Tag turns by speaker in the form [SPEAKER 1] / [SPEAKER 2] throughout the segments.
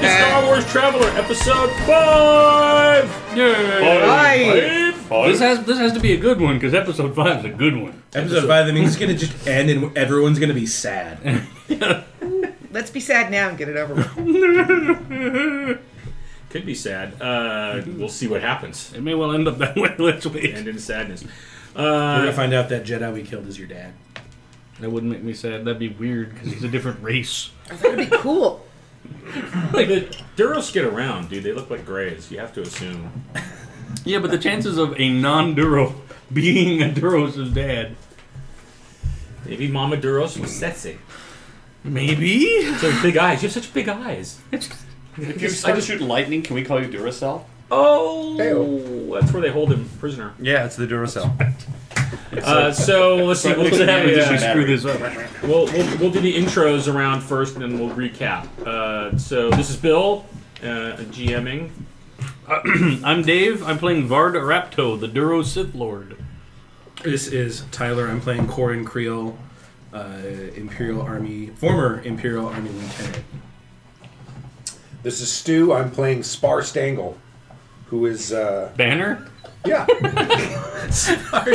[SPEAKER 1] Traveler's Traveler, episode five.
[SPEAKER 2] Yay!
[SPEAKER 1] Five. Five.
[SPEAKER 2] This has this has to be a good one because episode five is a good one.
[SPEAKER 3] Episode five. That means it's gonna just end, and everyone's gonna be sad.
[SPEAKER 4] Let's be sad now and get it over with.
[SPEAKER 1] Could be sad. Uh, we'll see what happens.
[SPEAKER 2] It may well end up that way. Let's wait.
[SPEAKER 1] End in sadness.
[SPEAKER 3] We're
[SPEAKER 1] Uh,
[SPEAKER 3] gonna find out that Jedi we killed is your dad.
[SPEAKER 2] That wouldn't make me sad. That'd be weird because he's a different race.
[SPEAKER 4] That'd be cool.
[SPEAKER 1] like the Duros get around, dude. They look like Greys. You have to assume.
[SPEAKER 2] Yeah, but the chances of a non-Duro being a Duros' dad,
[SPEAKER 1] Maybe Mama Duros was sexy.
[SPEAKER 2] maybe.
[SPEAKER 1] So big eyes. You have such big eyes.
[SPEAKER 5] If you start to shoot lightning, can we call you Duracell?
[SPEAKER 1] Oh,
[SPEAKER 5] Hey-o.
[SPEAKER 1] that's where they hold him prisoner.
[SPEAKER 6] Yeah, it's the Duracell.
[SPEAKER 1] Uh, so let's see. We'll,
[SPEAKER 2] What's
[SPEAKER 1] do
[SPEAKER 2] what happens if we
[SPEAKER 1] the, uh,
[SPEAKER 2] screw this up?
[SPEAKER 1] we'll, we'll, we'll do the intros around first, and then we'll recap. Uh, so this is Bill uh, GMing.
[SPEAKER 2] I'm Dave. I'm playing Vard Rapto, the Duro Sith Lord.
[SPEAKER 3] This is Tyler. I'm playing Corin Creel, uh, Imperial Army, former Imperial Army lieutenant.
[SPEAKER 7] This is Stu. I'm playing Spar Stangle, who is uh,
[SPEAKER 2] Banner.
[SPEAKER 7] yeah. you
[SPEAKER 5] Or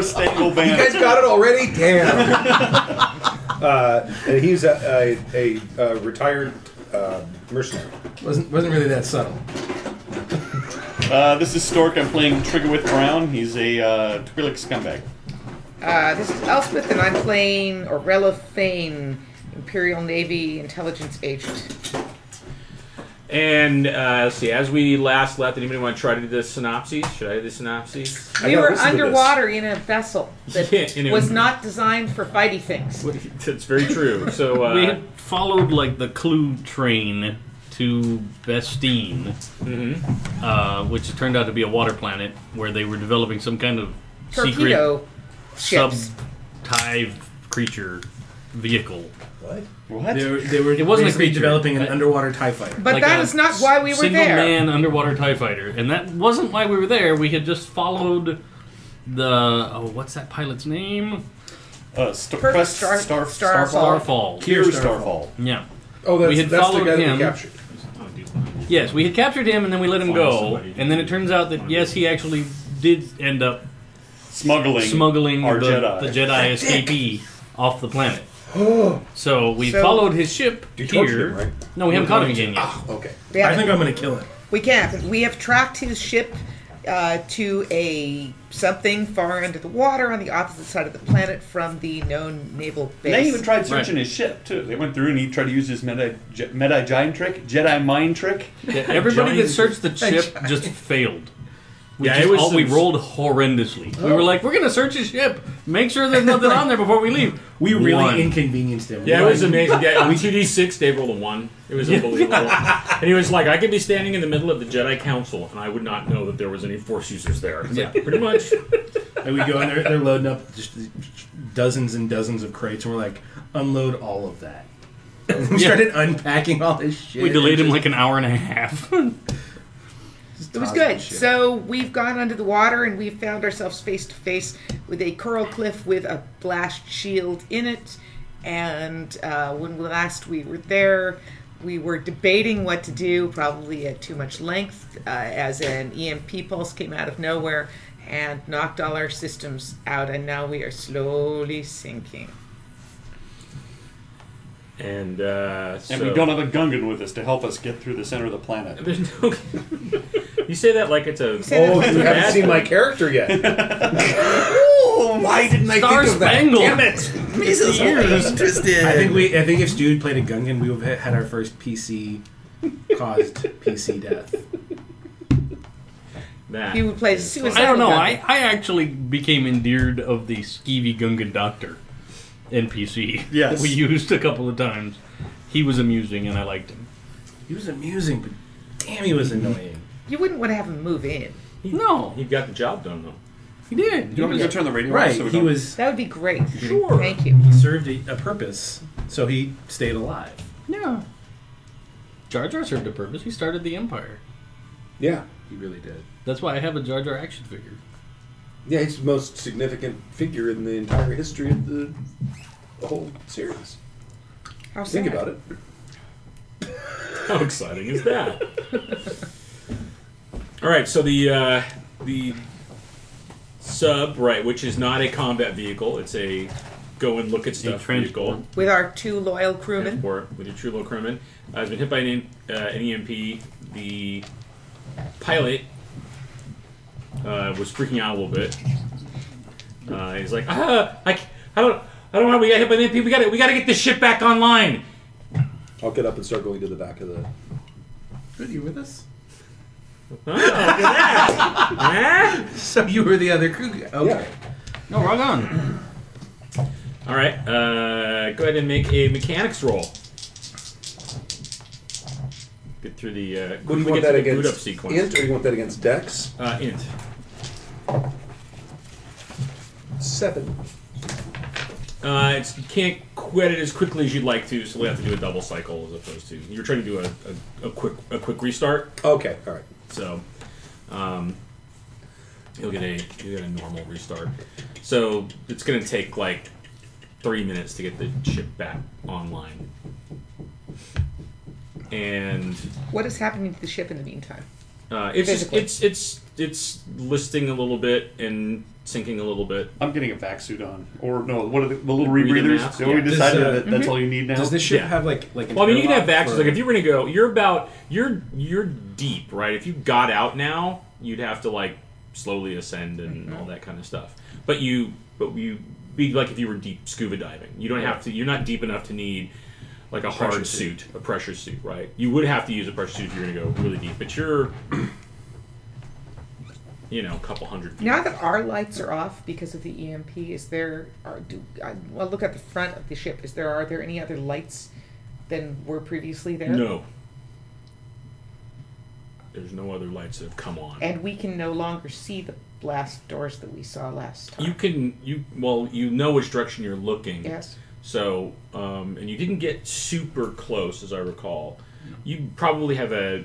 [SPEAKER 5] Stangle
[SPEAKER 7] guys
[SPEAKER 5] Banner.
[SPEAKER 7] got it already. Damn. uh, and he's a, a, a, uh retired uh, mercenary.
[SPEAKER 3] wasn't wasn't really that subtle.
[SPEAKER 5] Uh, this is Stork. I'm playing Triggerwith Brown. He's a uh, Twi'lek scumbag.
[SPEAKER 4] Uh, this is Elspeth, and I'm playing Orella Fane, Imperial Navy intelligence agent.
[SPEAKER 1] And uh, let's see. As we last left, anybody want to try to do the synopses? Should I do the synopses?
[SPEAKER 7] I
[SPEAKER 4] We
[SPEAKER 7] gotta
[SPEAKER 4] were
[SPEAKER 7] listen to this.
[SPEAKER 4] underwater in a vessel that
[SPEAKER 1] Yeah, in a-
[SPEAKER 4] was not designed for fighty things.
[SPEAKER 1] That's very true. So
[SPEAKER 2] we
[SPEAKER 1] uh,
[SPEAKER 2] had followed like the clue train to Bestine,
[SPEAKER 1] Mm-hmm.
[SPEAKER 2] uh, which turned out to be a water planet where they were developing some kind of
[SPEAKER 4] Torpedo
[SPEAKER 2] secret
[SPEAKER 4] ships.
[SPEAKER 2] sub-dive creature vehicle.
[SPEAKER 7] What?
[SPEAKER 5] What?
[SPEAKER 3] They were, they were
[SPEAKER 2] It wasn't a
[SPEAKER 3] basically
[SPEAKER 2] creature.
[SPEAKER 3] developing an
[SPEAKER 2] I-
[SPEAKER 3] underwater Tie fighter.
[SPEAKER 4] But
[SPEAKER 2] Like
[SPEAKER 4] that
[SPEAKER 2] a
[SPEAKER 4] is not why we were
[SPEAKER 2] single
[SPEAKER 4] there.
[SPEAKER 2] man underwater Tie Fighter, and that wasn't why we were there. We had just followed the oh, what's that pilot's name?
[SPEAKER 5] Uh, St-
[SPEAKER 4] Perfect
[SPEAKER 5] Crest
[SPEAKER 4] star-
[SPEAKER 5] Star-
[SPEAKER 4] starfall.
[SPEAKER 2] Starfall.
[SPEAKER 5] Here,
[SPEAKER 3] Here,
[SPEAKER 5] Starfall.
[SPEAKER 2] Yeah.
[SPEAKER 7] Oh, that's,
[SPEAKER 2] We had
[SPEAKER 7] that's the
[SPEAKER 2] followed
[SPEAKER 7] guy that
[SPEAKER 2] him.
[SPEAKER 7] we captured.
[SPEAKER 2] Yes, we had captured him, and then we let him
[SPEAKER 1] Find
[SPEAKER 2] go,
[SPEAKER 1] somebody.
[SPEAKER 2] and then it turns out that yes, he actually did end up
[SPEAKER 5] Smuggling.
[SPEAKER 2] smuggling
[SPEAKER 5] our
[SPEAKER 2] the
[SPEAKER 5] Jedi.
[SPEAKER 2] the Jedi escapee off the planet. so we
[SPEAKER 4] So-
[SPEAKER 2] followed his ship
[SPEAKER 7] You tortured
[SPEAKER 2] here.
[SPEAKER 7] him, right?
[SPEAKER 2] No, we haven't caught him again yet.
[SPEAKER 7] Okay.
[SPEAKER 4] Yeah.
[SPEAKER 3] I think I'm gonna kill it.
[SPEAKER 4] We can't. We have tracked his ship uh, to a something far under the water on the opposite side of the planet from the known naval
[SPEAKER 5] And
[SPEAKER 4] base.
[SPEAKER 5] they even tried searching
[SPEAKER 2] Right.
[SPEAKER 5] his ship, too. They went through and he tried to use his Medi, Je- Medi Giant trick, Jedi Mind trick.
[SPEAKER 2] Yeah, everybody that
[SPEAKER 1] giant-
[SPEAKER 2] searched the ship just failed. We,
[SPEAKER 1] Yeah,
[SPEAKER 2] just
[SPEAKER 1] it was
[SPEAKER 2] all- we
[SPEAKER 1] some-
[SPEAKER 2] rolled horrendously. We were like, we're going to search his ship, make sure there's nothing on there before we leave.
[SPEAKER 3] We really
[SPEAKER 2] One.
[SPEAKER 3] inconvenienced him.
[SPEAKER 1] yeah, it
[SPEAKER 3] One.
[SPEAKER 1] was amazing. Yeah, on two d six, Dave rolled a one. It was unbelievable. and he was like, "I could be standing in the middle of the Jedi Council, and I would not know that there was any Force users there." It's like, pretty much.
[SPEAKER 3] And we go in there, they're loading up just dozens and dozens of crates, and we're like, unload all of that. we started unpacking all this shit.
[SPEAKER 2] We delayed him like an hour and a half.
[SPEAKER 4] it was good. So we've gone under the water and we've found ourselves face to face with a coral cliff with a blast shield in it. And uh, when last we were there, we were debating what to do, probably at too much length, uh, as an EMP pulse came out of nowhere and knocked all our systems out. And now we are slowly sinking.
[SPEAKER 1] And uh,
[SPEAKER 5] And
[SPEAKER 1] so-
[SPEAKER 5] we don't have a Gungan with us to help us get through the center of the planet.
[SPEAKER 1] There's no. you say that like it's a.
[SPEAKER 7] Oh, you haven't seen my character yet. Ooh, why didn't I
[SPEAKER 2] Star Spangled.
[SPEAKER 7] it!
[SPEAKER 3] I think we, I think if Stu had played a Gungan, we would have had our first PC caused PC death.
[SPEAKER 1] That.
[SPEAKER 4] You would play suicide.
[SPEAKER 2] I don't know.
[SPEAKER 4] Gungan.
[SPEAKER 2] I, I actually became endeared of the skeevy Gungan doctor NPC
[SPEAKER 5] Yes.
[SPEAKER 2] that we used a couple of times. He was amusing and I liked him.
[SPEAKER 3] He was amusing, but damn, he was annoying.
[SPEAKER 4] you wouldn't want to have him move in.
[SPEAKER 2] No,
[SPEAKER 1] He got the job done though.
[SPEAKER 2] he did.
[SPEAKER 5] Do you want me to go turn the radio off?
[SPEAKER 3] Right,
[SPEAKER 5] so we
[SPEAKER 3] he
[SPEAKER 5] don't-
[SPEAKER 3] was
[SPEAKER 4] That would be great.
[SPEAKER 3] Sure.
[SPEAKER 4] Thank you.
[SPEAKER 3] served a, a purpose, so he stayed alive.
[SPEAKER 2] Yeah. Jar Jar served a purpose. He started the Empire.
[SPEAKER 7] Yeah,
[SPEAKER 3] He really did.
[SPEAKER 2] That's why I have a Jar Jar action figure.
[SPEAKER 7] yeah, he's the most significant figure in the entire history of the, the whole series.
[SPEAKER 4] How
[SPEAKER 7] Think
[SPEAKER 4] sad.
[SPEAKER 7] about it.
[SPEAKER 1] How exciting is that? All right, so the uh, the sub, right, which is not a combat vehicle, it's a go and look at stuff
[SPEAKER 2] transport.
[SPEAKER 1] vehicle.
[SPEAKER 4] with our two loyal crewmen.
[SPEAKER 1] Transport with your true low crewman uh, has been hit by an, uh, an EMP. The pilot uh, was freaking out a little bit. Uh, he's like, ah, I, c- I don't, I don't know. We got hit by an EMP. We got to, we got to get this ship back online.
[SPEAKER 7] I'll get up and start going to the back of the.
[SPEAKER 3] Are you with us?
[SPEAKER 4] Ah!
[SPEAKER 1] Huh?
[SPEAKER 3] So you were the other crew guy. Okay.
[SPEAKER 2] No, right on.
[SPEAKER 1] All right, uh, go ahead and make a mechanics roll. Get through the. Uh,
[SPEAKER 7] What do you
[SPEAKER 1] quickly
[SPEAKER 7] want
[SPEAKER 1] get
[SPEAKER 7] that
[SPEAKER 1] to the boot up
[SPEAKER 7] against?
[SPEAKER 1] sequence.
[SPEAKER 7] Int or you want that against Dex?
[SPEAKER 1] Uh, int.
[SPEAKER 7] Seven.
[SPEAKER 1] Uh, it's, you can't quit it as quickly as you'd like to, so we have to do a double cycle as opposed to you're trying to do a, a, a quick a quick restart.
[SPEAKER 7] Okay, all right.
[SPEAKER 1] So, um, you'll get a you get a normal restart. So it's gonna take like three minutes to get the ship back online. And
[SPEAKER 4] What is happening to the ship in the meantime?
[SPEAKER 1] Uh, it's just,
[SPEAKER 4] Physically.
[SPEAKER 1] it's it's it's listing a little bit and sinking a little bit.
[SPEAKER 5] I'm getting a vac suit on, or no, what are the, the little
[SPEAKER 1] Breather
[SPEAKER 5] rebreathers?
[SPEAKER 1] mask,
[SPEAKER 5] So
[SPEAKER 1] yeah.
[SPEAKER 5] we
[SPEAKER 1] Does,
[SPEAKER 5] decided
[SPEAKER 3] uh,
[SPEAKER 5] that
[SPEAKER 4] Mm-hmm.
[SPEAKER 5] that's all you need now.
[SPEAKER 3] Does this ship
[SPEAKER 1] Yeah.
[SPEAKER 3] have like like? An
[SPEAKER 1] Well, I mean, you can have
[SPEAKER 3] airlock
[SPEAKER 1] backs.
[SPEAKER 3] for-
[SPEAKER 1] Like if you were gonna go, you're about you're you're deep, right? If you got out now, you'd have to like slowly ascend and all that kind of stuff. But you but you be like if you were deep scuba diving. You don't have to. You're not deep enough to need like a, hard suit, a pressure suit, right? You would have to use a pressure suit if you're gonna go really deep. But you're you know a couple hundred feet.
[SPEAKER 4] Now that our lights are off because of the EMP, is there? Are, do I, well, look at the front of the ship. Is there? Are there any other lights than were previously there?
[SPEAKER 1] No. There's no other lights that have come on.
[SPEAKER 4] And we can no longer see the blast doors that we saw last time.
[SPEAKER 1] you can you well you know which direction you're looking.
[SPEAKER 4] yes.
[SPEAKER 1] So um, and you didn't get super close as I recall. You probably have a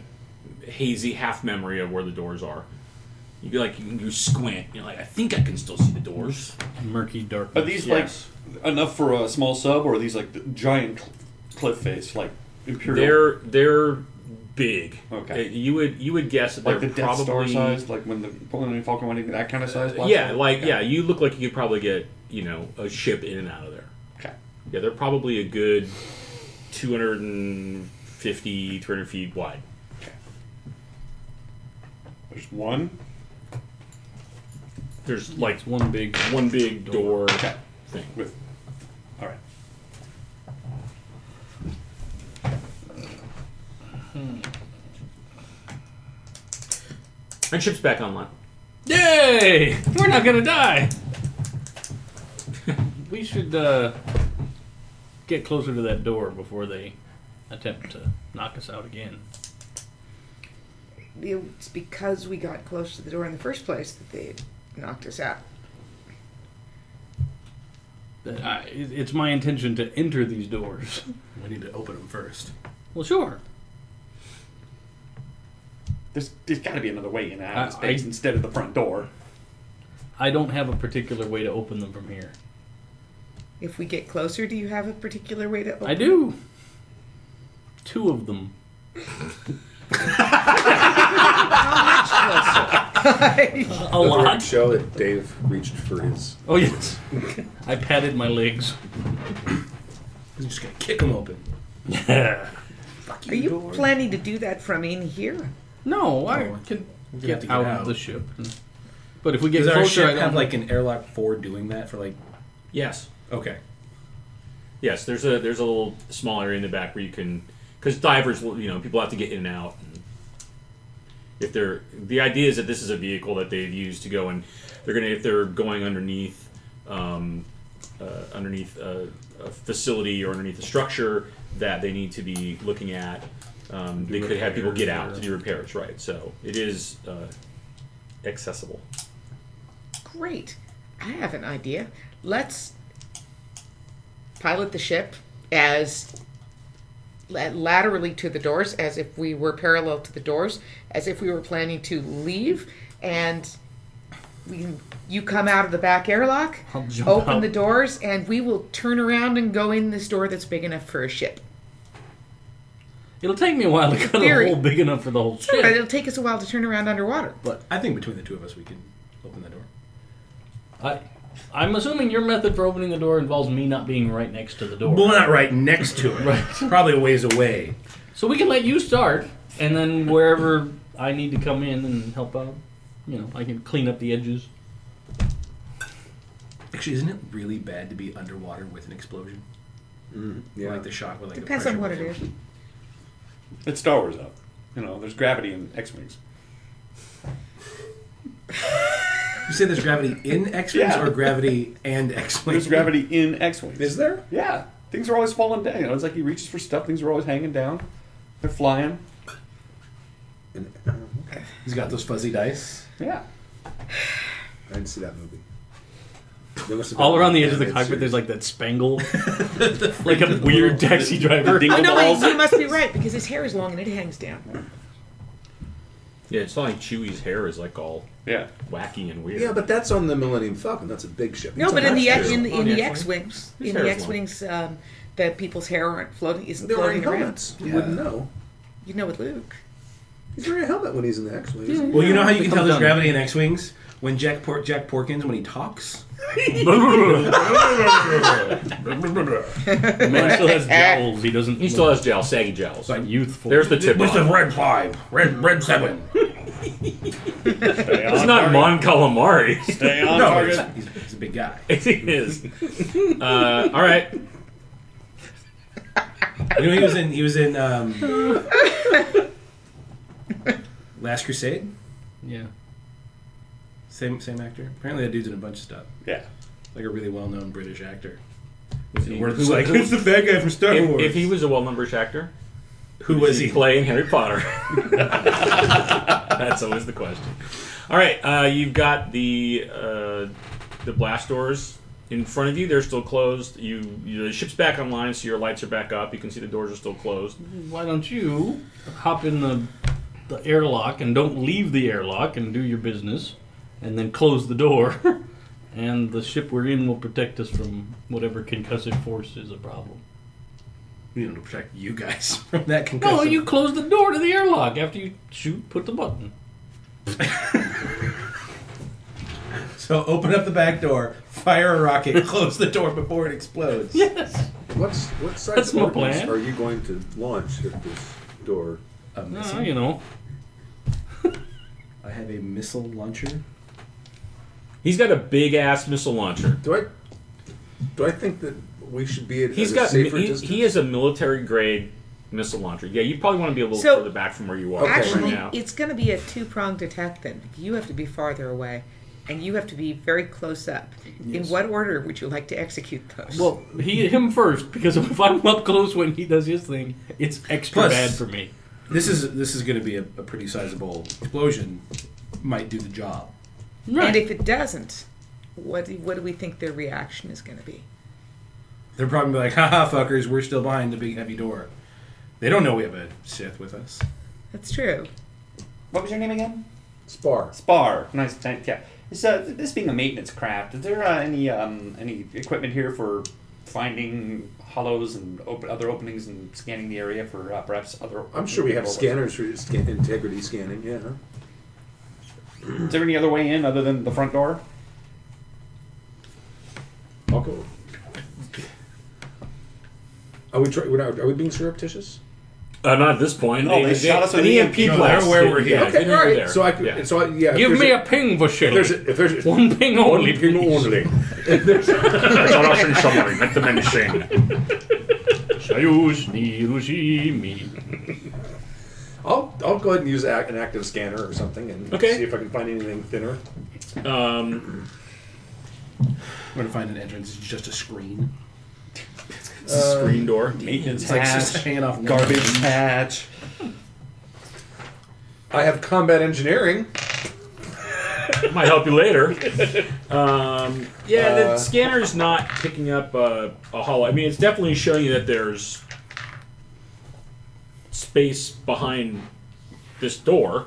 [SPEAKER 1] hazy half memory of where the doors are. You be like you, you squint. You're like I think I can still see the doors.
[SPEAKER 2] Murky dark.
[SPEAKER 5] Are
[SPEAKER 1] Yes.
[SPEAKER 5] these like enough for a small sub, or are these like the giant cl- cliff face, like Imperial,
[SPEAKER 1] They're they're big.
[SPEAKER 5] Okay.
[SPEAKER 1] Uh, You would you would guess that
[SPEAKER 5] like the
[SPEAKER 1] they're
[SPEAKER 5] Death
[SPEAKER 1] probably Uh,
[SPEAKER 5] Star size, like when the when the Falcon went in, that kind of size? blast
[SPEAKER 1] yeah
[SPEAKER 5] off?
[SPEAKER 1] like
[SPEAKER 5] Okay.
[SPEAKER 1] yeah you look like you could probably get you know a ship in and out of there.
[SPEAKER 5] Okay.
[SPEAKER 1] Yeah, they're probably a good 250, 300 feet wide.
[SPEAKER 5] There's one.
[SPEAKER 1] There's like
[SPEAKER 2] It's one big.
[SPEAKER 1] one big door
[SPEAKER 5] Okay.
[SPEAKER 1] thing.
[SPEAKER 5] With. All right.
[SPEAKER 1] And ship's back online.
[SPEAKER 2] Yay! We're not gonna die. we should uh, get closer to that door before they attempt to knock us out again.
[SPEAKER 4] It's because we got close to the door in the first place that they knocked us out.
[SPEAKER 2] That- Uh, I- it- it's my intention to enter these doors.
[SPEAKER 3] We need to open them first.
[SPEAKER 2] Well, sure.
[SPEAKER 5] There's, there's got to be another way in and
[SPEAKER 1] Uh,
[SPEAKER 5] out of
[SPEAKER 2] I-
[SPEAKER 5] space
[SPEAKER 2] I-
[SPEAKER 5] instead of the front door.
[SPEAKER 2] I don't have a particular way to open them from here.
[SPEAKER 4] If we get closer, do you have a particular way to open
[SPEAKER 2] I do. Two of them. A
[SPEAKER 7] Another
[SPEAKER 2] lot.
[SPEAKER 7] show that Dave reached for his.
[SPEAKER 2] Oh yes. I patted my legs.
[SPEAKER 3] We're just gonna kick them open.
[SPEAKER 4] Are you planning to do that from in here?
[SPEAKER 2] No, I can
[SPEAKER 3] We're gonna have
[SPEAKER 2] get,
[SPEAKER 3] to get
[SPEAKER 2] out,
[SPEAKER 3] out.
[SPEAKER 2] of the ship. and- But if we get
[SPEAKER 3] Does
[SPEAKER 2] closer,
[SPEAKER 3] our
[SPEAKER 2] I
[SPEAKER 3] ship
[SPEAKER 2] don't-
[SPEAKER 3] have like an airlock for doing that? For like,
[SPEAKER 1] Yes.
[SPEAKER 3] okay,
[SPEAKER 1] Yes, there's a there's a little small area in the back where you can cuz divers will- you know, people have to get in and out. And if they're the idea is that this is a vehicle that they've used to go and they're going to if they're going underneath um, uh, underneath a, a facility or underneath a structure that they need to be looking at. Um, they could have people get out to do repairs, right? So it is uh, accessible.
[SPEAKER 4] Great. I have an idea. Let's pilot the ship as la- laterally to the doors, as if we were parallel to the doors, as if we were planning to leave, and we, you come out of the back airlock,
[SPEAKER 2] I'll jump
[SPEAKER 4] open
[SPEAKER 2] out.
[SPEAKER 4] the doors, and we will turn around and go in this door that's big enough for a ship.
[SPEAKER 2] It'll take me a while to cut
[SPEAKER 4] Theory.
[SPEAKER 2] a hole big enough for the whole
[SPEAKER 4] But
[SPEAKER 2] ship.
[SPEAKER 4] it'll take us a while to turn around underwater.
[SPEAKER 3] But I think between the two of us, we can open the door.
[SPEAKER 2] I, I'm assuming your method for opening the door involves me not being right next to the door.
[SPEAKER 3] Well, not right next to it. Probably a ways away.
[SPEAKER 2] So we can let you start, and then wherever I need to come in and help out, you know, I can clean up the edges.
[SPEAKER 3] Actually, isn't it really bad to be underwater with an explosion?
[SPEAKER 5] Mm,
[SPEAKER 7] Yeah.
[SPEAKER 3] Like the shock with like
[SPEAKER 4] Depends
[SPEAKER 3] the
[SPEAKER 4] on
[SPEAKER 3] pressure
[SPEAKER 4] what it is.
[SPEAKER 5] It's Star Wars, though. You know, there's gravity in X-wings.
[SPEAKER 3] You say there's gravity in X wings
[SPEAKER 5] Yeah.
[SPEAKER 3] or gravity and X wings?
[SPEAKER 5] There's gravity in X-wings.
[SPEAKER 7] Is there?
[SPEAKER 5] Yeah, things are always falling down. You know, it's like he reaches for stuff. Things are always hanging down. They're flying.
[SPEAKER 3] He's got those fuzzy dice.
[SPEAKER 5] Yeah.
[SPEAKER 7] I didn't see that movie. There must have been
[SPEAKER 2] All around the edge
[SPEAKER 7] an
[SPEAKER 2] of the
[SPEAKER 7] animated
[SPEAKER 2] cockpit, there's
[SPEAKER 7] series.
[SPEAKER 2] like that spangle, like a weird taxi driver.
[SPEAKER 5] Dingle
[SPEAKER 4] Oh no,
[SPEAKER 5] balls.
[SPEAKER 4] wait, you must be right because his hair is long and it hangs down.
[SPEAKER 1] Yeah, it's not like Chewie's hair is like all
[SPEAKER 5] Yeah.
[SPEAKER 1] wacky and weird.
[SPEAKER 7] Yeah, but that's on the Millennium Falcon. That's a big ship.
[SPEAKER 4] No,
[SPEAKER 7] It's
[SPEAKER 4] but
[SPEAKER 7] on
[SPEAKER 4] in the
[SPEAKER 7] X-Wing.
[SPEAKER 4] X- in, the-
[SPEAKER 1] On
[SPEAKER 4] in
[SPEAKER 1] the
[SPEAKER 4] the X
[SPEAKER 1] X-Wing?
[SPEAKER 4] wings,
[SPEAKER 1] His
[SPEAKER 4] in
[SPEAKER 1] hair
[SPEAKER 4] the
[SPEAKER 1] is
[SPEAKER 4] X wings, um, the people's hair aren't floating. Isn't
[SPEAKER 7] They're wearing
[SPEAKER 4] floating around.
[SPEAKER 7] helmets. You wouldn't know.
[SPEAKER 4] You know, with Luke.
[SPEAKER 7] He's wearing a helmet when he's in the X-Wing. isn't he?
[SPEAKER 3] Well, you know how you
[SPEAKER 2] It
[SPEAKER 3] can tell
[SPEAKER 2] comes
[SPEAKER 3] there's
[SPEAKER 2] down.
[SPEAKER 3] gravity in X wings when Jack Por- Jack Porkins when he talks.
[SPEAKER 2] Man still has jowls. He doesn't.
[SPEAKER 1] he still has jowls, saggy jowls.
[SPEAKER 3] Like,
[SPEAKER 2] youthful.
[SPEAKER 1] There's the tip. off.
[SPEAKER 3] red five, red red seven.
[SPEAKER 5] Stay on
[SPEAKER 1] It's not
[SPEAKER 5] target.
[SPEAKER 1] Mon Calamari.
[SPEAKER 5] Stay on
[SPEAKER 3] No,
[SPEAKER 5] target.
[SPEAKER 3] he's, he's, he's a big guy.
[SPEAKER 1] it is. Uh, all right.
[SPEAKER 3] You know he was in he was in um, Last Crusade.
[SPEAKER 2] yeah.
[SPEAKER 3] Same same actor. Apparently that dude's in a bunch of stuff.
[SPEAKER 5] Yeah.
[SPEAKER 3] Like a really well known British actor.
[SPEAKER 1] he-
[SPEAKER 3] And we're just
[SPEAKER 1] who-
[SPEAKER 3] like,
[SPEAKER 1] who-
[SPEAKER 3] who's the bad guy from Star
[SPEAKER 1] If,
[SPEAKER 3] Wars?
[SPEAKER 1] if he was a well-known British actor,
[SPEAKER 3] who was he?
[SPEAKER 1] play in Harry Potter? That's always the question. All right, uh, you've got the uh, the blast doors in front of you. They're still closed. You, you the ship's back online, so your lights are back up. You can see the doors are still closed.
[SPEAKER 2] Why don't you hop in the the airlock and don't leave the airlock and do your business, and then close the door, and the ship we're in will protect us from whatever concussive force is a problem.
[SPEAKER 3] You know, to protect you guys from that concussion.
[SPEAKER 2] No, you close the door to the airlock after you shoot. Put the button.
[SPEAKER 3] So open up the back door, fire a rocket, close the door before it explodes.
[SPEAKER 2] Yes.
[SPEAKER 7] What's what size
[SPEAKER 2] That's
[SPEAKER 7] of
[SPEAKER 2] my
[SPEAKER 7] ordnance
[SPEAKER 2] plan.
[SPEAKER 7] are you going to launch at this door?
[SPEAKER 3] A missile.
[SPEAKER 2] Uh, you know.
[SPEAKER 3] I have a missile launcher.
[SPEAKER 1] He's got a big ass missile launcher.
[SPEAKER 7] Do I do I think that we should be at,
[SPEAKER 1] He's
[SPEAKER 7] at
[SPEAKER 1] got
[SPEAKER 7] a safer
[SPEAKER 1] he,
[SPEAKER 7] distance?
[SPEAKER 1] he is a military grade missile launcher. Yeah, you probably want to be a little
[SPEAKER 4] So-
[SPEAKER 1] further back from where you are
[SPEAKER 7] Okay.
[SPEAKER 4] Actually,
[SPEAKER 1] right now.
[SPEAKER 4] it's going to be a two pronged attack then. You have to be farther away, and you have to be very close up. In what order would you like to execute those?
[SPEAKER 2] Well, he him first because if I'm up close when he does his thing, it's extra
[SPEAKER 3] Plus-
[SPEAKER 2] bad for me.
[SPEAKER 3] This is this is going to be a, a pretty sizable explosion. Might do the job.
[SPEAKER 4] and if it doesn't, what do, what do we think their reaction is going to be?
[SPEAKER 3] They're probably gonna be like, haha, fuckers, we're still behind the big heavy door. They don't know we have a Sith with us.
[SPEAKER 4] That's true.
[SPEAKER 5] What was your name again?
[SPEAKER 7] Spar.
[SPEAKER 5] Spar. Nice. Thank yeah. Is, uh, this being a maintenance craft, is there uh, any um, any equipment here for finding hollows and op- other openings and scanning the area for uh, perhaps other?
[SPEAKER 7] I'm sure we have
[SPEAKER 5] doorways?
[SPEAKER 7] scanners for scan, integrity scanning. Yeah.
[SPEAKER 5] Is there any other way in other than the front door?
[SPEAKER 7] I'll go. Are we, try, we're not, are we being surreptitious?
[SPEAKER 1] Uh, not at this point.
[SPEAKER 5] No, they shot us with
[SPEAKER 1] an
[SPEAKER 5] an
[SPEAKER 2] E
[SPEAKER 1] EMP
[SPEAKER 5] EMP
[SPEAKER 1] blast.
[SPEAKER 3] blast.
[SPEAKER 1] where we're here.
[SPEAKER 3] Yeah,
[SPEAKER 1] They knew you were
[SPEAKER 7] alright.
[SPEAKER 1] there.
[SPEAKER 7] So I could,
[SPEAKER 1] Yeah.
[SPEAKER 7] so I, yeah. if
[SPEAKER 2] Give
[SPEAKER 7] there's
[SPEAKER 2] me
[SPEAKER 7] a,
[SPEAKER 2] a ping for
[SPEAKER 7] if there's
[SPEAKER 2] shit.
[SPEAKER 7] a, if there's a,
[SPEAKER 2] One ping only.
[SPEAKER 7] Only ping
[SPEAKER 2] please.
[SPEAKER 7] only.
[SPEAKER 1] Russian summary, not the menacing.
[SPEAKER 2] Союзный режим.
[SPEAKER 7] I'll I'll go ahead and use act, an active scanner or something and
[SPEAKER 1] Okay.
[SPEAKER 7] see if I can find anything thinner.
[SPEAKER 1] Um,
[SPEAKER 3] We're gonna find an entrance. It's just a screen.
[SPEAKER 1] screen door.
[SPEAKER 5] Maintenance
[SPEAKER 3] It's like just hanging off. one
[SPEAKER 5] garbage
[SPEAKER 3] end.
[SPEAKER 5] patch.
[SPEAKER 7] I have combat engineering.
[SPEAKER 1] Might help you later. Um, yeah, the
[SPEAKER 7] Uh,
[SPEAKER 1] scanner's not picking up uh, a hollow. I mean, it's definitely showing you that there's space behind this door,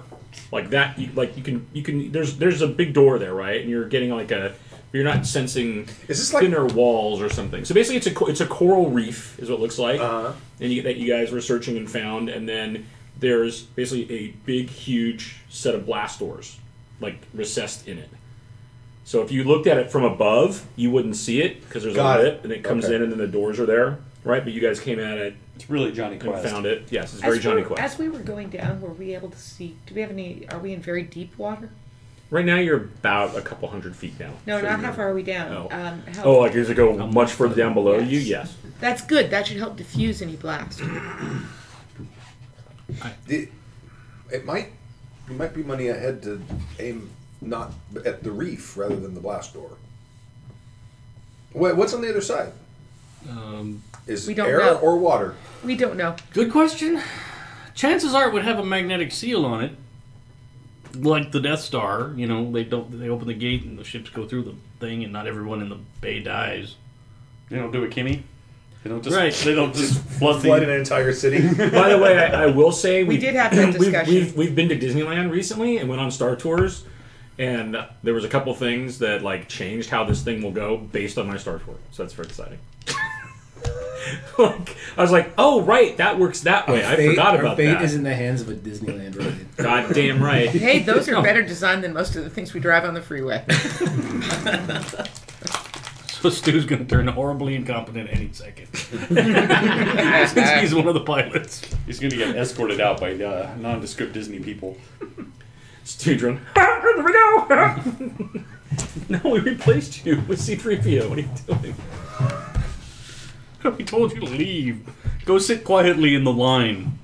[SPEAKER 1] like that. You, like you can, you can. There's there's a big door there, right? And you're getting like a You're not sensing
[SPEAKER 7] Is this like-
[SPEAKER 1] thinner walls or something. So basically, it's a co- it's a coral reef is what it looks like,
[SPEAKER 7] Uh-huh.
[SPEAKER 1] uh and you, that you guys were searching and found. And then there's basically a big, huge set of blast doors, like recessed in it. So if you looked at it from above, you wouldn't see it because there's
[SPEAKER 7] Got
[SPEAKER 1] a
[SPEAKER 7] it.
[SPEAKER 1] lip, and it comes
[SPEAKER 7] Okay.
[SPEAKER 1] in, and then the doors are there, right? But you guys came at it
[SPEAKER 5] It's really Johnny
[SPEAKER 1] and
[SPEAKER 5] Quest.
[SPEAKER 1] found it. Yes, it's very
[SPEAKER 4] as
[SPEAKER 1] Johnny
[SPEAKER 4] we,
[SPEAKER 1] Quest.
[SPEAKER 4] As we were going down, were we able to see? Do we have any? Are we in very deep water?
[SPEAKER 1] Right now, you're about a couple hundred feet down.
[SPEAKER 4] No,
[SPEAKER 1] So
[SPEAKER 4] not
[SPEAKER 1] you're-
[SPEAKER 4] how far are we down?
[SPEAKER 1] Oh.
[SPEAKER 4] Um, how,
[SPEAKER 1] Oh, like does it go much further down below
[SPEAKER 4] Yes.
[SPEAKER 1] you? Yes.
[SPEAKER 4] that's good. That should help diffuse any blast.
[SPEAKER 7] The, it might it might be money ahead to aim not at the reef rather than the blast door. Wait, what's on the other side?
[SPEAKER 2] Um,
[SPEAKER 7] Is
[SPEAKER 4] We
[SPEAKER 7] it
[SPEAKER 4] don't
[SPEAKER 7] air
[SPEAKER 4] know.
[SPEAKER 7] or water?
[SPEAKER 4] We don't know.
[SPEAKER 2] good question. Chances are it would have a magnetic seal on it, like the Death Star. You know, they don't. They open the gate and the ships go through the thing, and not everyone in the bay dies.
[SPEAKER 5] They don't do a Kimmy. They don't just.
[SPEAKER 2] Right.
[SPEAKER 5] They don't just flood
[SPEAKER 7] Flood an
[SPEAKER 5] the.
[SPEAKER 7] entire city.
[SPEAKER 1] By the way, I, I will say we,
[SPEAKER 4] did have that
[SPEAKER 1] we've-
[SPEAKER 4] discussion.
[SPEAKER 1] We've, we've, been to Disneyland recently and went on Star Tours, and there was a couple things that like changed how this thing will go based on my Star Tour. So that's very exciting. like, I was like, oh right, that works that way. I forgot
[SPEAKER 3] our
[SPEAKER 1] about
[SPEAKER 3] fate
[SPEAKER 1] that.
[SPEAKER 3] is in the hands of a Disneyland raid.
[SPEAKER 1] God damn right.
[SPEAKER 4] Hey, those are better designed than most of the things we drive on the freeway.
[SPEAKER 2] So Stu's going to turn horribly incompetent any second. Since he's one of the pilots.
[SPEAKER 5] He's going to get escorted out by uh, nondescript Disney people.
[SPEAKER 1] Studron. There we go. no, we replaced you with C3PO. What are you doing?
[SPEAKER 2] We told you to leave. Go sit quietly in the line.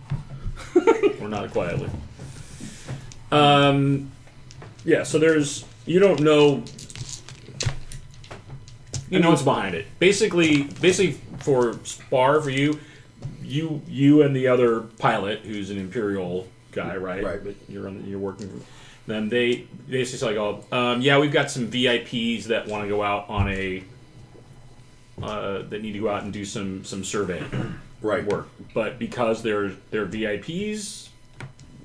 [SPEAKER 1] We're not quietly. Um, yeah. So there's you don't know. You know what's behind it. Basically, basically for Spar for you, you you and the other pilot who's an Imperial guy, right?
[SPEAKER 7] Right.
[SPEAKER 1] But you're on, you're working for them. They they just like oh um, yeah we've got some VIPs that want to go out on a uh, that need to go out and do some some survey
[SPEAKER 7] right.
[SPEAKER 1] work. But because they're they're VIPs,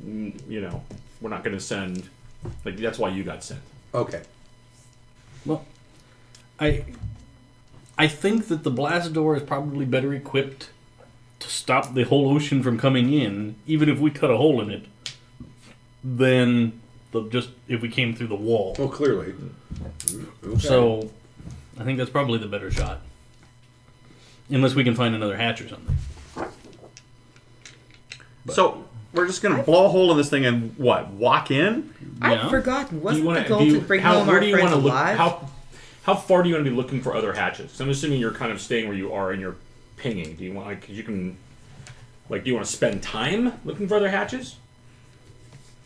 [SPEAKER 1] n- you know, we're not going to send. Like that's why you got sent.
[SPEAKER 7] Okay.
[SPEAKER 2] Well, I I think that the blast door is probably better equipped to stop the whole ocean from coming in, even if we cut a hole in it, than the just if we came through the wall.
[SPEAKER 7] Well, clearly. Okay.
[SPEAKER 2] So I think that's probably the better shot. Unless we can find another hatch or something.
[SPEAKER 6] So we're just gonna blow a hole in this thing and what? Walk in?
[SPEAKER 2] Yeah.
[SPEAKER 4] I've forgotten.
[SPEAKER 1] Do
[SPEAKER 4] Wasn't
[SPEAKER 1] you wanna-
[SPEAKER 4] the goal
[SPEAKER 1] do you-
[SPEAKER 4] to bring
[SPEAKER 1] how-
[SPEAKER 4] home
[SPEAKER 1] where
[SPEAKER 4] our
[SPEAKER 1] do you
[SPEAKER 4] friends
[SPEAKER 1] wanna look-
[SPEAKER 4] alive?
[SPEAKER 1] How how far do you want to be looking for other hatches? So I'm assuming you're kind of staying where you are and you're pinging. Do you want like 'cause you can like do you want to spend time looking for other hatches,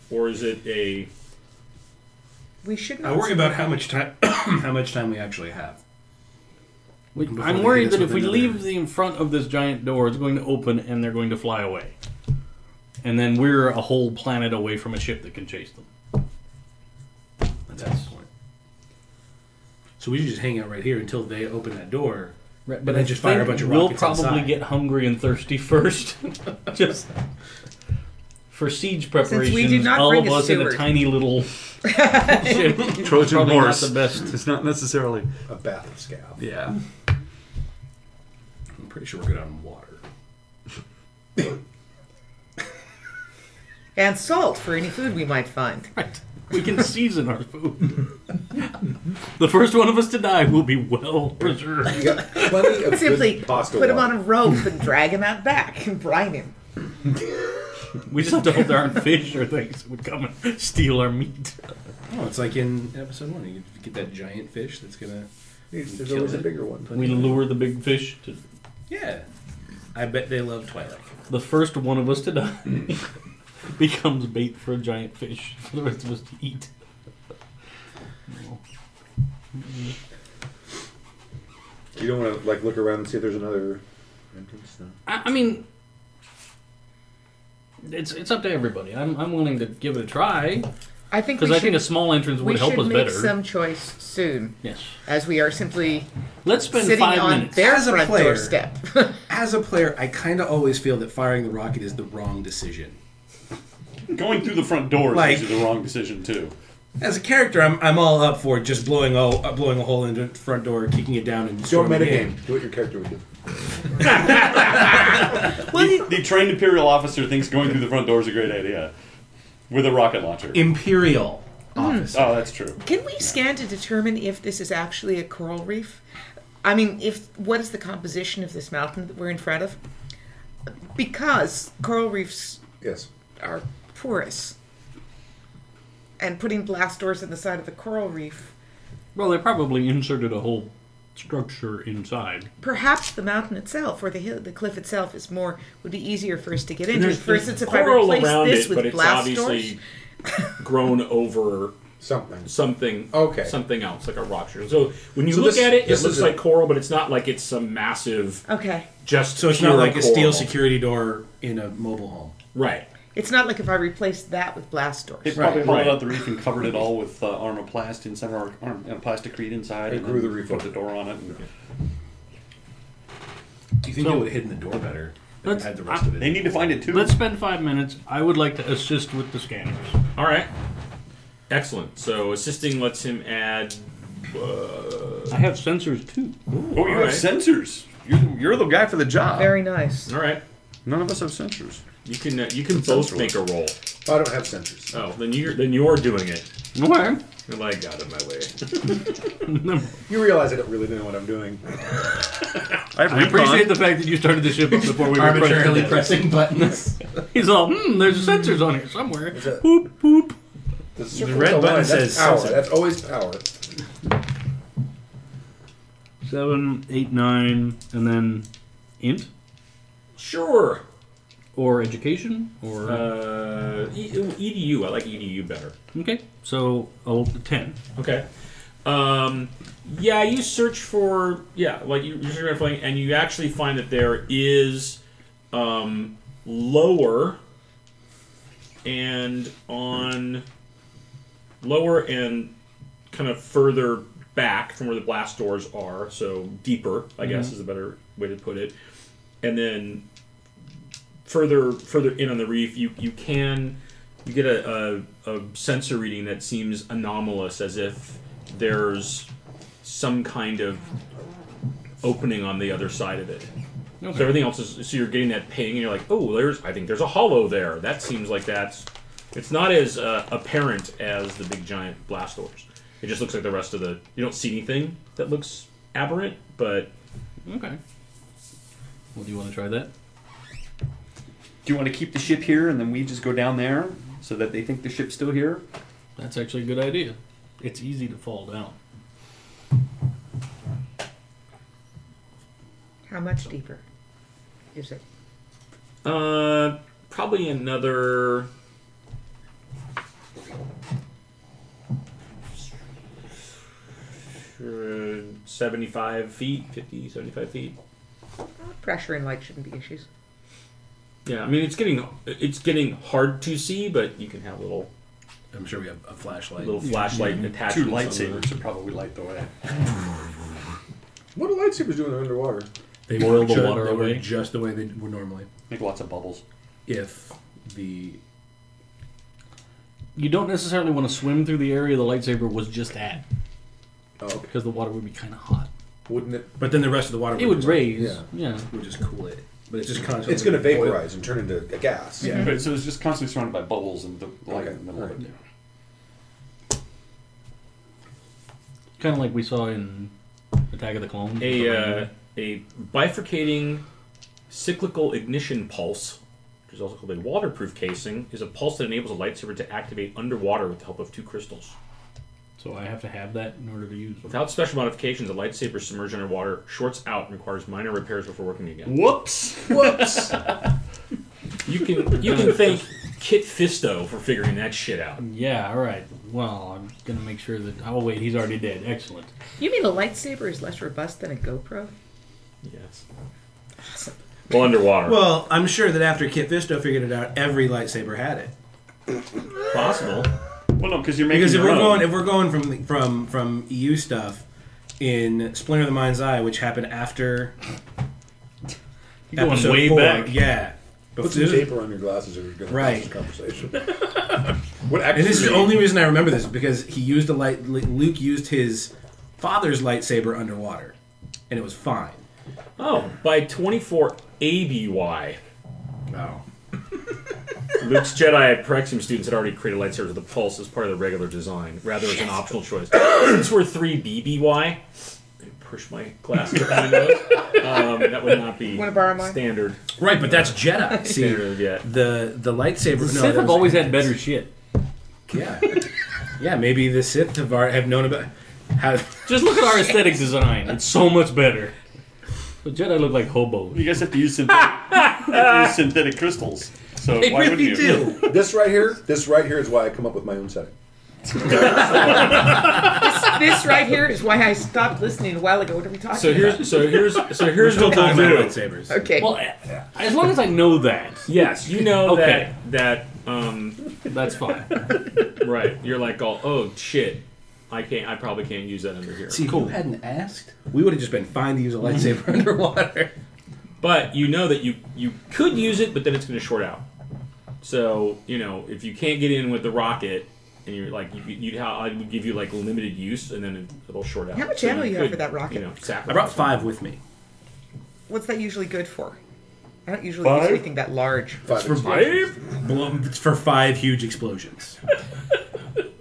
[SPEAKER 1] or is it a
[SPEAKER 4] we should
[SPEAKER 3] I
[SPEAKER 4] not.
[SPEAKER 3] worry about how much time how much time we actually have.
[SPEAKER 2] We,
[SPEAKER 3] Before
[SPEAKER 2] I'm
[SPEAKER 3] they
[SPEAKER 2] worried
[SPEAKER 3] hit us
[SPEAKER 2] that if we
[SPEAKER 3] with
[SPEAKER 2] leave
[SPEAKER 3] another-
[SPEAKER 2] the in front of this giant door, it's going to open and they're going to fly away. And then we're a whole planet away from a ship that can chase them.
[SPEAKER 3] That's that point. So we should just hang out right here until they open that door.
[SPEAKER 2] Right,
[SPEAKER 3] but I just fire a bunch of
[SPEAKER 2] We'll
[SPEAKER 3] rockets
[SPEAKER 2] probably
[SPEAKER 3] outside.
[SPEAKER 2] get hungry and thirsty first, just for siege preparations.
[SPEAKER 4] we did not
[SPEAKER 2] all
[SPEAKER 4] bring
[SPEAKER 2] of
[SPEAKER 4] a
[SPEAKER 2] us in a
[SPEAKER 4] steward.
[SPEAKER 2] tiny little ship.
[SPEAKER 6] Trojan
[SPEAKER 2] probably
[SPEAKER 6] horse.
[SPEAKER 2] Not the best.
[SPEAKER 6] It's not necessarily.
[SPEAKER 7] A bath of scab.
[SPEAKER 6] Yeah.
[SPEAKER 3] I'm pretty sure we're good on water.
[SPEAKER 4] And salt for any food we might find.
[SPEAKER 2] Right. We can season our food. the first one of us to die will be well preserved.
[SPEAKER 7] You got plenty of
[SPEAKER 4] Simply
[SPEAKER 7] good pasta
[SPEAKER 4] put him on
[SPEAKER 7] water.
[SPEAKER 4] a rope and drag him out back and brine him.
[SPEAKER 2] We just have to hope there aren't fish or things that would come and steal our meat.
[SPEAKER 3] Oh, it's like in episode one. You get that giant fish that's gonna.
[SPEAKER 7] There's
[SPEAKER 3] Kill
[SPEAKER 7] always a
[SPEAKER 3] it.
[SPEAKER 7] bigger one.
[SPEAKER 2] We lure the big fish to
[SPEAKER 3] Yeah. I bet they love Twilight.
[SPEAKER 2] the first one of us to die becomes bait for a giant fish for the rest of us to eat.
[SPEAKER 7] You don't want to like look around and see if there's another entrance. No.
[SPEAKER 2] I, I mean, it's it's up to everybody. I'm, I'm willing to give it a try
[SPEAKER 4] I think we
[SPEAKER 2] because I
[SPEAKER 4] should,
[SPEAKER 2] think a small entrance
[SPEAKER 4] we
[SPEAKER 2] would help
[SPEAKER 4] should
[SPEAKER 2] us
[SPEAKER 4] make
[SPEAKER 2] better.
[SPEAKER 4] some choice soon,
[SPEAKER 2] yes,
[SPEAKER 4] as we are simply
[SPEAKER 2] let's spend
[SPEAKER 4] sitting
[SPEAKER 2] five
[SPEAKER 4] on
[SPEAKER 2] minutes.
[SPEAKER 4] their
[SPEAKER 3] As a
[SPEAKER 4] front
[SPEAKER 3] player.
[SPEAKER 4] doorstep.
[SPEAKER 3] As a player, I kind of always feel that firing the rocket is the wrong decision.
[SPEAKER 5] Going through the front door
[SPEAKER 3] Like-
[SPEAKER 5] is usually the wrong decision too.
[SPEAKER 3] As a character, I'm, I'm all up for just blowing all uh, blowing a hole into the front door, kicking it down, and
[SPEAKER 7] Don't
[SPEAKER 3] destroying the game.
[SPEAKER 7] metagame. Do what your character would do.
[SPEAKER 5] The, the trained Imperial officer thinks going through the front door is a great idea. With a rocket launcher.
[SPEAKER 3] Imperial
[SPEAKER 2] Mm.
[SPEAKER 3] office.
[SPEAKER 5] oh, that's true.
[SPEAKER 4] Can we scan to determine if this is actually a coral reef? I mean, if what is the composition of this mountain that we're in front of? Because coral reefs
[SPEAKER 7] Yes.
[SPEAKER 4] are porous, and putting blast doors in the side of a coral reef,
[SPEAKER 2] Well, they probably inserted a whole structure inside.
[SPEAKER 4] perhaps the mountain itself or the hill, the cliff itself is more would be easier for us to get into.
[SPEAKER 1] There's,
[SPEAKER 4] For instance,
[SPEAKER 1] there's
[SPEAKER 4] if I
[SPEAKER 1] coral
[SPEAKER 4] replace
[SPEAKER 1] around
[SPEAKER 4] this
[SPEAKER 1] it, but
[SPEAKER 4] with
[SPEAKER 1] it's
[SPEAKER 4] blast
[SPEAKER 1] obviously
[SPEAKER 4] doors,
[SPEAKER 1] grown over
[SPEAKER 7] Something.
[SPEAKER 1] something.
[SPEAKER 7] Okay.
[SPEAKER 1] Something else, like a rock structure. So when you
[SPEAKER 7] So
[SPEAKER 1] look
[SPEAKER 7] this-
[SPEAKER 1] at it, it
[SPEAKER 7] this
[SPEAKER 1] looks
[SPEAKER 7] is a-
[SPEAKER 1] like coral, but it's not like it's some massive
[SPEAKER 4] okay,
[SPEAKER 1] just.
[SPEAKER 3] So it's
[SPEAKER 1] pure
[SPEAKER 3] not like a
[SPEAKER 1] coral.
[SPEAKER 3] steel security door in a mobile home.
[SPEAKER 1] Right.
[SPEAKER 4] it's not like if I replace that with blast doors.
[SPEAKER 5] They probably hollowed
[SPEAKER 1] right.
[SPEAKER 5] out the reef and covered it all with uh, armoplast inside, or arm, uh, plasticrete inside,
[SPEAKER 7] They
[SPEAKER 5] and
[SPEAKER 7] grew
[SPEAKER 5] then
[SPEAKER 7] the reef
[SPEAKER 5] put
[SPEAKER 7] up.
[SPEAKER 5] the door on it. And
[SPEAKER 3] Do you think they would have hidden the door better than
[SPEAKER 2] Let's-
[SPEAKER 3] had the rest of it?
[SPEAKER 5] They need to find it too.
[SPEAKER 2] Let's spend five minutes. I would like to assist with the scanners.
[SPEAKER 1] All right. Excellent. So assisting lets him add.
[SPEAKER 2] I have sensors too.
[SPEAKER 5] oh, you have
[SPEAKER 1] Alright.
[SPEAKER 5] sensors.
[SPEAKER 6] You're, you're the guy for the job.
[SPEAKER 4] Very nice.
[SPEAKER 1] All right.
[SPEAKER 6] None of us have sensors.
[SPEAKER 1] You can uh, you can both make a roll.
[SPEAKER 7] I don't have sensors.
[SPEAKER 1] Oh, then you're then you're doing it.
[SPEAKER 2] Okay.
[SPEAKER 1] Well, I got in my way.
[SPEAKER 7] You realize I don't really know what I'm doing.
[SPEAKER 6] I have
[SPEAKER 2] I appreciate
[SPEAKER 6] recon.
[SPEAKER 2] the fact that you started the ship up before we were
[SPEAKER 3] Arbitrarily
[SPEAKER 2] pressing.
[SPEAKER 3] pressing buttons.
[SPEAKER 2] He's all, hmm, there's sensors on here somewhere. Boop, boop.
[SPEAKER 7] The, circle
[SPEAKER 3] red
[SPEAKER 7] with
[SPEAKER 3] button
[SPEAKER 7] line,
[SPEAKER 3] says
[SPEAKER 7] that's power.
[SPEAKER 3] sensor.
[SPEAKER 7] That's always power.
[SPEAKER 2] Seven, eight, nine, and then int
[SPEAKER 1] Sure.
[SPEAKER 2] or education or
[SPEAKER 1] Uh, E- EDU. I like EDU better.
[SPEAKER 2] okay. So oh, ten.
[SPEAKER 1] Okay. Um, yeah, you search for yeah, like you, you search for flying, and you actually find that there is um, lower and on lower and kind of further back from where the blast doors are, so deeper, I guess is a better way to put it. And then further further in on the reef, you you can you get a, a, a sensor reading that seems anomalous, as if there's some kind of opening on the other side of it. So everything else is so you're getting that ping, and you're like, oh, there's I think there's a hollow there. That seems like that's it's not as uh, apparent as the big giant blast doors. It just looks like the rest of the you don't see anything that looks aberrant, but
[SPEAKER 2] Okay. Well, do you want to try that?
[SPEAKER 5] Do you want to keep the ship here and then we just go down there so that they think the ship's still here?
[SPEAKER 2] That's actually a good idea. It's easy to fall down.
[SPEAKER 4] How much deeper is it?
[SPEAKER 1] Uh, probably another. uh, 75 feet, 50, 75 feet.
[SPEAKER 4] Pressure and light shouldn't be issues.
[SPEAKER 1] Yeah, I mean it's getting it's getting hard to see, but you can have little
[SPEAKER 3] I'm sure we have a flashlight.
[SPEAKER 1] little flashlight
[SPEAKER 5] Two
[SPEAKER 1] attachments. on
[SPEAKER 5] lightsabers
[SPEAKER 1] the-
[SPEAKER 5] would probably light eh? the way.
[SPEAKER 7] What are lightsabers doing underwater?
[SPEAKER 3] They
[SPEAKER 2] Boil
[SPEAKER 3] work
[SPEAKER 2] the
[SPEAKER 3] ju-
[SPEAKER 2] water
[SPEAKER 3] they work
[SPEAKER 2] away.
[SPEAKER 3] just the way they would normally.
[SPEAKER 5] Make lots of bubbles.
[SPEAKER 3] If the
[SPEAKER 2] You don't necessarily want to swim through the area the lightsaber was just at
[SPEAKER 7] Oh, okay.
[SPEAKER 2] because the water would be kind of hot.
[SPEAKER 7] Wouldn't it?
[SPEAKER 3] but then the rest of the water
[SPEAKER 2] It would
[SPEAKER 3] just-
[SPEAKER 2] raise.
[SPEAKER 7] Yeah.
[SPEAKER 2] yeah.
[SPEAKER 3] Would just cool it, but it's just constantly.
[SPEAKER 7] It's going to
[SPEAKER 3] boil.
[SPEAKER 7] vaporize and turn into a gas.
[SPEAKER 5] Yeah. But, so it's just constantly surrounded by bubbles and the light
[SPEAKER 7] Okay,
[SPEAKER 5] in the middle of it.
[SPEAKER 7] alright.
[SPEAKER 2] Kind of like we saw in Attack of the Clones.
[SPEAKER 1] A uh, a bifurcating cyclical ignition pulse, which is also called a waterproof casing, is a pulse that enables a lightsaber to activate underwater with the help of two crystals.
[SPEAKER 2] so I have to have that in order to use.
[SPEAKER 1] Without special modifications, a lightsaber submerged underwater shorts out and requires minor repairs before working again.
[SPEAKER 5] Whoops!
[SPEAKER 7] Whoops!
[SPEAKER 1] You can you can thank Kit Fisto for figuring that shit out.
[SPEAKER 2] Yeah. All right. Well, I'm gonna make sure that. Oh wait, he's already dead. Excellent.
[SPEAKER 4] You mean a lightsaber is less robust than a GoPro?
[SPEAKER 1] Yes. Well, underwater,
[SPEAKER 3] Well, I'm sure that after Kit Fisto figured it out, every lightsaber had it.
[SPEAKER 1] possible.
[SPEAKER 5] Well, no, because you're making
[SPEAKER 3] Because if
[SPEAKER 5] your
[SPEAKER 3] we're
[SPEAKER 5] own.
[SPEAKER 3] going, if we're going from from from EU stuff in Splinter of the Mind's Eye, which happened after
[SPEAKER 2] going
[SPEAKER 3] episode
[SPEAKER 2] way
[SPEAKER 3] four,
[SPEAKER 2] back.
[SPEAKER 3] yeah.
[SPEAKER 7] Put some
[SPEAKER 3] Before-
[SPEAKER 7] tape on your glasses if you're going to
[SPEAKER 3] Right.
[SPEAKER 7] have this conversation. What actually?
[SPEAKER 3] And this is the only reason I remember this because he used a light. Luke used his father's lightsaber underwater, and it was fine.
[SPEAKER 1] Oh, by 24 ABY,
[SPEAKER 3] Wow.
[SPEAKER 1] Luke's Jedi Prexium students had already created lightsabers with a pulse as part of the regular design, rather as an optional choice. Since we're 3 BBY, I push my glass to my nose. Um, that would not be
[SPEAKER 4] Wanna borrow mine?
[SPEAKER 1] standard.
[SPEAKER 3] Right, but that's Jedi. See,
[SPEAKER 1] Standard yet.
[SPEAKER 3] the the lightsaber.
[SPEAKER 2] The
[SPEAKER 3] no, that
[SPEAKER 2] Sith
[SPEAKER 3] was-
[SPEAKER 2] have always had better shit.
[SPEAKER 3] Yeah, yeah. Maybe the Sith have, ar- have known about how.
[SPEAKER 2] Just look at our aesthetic design. It's so much better. The Jedi look like hobos.
[SPEAKER 5] You guys have to use synthetic, you have to use synthetic crystals. So why would you?
[SPEAKER 7] This right here, this right here is why I come up with my own setting.
[SPEAKER 4] this right here is why I stopped listening a while ago. What are we talking
[SPEAKER 1] So
[SPEAKER 4] about?
[SPEAKER 1] here's so here's so here's what
[SPEAKER 3] Talking
[SPEAKER 1] we'll
[SPEAKER 3] about
[SPEAKER 1] do.
[SPEAKER 3] lightsabers.
[SPEAKER 4] Okay.
[SPEAKER 2] Well, as long as I know that,
[SPEAKER 1] Yes, you know
[SPEAKER 2] Okay.
[SPEAKER 1] that that um
[SPEAKER 2] that's fine.
[SPEAKER 1] right. You're like all oh shit. I can't. I probably can't use that under here.
[SPEAKER 3] See, if you hadn't asked, we would have just been fine to use a lightsaber underwater.
[SPEAKER 1] But you know that you you could use it, but then it's going to short out. So you know if you can't get in with the rocket, and you're like you, you'd ha- I would give you like limited use, and then it, it'll short out.
[SPEAKER 4] How much
[SPEAKER 1] So
[SPEAKER 4] ammo you have
[SPEAKER 1] could,
[SPEAKER 4] for that rocket?
[SPEAKER 1] You know,
[SPEAKER 3] I
[SPEAKER 1] sacrifice
[SPEAKER 3] brought
[SPEAKER 1] one.
[SPEAKER 3] five with me.
[SPEAKER 4] What's that usually good for? I don't usually
[SPEAKER 5] Five?
[SPEAKER 4] use anything that large.
[SPEAKER 7] Five
[SPEAKER 3] For
[SPEAKER 7] explosions.
[SPEAKER 3] Blow, it's for five huge explosions.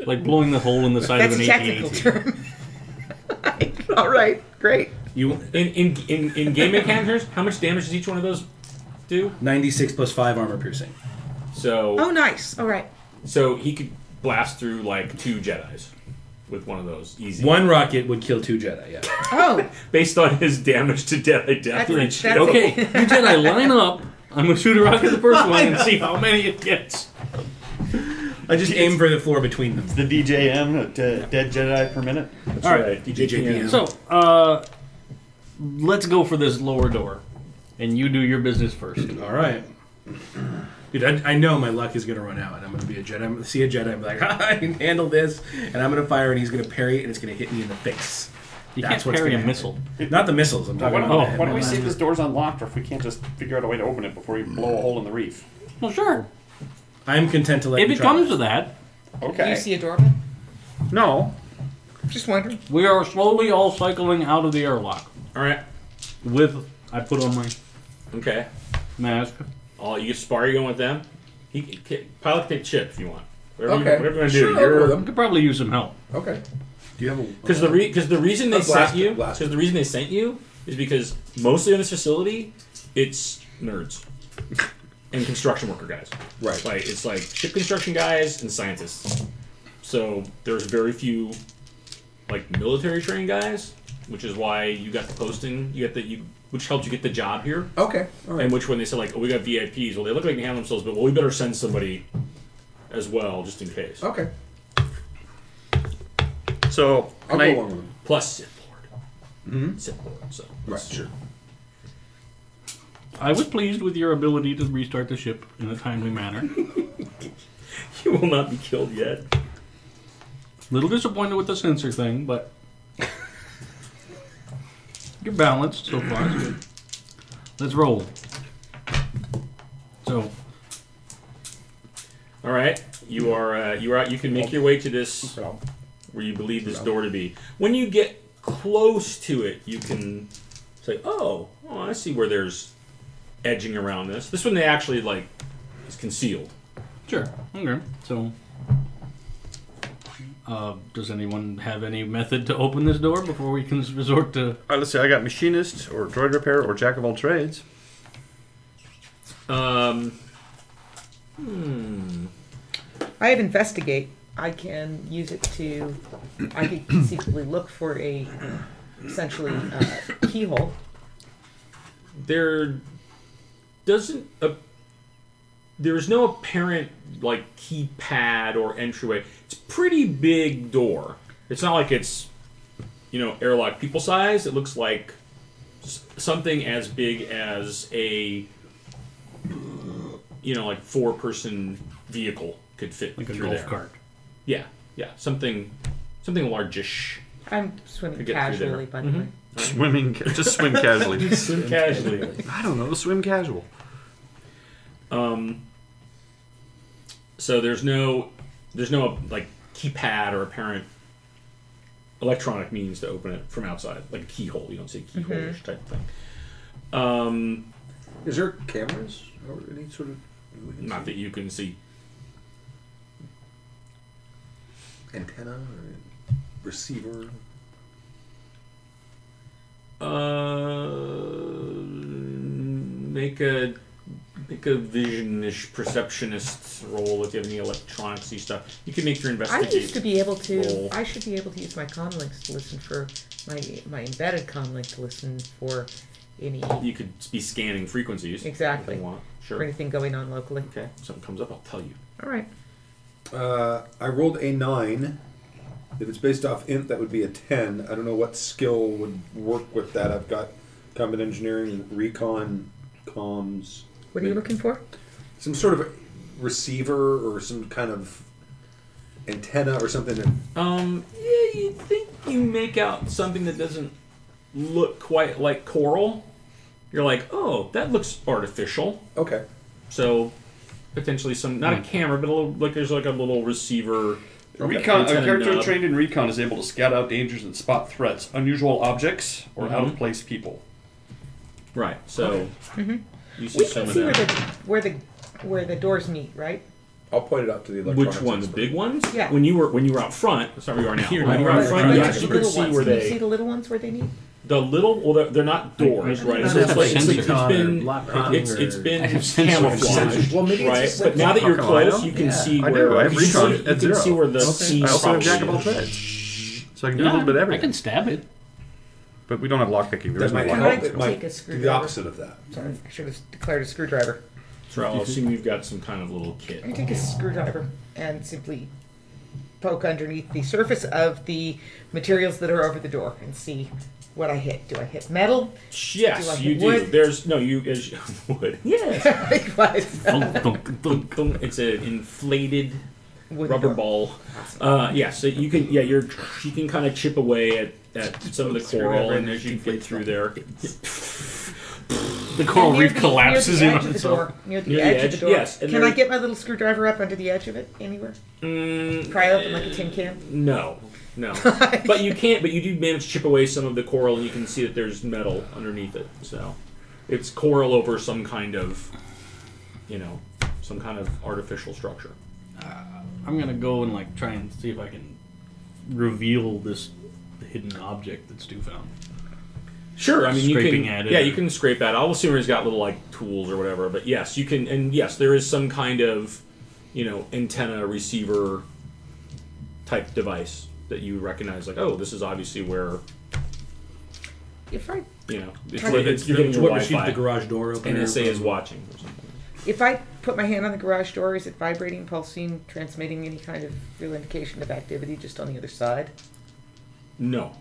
[SPEAKER 2] Like blowing the hole in the side
[SPEAKER 4] That's
[SPEAKER 2] of
[SPEAKER 4] a
[SPEAKER 2] an
[SPEAKER 4] technical
[SPEAKER 2] 1880.
[SPEAKER 4] term. All right, great.
[SPEAKER 3] You
[SPEAKER 1] In in in, in game encounters, how much damage does each one of those do?
[SPEAKER 3] ninety six plus five armor piercing.
[SPEAKER 1] So
[SPEAKER 4] Oh, nice. All right.
[SPEAKER 1] so he could blast through like two Jedi's with one of those easy.
[SPEAKER 3] One rocket would kill two Jedi. Yeah.
[SPEAKER 4] Oh,
[SPEAKER 1] based on his damage to Jedi death
[SPEAKER 4] That's-
[SPEAKER 1] reach.
[SPEAKER 4] that's-
[SPEAKER 2] Okay, you Jedi line up. I'm gonna shoot a rocket at the first one and see how many it gets.
[SPEAKER 3] I just aim for the floor between them.
[SPEAKER 5] The DJM, uh, dead Jedi per minute.
[SPEAKER 1] That's right.
[SPEAKER 3] DJPM.
[SPEAKER 2] So, uh, let's go for this lower door, and you do your business first.
[SPEAKER 3] All right. Dude, I, I know my luck is gonna run out, and I'm gonna be a Jedi. I'm gonna see a Jedi. I'm like, I can handle this, and I'm gonna fire, and he's gonna parry, it, and it's gonna hit me in the face.
[SPEAKER 2] You
[SPEAKER 3] That's
[SPEAKER 2] can't
[SPEAKER 3] what's
[SPEAKER 2] carry a
[SPEAKER 3] gonna happen.
[SPEAKER 2] missile.
[SPEAKER 3] Not the missiles. I'm
[SPEAKER 5] Why
[SPEAKER 3] talking
[SPEAKER 5] don't,
[SPEAKER 3] about.
[SPEAKER 5] why don't we see if this door's unlocked or if we can't just figure out a way to open it before we blow a hole in the reef?
[SPEAKER 2] Well, sure.
[SPEAKER 3] I'm content to let
[SPEAKER 2] If
[SPEAKER 3] you
[SPEAKER 2] it
[SPEAKER 3] try
[SPEAKER 2] comes
[SPEAKER 3] this.
[SPEAKER 2] to that,
[SPEAKER 5] Okay.
[SPEAKER 4] you see a doorbell?
[SPEAKER 6] No.
[SPEAKER 4] Just wondering.
[SPEAKER 2] we are slowly all cycling out of the airlock.
[SPEAKER 1] All right.
[SPEAKER 2] With I put on my
[SPEAKER 1] Okay.
[SPEAKER 2] mask.
[SPEAKER 1] All you spar you going with them? He can kick, pilot can take chip if you want. Whatever,
[SPEAKER 7] Okay.
[SPEAKER 1] you, whatever you want to do.
[SPEAKER 7] Sure, I'll go
[SPEAKER 1] You're
[SPEAKER 7] with
[SPEAKER 2] Could probably use some help.
[SPEAKER 7] them. Okay. Do you have a?
[SPEAKER 1] because the re, because the reason they
[SPEAKER 7] Uh, blast
[SPEAKER 1] sent
[SPEAKER 7] it,
[SPEAKER 1] you
[SPEAKER 7] blast
[SPEAKER 1] because
[SPEAKER 7] it.
[SPEAKER 1] the reason they sent you is because mostly in this facility it's nerds and construction worker guys.
[SPEAKER 7] Right.
[SPEAKER 1] Like it's like ship construction guys and scientists. So there's very few like military trained guys, which is why you got the posting. You got the you which helped you get the job here.
[SPEAKER 7] Okay. All right.
[SPEAKER 1] And which one they said like, oh, we got VIPs. Well, they look like they can handle themselves, but well, we better send somebody as well just in case.
[SPEAKER 7] Okay.
[SPEAKER 6] So
[SPEAKER 7] I'll
[SPEAKER 6] can
[SPEAKER 7] go
[SPEAKER 6] I,
[SPEAKER 7] along with them.
[SPEAKER 1] Plus Sith Lord. Mm-hmm. Sith Lord. So
[SPEAKER 7] Right. Sure.
[SPEAKER 2] I was pleased with your ability to restart the ship in a timely manner.
[SPEAKER 1] you will not be killed yet.
[SPEAKER 2] Little disappointed with the sensor thing, but you're balanced so far. It's good. Let's roll. So
[SPEAKER 1] All right. You are uh, you are out. You can make your way to this where you believe this door to be. When you get close to it, you can say, oh, oh, I see where there's edging around this. This one they actually like is concealed.
[SPEAKER 2] sure, okay. So, uh, does anyone have any method to open this door before we can resort to?
[SPEAKER 6] uh, let's see. I got machinist or droid repair or jack of all trades.
[SPEAKER 1] Um,
[SPEAKER 4] I have investigate. I can use it to. I could conceivably look for a essentially uh, keyhole.
[SPEAKER 1] there doesn't a, there is no apparent like keypad or entryway. It's a pretty big door. It's not like it's you know airlock people size. It looks like s- something as big as a you know like four person vehicle could fit
[SPEAKER 2] Like a
[SPEAKER 1] through
[SPEAKER 2] golf
[SPEAKER 1] there.
[SPEAKER 2] cart.
[SPEAKER 1] Yeah, yeah, something something largish.
[SPEAKER 4] I'm swimming
[SPEAKER 1] Get through
[SPEAKER 4] casually,
[SPEAKER 1] there.
[SPEAKER 4] by the way.
[SPEAKER 6] Swimming, ca- just swim casually.
[SPEAKER 1] Swim casually.
[SPEAKER 6] I don't know. Swim casual.
[SPEAKER 1] So there's no There's no like keypad or apparent electronic means to open it from outside, like a keyhole. You don't see keyhole
[SPEAKER 4] Mm-hmm.
[SPEAKER 1] type of thing.
[SPEAKER 7] Is there cameras or any sort of? we can
[SPEAKER 1] Not that you can see.
[SPEAKER 7] see antenna or receiver.
[SPEAKER 1] Uh, make a make a visionish perceptionist roll if you have any electronicsy stuff. You can make your
[SPEAKER 4] I
[SPEAKER 1] investigate.
[SPEAKER 4] used to be able to.
[SPEAKER 1] Roll.
[SPEAKER 4] I should be able to use my comlinks to listen for my my embedded comlink to listen for any
[SPEAKER 1] You could be scanning frequencies.
[SPEAKER 4] Exactly.
[SPEAKER 1] If you want.
[SPEAKER 4] for
[SPEAKER 1] Sure.
[SPEAKER 4] anything going on locally.
[SPEAKER 1] Okay. If something comes up, I'll tell you.
[SPEAKER 4] All right.
[SPEAKER 7] Uh, I rolled a nine. If it's based off int, that would be a ten. I don't know what skill would work with that. I've got combat engineering, recon, comms.
[SPEAKER 4] What are you looking for?
[SPEAKER 7] Some sort of receiver or some kind of antenna or something. that-
[SPEAKER 1] Um, yeah, you think you make out something that doesn't look quite like coral. You're like, oh, that looks artificial.
[SPEAKER 7] Okay.
[SPEAKER 1] So potentially some not a camera, but a little like there's like a little receiver.
[SPEAKER 8] Recon, a
[SPEAKER 1] antenna
[SPEAKER 8] character
[SPEAKER 1] knob.
[SPEAKER 5] uh,
[SPEAKER 8] trained in recon is able to scout out dangers and spot threats, unusual objects, or
[SPEAKER 5] Mm-hmm.
[SPEAKER 8] out of place people.
[SPEAKER 1] Right. So you see
[SPEAKER 4] We
[SPEAKER 1] some
[SPEAKER 4] can
[SPEAKER 1] of
[SPEAKER 4] see where the
[SPEAKER 1] that.
[SPEAKER 4] where the where the doors meet, right?
[SPEAKER 7] I'll point it out to the electronics.
[SPEAKER 1] Which ones?
[SPEAKER 7] expert.
[SPEAKER 1] Big ones?
[SPEAKER 4] Yeah.
[SPEAKER 1] When you were when you were out front, that's not where you are now.
[SPEAKER 2] Here
[SPEAKER 1] when
[SPEAKER 2] now.
[SPEAKER 1] you were out
[SPEAKER 2] Right,
[SPEAKER 1] front,
[SPEAKER 2] right,
[SPEAKER 1] you
[SPEAKER 2] right.
[SPEAKER 1] actually
[SPEAKER 4] The
[SPEAKER 1] could
[SPEAKER 4] little
[SPEAKER 1] see
[SPEAKER 4] ones.
[SPEAKER 1] where
[SPEAKER 4] Can you see
[SPEAKER 1] they
[SPEAKER 4] the little ones where they meet?
[SPEAKER 1] the little. Well, they're, they're not doors,
[SPEAKER 2] I- I
[SPEAKER 1] right?
[SPEAKER 2] don't
[SPEAKER 1] So it's
[SPEAKER 2] have
[SPEAKER 1] like it's,
[SPEAKER 2] sensors
[SPEAKER 1] it's
[SPEAKER 3] on or
[SPEAKER 1] been
[SPEAKER 3] lock
[SPEAKER 1] it's
[SPEAKER 3] on
[SPEAKER 1] it's
[SPEAKER 3] or-
[SPEAKER 1] been
[SPEAKER 5] I have sensors.
[SPEAKER 1] camouflaged,
[SPEAKER 7] Well, maybe it's
[SPEAKER 1] right?
[SPEAKER 7] just
[SPEAKER 1] But
[SPEAKER 7] like
[SPEAKER 1] now that you're
[SPEAKER 5] crocodile.
[SPEAKER 1] close, you can see
[SPEAKER 5] I
[SPEAKER 1] where
[SPEAKER 5] do. I have
[SPEAKER 1] you can see-
[SPEAKER 5] recon
[SPEAKER 1] you
[SPEAKER 5] at
[SPEAKER 1] can
[SPEAKER 5] zero.
[SPEAKER 1] see where the sea
[SPEAKER 5] I also have
[SPEAKER 1] probably
[SPEAKER 5] jack of all
[SPEAKER 1] is.
[SPEAKER 5] trades, so I can do a little bit of
[SPEAKER 2] I can
[SPEAKER 5] everything.
[SPEAKER 2] stab it.
[SPEAKER 5] But we don't have lockpicking. There
[SPEAKER 7] That
[SPEAKER 5] isn't a
[SPEAKER 7] might
[SPEAKER 4] Can
[SPEAKER 5] lock.
[SPEAKER 4] I
[SPEAKER 7] help. It
[SPEAKER 4] take
[SPEAKER 7] might
[SPEAKER 4] a
[SPEAKER 7] do
[SPEAKER 4] screwdriver?
[SPEAKER 7] the opposite of that.
[SPEAKER 4] Sorry, I should have declared a screwdriver.
[SPEAKER 1] Oh. So I'll assume you've got some kind of little
[SPEAKER 4] Let me
[SPEAKER 1] kit.
[SPEAKER 4] take a screwdriver and simply poke underneath the surface of the materials that are over the door and see what I hit. Do I hit metal? Do I
[SPEAKER 1] Yes,
[SPEAKER 4] hit
[SPEAKER 1] you do.
[SPEAKER 4] wood?
[SPEAKER 1] There's no you as you- wood.
[SPEAKER 4] Yes. Likewise.
[SPEAKER 2] Thunk, Oh, thunk, thunk.
[SPEAKER 1] Boom, It's an inflated
[SPEAKER 4] Wooden
[SPEAKER 1] rubber
[SPEAKER 4] door.
[SPEAKER 1] ball. Uh, yeah, so you can yeah you're you can kind of chip away at, at some of the coral, and as you get through there,
[SPEAKER 2] The coral
[SPEAKER 4] Near
[SPEAKER 2] reef
[SPEAKER 4] the-
[SPEAKER 2] collapses
[SPEAKER 4] near
[SPEAKER 2] in
[SPEAKER 4] the edge
[SPEAKER 2] on
[SPEAKER 4] of the
[SPEAKER 2] itself.
[SPEAKER 4] door. Near the
[SPEAKER 1] Near
[SPEAKER 4] edge, of the door.
[SPEAKER 1] yes, and
[SPEAKER 4] Can
[SPEAKER 1] there-
[SPEAKER 4] I get my little screwdriver up under the edge of it anywhere?
[SPEAKER 1] Mm,
[SPEAKER 4] Pry open like a
[SPEAKER 2] uh,
[SPEAKER 4] tin can?
[SPEAKER 1] no, no. but you can't. But you do manage to chip away some of the coral, and you can see that there's metal underneath it. So it's coral over some kind of you know some kind of artificial structure.
[SPEAKER 2] I'm gonna go and like try and see if I can reveal this hidden object that's Stu found.
[SPEAKER 1] Sure, I mean you
[SPEAKER 2] Scraping
[SPEAKER 1] can.
[SPEAKER 2] at it
[SPEAKER 1] yeah,
[SPEAKER 2] or-
[SPEAKER 1] you can scrape at. it. I'll assume he's got little like tools or whatever. But yes, you can. And yes, there is some kind of, you know, antenna receiver type device that you recognize. Like, oh, this is obviously where
[SPEAKER 4] If I
[SPEAKER 1] you know it's,
[SPEAKER 3] What
[SPEAKER 1] it's, you're getting
[SPEAKER 3] it's
[SPEAKER 1] your
[SPEAKER 3] what machine
[SPEAKER 1] Wi-Fi.
[SPEAKER 3] the garage door opener.
[SPEAKER 1] NSA is watching. Or something.
[SPEAKER 4] if I put my hand on the garage door, is it vibrating, pulsing, transmitting any kind of real indication of activity just on the other side?
[SPEAKER 1] No,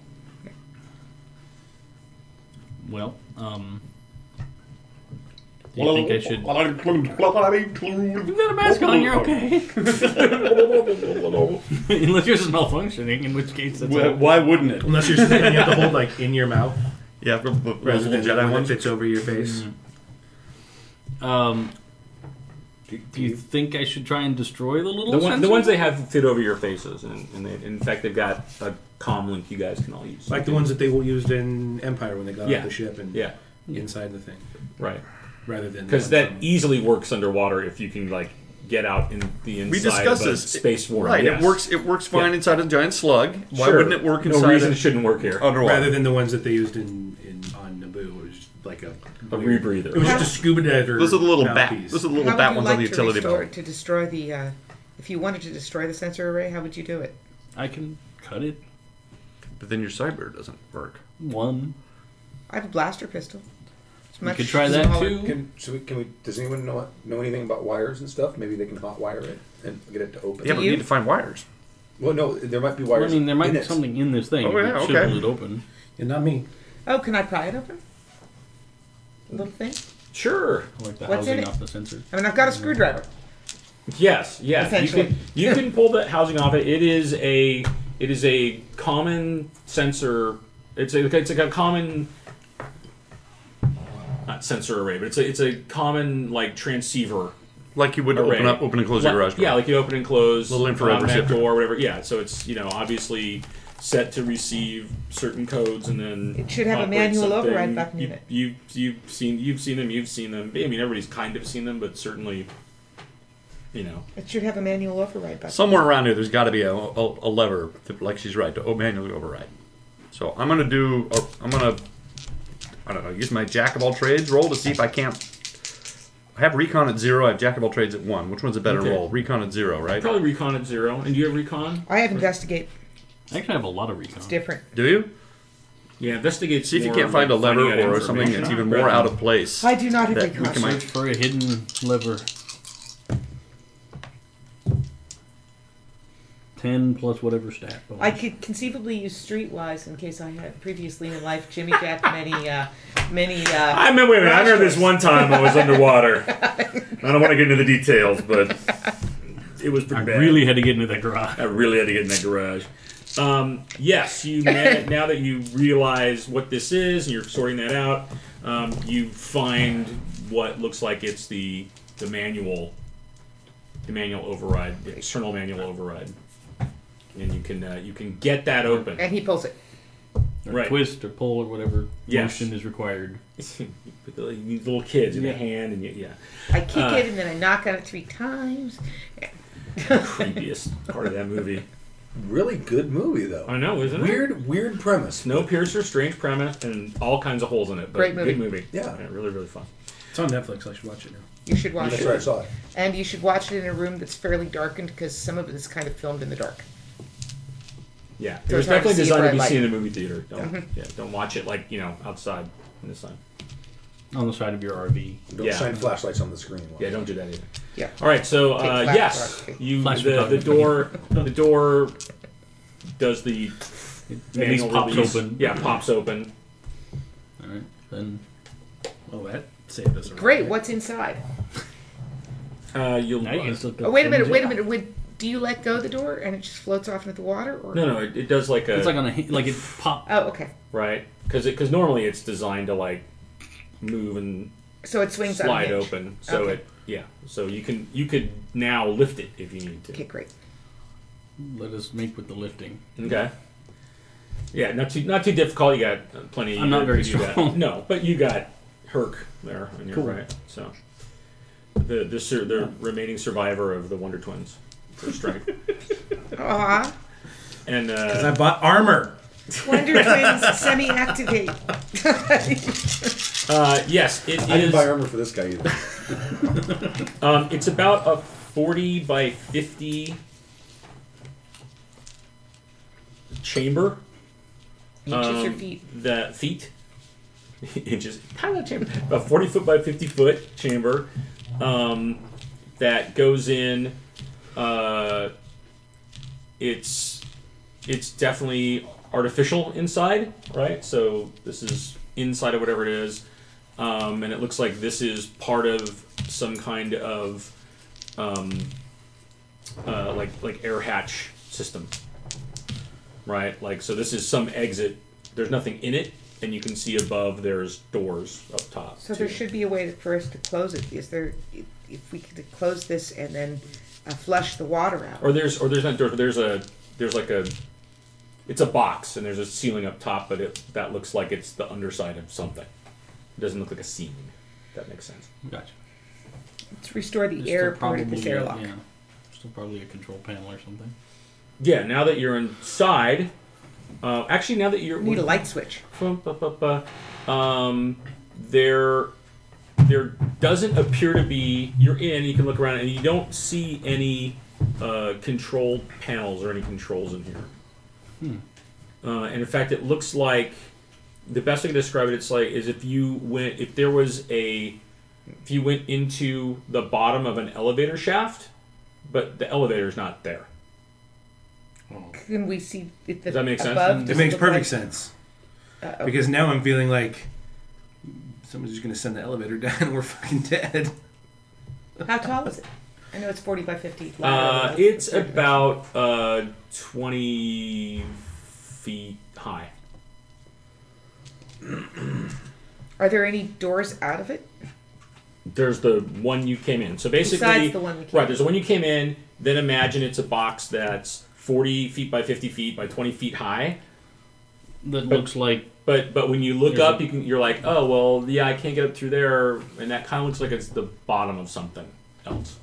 [SPEAKER 2] Well, um, do you think I should?
[SPEAKER 8] You've
[SPEAKER 2] You've got a mask on. You're okay. Unless yours is malfunctioning, in which case that's all.
[SPEAKER 8] Why wouldn't it?
[SPEAKER 3] Unless you're something you have to hold like in your mouth,
[SPEAKER 5] Yeah, the, the, the
[SPEAKER 3] rather
[SPEAKER 5] old
[SPEAKER 3] than Mm-hmm.
[SPEAKER 5] Jedi
[SPEAKER 3] one
[SPEAKER 5] one.
[SPEAKER 3] that fits over your face.
[SPEAKER 2] Um,
[SPEAKER 7] Do,
[SPEAKER 2] do you think I should try and destroy the little
[SPEAKER 1] the, one, the
[SPEAKER 2] sensor?
[SPEAKER 1] ones they have fit over your faces, and, and they, in fact they've got a comm link you guys can all use.
[SPEAKER 3] like the ones that they used in Empire when they got
[SPEAKER 1] Yeah.
[SPEAKER 3] off the ship and
[SPEAKER 1] yeah,
[SPEAKER 3] inside the thing,
[SPEAKER 1] right.
[SPEAKER 3] rather than
[SPEAKER 1] Because that easily works underwater if you can like get out in the inside
[SPEAKER 5] We discussed
[SPEAKER 1] of a
[SPEAKER 5] this
[SPEAKER 1] space war.
[SPEAKER 5] Right,
[SPEAKER 1] yes.
[SPEAKER 5] it works. It works fine
[SPEAKER 1] Yeah.
[SPEAKER 5] inside a giant slug. Why
[SPEAKER 1] Sure.
[SPEAKER 5] wouldn't it work
[SPEAKER 1] No
[SPEAKER 5] inside
[SPEAKER 1] reason it
[SPEAKER 5] a,
[SPEAKER 1] shouldn't work here.
[SPEAKER 5] underwater?
[SPEAKER 3] rather than the ones that they used in, in on Naboo, it was just like a,
[SPEAKER 1] A
[SPEAKER 3] It was
[SPEAKER 1] rebreather.
[SPEAKER 3] just a scuba diver.
[SPEAKER 5] those are the little bat.
[SPEAKER 3] mouthpiece.
[SPEAKER 5] Those are the little
[SPEAKER 4] how
[SPEAKER 5] bat
[SPEAKER 4] would you
[SPEAKER 5] ones
[SPEAKER 4] like
[SPEAKER 5] on the
[SPEAKER 4] to
[SPEAKER 5] utility
[SPEAKER 4] restore,
[SPEAKER 5] belt.
[SPEAKER 4] To destroy the, uh, if you wanted to destroy the sensor array, how would you do it?
[SPEAKER 2] I can cut it.
[SPEAKER 5] But then your cyber doesn't work.
[SPEAKER 2] One.
[SPEAKER 4] I have a blaster pistol. It's
[SPEAKER 2] We
[SPEAKER 4] much
[SPEAKER 2] could try that
[SPEAKER 4] smaller.
[SPEAKER 2] too.
[SPEAKER 7] Can, so we, can we? Does anyone know know anything about wires and stuff? Maybe they can hot wire it and get it to open.
[SPEAKER 5] Yeah, but we
[SPEAKER 4] you?
[SPEAKER 5] need to find wires.
[SPEAKER 7] Well, no, there might be
[SPEAKER 2] Well, I
[SPEAKER 7] wires.
[SPEAKER 2] mean, there might
[SPEAKER 7] in
[SPEAKER 2] be
[SPEAKER 7] it.
[SPEAKER 2] something in this thing.
[SPEAKER 5] Oh, yeah,
[SPEAKER 2] that should
[SPEAKER 5] okay.
[SPEAKER 2] pull it open.
[SPEAKER 3] and not me.
[SPEAKER 4] Oh, can I pry it open? Little thing.
[SPEAKER 1] Sure.
[SPEAKER 2] Like the
[SPEAKER 4] What's in
[SPEAKER 2] housing
[SPEAKER 4] it?
[SPEAKER 2] off the sensor.
[SPEAKER 4] I mean, I've got a screwdriver.
[SPEAKER 1] Yes. Yes. You
[SPEAKER 4] Essentially.
[SPEAKER 1] can, you can pull that housing off it. It is a it is a common sensor. It's a it's like a common not sensor array, but it's a it's a common like transceiver
[SPEAKER 5] Like you would
[SPEAKER 1] array.
[SPEAKER 5] open up, open and close
[SPEAKER 1] Like-
[SPEAKER 5] your garage door.
[SPEAKER 1] Yeah, like you open and close
[SPEAKER 5] Little infrared
[SPEAKER 1] automatic
[SPEAKER 5] receptor.
[SPEAKER 1] door, whatever. Yeah, so it's you know obviously set to receive certain codes and then
[SPEAKER 4] It should have a
[SPEAKER 1] operate
[SPEAKER 4] manual
[SPEAKER 1] something.
[SPEAKER 4] override button
[SPEAKER 1] you,
[SPEAKER 4] in it.
[SPEAKER 1] You you've seen you've seen them you've seen them. I mean everybody's kind of seen them, but certainly you know
[SPEAKER 4] It should have a manual override button.
[SPEAKER 5] Somewhere around here, there's got to be a, a, a lever, that, like she's right, to o- manually override. So I'm gonna do. oh, I'm gonna. I don't know. Use my jack of all trades roll to see if I can't. I have recon at zero. I have jack of all trades at one. Which one's a better
[SPEAKER 1] Okay.
[SPEAKER 5] roll? Recon at zero, right?
[SPEAKER 1] probably recon at zero. And do you have recon?
[SPEAKER 4] I have investigate.
[SPEAKER 2] I actually have a lot of recon.
[SPEAKER 4] It's different.
[SPEAKER 5] Do you?
[SPEAKER 1] Yeah, investigate.
[SPEAKER 5] See if you
[SPEAKER 1] more
[SPEAKER 5] can't find a
[SPEAKER 1] like finding
[SPEAKER 5] lever
[SPEAKER 1] out
[SPEAKER 5] or something
[SPEAKER 1] information.
[SPEAKER 5] that's even more out of place.
[SPEAKER 4] I do not have
[SPEAKER 5] That we
[SPEAKER 4] recon.
[SPEAKER 5] can
[SPEAKER 2] Search for a hidden lever. Ten plus whatever stat. Oh, bonus.
[SPEAKER 4] I could conceivably use streetwise in case I had previously in life Jimmy Jack many uh, many. Uh,
[SPEAKER 1] I remember, wait a minute, I remember
[SPEAKER 4] Rascals.
[SPEAKER 1] this one time I was underwater. I don't want to get into the details, but it was pretty
[SPEAKER 2] I
[SPEAKER 1] bad.
[SPEAKER 2] really had to get into that garage.
[SPEAKER 1] I really had to get in that garage. Um, yes, you man- now that you realize what this is and you're sorting that out, um, you find what looks like it's the the manual, the manual override, the external manual override, and you can uh, you can get that open.
[SPEAKER 4] and he pulls it.
[SPEAKER 2] Or
[SPEAKER 1] Right.
[SPEAKER 2] Twist or pull or whatever
[SPEAKER 1] Yes.
[SPEAKER 2] motion is required.
[SPEAKER 1] you put the- you need little kids in
[SPEAKER 2] Yeah.
[SPEAKER 1] the hand, and you, yeah,
[SPEAKER 4] I kick
[SPEAKER 1] Uh,
[SPEAKER 4] it and then I knock on it three times.
[SPEAKER 1] creepiest part of that movie.
[SPEAKER 7] Really good movie though.
[SPEAKER 1] I know, isn't it?
[SPEAKER 7] Weird, weird premise.
[SPEAKER 1] No piercer, strange premise, and all kinds of holes in it. But
[SPEAKER 4] Great movie.
[SPEAKER 1] Good movie.
[SPEAKER 7] Yeah.
[SPEAKER 1] really, really fun.
[SPEAKER 3] It's on Netflix. I should watch it now.
[SPEAKER 4] You should watch
[SPEAKER 7] That's
[SPEAKER 4] it,
[SPEAKER 7] right. I saw it.
[SPEAKER 4] and you should watch it in a room that's fairly darkened because some of it is kind of filmed in the dark.
[SPEAKER 1] Yeah, it
[SPEAKER 4] So
[SPEAKER 1] was
[SPEAKER 4] it's hard
[SPEAKER 1] definitely
[SPEAKER 4] to see
[SPEAKER 1] designed
[SPEAKER 4] it Mm-hmm.
[SPEAKER 1] to
[SPEAKER 4] bright
[SPEAKER 1] be
[SPEAKER 4] light.
[SPEAKER 1] seen in a movie theater. Don't, yeah, don't watch it like you know outside in the sun.
[SPEAKER 2] On the side of your RV.
[SPEAKER 7] Don't
[SPEAKER 1] Yeah.
[SPEAKER 7] shine flashlights on the screen.
[SPEAKER 1] Yeah, don't do that either.
[SPEAKER 4] Yeah.
[SPEAKER 1] All right, so uh,
[SPEAKER 4] Take flash
[SPEAKER 1] yes,
[SPEAKER 4] photography.
[SPEAKER 1] you
[SPEAKER 2] Flash
[SPEAKER 1] the, the
[SPEAKER 2] photography.
[SPEAKER 1] door the door does the
[SPEAKER 2] At least
[SPEAKER 1] manual
[SPEAKER 2] pops
[SPEAKER 1] release.
[SPEAKER 2] open.
[SPEAKER 1] Yeah, pops open.
[SPEAKER 2] All right. Then
[SPEAKER 3] Oh, that saved us. a lot.
[SPEAKER 4] Great. What's inside?
[SPEAKER 1] Uh, you'll
[SPEAKER 2] now you can still go.
[SPEAKER 4] Oh, wait a minute. Wait a minute. Would do you let go of the door and it just floats off into the water? Or
[SPEAKER 1] no, no, it, it does like a
[SPEAKER 2] It's like on a hi- like it pop.
[SPEAKER 4] Oh, okay.
[SPEAKER 1] right because because normally it's designed to like move and
[SPEAKER 4] So it swings on a
[SPEAKER 1] slide
[SPEAKER 4] hinge.
[SPEAKER 1] open. So
[SPEAKER 4] Okay.
[SPEAKER 1] it yeah, so you can you could now lift it if you need to.
[SPEAKER 4] Okay, great.
[SPEAKER 2] Let us make with the lifting.
[SPEAKER 1] Okay. Yeah, not too not too difficult. You got uh, plenty.
[SPEAKER 2] I'm not very
[SPEAKER 1] you got-
[SPEAKER 2] strong.
[SPEAKER 1] no, but you got Herc there on your right. So the the sur- the remaining survivor of the Wonder Twins for strike.
[SPEAKER 4] Aw.
[SPEAKER 1] and
[SPEAKER 3] I
[SPEAKER 1] uh,
[SPEAKER 3] bought armor.
[SPEAKER 4] Wonder Twins semi-activate.
[SPEAKER 1] uh, yes, it
[SPEAKER 7] I didn't buy
[SPEAKER 1] is.
[SPEAKER 7] armor for this guy either.
[SPEAKER 1] Um, it's about a forty by fifty chamber.
[SPEAKER 4] Inches or
[SPEAKER 1] Um,
[SPEAKER 4] feet.
[SPEAKER 1] The feet. Inches. Kind of a chamber. A 40 foot by 50 foot chamber um, that goes in. Uh, it's it's definitely artificial inside, right? So this is inside of whatever it is. Um, and it looks like this is part of some kind of um, uh, like like air hatch system right? Like, so this is some exit. There's nothing in it, and you can see above there's doors up top.
[SPEAKER 4] So
[SPEAKER 1] too.
[SPEAKER 4] there should be a way to, for us to close it. Is there? if- If we could close this and then uh, flush the water out.
[SPEAKER 1] or there's or there's not doors, but there's a there's like a it's a box, and there's a ceiling up top, but it that looks like it's the underside of something. It doesn't look like a ceiling. If that makes sense.
[SPEAKER 2] Gotcha.
[SPEAKER 4] Let's restore the
[SPEAKER 2] There's
[SPEAKER 4] air
[SPEAKER 2] still
[SPEAKER 4] part of this
[SPEAKER 2] probably a-
[SPEAKER 4] airlock.
[SPEAKER 2] Yeah. Still probably a control panel or something.
[SPEAKER 1] Yeah. Now that you're inside, uh, actually, now that you're
[SPEAKER 4] We need a light switch.
[SPEAKER 1] Bum, bu- bu- bu. Um, there, there doesn't appear to be. You're in. You can look around, and you don't see any uh, control panels or any controls in here. Uh, and in fact, it looks like the best way to describe it. It's like is if you went if there was a if you went into the bottom of an elevator shaft, but the elevator's not there.
[SPEAKER 4] Can we see if the
[SPEAKER 1] Does that make sense?
[SPEAKER 4] above?
[SPEAKER 1] It
[SPEAKER 3] It
[SPEAKER 4] does
[SPEAKER 3] makes
[SPEAKER 4] look
[SPEAKER 3] perfect
[SPEAKER 4] like-
[SPEAKER 3] sense
[SPEAKER 4] Uh-oh.
[SPEAKER 3] because now I'm feeling like someone's just gonna send the elevator down and we're fucking dead.
[SPEAKER 4] How tall is it? I know it's 40 by 50.
[SPEAKER 1] Uh, it's about uh, 20 feet high.
[SPEAKER 4] Are there any doors out of it?
[SPEAKER 1] there's the one you came in. So basically,
[SPEAKER 4] Besides the one we came
[SPEAKER 1] right?
[SPEAKER 4] in.
[SPEAKER 1] There's the one you came in. Then imagine it's a box that's 40 feet by 50 feet by 20 feet high.
[SPEAKER 2] That looks like
[SPEAKER 1] But but when you look
[SPEAKER 2] There's
[SPEAKER 1] up, you can you're like, oh well, yeah, I can't get up through there, and that kind of looks like it's the bottom of something else.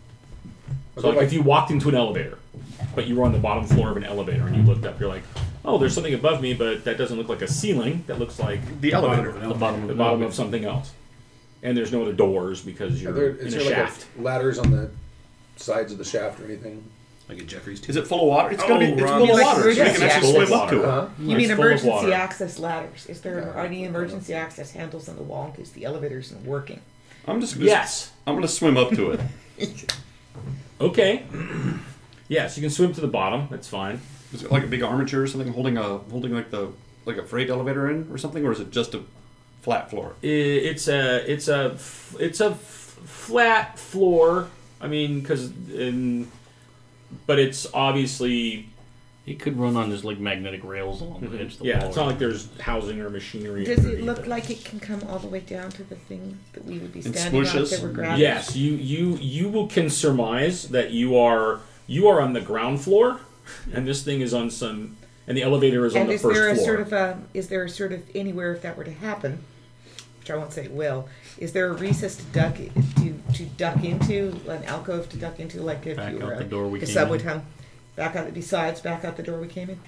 [SPEAKER 1] So like, if you walked into an elevator, but you were on the bottom floor of an elevator and you looked up, you're like, oh, there's something above me, but that doesn't look like a ceiling. That looks like
[SPEAKER 5] The elevator.
[SPEAKER 1] the bottom of, the bottom of something else. And there's no other doors because
[SPEAKER 7] Are
[SPEAKER 1] you're
[SPEAKER 7] there,
[SPEAKER 1] in
[SPEAKER 7] is
[SPEAKER 1] a
[SPEAKER 7] there like
[SPEAKER 1] shaft.
[SPEAKER 7] a ladders on the sides of the shaft or anything?
[SPEAKER 3] Like a Jeffrey's
[SPEAKER 5] Is it full of water? It's gonna
[SPEAKER 3] Oh,
[SPEAKER 5] be. It's
[SPEAKER 3] Ron.
[SPEAKER 5] full of
[SPEAKER 4] Like
[SPEAKER 5] water. so we can
[SPEAKER 4] emergency
[SPEAKER 5] actually
[SPEAKER 1] access.
[SPEAKER 5] swim up to it.
[SPEAKER 7] Uh-huh.
[SPEAKER 4] You
[SPEAKER 1] It's
[SPEAKER 4] mean
[SPEAKER 1] full of
[SPEAKER 4] emergency
[SPEAKER 1] water.
[SPEAKER 4] access ladders? Is there are any emergency access handles on the wall in case the elevator isn't working?
[SPEAKER 5] I'm just.
[SPEAKER 1] Yes.
[SPEAKER 5] I'm gonna swim up to it.
[SPEAKER 1] Okay. yes, you can swim to the bottom. That's fine.
[SPEAKER 5] Is it like a big armature or something holding a holding like the like a freight elevator in or something, or is it just a flat floor?
[SPEAKER 1] I- It's a it's a f- it's a f- flat floor. I mean, because in but it's obviously
[SPEAKER 2] it could run on just like magnetic rails along the edge of the
[SPEAKER 1] yeah.
[SPEAKER 2] wall.
[SPEAKER 1] It's not like there's housing or machinery.
[SPEAKER 4] Does it
[SPEAKER 1] underneath
[SPEAKER 4] look like it can come all the way down to the thing that we would be standing on if
[SPEAKER 5] smooshes?
[SPEAKER 4] there were gravity?
[SPEAKER 1] Yes, you you you will can surmise that you are you are on the ground floor, and this thing is on some, and the elevator is on
[SPEAKER 4] And
[SPEAKER 1] the
[SPEAKER 4] is
[SPEAKER 1] first
[SPEAKER 4] there a
[SPEAKER 1] floor.
[SPEAKER 4] sort of a is there a sort of anywhere if that were to happen, which I won't say it will, is there a recess to duck to to duck into an alcove to duck into like if
[SPEAKER 2] Back
[SPEAKER 4] you
[SPEAKER 2] out
[SPEAKER 4] were
[SPEAKER 2] the
[SPEAKER 4] a-
[SPEAKER 2] door we
[SPEAKER 4] the
[SPEAKER 2] came
[SPEAKER 4] sub
[SPEAKER 2] in.
[SPEAKER 4] would come back out besides back out the door we came in.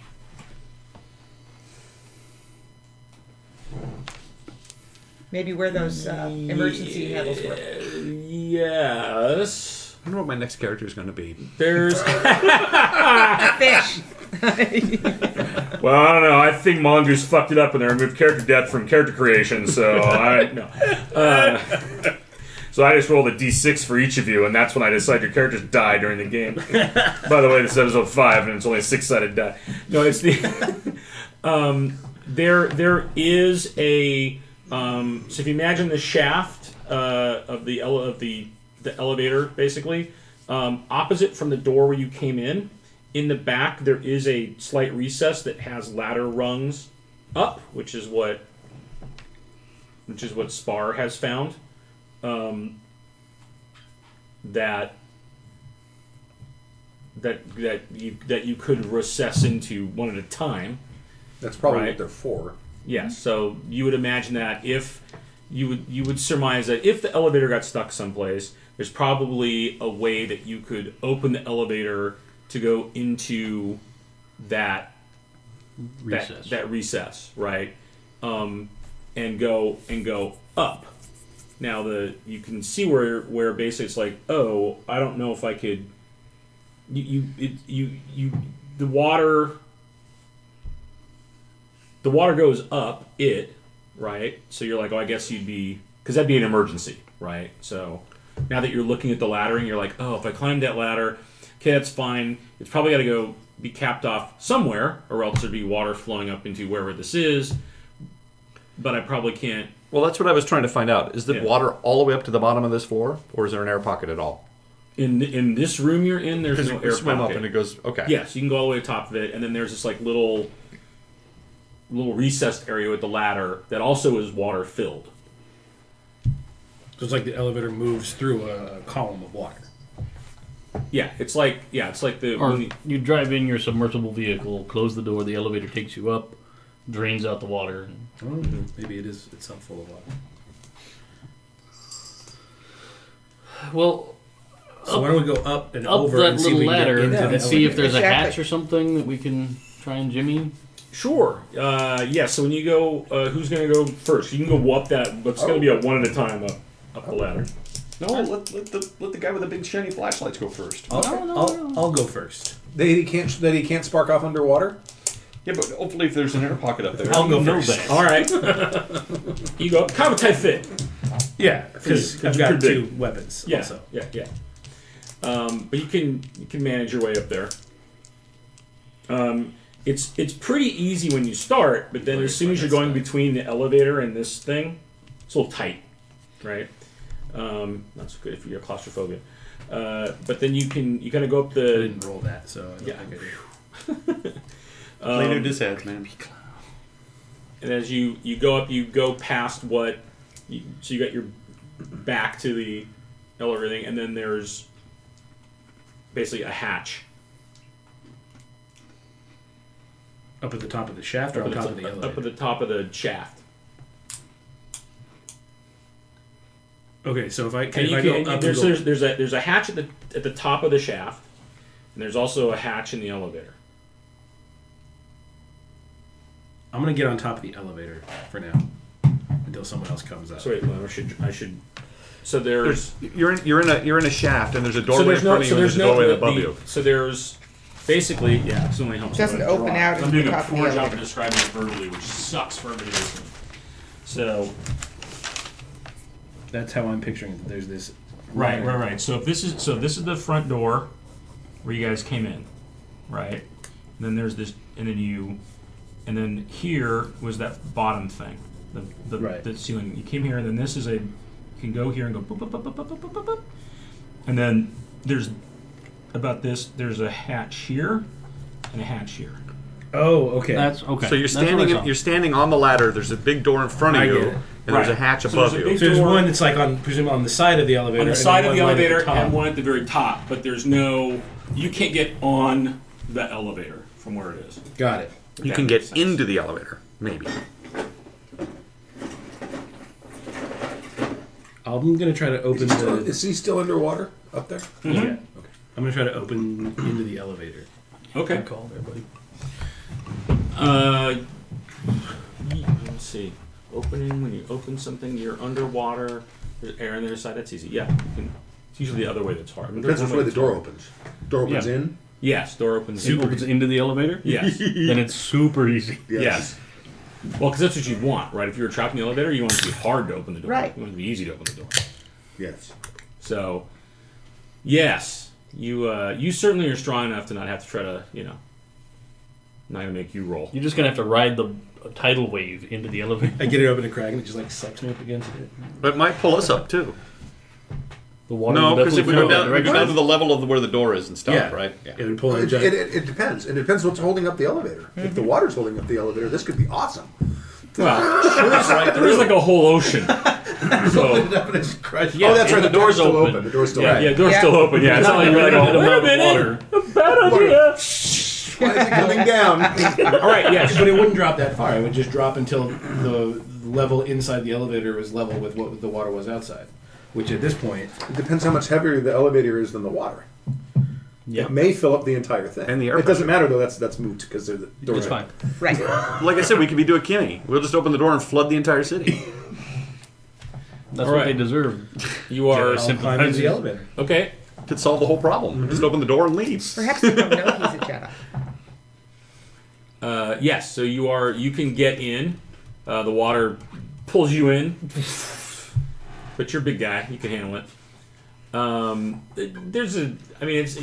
[SPEAKER 4] Maybe where those uh, emergency handles were.
[SPEAKER 1] yes,
[SPEAKER 5] I don't know what my next character is gonna be.
[SPEAKER 1] there's.
[SPEAKER 4] Fish.
[SPEAKER 9] Well, I don't know. I think Mongoose fucked it up when they removed character depth from character creation, so I
[SPEAKER 1] No.
[SPEAKER 9] so I just rolled a d6 for each of you, and that's when I decide your characters die during the game. By the way, this is episode five, and it's only a six-sided die.
[SPEAKER 1] No, it's the um, there there is a um, so if you imagine the shaft uh, of the ele- of the the elevator basically um, opposite from the door where you came in in the back there is a slight recess that has ladder rungs up which is what which is what Spar has found um, that that that you that you could recess into one at a time.
[SPEAKER 7] That's probably
[SPEAKER 1] Right.
[SPEAKER 7] what they're for.
[SPEAKER 1] Yes. So you would imagine that if you would you would surmise that if the elevator got stuck someplace, there's probably a way that you could open the elevator to go into that
[SPEAKER 2] recess.
[SPEAKER 1] that, that recess, right? Um, and go and go up. Now the you can see where where basically it's like, oh, I don't know if I could. You you it, you you the water. The water goes up it, right? So you're like, oh, I guess you'd be because that'd be an emergency, right? So now that you're looking at the ladder and you're like, oh, if I climb that ladder, okay, that's fine. It's probably got to go be capped off somewhere, or else there'd be water flowing up into wherever this is. But I probably can't.
[SPEAKER 5] Well, that's what I was trying to find out. Is the
[SPEAKER 1] Yeah.
[SPEAKER 5] water all the way up to the bottom of this floor, or is there an air pocket at all?
[SPEAKER 1] In in this room you're in, there's
[SPEAKER 5] Because
[SPEAKER 1] no
[SPEAKER 5] you
[SPEAKER 1] air
[SPEAKER 5] swim
[SPEAKER 1] pocket.
[SPEAKER 5] up and it goes. Okay.
[SPEAKER 1] Yes, you can go all the way to the top of it, and then there's this like little little recessed area with the ladder that also is water filled.
[SPEAKER 3] So it's like the elevator moves through a column of water.
[SPEAKER 1] Yeah, it's like yeah, it's like the
[SPEAKER 2] Or
[SPEAKER 1] when you-
[SPEAKER 2] you drive in your submersible vehicle, close the door, the elevator takes you up, drains out the water. and-
[SPEAKER 3] Maybe it is itself full of water.
[SPEAKER 2] Well,
[SPEAKER 3] So why don't we go up and
[SPEAKER 2] up
[SPEAKER 3] over
[SPEAKER 2] that
[SPEAKER 3] and see, if
[SPEAKER 2] little
[SPEAKER 3] we can get
[SPEAKER 2] ladder
[SPEAKER 3] into the
[SPEAKER 2] and see if
[SPEAKER 3] elevator.
[SPEAKER 2] there's a
[SPEAKER 4] Exactly.
[SPEAKER 2] hatch or something that we can try and jimmy.
[SPEAKER 1] sure. Uh, yeah, so when you go, uh, who's gonna go first? You can go up that, but it's gonna be a one at a time up up the ladder.
[SPEAKER 5] No. Let, let, the, let the guy with the big shiny flashlights go first.
[SPEAKER 3] I'll, I'll, I'll go first.
[SPEAKER 7] That he can't that he can't spark off underwater.
[SPEAKER 5] Yeah, but hopefully if there's an air pocket up there.
[SPEAKER 3] I'll go
[SPEAKER 2] know
[SPEAKER 3] first.
[SPEAKER 2] that.
[SPEAKER 1] All right, you go. Kabutai fit.
[SPEAKER 3] Yeah, because
[SPEAKER 1] Could
[SPEAKER 3] I've
[SPEAKER 1] you
[SPEAKER 3] got two
[SPEAKER 1] predict?
[SPEAKER 3] weapons.
[SPEAKER 1] Yeah,
[SPEAKER 3] Also.
[SPEAKER 1] yeah, yeah. Um, but you can you can manage your way up there. Um, it's it's pretty easy when you start, but then as soon as you're going between the elevator and this thing, it's a little tight, right? Um, not so good if you're claustrophobic. Uh, but then you can you kind of go up
[SPEAKER 3] I
[SPEAKER 1] the
[SPEAKER 3] didn't roll that, so I don't
[SPEAKER 1] Yeah.
[SPEAKER 3] think I did.
[SPEAKER 5] Play to
[SPEAKER 4] Um,
[SPEAKER 5] his head, man.
[SPEAKER 1] and as you you go up, you go past what. You, so you got your back to the elevator thing, and then there's basically a hatch
[SPEAKER 3] Up at the top of the shaft or on
[SPEAKER 1] up at
[SPEAKER 3] top of the
[SPEAKER 1] up at
[SPEAKER 3] elevator?
[SPEAKER 1] the top of the shaft.
[SPEAKER 3] Okay, so if I
[SPEAKER 1] And
[SPEAKER 3] can,
[SPEAKER 1] you
[SPEAKER 3] if I
[SPEAKER 1] can,
[SPEAKER 3] go up and
[SPEAKER 1] there's,
[SPEAKER 3] go-
[SPEAKER 1] there's, there's a there's a hatch at the at the top of the shaft, and there's also a hatch in the elevator.
[SPEAKER 3] I'm gonna get on top of the elevator for now until someone else comes up.
[SPEAKER 1] So wait, well, I should I should. So there's
[SPEAKER 6] There's, you're in you're in a you're in a shaft and there's a
[SPEAKER 1] so
[SPEAKER 6] doorway
[SPEAKER 1] there's
[SPEAKER 6] in
[SPEAKER 1] no
[SPEAKER 6] front of you
[SPEAKER 1] so
[SPEAKER 6] and
[SPEAKER 1] there's
[SPEAKER 6] there's a
[SPEAKER 1] no
[SPEAKER 6] doorway
[SPEAKER 1] the-
[SPEAKER 6] above
[SPEAKER 1] the-
[SPEAKER 6] you.
[SPEAKER 1] So there's basically yeah. It's only helps.
[SPEAKER 10] Doesn't
[SPEAKER 1] if I
[SPEAKER 10] open
[SPEAKER 1] draw.
[SPEAKER 10] out
[SPEAKER 1] So I'm
[SPEAKER 10] into the
[SPEAKER 1] doing a
[SPEAKER 10] top of the
[SPEAKER 1] poor job
[SPEAKER 10] elevator.
[SPEAKER 1] of describing it verbally, which sucks for everybody listening. So
[SPEAKER 3] That's how I'm picturing it. There's this.
[SPEAKER 1] Right, right, right. So if this is so this is the front door where you guys came in, right? And then there's this, and then you, and then here was that bottom thing, the the,
[SPEAKER 3] Right.
[SPEAKER 1] the ceiling. You came here, and then this is a you can go here and go, boop, boop, boop, boop, boop, boop, boop, boop, boop. and then there's about this. There's a hatch here, and a hatch here.
[SPEAKER 3] Oh, okay.
[SPEAKER 2] That's okay.
[SPEAKER 6] So you're
[SPEAKER 2] That's what I
[SPEAKER 6] standing
[SPEAKER 2] saw.
[SPEAKER 6] you're standing on the ladder. There's a big door in front of
[SPEAKER 3] I
[SPEAKER 6] you
[SPEAKER 3] get it.
[SPEAKER 6] and there's a
[SPEAKER 1] Right.
[SPEAKER 6] hatch
[SPEAKER 1] So
[SPEAKER 6] above
[SPEAKER 1] there's a
[SPEAKER 6] you.
[SPEAKER 1] big-
[SPEAKER 3] So there's
[SPEAKER 1] door-
[SPEAKER 3] one that's like on, presumably on the side of the elevator.
[SPEAKER 1] on the
[SPEAKER 3] and then
[SPEAKER 1] side of the
[SPEAKER 3] one laying
[SPEAKER 1] elevator
[SPEAKER 3] at the top.
[SPEAKER 1] and one at the very top, but there's no you can't get on the elevator from where it is.
[SPEAKER 3] Got it.
[SPEAKER 6] You
[SPEAKER 1] That
[SPEAKER 6] can
[SPEAKER 1] makes
[SPEAKER 6] get
[SPEAKER 1] sense.
[SPEAKER 6] into the elevator maybe.
[SPEAKER 3] I'm gonna try to open
[SPEAKER 7] Still-
[SPEAKER 3] the.
[SPEAKER 7] Is he still underwater up there?
[SPEAKER 3] Yeah. Okay. I'm gonna try to open into the elevator.
[SPEAKER 1] Okay.
[SPEAKER 3] Call there, buddy.
[SPEAKER 1] Uh, let's see. Opening when you open something, you're underwater. There's air on the other side. That's easy. Yeah, you can- it's usually the other way that's hard. But there's
[SPEAKER 7] Depends which
[SPEAKER 1] one
[SPEAKER 7] way the door opens. Door opens
[SPEAKER 2] Yeah.
[SPEAKER 7] in.
[SPEAKER 1] Yes, door opens.
[SPEAKER 2] It opens into the elevator.
[SPEAKER 1] Yes. yes.
[SPEAKER 2] Then it's super easy.
[SPEAKER 1] Well, because that's what you want, right? If you were trapped in the elevator, you want it to be hard to open the door.
[SPEAKER 10] Right.
[SPEAKER 1] You want it to be easy to open the door.
[SPEAKER 7] Yes.
[SPEAKER 1] So, yes, you uh, you certainly are strong enough to not have to try to you know. Not gonna make you roll.
[SPEAKER 2] You're just gonna have to ride the tidal wave into the elevator.
[SPEAKER 3] I get it open a crack and it just like sucks me up against it.
[SPEAKER 6] But it might pull us up too.
[SPEAKER 2] The water.
[SPEAKER 6] No,
[SPEAKER 2] will
[SPEAKER 6] because if we
[SPEAKER 2] definitely
[SPEAKER 6] go
[SPEAKER 2] flow
[SPEAKER 6] down,
[SPEAKER 2] that
[SPEAKER 6] we go down
[SPEAKER 2] direction.
[SPEAKER 6] to the level of the, where the door is and stuff, right?
[SPEAKER 3] It would pull in a
[SPEAKER 7] It,
[SPEAKER 3] giant-
[SPEAKER 7] it, it, it depends. It depends what's holding up the elevator. If the water's holding up the elevator, this could be awesome.
[SPEAKER 1] Well, there is like a whole ocean. So
[SPEAKER 7] Yeah, oh, that's right. The, door's still open. The door's still open.
[SPEAKER 1] Yeah, door's
[SPEAKER 10] Yeah.
[SPEAKER 1] still open. Yeah, it's not like you're like,
[SPEAKER 2] Right.
[SPEAKER 1] oh, wait a
[SPEAKER 2] Water.
[SPEAKER 1] minute, a bad idea.
[SPEAKER 7] Why is it coming down?
[SPEAKER 1] All right, yes,
[SPEAKER 3] But it wouldn't drop that far. It would just drop until the level inside the elevator was level with what the water was outside. Which at this point,
[SPEAKER 7] it depends how much heavier the elevator is than the water.
[SPEAKER 2] Yeah.
[SPEAKER 7] It may fill up the entire thing.
[SPEAKER 6] And the air
[SPEAKER 7] It doesn't matter though. That's that's moot because the door's
[SPEAKER 2] It's fine.
[SPEAKER 10] Right.
[SPEAKER 6] Like I said, we could be doing Kimmy. We'll just open the door and flood the entire city.
[SPEAKER 2] That's
[SPEAKER 1] All
[SPEAKER 2] what
[SPEAKER 1] right.
[SPEAKER 2] they deserve.
[SPEAKER 1] you are
[SPEAKER 3] I'll climb into the elevator.
[SPEAKER 1] okay.
[SPEAKER 6] Could solve the whole problem. Just open the door and leave.
[SPEAKER 10] Perhaps they don't know he's a Jedi.
[SPEAKER 1] Uh, yes, so you are. You can get in. Uh, the water pulls you in, but you're a big guy. You can handle it. Um, there's a. I mean, it's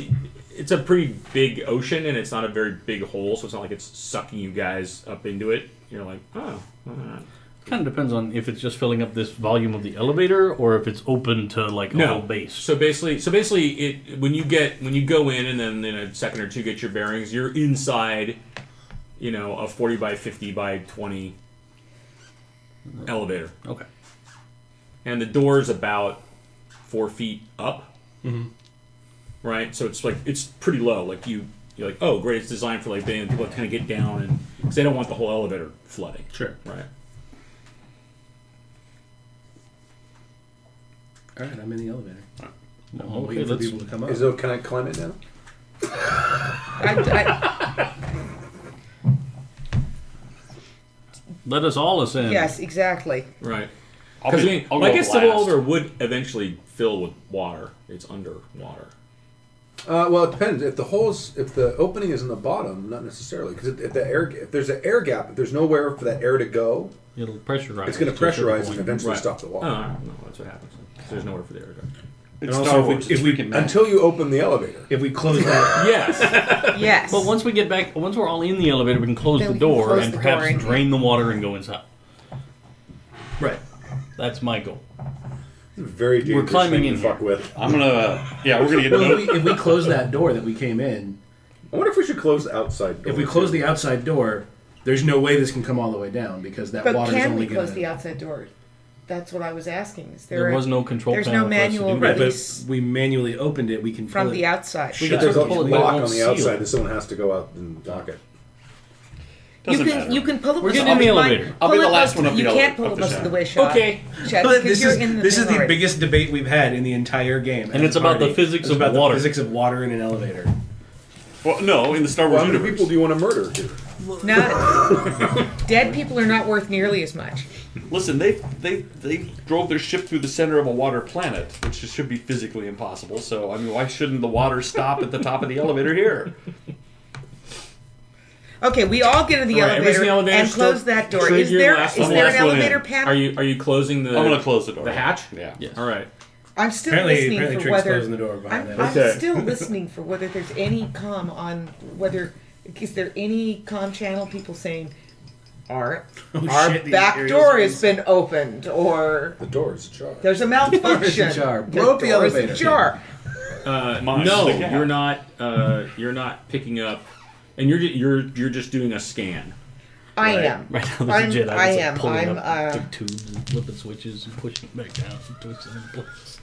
[SPEAKER 1] it's a pretty big ocean, and it's not a very big hole, so it's not like it's sucking you guys up into it. You're like, oh, all right.
[SPEAKER 2] Kind of depends on if it's just filling up this volume of the elevator or if it's open to like a whole base.
[SPEAKER 1] So basically, so basically, it when you get when you go in and then in a second or two get your bearings, you're inside, you know, a forty by fifty by twenty elevator,
[SPEAKER 2] Okay.
[SPEAKER 1] and the door's about four feet up, right? So it's like it's pretty low. Like you, you're like, oh, great, it's designed for like being people to kind of get down and because they don't want the whole elevator flooding,
[SPEAKER 3] Sure.
[SPEAKER 1] right?
[SPEAKER 3] All right, I'm in the elevator.
[SPEAKER 2] Well,
[SPEAKER 3] I'm
[SPEAKER 2] okay,
[SPEAKER 3] waiting for
[SPEAKER 2] let's-
[SPEAKER 3] people to come up.
[SPEAKER 7] Is it, can I climb it now?
[SPEAKER 10] I, I,
[SPEAKER 2] let us all ascend.
[SPEAKER 10] yes, exactly.
[SPEAKER 1] Right.
[SPEAKER 5] I'll
[SPEAKER 1] Because I
[SPEAKER 5] be-
[SPEAKER 1] mean,
[SPEAKER 5] I'll
[SPEAKER 1] like
[SPEAKER 5] go
[SPEAKER 1] it's the whole
[SPEAKER 5] last.
[SPEAKER 1] elevator would eventually fill with water. It's underwater.
[SPEAKER 7] Uh, well, it depends. If the holes, if the opening is in the bottom, not necessarily. Because if the air, if there's an air gap, if there's nowhere for that air to go,
[SPEAKER 2] It'll pressurize.
[SPEAKER 7] it's going
[SPEAKER 2] us
[SPEAKER 7] to
[SPEAKER 2] to a certain
[SPEAKER 7] pressurize
[SPEAKER 2] point.
[SPEAKER 7] and eventually
[SPEAKER 1] Right.
[SPEAKER 7] stop the wall.
[SPEAKER 1] Oh, all right. no, that's what happens. There's nowhere for the air to go.
[SPEAKER 5] It's
[SPEAKER 3] also,
[SPEAKER 5] Star
[SPEAKER 3] if we-
[SPEAKER 5] Wars.
[SPEAKER 3] if
[SPEAKER 5] It's
[SPEAKER 3] we-
[SPEAKER 5] freaking magic.
[SPEAKER 7] Until you open the elevator.
[SPEAKER 3] If we close that,
[SPEAKER 1] Yes.
[SPEAKER 10] Yes.
[SPEAKER 2] But once we get back, once we're all in the elevator, we can close
[SPEAKER 10] Then
[SPEAKER 2] the
[SPEAKER 10] we can
[SPEAKER 2] door
[SPEAKER 10] close
[SPEAKER 2] and
[SPEAKER 10] the
[SPEAKER 2] perhaps
[SPEAKER 10] door and-
[SPEAKER 2] drain the water and go inside.
[SPEAKER 3] right.
[SPEAKER 2] That's my goal.
[SPEAKER 7] Very dangerous.
[SPEAKER 2] climbing
[SPEAKER 7] thing
[SPEAKER 2] in
[SPEAKER 7] to fuck with.
[SPEAKER 5] I'm gonna. Yeah, we're gonna get.
[SPEAKER 3] Well,
[SPEAKER 5] another-
[SPEAKER 3] if we, if we close that door that we came in,
[SPEAKER 7] I wonder if we should close the outside door.
[SPEAKER 3] if we close
[SPEAKER 7] too.
[SPEAKER 3] the outside door, there's no way this can come all the way down because that
[SPEAKER 10] But
[SPEAKER 3] water is
[SPEAKER 10] can we
[SPEAKER 3] only
[SPEAKER 10] close
[SPEAKER 3] going
[SPEAKER 10] the
[SPEAKER 3] to.
[SPEAKER 10] outside door?
[SPEAKER 4] That's what I was asking. Is there,
[SPEAKER 2] There
[SPEAKER 4] a-
[SPEAKER 2] was no control
[SPEAKER 4] there's no
[SPEAKER 2] panel for us to
[SPEAKER 4] manual
[SPEAKER 2] do
[SPEAKER 3] Right,
[SPEAKER 2] that.
[SPEAKER 4] release
[SPEAKER 3] but we manually opened it. We can
[SPEAKER 4] from
[SPEAKER 3] pull
[SPEAKER 4] the
[SPEAKER 3] it.
[SPEAKER 4] outside.
[SPEAKER 2] We
[SPEAKER 7] But
[SPEAKER 2] could
[SPEAKER 7] there's
[SPEAKER 2] pull it,
[SPEAKER 7] a
[SPEAKER 2] but it
[SPEAKER 7] lock
[SPEAKER 2] won't
[SPEAKER 7] on the
[SPEAKER 2] seal.
[SPEAKER 7] outside that someone has to go out and lock it.
[SPEAKER 4] You
[SPEAKER 5] Doesn't
[SPEAKER 4] can
[SPEAKER 5] matter.
[SPEAKER 4] you can pull it.
[SPEAKER 2] We're
[SPEAKER 4] with-
[SPEAKER 2] getting in the elevator.
[SPEAKER 5] I'll be
[SPEAKER 4] pull
[SPEAKER 5] the
[SPEAKER 4] it
[SPEAKER 5] last
[SPEAKER 4] most-
[SPEAKER 5] one up
[SPEAKER 4] You
[SPEAKER 5] the
[SPEAKER 4] can't
[SPEAKER 5] ele-
[SPEAKER 4] pull
[SPEAKER 5] up
[SPEAKER 4] it
[SPEAKER 5] the
[SPEAKER 4] most of
[SPEAKER 5] shaft.
[SPEAKER 4] the way, Sean.
[SPEAKER 2] Okay.
[SPEAKER 4] Chad,
[SPEAKER 3] But
[SPEAKER 4] because
[SPEAKER 3] this
[SPEAKER 4] you're
[SPEAKER 3] is,
[SPEAKER 4] in the
[SPEAKER 3] this
[SPEAKER 4] thing
[SPEAKER 3] is the
[SPEAKER 4] already.
[SPEAKER 3] biggest debate we've had in the entire game, as
[SPEAKER 2] And
[SPEAKER 3] a
[SPEAKER 2] it's about the
[SPEAKER 3] party.
[SPEAKER 2] physics
[SPEAKER 3] It's
[SPEAKER 2] of
[SPEAKER 3] about
[SPEAKER 2] water.
[SPEAKER 3] The physics of water in an elevator.
[SPEAKER 5] Well, no, in the Star Wars
[SPEAKER 7] How many
[SPEAKER 5] universe.
[SPEAKER 7] people do you want to murder here?
[SPEAKER 4] None. Dead people are not worth nearly as much.
[SPEAKER 5] Listen, they they they drove their ship through the center of a water planet, which should be physically impossible. So I mean, why shouldn't the water stop at the top of the elevator here?
[SPEAKER 4] Okay, we all get in the,
[SPEAKER 1] All right,
[SPEAKER 4] elevator,
[SPEAKER 1] everybody's in the elevator,
[SPEAKER 4] and
[SPEAKER 1] still-
[SPEAKER 4] close that door. Is
[SPEAKER 1] Trigger,
[SPEAKER 4] there
[SPEAKER 1] last
[SPEAKER 4] is
[SPEAKER 1] one,
[SPEAKER 4] there an
[SPEAKER 5] last one in.
[SPEAKER 4] elevator panel?
[SPEAKER 1] Are you are you closing the?
[SPEAKER 5] I'm gonna close the door.
[SPEAKER 1] the hatch.
[SPEAKER 5] Yeah.
[SPEAKER 2] Yes.
[SPEAKER 1] All right.
[SPEAKER 4] I'm still
[SPEAKER 3] Apparently,
[SPEAKER 4] listening
[SPEAKER 3] apparently,
[SPEAKER 4] for
[SPEAKER 3] Trick's
[SPEAKER 4] whether
[SPEAKER 3] closing the door behind
[SPEAKER 4] I'm,
[SPEAKER 3] that.
[SPEAKER 4] I'm
[SPEAKER 11] Okay.
[SPEAKER 4] still listening for whether there's any com on whether is there any com channel people saying our
[SPEAKER 2] Oh,
[SPEAKER 4] our
[SPEAKER 3] shit, the
[SPEAKER 4] back
[SPEAKER 3] Imperials
[SPEAKER 4] door
[SPEAKER 3] are
[SPEAKER 4] has been opened or
[SPEAKER 7] The door is ajar.
[SPEAKER 4] there's a malfunction.
[SPEAKER 3] ajar.
[SPEAKER 4] The
[SPEAKER 3] Blow up the
[SPEAKER 4] door is
[SPEAKER 3] elevator.
[SPEAKER 4] ajar.
[SPEAKER 1] Uh,
[SPEAKER 5] Mine.
[SPEAKER 1] no,
[SPEAKER 5] Like, yeah.
[SPEAKER 1] you're not. Uh, you're not picking up, and you're ju- you're you're just doing a scan.
[SPEAKER 4] I
[SPEAKER 1] Right.
[SPEAKER 4] am.
[SPEAKER 2] Right now,
[SPEAKER 4] I'm-
[SPEAKER 2] there's a Jedi
[SPEAKER 4] I
[SPEAKER 2] that's like
[SPEAKER 4] am.
[SPEAKER 2] pulling
[SPEAKER 4] I'm,
[SPEAKER 2] up
[SPEAKER 4] uh,
[SPEAKER 2] the tubes and flipping switches and pushing it back down and twisting in place.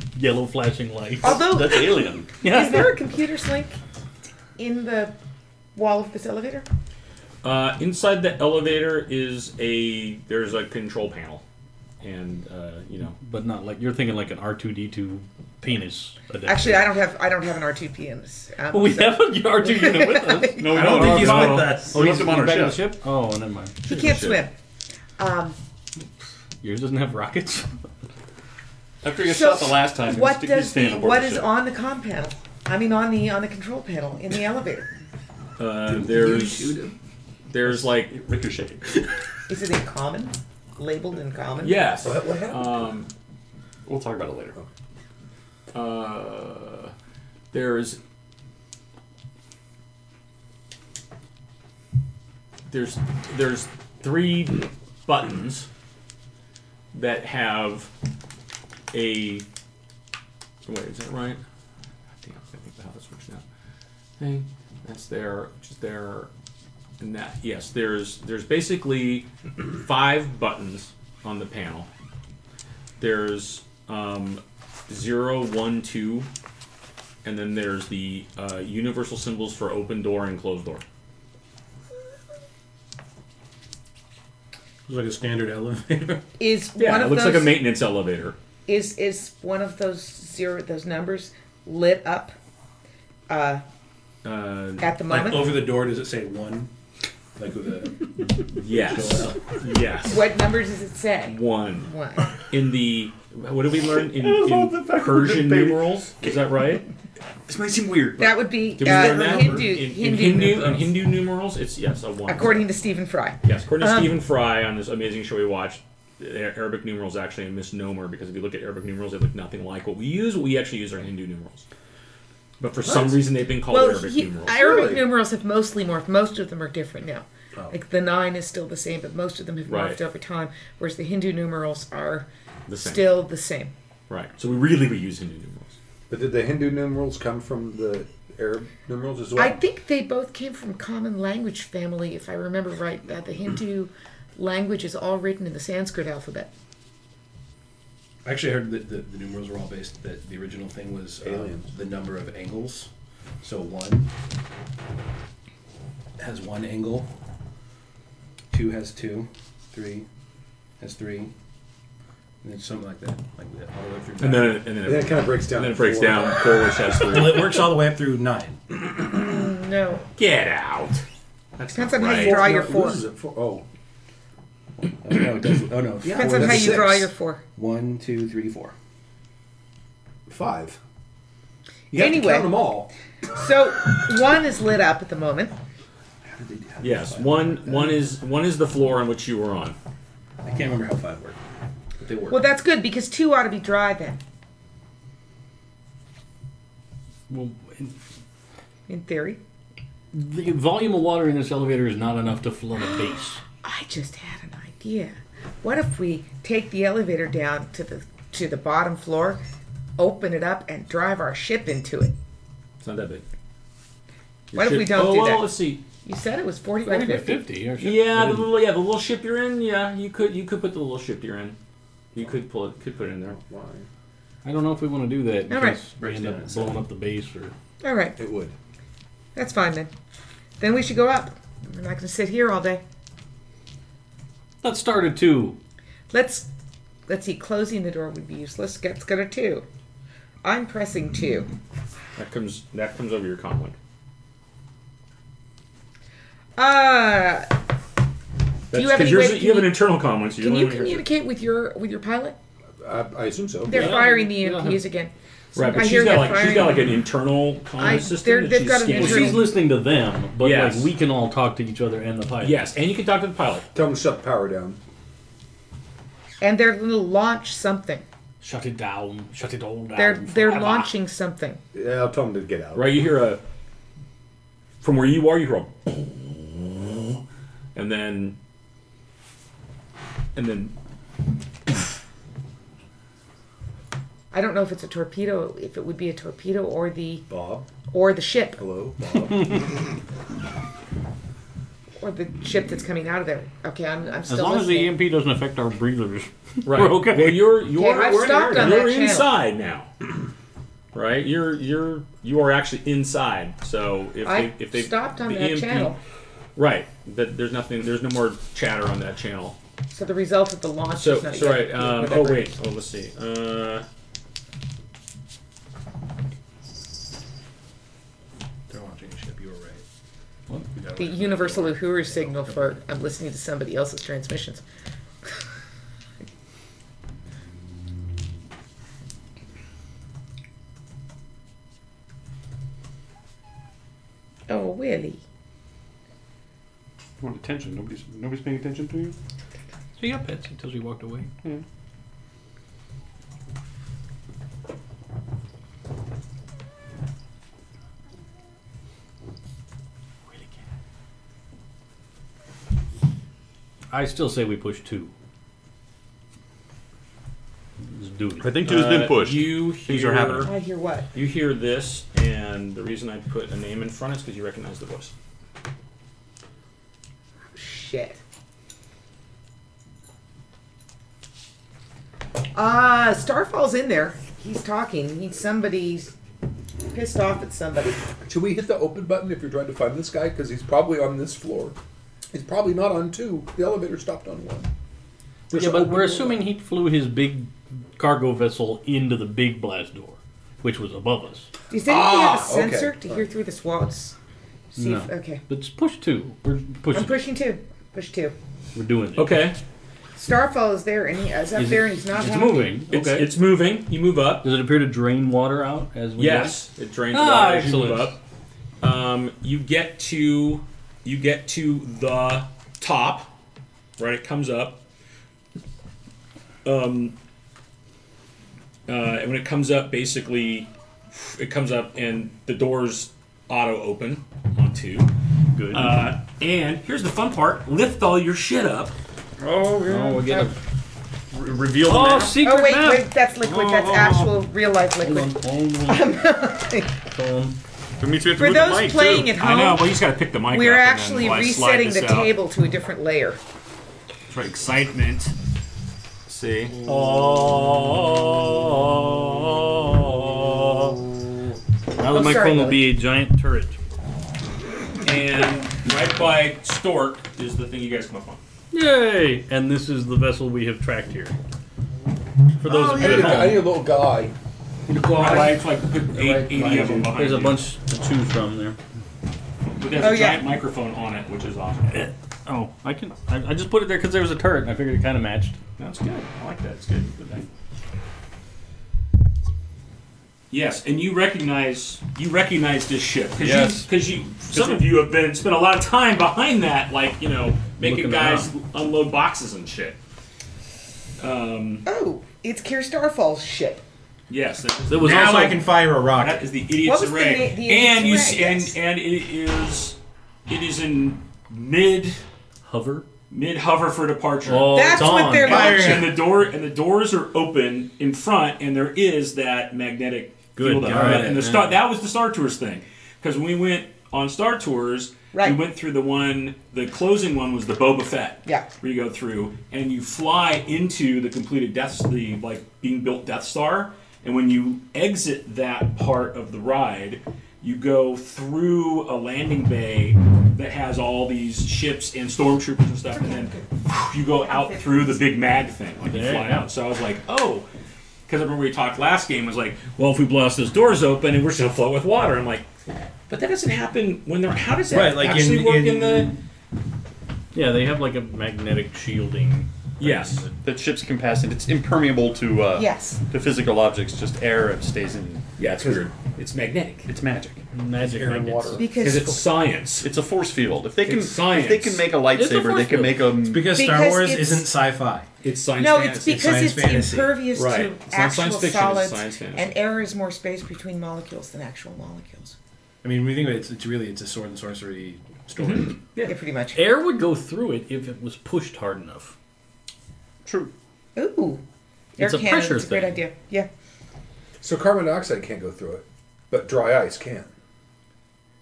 [SPEAKER 2] Yellow flashing lights.
[SPEAKER 4] Although
[SPEAKER 5] That's alien.
[SPEAKER 4] Oh, is there a computer slink in the wall of this elevator?
[SPEAKER 1] Uh, inside the elevator is a there's a control panel, and uh, you know
[SPEAKER 2] But not like you're thinking like an R two D two penis. Adapter.
[SPEAKER 4] Actually, I don't have I don't have an R2 penis. Um,
[SPEAKER 2] Well, we
[SPEAKER 4] so-
[SPEAKER 2] have an R two unit with us.
[SPEAKER 5] No,
[SPEAKER 3] I don't think he's
[SPEAKER 1] no.
[SPEAKER 3] with us.
[SPEAKER 5] Oh, he's him on our
[SPEAKER 2] back
[SPEAKER 5] ship.
[SPEAKER 2] on the ship. Oh, never mind.
[SPEAKER 4] he can't swim. Um,
[SPEAKER 2] Yours doesn't have rockets.
[SPEAKER 5] After he got
[SPEAKER 4] So,
[SPEAKER 5] shot the last time, he
[SPEAKER 4] what
[SPEAKER 5] was- he's
[SPEAKER 4] does
[SPEAKER 5] staying
[SPEAKER 4] the,
[SPEAKER 5] aboard
[SPEAKER 4] what
[SPEAKER 5] the
[SPEAKER 4] is
[SPEAKER 5] ship.
[SPEAKER 4] on the com panel? I mean, on the on the control panel in the elevator.
[SPEAKER 1] uh, there's there's like
[SPEAKER 5] Ricochet.
[SPEAKER 4] Is it in common? Labeled in common?
[SPEAKER 1] yes.
[SPEAKER 7] What, what happened?
[SPEAKER 1] Um,
[SPEAKER 5] We'll talk about it later.
[SPEAKER 1] uh, there's there's there's three buttons that have a wait is that right Damn, I think how this works now thing that's there which is there and that yes there's there's basically five buttons on the panel there's um, zero one two and then there's the uh, universal symbols for open door and closed door
[SPEAKER 3] It's like a standard elevator.
[SPEAKER 4] Is
[SPEAKER 1] Yeah,
[SPEAKER 4] one
[SPEAKER 1] it
[SPEAKER 4] of
[SPEAKER 1] looks
[SPEAKER 4] those
[SPEAKER 1] like a maintenance elevator.
[SPEAKER 4] is is one of those zero those numbers lit up uh,
[SPEAKER 1] Uh,
[SPEAKER 4] at the
[SPEAKER 3] like
[SPEAKER 4] moment?
[SPEAKER 3] over the door, does it say one? Like with a
[SPEAKER 1] yes, yes.
[SPEAKER 4] what numbers does it say?
[SPEAKER 1] One
[SPEAKER 4] One.
[SPEAKER 1] in the what did we learn in, in Persian numerals? Is that right?
[SPEAKER 5] This might seem weird.
[SPEAKER 4] That would be
[SPEAKER 1] Did we
[SPEAKER 4] uh,
[SPEAKER 1] learn that
[SPEAKER 4] Hindu,
[SPEAKER 1] in, in
[SPEAKER 4] Hindu,
[SPEAKER 1] Hindu in
[SPEAKER 4] numerals,
[SPEAKER 1] Hindu numerals? It's yes, a one.
[SPEAKER 4] according to Stephen Fry.
[SPEAKER 1] yes, according to
[SPEAKER 4] Um,
[SPEAKER 1] Stephen Fry on this amazing show we watched. the Arabic numerals actually a misnomer because if you look at Arabic numerals, they look nothing like what we use. What we actually use are Hindu numerals, but for some reason they've been called
[SPEAKER 4] Well,
[SPEAKER 1] Arabic
[SPEAKER 4] he-
[SPEAKER 1] numerals.
[SPEAKER 4] Arabic
[SPEAKER 7] Really?
[SPEAKER 4] numerals have mostly morphed. Most of them are different now. Like the nine is still the same, but most of them have morphed
[SPEAKER 1] Right.
[SPEAKER 4] over time. Whereas the Hindu numerals are
[SPEAKER 1] The same.
[SPEAKER 4] still the same.
[SPEAKER 1] right, so we really we use Hindu numerals.
[SPEAKER 7] But did the Hindu numerals come from the Arab numerals as well?
[SPEAKER 4] I think they both came from common language family, if I remember right. Uh, the Hindu language is all written in the Sanskrit alphabet.
[SPEAKER 3] I actually heard that the, the numerals were all based. That the original thing was um,
[SPEAKER 7] Aliens.
[SPEAKER 3] the number of angles. So one has one angle. Two has two. Three has three. And then something like that, like that, all the way through.
[SPEAKER 1] And
[SPEAKER 3] nine.
[SPEAKER 1] then and then
[SPEAKER 7] And then it
[SPEAKER 1] it,
[SPEAKER 7] kind of breaks down.
[SPEAKER 1] and then it breaks
[SPEAKER 7] four.
[SPEAKER 1] down. Four which has
[SPEAKER 3] well,
[SPEAKER 1] three.
[SPEAKER 3] it works all the way up through nine. Oh,
[SPEAKER 4] No.
[SPEAKER 1] Get out. That's
[SPEAKER 4] Depends
[SPEAKER 1] not
[SPEAKER 4] on how
[SPEAKER 1] right.
[SPEAKER 4] you draw
[SPEAKER 7] No,
[SPEAKER 4] your
[SPEAKER 7] it
[SPEAKER 4] four.
[SPEAKER 7] loses at four. Oh,
[SPEAKER 3] Oh no, it doesn't. Oh no, yeah.
[SPEAKER 4] Depends
[SPEAKER 7] well,
[SPEAKER 4] on how
[SPEAKER 7] that's
[SPEAKER 4] you draw
[SPEAKER 7] six.
[SPEAKER 4] your four.
[SPEAKER 3] One, two, three, four.
[SPEAKER 7] five. You have to
[SPEAKER 4] Anyway.
[SPEAKER 7] count them all.
[SPEAKER 4] So one is lit up at the moment.
[SPEAKER 3] How did they, how did
[SPEAKER 1] Yes,
[SPEAKER 3] five work
[SPEAKER 1] one
[SPEAKER 3] like
[SPEAKER 1] one
[SPEAKER 3] that?
[SPEAKER 1] is one is the floor on which you were on.
[SPEAKER 3] I can't remember how five worked, but they worked.
[SPEAKER 4] Well, that's good because two ought to be dry then,
[SPEAKER 2] well,
[SPEAKER 4] in theory.
[SPEAKER 2] the volume of water in this elevator is not enough to flood a base.
[SPEAKER 4] I just had an idea. What if we take the elevator down to the to the bottom floor, open it up, and drive our ship into it?
[SPEAKER 1] It's not that big. Your
[SPEAKER 4] What if
[SPEAKER 1] ship-
[SPEAKER 4] we don't
[SPEAKER 1] oh,
[SPEAKER 4] do
[SPEAKER 1] well,
[SPEAKER 4] that?
[SPEAKER 1] let's see.
[SPEAKER 4] You said it was 40 by
[SPEAKER 2] Forty by
[SPEAKER 4] 50.
[SPEAKER 2] fifty. or shit.
[SPEAKER 1] Yeah, the little yeah the little ship you're in. Yeah, you could you could put the little ship you're in. You could pull it. Could put it in there.
[SPEAKER 6] Why?
[SPEAKER 2] I don't know if we want to do that.
[SPEAKER 4] All right.
[SPEAKER 2] because We end up blowing up the base or.
[SPEAKER 4] All right,
[SPEAKER 7] It would.
[SPEAKER 4] that's fine then. Then we should go up. We're not going to sit here all day.
[SPEAKER 2] Let's start at two.
[SPEAKER 4] Let's let's see. Closing the door would be useless. Gets gonna two. I'm pressing two.
[SPEAKER 1] That comes that comes over your comm link.
[SPEAKER 4] Uh,
[SPEAKER 1] That's
[SPEAKER 4] you have
[SPEAKER 1] 'cause
[SPEAKER 4] any
[SPEAKER 1] yours-
[SPEAKER 4] way to
[SPEAKER 1] you have an
[SPEAKER 4] communi-
[SPEAKER 1] internal comm link. So
[SPEAKER 4] can
[SPEAKER 1] you're
[SPEAKER 4] you
[SPEAKER 1] only-
[SPEAKER 4] communicate with your with your pilot?
[SPEAKER 7] I, I assume so.
[SPEAKER 4] They're
[SPEAKER 2] Yeah.
[SPEAKER 4] firing the
[SPEAKER 2] Yeah.
[SPEAKER 4] EMPs again.
[SPEAKER 1] Right,
[SPEAKER 4] I
[SPEAKER 1] but
[SPEAKER 4] hear
[SPEAKER 1] she's got
[SPEAKER 4] they're
[SPEAKER 1] like she's
[SPEAKER 4] firing-
[SPEAKER 1] got like an internal comm
[SPEAKER 4] I- they're-
[SPEAKER 1] system. that
[SPEAKER 4] they've
[SPEAKER 1] she's
[SPEAKER 4] got an
[SPEAKER 1] scanning.
[SPEAKER 2] Well,
[SPEAKER 4] internal-
[SPEAKER 2] she's listening to them, but
[SPEAKER 1] Yes.
[SPEAKER 2] like we can all talk to each other and the pilot.
[SPEAKER 1] Yes, and you can talk to the pilot.
[SPEAKER 7] Tell them to shut the power down.
[SPEAKER 4] And they're gonna launch something.
[SPEAKER 2] Shut it down. Shut it all down.
[SPEAKER 4] They're they're
[SPEAKER 2] forever.
[SPEAKER 4] launching something.
[SPEAKER 7] Yeah, I'll tell them to get out.
[SPEAKER 1] Right, you hear a from where you are, you hear a, and then and then
[SPEAKER 4] I don't know if it's a torpedo, if it would be a torpedo or the
[SPEAKER 7] Bob.
[SPEAKER 4] or the ship
[SPEAKER 7] Hello, Bob.
[SPEAKER 4] or the ship that's coming out of there. Okay, I'm I'm still
[SPEAKER 2] As long as the
[SPEAKER 4] listening.
[SPEAKER 2] EMP doesn't affect our breathers.
[SPEAKER 1] right.
[SPEAKER 2] We're okay.
[SPEAKER 1] Well, you're you're
[SPEAKER 4] Okay, I've
[SPEAKER 1] we're in
[SPEAKER 4] stopped
[SPEAKER 1] there.
[SPEAKER 4] on
[SPEAKER 1] you're
[SPEAKER 4] that channel.
[SPEAKER 1] inside now. Right, you're you're you are actually inside. So if
[SPEAKER 4] I
[SPEAKER 1] they if they
[SPEAKER 4] stopped on
[SPEAKER 1] the
[SPEAKER 4] that
[SPEAKER 1] EMP
[SPEAKER 4] channel.
[SPEAKER 1] right, that there's nothing, there's no more chatter on that channel.
[SPEAKER 4] So the result of the launch
[SPEAKER 1] So,
[SPEAKER 4] is not
[SPEAKER 1] so
[SPEAKER 4] yet-
[SPEAKER 1] right. Um, oh
[SPEAKER 4] whatever.
[SPEAKER 1] wait. Oh, let's see. Uh,
[SPEAKER 3] They're launching a ship. You were right. We got
[SPEAKER 4] The
[SPEAKER 3] away from
[SPEAKER 4] universal
[SPEAKER 3] that.
[SPEAKER 4] uhuru signal for I'm listening to somebody else's transmissions. oh, really?
[SPEAKER 5] You want attention? Nobody's nobody's paying attention to you.
[SPEAKER 2] So you got pets until you walked away.
[SPEAKER 4] Hmm.
[SPEAKER 2] I still say we push two. Let's do it.
[SPEAKER 6] I think two's been
[SPEAKER 1] uh,
[SPEAKER 6] pushed.
[SPEAKER 1] You
[SPEAKER 6] Things
[SPEAKER 1] hear-
[SPEAKER 6] are happening.
[SPEAKER 4] I hear what?
[SPEAKER 1] You hear this, and the reason I put a name in front is because you recognize the voice.
[SPEAKER 4] Shit. Uh, Starfall's in there. He's talking. He's somebody's pissed off at somebody.
[SPEAKER 7] Should we hit the open button if you're trying to find this guy? Because he's probably on this floor. He's probably not on two. The elevator stopped on one. There's
[SPEAKER 2] yeah,
[SPEAKER 7] an
[SPEAKER 2] but
[SPEAKER 7] open
[SPEAKER 2] we're
[SPEAKER 7] door.
[SPEAKER 2] assuming he flew his big cargo vessel into the big blast door, which was above us.
[SPEAKER 4] Does anybody have a
[SPEAKER 7] Ah, okay.
[SPEAKER 4] sensor to hear through the swats? See if,
[SPEAKER 2] No.
[SPEAKER 4] okay.
[SPEAKER 2] But just push two. We're
[SPEAKER 4] I'm
[SPEAKER 2] pushing.
[SPEAKER 4] pushing two. Push two.
[SPEAKER 2] We're doing it.
[SPEAKER 1] Okay,
[SPEAKER 4] Starfall is there, and he is up
[SPEAKER 2] Is it-
[SPEAKER 4] there, and he's not.
[SPEAKER 2] It's
[SPEAKER 4] wanted.
[SPEAKER 2] moving.
[SPEAKER 1] it's,
[SPEAKER 2] okay.
[SPEAKER 1] it's moving. You move up.
[SPEAKER 2] Does it appear to drain water out as we
[SPEAKER 1] Yes, it drains
[SPEAKER 2] Ah,
[SPEAKER 1] water as you
[SPEAKER 2] excellent.
[SPEAKER 1] move up. Um, you get to you get to the top, right? It comes up. Um, uh, and when it comes up, basically, it comes up and the doors auto open on two.
[SPEAKER 2] go? Good.
[SPEAKER 1] Uh, and here's the fun part: lift all your shit up.
[SPEAKER 6] Oh, yeah.
[SPEAKER 2] oh, we get a
[SPEAKER 6] Re- reveal the
[SPEAKER 2] oh
[SPEAKER 6] map.
[SPEAKER 2] secret
[SPEAKER 4] Oh wait,
[SPEAKER 2] map.
[SPEAKER 4] wait, that's liquid. That's actual real life
[SPEAKER 2] Hold on.
[SPEAKER 4] liquid.
[SPEAKER 2] Hold on. Hold on.
[SPEAKER 6] It means we have
[SPEAKER 4] For
[SPEAKER 6] to move the
[SPEAKER 4] those
[SPEAKER 6] mic,
[SPEAKER 4] playing
[SPEAKER 6] too.
[SPEAKER 4] at home,
[SPEAKER 1] you just got to pick the mic.
[SPEAKER 4] we're actually resetting the table to a different layer.
[SPEAKER 1] for excitement.
[SPEAKER 6] See?
[SPEAKER 2] Now the
[SPEAKER 4] Oh, sorry,
[SPEAKER 2] microphone will
[SPEAKER 4] Lily.
[SPEAKER 2] be a giant turret.
[SPEAKER 1] And right by Stork is the thing you guys come up on.
[SPEAKER 2] Yay! And this is the vessel we have tracked here. For those
[SPEAKER 7] I
[SPEAKER 2] of you
[SPEAKER 7] need,
[SPEAKER 2] at
[SPEAKER 7] a, I need
[SPEAKER 2] home,
[SPEAKER 7] a little guy.
[SPEAKER 1] Right, it's like put eight,
[SPEAKER 7] Right
[SPEAKER 1] eighty of them
[SPEAKER 7] behind
[SPEAKER 1] behind
[SPEAKER 2] there's a
[SPEAKER 1] you.
[SPEAKER 2] bunch to choose from there.
[SPEAKER 1] But there's
[SPEAKER 4] Oh,
[SPEAKER 1] a
[SPEAKER 4] yeah.
[SPEAKER 1] giant microphone on it, which is awesome.
[SPEAKER 2] Oh, I can. I, I just put it there because there was a turret, and I figured it kind of matched.
[SPEAKER 1] That's good. I like that. It's good. Good thing. Yes, and you recognize you recognize this ship. Cause
[SPEAKER 6] Yes.
[SPEAKER 1] because you, some of you have been spent a lot of time behind that, like you know, making
[SPEAKER 2] Looking
[SPEAKER 1] guys unload boxes and shit. Um,
[SPEAKER 4] Oh, it's Kier Starfall's ship.
[SPEAKER 1] yes, that is,
[SPEAKER 2] There was
[SPEAKER 3] Now
[SPEAKER 2] also
[SPEAKER 3] I can fire a
[SPEAKER 1] that
[SPEAKER 3] rocket.
[SPEAKER 1] is the idiot's
[SPEAKER 4] What was the
[SPEAKER 1] array,
[SPEAKER 4] na- the
[SPEAKER 1] and you
[SPEAKER 4] idiot's
[SPEAKER 1] see,
[SPEAKER 4] array,
[SPEAKER 1] and
[SPEAKER 4] yes.
[SPEAKER 1] and it is it is in mid
[SPEAKER 2] hover.
[SPEAKER 1] mid hover for departure.
[SPEAKER 2] Oh,
[SPEAKER 4] That's
[SPEAKER 2] it's
[SPEAKER 4] what
[SPEAKER 2] on.
[SPEAKER 4] they're
[SPEAKER 1] And-
[SPEAKER 4] Fire.
[SPEAKER 1] And the door and the doors are open in front, and there is that magnetic
[SPEAKER 2] Good
[SPEAKER 1] field.
[SPEAKER 2] God.
[SPEAKER 1] element. and the
[SPEAKER 2] Yeah.
[SPEAKER 1] star that was the Star Tours thing because we went on Star Tours,
[SPEAKER 10] Right.
[SPEAKER 1] you went through the one, the closing one was the Boba Fett.
[SPEAKER 10] Yeah.
[SPEAKER 1] Where you go through and you fly into the completed Death, the like being built Death Star, and when you exit that part of the ride, you go through a landing bay that has all these ships and stormtroopers and stuff, and then you go out through the big mag thing, like you
[SPEAKER 2] There you
[SPEAKER 1] fly
[SPEAKER 2] go.
[SPEAKER 1] out. So I was like, oh. Because I remember we talked last game was like, well, if we blast those doors open and we're just gonna float with water. I'm like, but that doesn't happen when they're. How does that
[SPEAKER 3] Right, like in-
[SPEAKER 1] actually work in,
[SPEAKER 3] in-
[SPEAKER 1] the?
[SPEAKER 2] Yeah, they have like a magnetic shielding.
[SPEAKER 1] Yes,
[SPEAKER 6] That ship's capacity, it's impermeable to uh,
[SPEAKER 10] Yes.
[SPEAKER 6] to physical objects, just air it stays in.
[SPEAKER 1] yeah, it's weird. It's magnetic
[SPEAKER 6] It's magic.
[SPEAKER 2] Magic
[SPEAKER 3] Air and
[SPEAKER 2] magnets.
[SPEAKER 3] water.
[SPEAKER 1] because
[SPEAKER 10] Because,
[SPEAKER 1] it's science.
[SPEAKER 6] Mm-hmm. It's a force field. If they can,
[SPEAKER 1] It's science.
[SPEAKER 6] if they can make a lightsaber, they
[SPEAKER 2] force
[SPEAKER 6] can
[SPEAKER 2] field.
[SPEAKER 6] make a.
[SPEAKER 3] Because Star
[SPEAKER 10] Because
[SPEAKER 3] Wars
[SPEAKER 10] it's-
[SPEAKER 3] isn't sci-fi.
[SPEAKER 1] It's science.
[SPEAKER 10] no, it's
[SPEAKER 1] fantasy.
[SPEAKER 10] because
[SPEAKER 3] science
[SPEAKER 10] it's
[SPEAKER 3] fantasy.
[SPEAKER 10] impervious
[SPEAKER 1] Right.
[SPEAKER 10] to
[SPEAKER 1] It's not
[SPEAKER 10] actual
[SPEAKER 1] science fiction, it's
[SPEAKER 10] solids,
[SPEAKER 1] science fantasy.
[SPEAKER 10] and air is more space between molecules than actual molecules.
[SPEAKER 3] I mean, when you think about it, it's, it's really it's a sword and sorcery story.
[SPEAKER 10] Yeah, pretty much.
[SPEAKER 2] Air would go through it if it was pushed hard enough.
[SPEAKER 6] True.
[SPEAKER 10] Ooh,
[SPEAKER 2] It's a
[SPEAKER 10] air cannon.
[SPEAKER 2] pressure
[SPEAKER 10] It's a great
[SPEAKER 2] thing.
[SPEAKER 10] idea. Yeah,
[SPEAKER 7] So carbon dioxide can't go through it, but dry ice can.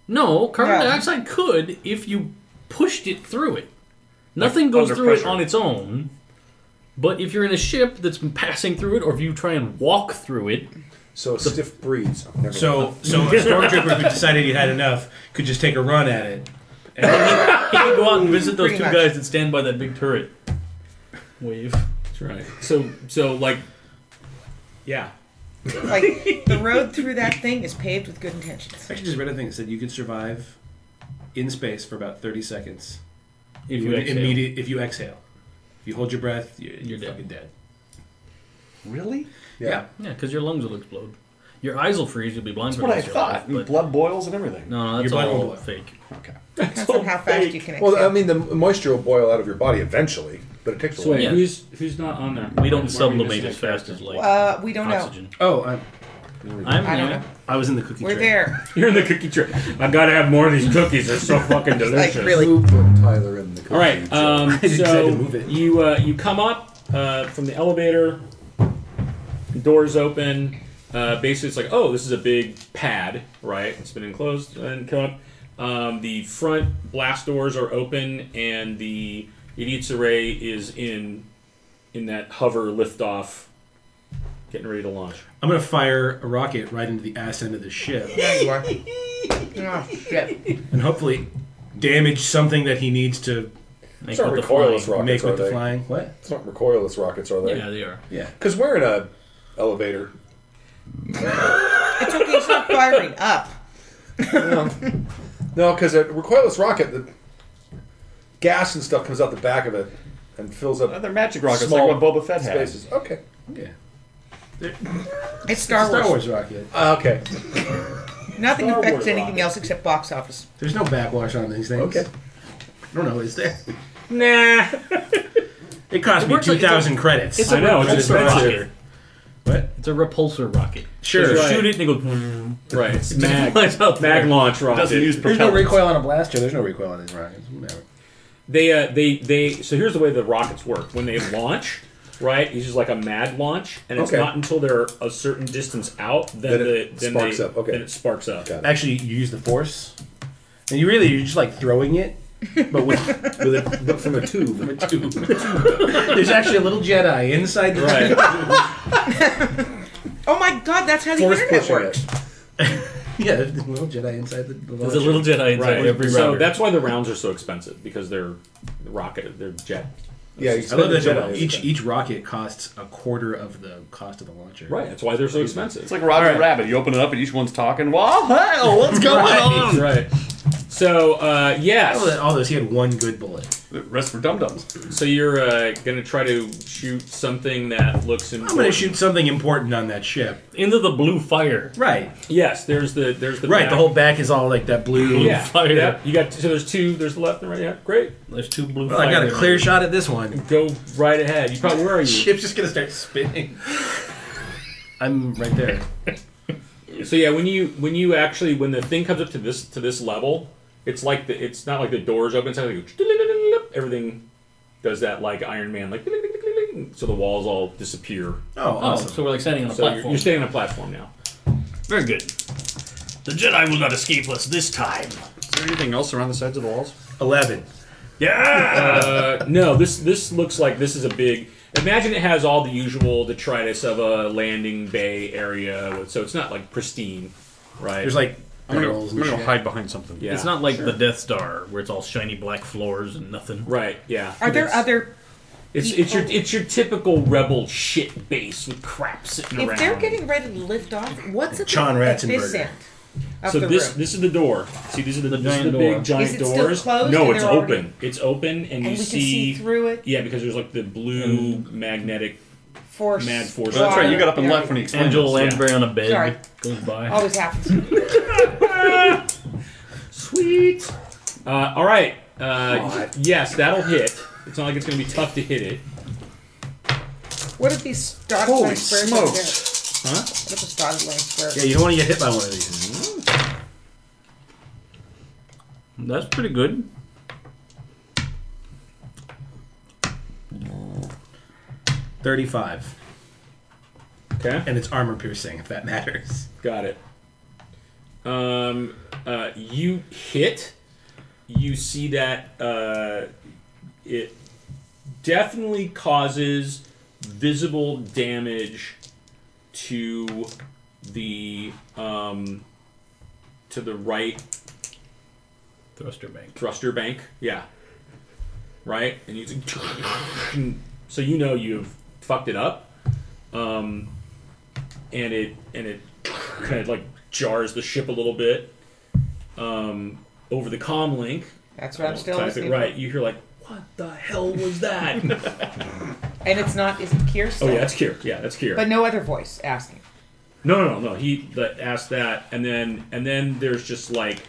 [SPEAKER 2] No, carbon
[SPEAKER 10] No.
[SPEAKER 2] dioxide could if you pushed it through it. Nothing goes
[SPEAKER 6] under
[SPEAKER 2] through
[SPEAKER 6] pressure.
[SPEAKER 2] it on its own. But if you're in a ship that's passing through it, or if you try and walk through it,
[SPEAKER 7] So a stiff breeze. Never mind.
[SPEAKER 3] So, so a stormtrooper who decided he had enough could just take a run at it.
[SPEAKER 2] he can go out and visit those
[SPEAKER 10] Pretty
[SPEAKER 2] two
[SPEAKER 10] much.
[SPEAKER 2] guys that stand by that big turret. Wave.
[SPEAKER 1] That's right. So, so like, yeah,
[SPEAKER 10] like the road through that thing is paved with good intentions.
[SPEAKER 3] I actually just read a thing that said you could survive in space for about 30 seconds.
[SPEAKER 2] If
[SPEAKER 3] You
[SPEAKER 2] you
[SPEAKER 3] would
[SPEAKER 2] exhale.
[SPEAKER 3] immediate if you exhale. If you hold your breath, you're, you're,
[SPEAKER 2] dead.
[SPEAKER 3] fucking dead.
[SPEAKER 5] Really?
[SPEAKER 7] yeah.
[SPEAKER 3] yeah.
[SPEAKER 2] Yeah, because your lungs will explode. Your eyes will freeze. You'll be blind
[SPEAKER 5] That's
[SPEAKER 2] for
[SPEAKER 5] what
[SPEAKER 2] the
[SPEAKER 5] I
[SPEAKER 2] rest of your life,
[SPEAKER 5] thought.
[SPEAKER 2] but-
[SPEAKER 5] Blood boils and everything.
[SPEAKER 2] No, no, that's
[SPEAKER 3] Your blood
[SPEAKER 2] all
[SPEAKER 3] will boil.
[SPEAKER 2] fake.
[SPEAKER 5] Okay.
[SPEAKER 10] Depends on how fast you can exhale.
[SPEAKER 7] Well, I mean, the moisture will boil out of your body evenally, but it takes a
[SPEAKER 1] so wait,
[SPEAKER 7] while.
[SPEAKER 2] Yeah.
[SPEAKER 1] who's who's not on there?
[SPEAKER 2] We don't
[SPEAKER 1] Why are we
[SPEAKER 2] sublimate
[SPEAKER 1] missing
[SPEAKER 2] as
[SPEAKER 1] a
[SPEAKER 2] fast
[SPEAKER 1] character?
[SPEAKER 2] as like
[SPEAKER 10] uh, we don't
[SPEAKER 2] oxygen.
[SPEAKER 3] Oh, I'm,
[SPEAKER 2] I'm
[SPEAKER 10] I don't
[SPEAKER 2] there.
[SPEAKER 10] know.
[SPEAKER 3] I was in the cookie
[SPEAKER 10] know. We're
[SPEAKER 3] tray.
[SPEAKER 10] there.
[SPEAKER 1] You're in the cookie tray. I gotta have more of these cookies. They're so fucking delicious.
[SPEAKER 10] really.
[SPEAKER 7] Who put Tyler in the
[SPEAKER 1] All right. Um,
[SPEAKER 3] decided to
[SPEAKER 1] so
[SPEAKER 3] move it.
[SPEAKER 1] you uh, you come up uh, from the elevator. Doors open. Uh, basically, it's like oh, this is a big pad, right? It's been enclosed and come up. Um, the front blast doors are open, and the idiot's array is in in that hover liftoff, getting ready to launch.
[SPEAKER 3] I'm gonna fire a rocket right into the ass end of the ship,
[SPEAKER 10] There you are. Oh, shit.
[SPEAKER 3] and hopefully damage something that he needs to
[SPEAKER 2] Make
[SPEAKER 7] It's not
[SPEAKER 2] with the flying.
[SPEAKER 7] recoilless rockets,
[SPEAKER 3] make
[SPEAKER 7] are
[SPEAKER 3] with the
[SPEAKER 7] they?
[SPEAKER 3] flying. What?
[SPEAKER 7] It's not recoilless rockets, are
[SPEAKER 2] Yeah,
[SPEAKER 7] they?
[SPEAKER 2] they are.
[SPEAKER 3] Yeah.
[SPEAKER 7] Because we're in a elevator.
[SPEAKER 10] It's okay. It's not firing up.
[SPEAKER 7] No, because a recoilless rocket, the gas and stuff comes out the back of it and fills up
[SPEAKER 6] They're magic rockets
[SPEAKER 7] Small
[SPEAKER 6] like what Boba Fett had.
[SPEAKER 7] spaces. Okay.
[SPEAKER 3] Yeah.
[SPEAKER 10] It's Star,
[SPEAKER 3] Star
[SPEAKER 10] Wars.
[SPEAKER 3] Wars rocket.
[SPEAKER 7] Uh, okay.
[SPEAKER 10] Nothing
[SPEAKER 1] Star
[SPEAKER 10] affects
[SPEAKER 1] Wars
[SPEAKER 10] anything
[SPEAKER 1] rocket.
[SPEAKER 10] else except box office.
[SPEAKER 3] There's no backwash on these things.
[SPEAKER 7] Okay.
[SPEAKER 3] I don't know. Is there?
[SPEAKER 1] Nah,
[SPEAKER 3] It cost
[SPEAKER 2] It
[SPEAKER 3] me
[SPEAKER 2] works like
[SPEAKER 3] two
[SPEAKER 2] it's a-
[SPEAKER 3] thousand credits.
[SPEAKER 2] Eh, It's
[SPEAKER 1] I
[SPEAKER 2] a
[SPEAKER 1] know it's
[SPEAKER 2] repulsor
[SPEAKER 1] expensive.
[SPEAKER 2] rocket.
[SPEAKER 3] what?
[SPEAKER 2] It's a repulsor rocket.
[SPEAKER 3] Sure.
[SPEAKER 2] You
[SPEAKER 1] Right.
[SPEAKER 2] shoot it and it goes.
[SPEAKER 1] Right, it's mag,
[SPEAKER 2] flies out there.
[SPEAKER 1] mag launch rocket.
[SPEAKER 6] Doesn't use
[SPEAKER 3] There's no
[SPEAKER 6] propellants.
[SPEAKER 3] recoil on a blaster. There's no recoil on these rockets. Whatever.
[SPEAKER 1] they uh, they they so here's the way the rockets work when they launch right it's just like a mad launch and it's
[SPEAKER 7] Okay.
[SPEAKER 1] not until they're a certain distance out then,
[SPEAKER 7] Then
[SPEAKER 1] the,
[SPEAKER 7] it
[SPEAKER 1] then
[SPEAKER 7] sparks
[SPEAKER 1] they,
[SPEAKER 7] up, okay.
[SPEAKER 1] then it sparks up
[SPEAKER 7] Got it.
[SPEAKER 3] Actually, you use the force, and you really you're just like throwing it, but with
[SPEAKER 7] With a- but from a tube.
[SPEAKER 3] a tube. There's actually a little Jedi inside the tube.
[SPEAKER 1] right
[SPEAKER 10] Oh my god, that's how the
[SPEAKER 7] Force
[SPEAKER 10] internet
[SPEAKER 7] pushing
[SPEAKER 10] works.
[SPEAKER 7] it.
[SPEAKER 3] Yeah, there's a little Jedi inside the. the
[SPEAKER 2] There's a little Jedi inside
[SPEAKER 1] right
[SPEAKER 2] every
[SPEAKER 1] so
[SPEAKER 2] router.
[SPEAKER 1] that's why the rounds are so expensive because they're rocket they're jet
[SPEAKER 7] Yeah,
[SPEAKER 3] I love that each each rocket costs a quarter of the cost of the launcher.
[SPEAKER 1] right that's why they're so expensive
[SPEAKER 6] It's like Roger Rabbit. You open it up and each one's talking. Well, hell, what's going on?
[SPEAKER 1] right so uh,
[SPEAKER 3] All those,
[SPEAKER 1] yes
[SPEAKER 3] all those, he had one good bullet.
[SPEAKER 6] The rest for dum dums.
[SPEAKER 1] so you're uh, gonna try to shoot something that looks important.
[SPEAKER 3] I'm gonna shoot something important on that ship.
[SPEAKER 2] into the blue fire.
[SPEAKER 3] Right,
[SPEAKER 1] yes there's the there's the
[SPEAKER 3] right.
[SPEAKER 1] back.
[SPEAKER 3] The whole back is all like that blue.
[SPEAKER 1] yeah,
[SPEAKER 2] fire.
[SPEAKER 1] yeah you got so there's two there's the left and right yeah great
[SPEAKER 2] There's two blue.
[SPEAKER 3] Well, I got a
[SPEAKER 2] fire
[SPEAKER 3] clear shot at this one.
[SPEAKER 1] go right ahead. You probably where are you?
[SPEAKER 3] Ship's just gonna start spinning. I'm right there.
[SPEAKER 1] So yeah, when you when you actually when the thing comes up to this to this level, it's like the it's not like the doors open. It's not like everything does that like Iron Man like so the walls all disappear.
[SPEAKER 3] Oh,
[SPEAKER 2] Oh,
[SPEAKER 3] awesome.
[SPEAKER 2] so we're like standing on a
[SPEAKER 1] So you're,
[SPEAKER 2] platform.
[SPEAKER 1] you're staying on a platform now.
[SPEAKER 2] Very good. The Jedi will not escape us this time.
[SPEAKER 6] there anything else around the sides of the walls?
[SPEAKER 3] Eleven.
[SPEAKER 1] Yeah. Uh, no, this this looks like this is a big. Imagine it has all the usual detritus of a landing bay area, with, so it's not like pristine, right?
[SPEAKER 3] There's like
[SPEAKER 6] I'm gonna, go-
[SPEAKER 3] barrels
[SPEAKER 6] I'm
[SPEAKER 3] and
[SPEAKER 6] gonna go
[SPEAKER 3] shit.
[SPEAKER 6] hide behind something.
[SPEAKER 1] yeah,
[SPEAKER 2] It's not like the Death Star where it's all shiny black floors and nothing.
[SPEAKER 1] right. Yeah.
[SPEAKER 4] Are there
[SPEAKER 1] It's-
[SPEAKER 4] other?
[SPEAKER 1] It's it's your it's your typical rebel shit base with crap sitting around.
[SPEAKER 4] If they're getting ready to lift off, what's at
[SPEAKER 3] John
[SPEAKER 4] the, at this
[SPEAKER 3] Ratzenberger.
[SPEAKER 4] end of
[SPEAKER 1] so
[SPEAKER 4] the
[SPEAKER 1] this
[SPEAKER 4] room?
[SPEAKER 1] this is the door. See, these are the, this is
[SPEAKER 2] giant
[SPEAKER 1] the
[SPEAKER 2] door.
[SPEAKER 1] big giant
[SPEAKER 4] Is it still
[SPEAKER 1] doors.
[SPEAKER 4] closed
[SPEAKER 1] no,
[SPEAKER 4] and
[SPEAKER 1] it's
[SPEAKER 4] they're
[SPEAKER 1] open.
[SPEAKER 4] already-
[SPEAKER 1] It's open, and, you
[SPEAKER 4] and we can see through it
[SPEAKER 1] Yeah, because there's like the blue magnetic
[SPEAKER 4] force.
[SPEAKER 1] mad force.
[SPEAKER 6] Well, that's right. You got up and
[SPEAKER 4] Yeah.
[SPEAKER 6] left when he explained.
[SPEAKER 2] Angela
[SPEAKER 1] yeah.
[SPEAKER 2] Lansbury on a bed
[SPEAKER 4] Sorry.
[SPEAKER 2] goes by.
[SPEAKER 4] Always happens.
[SPEAKER 1] Sweet. Uh, all right. Uh, yes, that'll hit. It's not like it's going to be tough to hit it.
[SPEAKER 4] What if these dotted
[SPEAKER 6] Holy
[SPEAKER 4] line squares
[SPEAKER 6] smokes.
[SPEAKER 4] are there? What if this dotted line square?
[SPEAKER 3] Yeah, you don't want to get hit by one of these.
[SPEAKER 2] That's pretty good.
[SPEAKER 3] Thirty-five,
[SPEAKER 1] Okay.
[SPEAKER 3] and it's armor piercing if that matters.
[SPEAKER 1] Got it. Um, uh, you hit. You see that uh, it definitely causes visible damage to the um, to the right
[SPEAKER 2] Thruster bank.
[SPEAKER 1] thruster bank. Yeah. Right? And you so you know you've fucked it up. Um, and it and it kind of like jars the ship a little bit. Um, over the comm link.
[SPEAKER 4] That's what I'm still
[SPEAKER 1] type it
[SPEAKER 4] listening.
[SPEAKER 1] right, you hear like, what the hell was that?
[SPEAKER 4] for. And it's not. Is it Kirsten?
[SPEAKER 1] oh yeah, that's Kier. Yeah, that's Kier.
[SPEAKER 4] But no other voice asking.
[SPEAKER 1] No, no, no. He that asked that, and then and then there's just like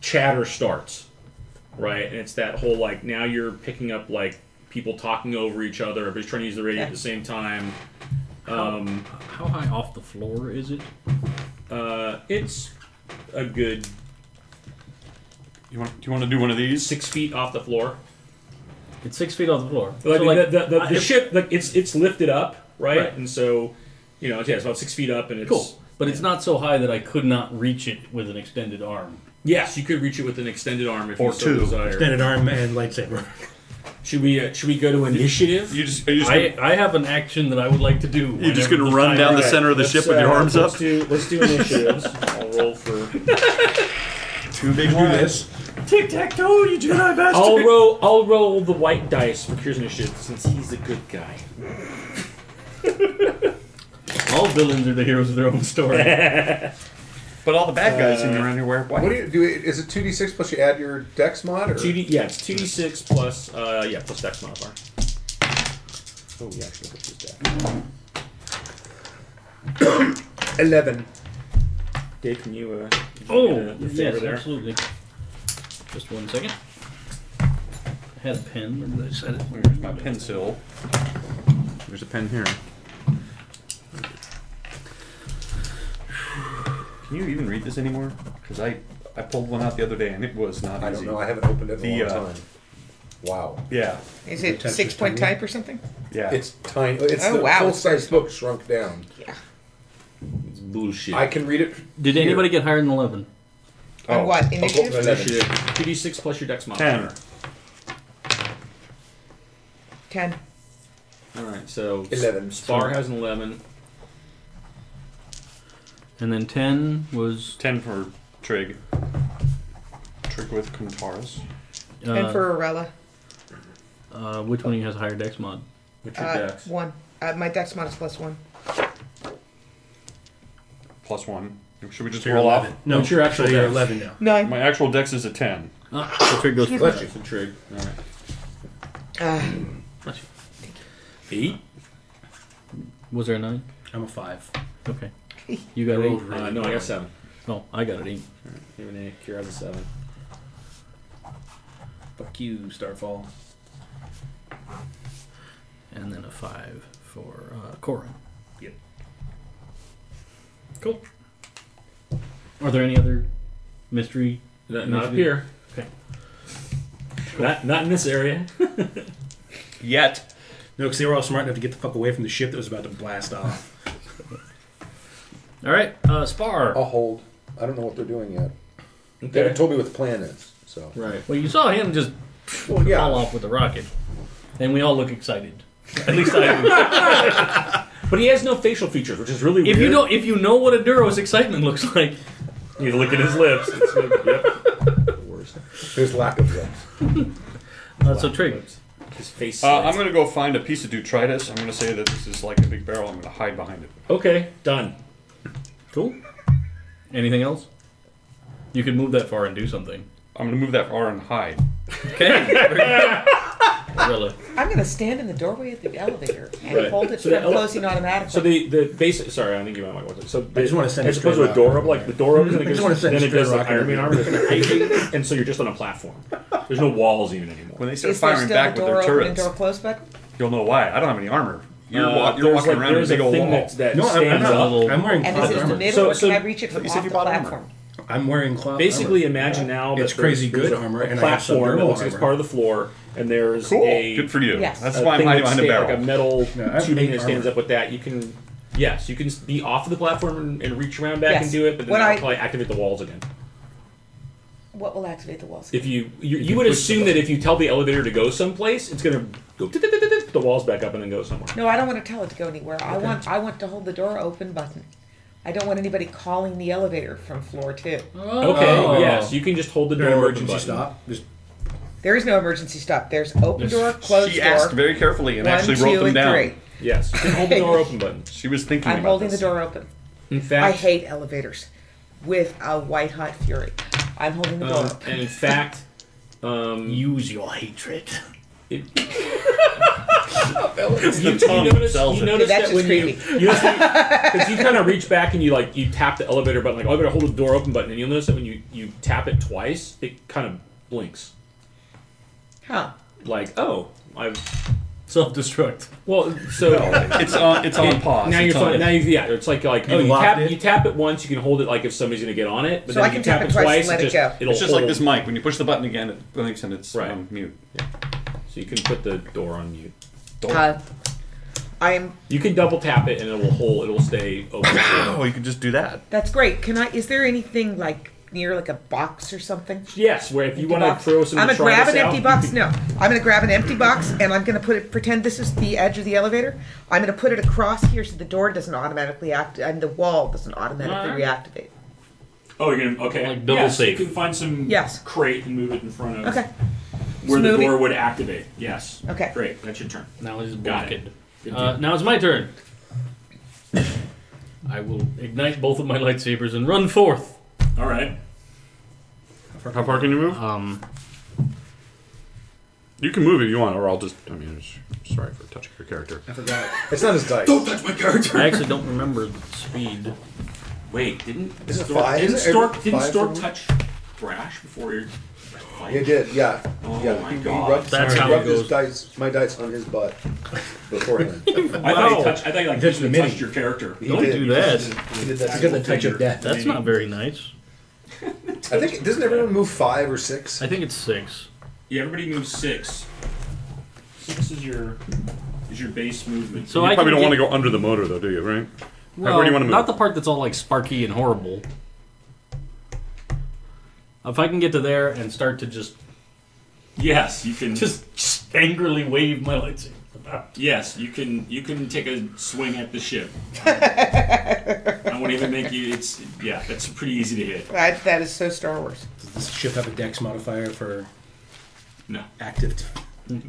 [SPEAKER 1] chatter starts, right? And it's that whole like now you're picking up like people talking over each other. Everybody's trying to use the radio at the same time. Um,
[SPEAKER 2] How high off the floor is it?
[SPEAKER 1] uh, it's a good
[SPEAKER 6] You want? Do you want to do one of these?
[SPEAKER 1] six feet off the floor.
[SPEAKER 2] It's six feet off the floor.
[SPEAKER 1] Like,
[SPEAKER 2] So, like,
[SPEAKER 1] the, the, the,
[SPEAKER 2] I-
[SPEAKER 1] the ship, like it's it's lifted up, right?
[SPEAKER 2] Right.
[SPEAKER 1] And so, you know, it's, yeah, it's about six feet up, and it's
[SPEAKER 2] Cool. But it's not so high that I could not reach it with an extended arm.
[SPEAKER 1] Yes, you could reach it with an extended arm if
[SPEAKER 6] Or
[SPEAKER 1] you so
[SPEAKER 6] two.
[SPEAKER 1] desire.
[SPEAKER 3] Extended arm and lightsaber.
[SPEAKER 1] Should we uh, should we go to initiative?
[SPEAKER 6] You just. Are you just
[SPEAKER 2] I, I have an action that I would like to do.
[SPEAKER 6] you're just
[SPEAKER 2] whenever
[SPEAKER 6] gonna
[SPEAKER 2] the
[SPEAKER 6] run
[SPEAKER 2] time-
[SPEAKER 6] down the center of the
[SPEAKER 1] Let's,
[SPEAKER 6] ship with your
[SPEAKER 1] uh,
[SPEAKER 6] arms
[SPEAKER 1] let's
[SPEAKER 6] up.
[SPEAKER 1] Do, let's do initiatives. I'll roll for.
[SPEAKER 6] Too big to this.
[SPEAKER 2] Tic tac toe, you Jedi bastard!
[SPEAKER 1] I'll roll. I'll roll the white dice for Kier's initiative since he's a good guy.
[SPEAKER 2] All villains are the heroes of their own story.
[SPEAKER 6] But all the bad guys hanging around here wear
[SPEAKER 7] What
[SPEAKER 6] white.
[SPEAKER 7] do you do? Is it two d six plus you add your dex mod? Or?
[SPEAKER 1] Two D. Yeah, it's two D six plus. Uh, yeah, plus Dex modifier. Oh yeah, I should have his deck.
[SPEAKER 7] Eleven.
[SPEAKER 1] Dave, can you? Uh, did you
[SPEAKER 2] Oh,
[SPEAKER 1] get a- a favor
[SPEAKER 2] yes,
[SPEAKER 1] there?
[SPEAKER 2] absolutely. Just one second. I had a pen. Where did I set it?
[SPEAKER 6] Where's my pencil? There's a pen here. Can you even read this anymore? Because I, I pulled one out the other day and it was not
[SPEAKER 7] I
[SPEAKER 6] easy.
[SPEAKER 7] don't know. I haven't opened it in
[SPEAKER 6] The,
[SPEAKER 7] a long
[SPEAKER 6] uh,
[SPEAKER 7] time. Wow.
[SPEAKER 6] Yeah,
[SPEAKER 4] Is it
[SPEAKER 3] Protector
[SPEAKER 4] six point
[SPEAKER 3] tiny.
[SPEAKER 4] type or something?
[SPEAKER 6] yeah.
[SPEAKER 7] It's tiny. It's
[SPEAKER 4] Oh,
[SPEAKER 7] the
[SPEAKER 4] wow.
[SPEAKER 7] full size book shrunk down.
[SPEAKER 1] It's bullshit.
[SPEAKER 7] I can read it.
[SPEAKER 2] Did anybody get higher than 11?
[SPEAKER 6] Oh.
[SPEAKER 4] On what
[SPEAKER 7] I'll go
[SPEAKER 4] initiative?
[SPEAKER 7] for eleven.
[SPEAKER 1] initiative. Two D six plus your Dex
[SPEAKER 6] ten?
[SPEAKER 1] modifier.
[SPEAKER 4] Ten.
[SPEAKER 1] All right, so
[SPEAKER 7] Eleven.
[SPEAKER 1] Spar has an eleven.
[SPEAKER 2] And then 10 was.
[SPEAKER 6] Ten for Trig. Trig with Kuntaris.
[SPEAKER 2] Uh,
[SPEAKER 4] and for Arella,
[SPEAKER 2] uh, which one of you has a higher dex mod?
[SPEAKER 1] What's your
[SPEAKER 4] uh,
[SPEAKER 1] Dex?
[SPEAKER 4] one. Uh, my dex mod is plus one.
[SPEAKER 6] Plus one. Should we just
[SPEAKER 3] So you're
[SPEAKER 6] roll off?
[SPEAKER 3] eleven. No,
[SPEAKER 1] What's your actual
[SPEAKER 3] so you're
[SPEAKER 1] dex?
[SPEAKER 3] eleven now.
[SPEAKER 4] Nine.
[SPEAKER 6] My actual dex is a ten.
[SPEAKER 2] Ah, so Trig goes
[SPEAKER 7] Bless you.
[SPEAKER 1] It's a trig. All right.
[SPEAKER 4] Uh,
[SPEAKER 1] Eight.
[SPEAKER 2] Was there a 9?
[SPEAKER 3] I'm a five.
[SPEAKER 2] Okay. You got 8?
[SPEAKER 1] Uh, no, I got seven.
[SPEAKER 2] Oh, I got an 8.
[SPEAKER 1] Even a Kier has a seven.
[SPEAKER 3] Fuck you, Starfall.
[SPEAKER 2] And then a 5 for uh, Corin. Yep. Cool. Are there any other mystery?
[SPEAKER 1] Not, not up
[SPEAKER 2] Initiative.
[SPEAKER 1] here.
[SPEAKER 2] Okay.
[SPEAKER 1] Not not in this area.
[SPEAKER 6] Yet.
[SPEAKER 3] No, because they were all smart enough to get the fuck away from the ship that was about to blast off.
[SPEAKER 2] All right, uh, Spar.
[SPEAKER 7] I'll hold. I don't know what they're doing yet. They
[SPEAKER 1] Okay.
[SPEAKER 7] haven't told me what the plan is.
[SPEAKER 6] So
[SPEAKER 7] Right.
[SPEAKER 2] Well, you saw him just
[SPEAKER 7] Well, yeah.
[SPEAKER 2] fall off with a rocket, and we all look excited. At least I do.
[SPEAKER 1] But he has no facial features, which is really
[SPEAKER 2] if
[SPEAKER 1] weird.
[SPEAKER 2] you know, if you know what a Duros excitement looks like,
[SPEAKER 12] He's licking his lips. It's like, yep.
[SPEAKER 7] There's lack of lips.
[SPEAKER 2] that's a trig.
[SPEAKER 1] his face.
[SPEAKER 6] uh, I'm gonna go find a piece of detritus. I'm gonna say that this is like a big barrel. I'm gonna hide behind it.
[SPEAKER 1] okay, done.
[SPEAKER 2] Cool. Anything else? You could move that far and do something.
[SPEAKER 6] I'm gonna move that far and hide.
[SPEAKER 2] Gorilla.
[SPEAKER 4] I'm going to stand in the doorway of the elevator and
[SPEAKER 1] Right.
[SPEAKER 4] hold it
[SPEAKER 1] So
[SPEAKER 4] from
[SPEAKER 1] the ele-
[SPEAKER 4] closing automatically.
[SPEAKER 1] So the the basic. Sorry, I think you might want to. So the,
[SPEAKER 3] just wanna send
[SPEAKER 1] as
[SPEAKER 3] it
[SPEAKER 1] opposed
[SPEAKER 3] straight
[SPEAKER 1] to a door
[SPEAKER 3] up.
[SPEAKER 1] up, like the door opens and it
[SPEAKER 3] I just
[SPEAKER 1] goes,
[SPEAKER 3] wanna send
[SPEAKER 1] then it
[SPEAKER 3] straight
[SPEAKER 1] does the
[SPEAKER 3] rock
[SPEAKER 1] Iron
[SPEAKER 3] in
[SPEAKER 1] Man arm, and it's like- and so you're just on a platform. There's no walls even anymore.
[SPEAKER 6] When they start
[SPEAKER 4] is there
[SPEAKER 6] firing
[SPEAKER 4] still
[SPEAKER 6] back
[SPEAKER 4] a
[SPEAKER 6] with
[SPEAKER 4] door
[SPEAKER 6] their
[SPEAKER 4] open and
[SPEAKER 6] turrets,
[SPEAKER 4] door closed button?
[SPEAKER 6] you'll know why. I don't have any armor. You're,
[SPEAKER 1] Uh,
[SPEAKER 6] wa- you're
[SPEAKER 1] there's
[SPEAKER 6] walking
[SPEAKER 1] like-
[SPEAKER 6] around in a
[SPEAKER 1] there's
[SPEAKER 6] big old
[SPEAKER 1] thing
[SPEAKER 6] wall.
[SPEAKER 1] That, that
[SPEAKER 3] No, I'm, I'm
[SPEAKER 1] stands
[SPEAKER 3] not.
[SPEAKER 1] up.
[SPEAKER 3] I'm wearing
[SPEAKER 4] And is
[SPEAKER 3] cloth
[SPEAKER 4] it in the
[SPEAKER 3] armor.
[SPEAKER 4] middle,
[SPEAKER 1] So-
[SPEAKER 4] or
[SPEAKER 1] so-
[SPEAKER 4] can I reach it from
[SPEAKER 6] you
[SPEAKER 4] off
[SPEAKER 6] said
[SPEAKER 4] the
[SPEAKER 6] you bought armor.
[SPEAKER 4] platform?
[SPEAKER 3] I'm wearing cloth
[SPEAKER 1] Basically,
[SPEAKER 3] armor.
[SPEAKER 1] imagine now
[SPEAKER 3] It's
[SPEAKER 1] that
[SPEAKER 3] crazy
[SPEAKER 1] there's,
[SPEAKER 3] good
[SPEAKER 1] there's a
[SPEAKER 3] armor, and I have some
[SPEAKER 1] platform that
[SPEAKER 3] normal
[SPEAKER 1] looks like it's
[SPEAKER 3] armor.
[SPEAKER 1] part of the floor, and there's
[SPEAKER 6] Cool.
[SPEAKER 1] a
[SPEAKER 6] Good for you.
[SPEAKER 4] Yes.
[SPEAKER 6] That's
[SPEAKER 1] a
[SPEAKER 6] why I'm
[SPEAKER 1] thing
[SPEAKER 6] hiding
[SPEAKER 1] that
[SPEAKER 6] behind a
[SPEAKER 1] stand-
[SPEAKER 6] barrel.
[SPEAKER 1] like a metal
[SPEAKER 3] Yeah, I have
[SPEAKER 1] tubing
[SPEAKER 3] big
[SPEAKER 1] that stands
[SPEAKER 3] armor.
[SPEAKER 1] up with that. You can, yes, you can be off of the platform and, and reach around back
[SPEAKER 4] Yes.
[SPEAKER 1] and do it, but then
[SPEAKER 4] When
[SPEAKER 1] that'll
[SPEAKER 4] I-
[SPEAKER 1] probably activate the walls again.
[SPEAKER 4] What will activate the walls?
[SPEAKER 1] If you you, you would assume that if you tell the elevator to go someplace, it's gonna go the walls back up and then go somewhere.
[SPEAKER 4] No, I don't want to tell it to go anywhere. I want I want to hold the door open button. I don't want anybody calling the elevator from floor two.
[SPEAKER 1] Okay, yes, you can just hold the
[SPEAKER 3] Is there an
[SPEAKER 1] door open
[SPEAKER 3] emergency
[SPEAKER 1] button.
[SPEAKER 3] stop. Just
[SPEAKER 4] There is no emergency stop. There's open door, closed
[SPEAKER 6] she
[SPEAKER 4] door.
[SPEAKER 6] asked very carefully and
[SPEAKER 4] one,
[SPEAKER 6] actually
[SPEAKER 4] two,
[SPEAKER 6] wrote them
[SPEAKER 4] and
[SPEAKER 6] down.
[SPEAKER 4] three.
[SPEAKER 1] Yes, you can hold the door open button.
[SPEAKER 6] She was thinking
[SPEAKER 4] I'm
[SPEAKER 6] about
[SPEAKER 4] holding
[SPEAKER 6] this.
[SPEAKER 4] the door open.
[SPEAKER 1] In
[SPEAKER 4] I
[SPEAKER 1] fact,
[SPEAKER 4] hate elevators with a white hot fury. I'm holding the door
[SPEAKER 1] um,
[SPEAKER 4] open.
[SPEAKER 1] and in fact, um,
[SPEAKER 2] Use your hatred.
[SPEAKER 1] It, you, you notice, you notice
[SPEAKER 4] Dude, that's
[SPEAKER 1] that when
[SPEAKER 4] just
[SPEAKER 1] you,
[SPEAKER 4] creepy.
[SPEAKER 1] you, because you kind of reach back and you like you tap the elevator button, like oh, I better hold the door open button, and you'll notice that when you you tap it twice, it kind of blinks,
[SPEAKER 4] Huh.
[SPEAKER 1] like oh, I've
[SPEAKER 2] Self destruct.
[SPEAKER 1] well, so
[SPEAKER 6] It's on. It's on pause.
[SPEAKER 1] now you're
[SPEAKER 6] It's on-
[SPEAKER 1] fine. Now you yeah, it's like like
[SPEAKER 3] You
[SPEAKER 1] oh, you
[SPEAKER 3] locked
[SPEAKER 1] tap
[SPEAKER 3] it?
[SPEAKER 1] you tap it once, you can hold it like if somebody's gonna get on it, but
[SPEAKER 4] So
[SPEAKER 1] then
[SPEAKER 4] I
[SPEAKER 1] you
[SPEAKER 4] can
[SPEAKER 1] tap, it twice,
[SPEAKER 4] and
[SPEAKER 1] just,
[SPEAKER 4] let it go.
[SPEAKER 1] will
[SPEAKER 6] It's just like this mic. When you push the button again, it blinks and it's
[SPEAKER 1] Right.
[SPEAKER 6] on mute.
[SPEAKER 1] so you can put the door on mute.
[SPEAKER 4] Uh, I'm.
[SPEAKER 1] You can double tap it and it will hold. It will stay open.
[SPEAKER 6] Oh, you could just do that.
[SPEAKER 4] That's great. Can I? Is there anything like near like a box or something?
[SPEAKER 1] yes, where if you want to
[SPEAKER 4] box.
[SPEAKER 1] throw some,
[SPEAKER 4] I'm gonna
[SPEAKER 1] try
[SPEAKER 4] grab
[SPEAKER 1] this
[SPEAKER 4] an
[SPEAKER 1] out,
[SPEAKER 4] empty
[SPEAKER 1] you
[SPEAKER 4] box.
[SPEAKER 1] can-
[SPEAKER 4] No, I'm gonna grab an empty box and I'm gonna put it. Pretend this is the edge of the elevator. I'm gonna put it across here so the door doesn't automatically act and the wall doesn't automatically reactivate.
[SPEAKER 1] Oh, you're gonna okay.
[SPEAKER 2] Like double
[SPEAKER 1] yes,
[SPEAKER 2] safe.
[SPEAKER 1] You can find some
[SPEAKER 4] Yes.
[SPEAKER 1] crate and move it in front of
[SPEAKER 4] Okay.
[SPEAKER 1] where the
[SPEAKER 4] Smoothie.
[SPEAKER 1] door would activate. Yes.
[SPEAKER 4] Okay.
[SPEAKER 1] Great. That's your turn.
[SPEAKER 2] Now it's
[SPEAKER 1] Got it.
[SPEAKER 2] blocked. Uh, now it's my turn. I will ignite both of my lightsabers and run forth.
[SPEAKER 1] All right.
[SPEAKER 6] How far can you move?
[SPEAKER 2] Um,
[SPEAKER 6] You can move if you want, or I'll just. I mean, it's, sorry for touching your character.
[SPEAKER 7] It's not his dice.
[SPEAKER 2] I actually don't remember the speed.
[SPEAKER 1] Wait, didn't
[SPEAKER 7] Is it
[SPEAKER 1] Stork,
[SPEAKER 7] five?
[SPEAKER 1] didn't
[SPEAKER 7] Is it
[SPEAKER 1] Stork
[SPEAKER 7] every
[SPEAKER 1] didn't
[SPEAKER 7] five
[SPEAKER 1] Stork
[SPEAKER 7] for me?
[SPEAKER 1] touch Brash before your fight?
[SPEAKER 7] He did, yeah.
[SPEAKER 1] Oh
[SPEAKER 7] yeah.
[SPEAKER 1] my
[SPEAKER 7] he, he
[SPEAKER 1] God.
[SPEAKER 7] rubbed,
[SPEAKER 2] That's
[SPEAKER 7] he
[SPEAKER 2] how it
[SPEAKER 7] rubbed his
[SPEAKER 2] goes.
[SPEAKER 7] dice, my dice on his butt beforehand. he
[SPEAKER 1] I thought he touched. I thought he like
[SPEAKER 3] Touched the
[SPEAKER 1] touched,
[SPEAKER 3] mini.
[SPEAKER 1] touched your character.
[SPEAKER 2] Don't
[SPEAKER 7] did.
[SPEAKER 2] do that.
[SPEAKER 7] He did that.
[SPEAKER 3] I got the touch of death.
[SPEAKER 2] That's not very nice.
[SPEAKER 7] I think doesn't everyone move five or six?
[SPEAKER 2] I think it's six.
[SPEAKER 1] Yeah, everybody moves six. Six is your is your base movement.
[SPEAKER 2] So
[SPEAKER 6] you
[SPEAKER 2] I
[SPEAKER 6] probably
[SPEAKER 2] can
[SPEAKER 6] don't want
[SPEAKER 2] get-
[SPEAKER 6] to go under the motor, though, do you? Right?
[SPEAKER 2] Well,
[SPEAKER 6] Where do you want to move?
[SPEAKER 2] Not the part that's all like sparky and horrible. If I can get to there and start to just
[SPEAKER 1] yes, you can.
[SPEAKER 2] just, just angrily wave my lightsaber about.
[SPEAKER 1] yes, you can. You can take a swing at the ship. I won't even make you. It's yeah. That's pretty easy to hit.
[SPEAKER 4] I, that is so Star Wars.
[SPEAKER 3] Does this ship have a dex modifier for
[SPEAKER 1] No.
[SPEAKER 3] active?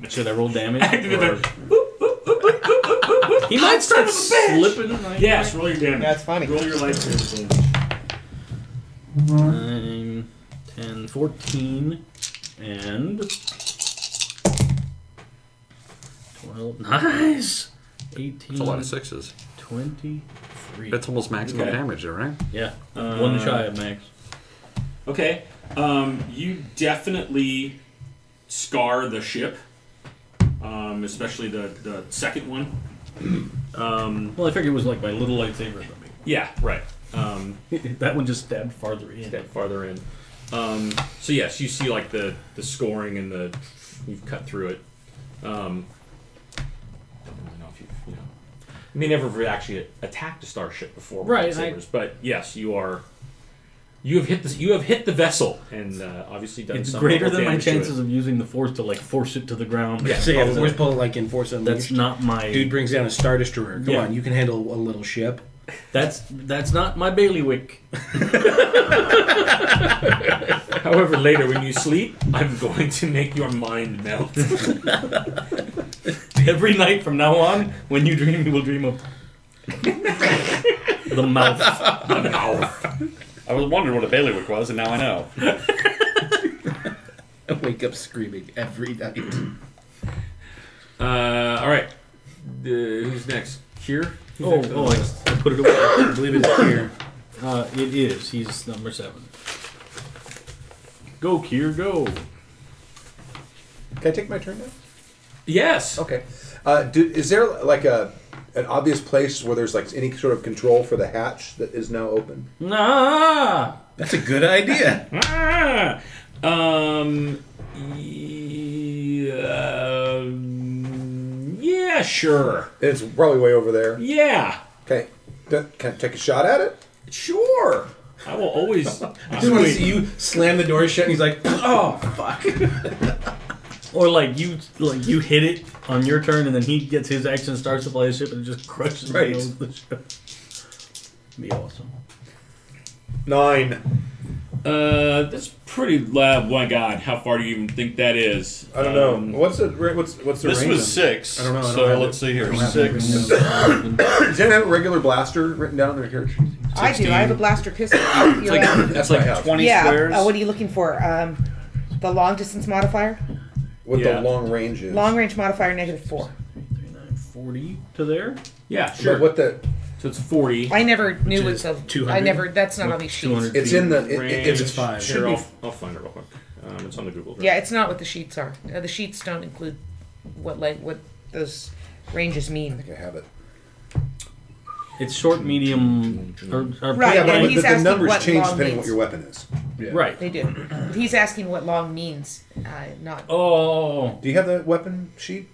[SPEAKER 2] Should I roll damage?
[SPEAKER 1] Activate
[SPEAKER 2] or- he might start slipping. Like,
[SPEAKER 1] Yes, roll your damage.
[SPEAKER 4] That's funny.
[SPEAKER 1] Roll your lightsaber damage.
[SPEAKER 2] 9, 10, 14, and 12. Nice! 18,
[SPEAKER 6] It's a lot of sixes.
[SPEAKER 2] 23.
[SPEAKER 6] That's almost maximum
[SPEAKER 1] Okay.
[SPEAKER 6] damage, there, right?
[SPEAKER 2] yeah, one shy of max.
[SPEAKER 1] Okay. Um, you definitely scar the ship, um, especially the, the second one.
[SPEAKER 2] Well, I figured it was like my little lightsaber. or something.
[SPEAKER 1] Yeah, right. Um,
[SPEAKER 2] that one just stabbed farther in.
[SPEAKER 1] that farther in. Um, so yes, you see like the the scoring and the you've cut through it. Um, don't really know if you you know. I mean, never really actually attacked a starship before, with
[SPEAKER 2] Right,
[SPEAKER 1] lightsabers, but yes, you are. You have hit the you have hit the vessel, and uh, obviously done.
[SPEAKER 2] It's
[SPEAKER 1] some
[SPEAKER 2] greater
[SPEAKER 1] level
[SPEAKER 2] than
[SPEAKER 1] of
[SPEAKER 2] my
[SPEAKER 1] damage to it.
[SPEAKER 2] chances of using the force to like force it to the ground.
[SPEAKER 3] Yeah, so yeah, the force pull like enforce
[SPEAKER 2] Oh, That's
[SPEAKER 3] unleashed.
[SPEAKER 2] not my
[SPEAKER 3] Dude brings down a star destroyer. Come
[SPEAKER 2] Yeah.
[SPEAKER 3] on, you can handle a little ship.
[SPEAKER 2] That's that's not my bailiwick.
[SPEAKER 1] However, later when you sleep, I'm going to make your mind melt.
[SPEAKER 2] Every night from now on, when you dream, you will dream of the mouth.
[SPEAKER 5] I was wondering what a bailiwick was, and now I know.
[SPEAKER 3] I wake up screaming every night.
[SPEAKER 1] Uh, all right, Uh, who's next? Here.
[SPEAKER 2] Oh, oh I, I put it away.
[SPEAKER 3] I believe it's here.
[SPEAKER 2] Uh, it is. He's number seven. Go, Kier, go.
[SPEAKER 7] Can I take my turn now?
[SPEAKER 1] Yes.
[SPEAKER 7] Okay. Uh, do, is there like a an obvious place where there's like any sort of control for the hatch that is now open?
[SPEAKER 2] Nah.
[SPEAKER 3] That's a good idea.
[SPEAKER 1] Ah, um. Yeah, yeah. Sure.
[SPEAKER 7] It's probably way over there.
[SPEAKER 1] Yeah.
[SPEAKER 7] Okay. Th- Can I take a shot at it?
[SPEAKER 1] Sure. I will always.
[SPEAKER 3] I just want to see you slam the door shut, and he's like, "Oh fuck!"
[SPEAKER 2] Or like you, like you hit it on your turn, and then he gets his action, starts to play a ship, and just crushes
[SPEAKER 3] Right.
[SPEAKER 2] the nose of the ship. Be awesome.
[SPEAKER 7] Nine.
[SPEAKER 1] Uh, that's pretty loud. My God, how far do you even think that is? Um,
[SPEAKER 7] I don't know. Um, what's the ra- what's what's the
[SPEAKER 5] This
[SPEAKER 7] range
[SPEAKER 5] was
[SPEAKER 7] on-
[SPEAKER 5] six.
[SPEAKER 7] I don't know, I don't
[SPEAKER 5] so
[SPEAKER 7] have
[SPEAKER 5] let's
[SPEAKER 7] it.
[SPEAKER 5] see here. Six.
[SPEAKER 7] Does anyone have a regular blaster written down on their character?
[SPEAKER 4] I do. I have a blaster pistol. You know,
[SPEAKER 7] That's like twenty.
[SPEAKER 4] yeah.
[SPEAKER 5] squares.
[SPEAKER 4] Uh, what are you looking for? Um, the long distance modifier,
[SPEAKER 7] What
[SPEAKER 1] Yeah.
[SPEAKER 7] the long range is?
[SPEAKER 4] long range modifier negative four.
[SPEAKER 2] Three, nine, forty to there.
[SPEAKER 1] Yeah,
[SPEAKER 7] But
[SPEAKER 1] sure.
[SPEAKER 7] What the?
[SPEAKER 1] so it's E. forty.
[SPEAKER 4] I never knew it
[SPEAKER 3] is
[SPEAKER 4] was a.
[SPEAKER 3] 200?
[SPEAKER 4] I never. That's not on these sheets.
[SPEAKER 2] 200
[SPEAKER 7] It's in the. It, it, it's
[SPEAKER 1] Range.
[SPEAKER 3] five.
[SPEAKER 1] Sure, I'll, I'll find it real quick. Um, it's on the Google. Drive.
[SPEAKER 4] Yeah, it's not what the sheets are. Uh, the sheets don't include what like what those ranges mean.
[SPEAKER 7] I have it.
[SPEAKER 2] It's short, medium, or, or
[SPEAKER 4] Right,
[SPEAKER 7] yeah, but,
[SPEAKER 4] and
[SPEAKER 7] but
[SPEAKER 4] he's
[SPEAKER 7] the,
[SPEAKER 4] asking
[SPEAKER 7] numbers
[SPEAKER 4] what
[SPEAKER 7] change
[SPEAKER 4] long
[SPEAKER 7] depending
[SPEAKER 4] means.
[SPEAKER 7] on what your weapon is.
[SPEAKER 2] right.
[SPEAKER 4] They do. He's asking what long means, uh, not
[SPEAKER 2] Oh,
[SPEAKER 7] Do you have the weapon sheet?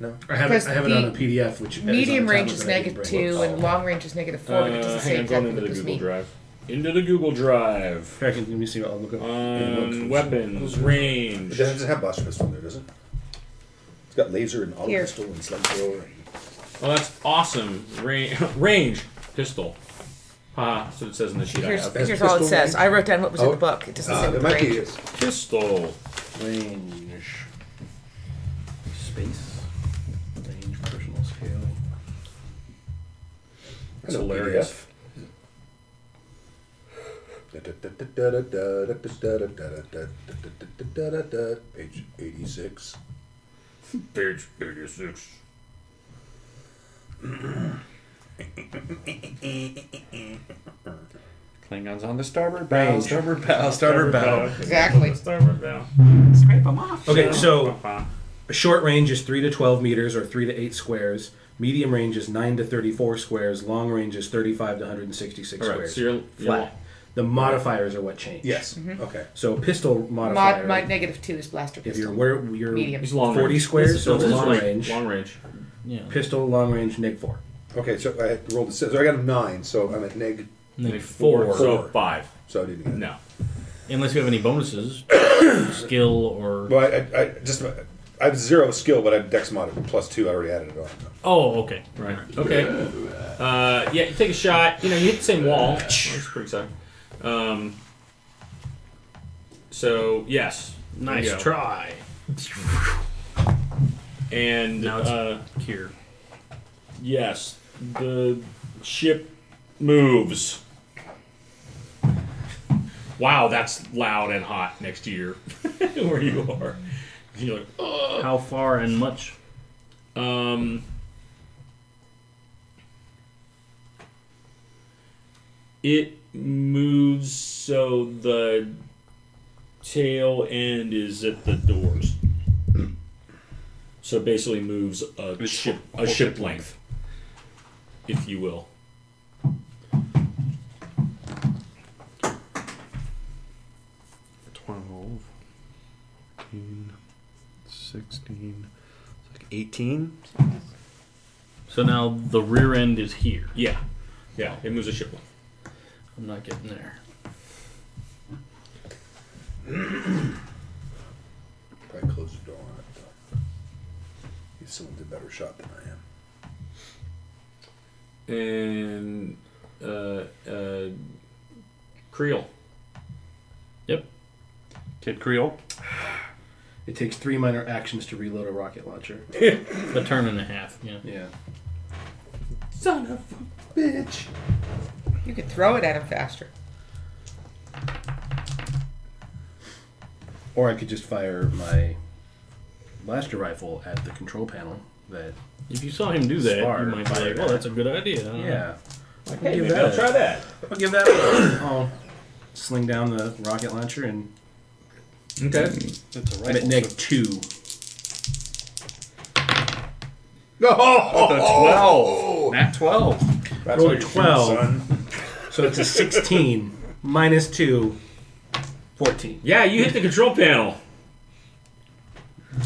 [SPEAKER 7] No.
[SPEAKER 3] I have
[SPEAKER 4] Because
[SPEAKER 3] it. I have it
[SPEAKER 4] the
[SPEAKER 3] on a PDF, which is on the
[SPEAKER 4] medium range
[SPEAKER 3] tablet
[SPEAKER 4] is
[SPEAKER 3] that I didn't
[SPEAKER 4] negative
[SPEAKER 3] bring.
[SPEAKER 4] two and long range is negative four, but it
[SPEAKER 1] Uh,
[SPEAKER 4] doesn't
[SPEAKER 1] hang
[SPEAKER 4] say
[SPEAKER 1] on, going
[SPEAKER 4] exactly
[SPEAKER 1] into
[SPEAKER 4] what
[SPEAKER 1] the
[SPEAKER 4] this
[SPEAKER 1] Google
[SPEAKER 4] means.
[SPEAKER 1] Drive. Into the Google Drive.
[SPEAKER 3] Okay, let me see. I'll look up.
[SPEAKER 1] Um, weapons range.
[SPEAKER 7] It doesn't have blaster pistol in there, does it? It's got laser and auto
[SPEAKER 4] Here.
[SPEAKER 7] pistol and flamethrower. And...
[SPEAKER 1] Well, Oh, that's awesome. Range, range pistol. Ha! so it says in the sheet I
[SPEAKER 4] Here's,
[SPEAKER 1] have.
[SPEAKER 4] here's all it
[SPEAKER 7] pistol
[SPEAKER 4] says.
[SPEAKER 7] range?
[SPEAKER 4] I wrote down what was in
[SPEAKER 7] Oh,
[SPEAKER 4] the book. It doesn't say
[SPEAKER 7] Uh,
[SPEAKER 4] what
[SPEAKER 7] it
[SPEAKER 4] the
[SPEAKER 7] might
[SPEAKER 4] range
[SPEAKER 7] be.
[SPEAKER 4] is.
[SPEAKER 1] Pistol.
[SPEAKER 3] range. Space. Range. Personal scale.
[SPEAKER 1] It's hilarious.
[SPEAKER 7] Page 86.
[SPEAKER 1] Page 86.
[SPEAKER 5] Klingons on the starboard bow.
[SPEAKER 3] Range.
[SPEAKER 5] Starboard bow.
[SPEAKER 3] starboard bow.
[SPEAKER 4] Exactly.
[SPEAKER 1] Starboard bow.
[SPEAKER 5] Scrape them off.
[SPEAKER 3] Okay, so short range is three to twelve meters or three to eight squares. Medium range is nine to thirty-four squares. Long range is thirty-five to one hundred and sixty-six
[SPEAKER 1] All right,
[SPEAKER 3] squares.
[SPEAKER 1] so you're, you're
[SPEAKER 3] flat. The modifiers are what change.
[SPEAKER 7] Yes. Okay.
[SPEAKER 3] So pistol modifier.
[SPEAKER 4] Mod, mod negative two is blaster
[SPEAKER 3] if you're
[SPEAKER 4] pistol.
[SPEAKER 3] where you're
[SPEAKER 4] Medium.
[SPEAKER 1] He's long
[SPEAKER 3] forty
[SPEAKER 1] range.
[SPEAKER 3] squares,
[SPEAKER 2] This
[SPEAKER 3] so
[SPEAKER 2] is- this is
[SPEAKER 3] long
[SPEAKER 2] like
[SPEAKER 3] range.
[SPEAKER 1] Long range.
[SPEAKER 2] yeah.
[SPEAKER 3] Pistol, long range, neg four.
[SPEAKER 7] Okay, so I rolled a six. So I got a nine, so I'm at neg.
[SPEAKER 2] Like
[SPEAKER 1] Four.
[SPEAKER 2] four.
[SPEAKER 1] So five.
[SPEAKER 7] So I didn't get it.
[SPEAKER 1] No.
[SPEAKER 2] Unless you have any bonuses, skill or
[SPEAKER 7] Well, I, I, I just. I have zero skill, but I have dex mod plus two. I already added it on.
[SPEAKER 2] oh, okay.
[SPEAKER 1] Right. Okay. Uh, yeah, you take a shot. You know, you hit the same wall. That's pretty exciting. Um, so, yes. There you
[SPEAKER 2] Nice
[SPEAKER 1] go.
[SPEAKER 2] try.
[SPEAKER 1] And
[SPEAKER 2] Now it's-
[SPEAKER 1] uh,
[SPEAKER 2] Here,
[SPEAKER 1] yes, the ship moves. Wow, that's loud and hot next to your where you are. You're like,
[SPEAKER 2] how far and much?
[SPEAKER 1] Um, it moves so the tail end is at the doors. So it basically moves a ship a ship length, if you will.
[SPEAKER 6] Twelve. 15, Sixteen. It's like eighteen.
[SPEAKER 2] So now the rear end is here.
[SPEAKER 1] Yeah, yeah, it moves a ship length.
[SPEAKER 2] I'm not getting there.
[SPEAKER 7] I close the door on it. Though. He's someone's a better shot than I am.
[SPEAKER 1] And uh, uh, Creel.
[SPEAKER 2] Yep.
[SPEAKER 6] Kid Creole.
[SPEAKER 3] It takes three minor actions to reload a rocket launcher.
[SPEAKER 2] A turn and a half. Yeah.
[SPEAKER 3] Yeah.
[SPEAKER 13] Son of a bitch.
[SPEAKER 4] You could throw it at him faster.
[SPEAKER 3] Or I could just fire my blaster rifle at the control panel. That
[SPEAKER 2] If you saw him do that,
[SPEAKER 3] Smart.
[SPEAKER 2] you might be like, "Well, that's a good idea." I don't know.
[SPEAKER 3] yeah. I can
[SPEAKER 1] Hey,
[SPEAKER 3] give
[SPEAKER 1] maybe I'll
[SPEAKER 3] that.
[SPEAKER 1] try that.
[SPEAKER 3] I'll give that. I'll sling down the rocket launcher and
[SPEAKER 1] Okay.
[SPEAKER 2] It's a
[SPEAKER 3] I'm at
[SPEAKER 2] rifle.
[SPEAKER 3] neg two.
[SPEAKER 14] The 12.
[SPEAKER 3] Nat twelve.
[SPEAKER 7] That's
[SPEAKER 3] Roll
[SPEAKER 7] how you shoot,
[SPEAKER 3] 12.
[SPEAKER 7] son.
[SPEAKER 3] So it's a sixteen minus two. 14.
[SPEAKER 1] Yeah, you hit the control panel.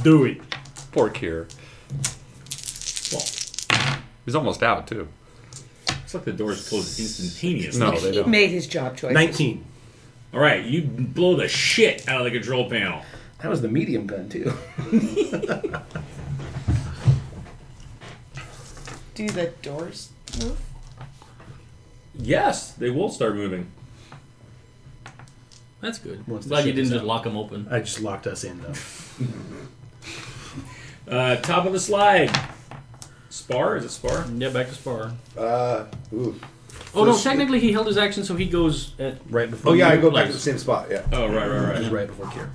[SPEAKER 2] Do it.
[SPEAKER 6] Poor Kier.
[SPEAKER 1] Well,
[SPEAKER 6] He's almost out too.
[SPEAKER 1] it's like the doors close instantaneously.
[SPEAKER 6] No, they
[SPEAKER 4] He
[SPEAKER 6] don't.
[SPEAKER 4] made his job choice.
[SPEAKER 3] 19.
[SPEAKER 1] All right, you blow the shit out of the control panel.
[SPEAKER 3] That was the medium gun, too.
[SPEAKER 4] Do the doors move?
[SPEAKER 1] Yes, they will start moving.
[SPEAKER 2] That's good.
[SPEAKER 3] Once the
[SPEAKER 2] Glad you
[SPEAKER 3] ship
[SPEAKER 2] didn't
[SPEAKER 3] is
[SPEAKER 2] just
[SPEAKER 3] out.
[SPEAKER 2] lock them open.
[SPEAKER 3] I just locked us in, though.
[SPEAKER 1] Uh, top of the slide. Spar? Is it Spar?
[SPEAKER 2] Yeah, back to spar.
[SPEAKER 7] Uh, ooh.
[SPEAKER 2] Oh no,
[SPEAKER 7] First-
[SPEAKER 2] technically he held his action, so he goes uh, at
[SPEAKER 3] Right before
[SPEAKER 7] Oh yeah, I
[SPEAKER 3] you.
[SPEAKER 7] go back to the same spot. Yeah.
[SPEAKER 1] Oh, right, right,
[SPEAKER 3] Just
[SPEAKER 1] right.
[SPEAKER 3] right before Kier.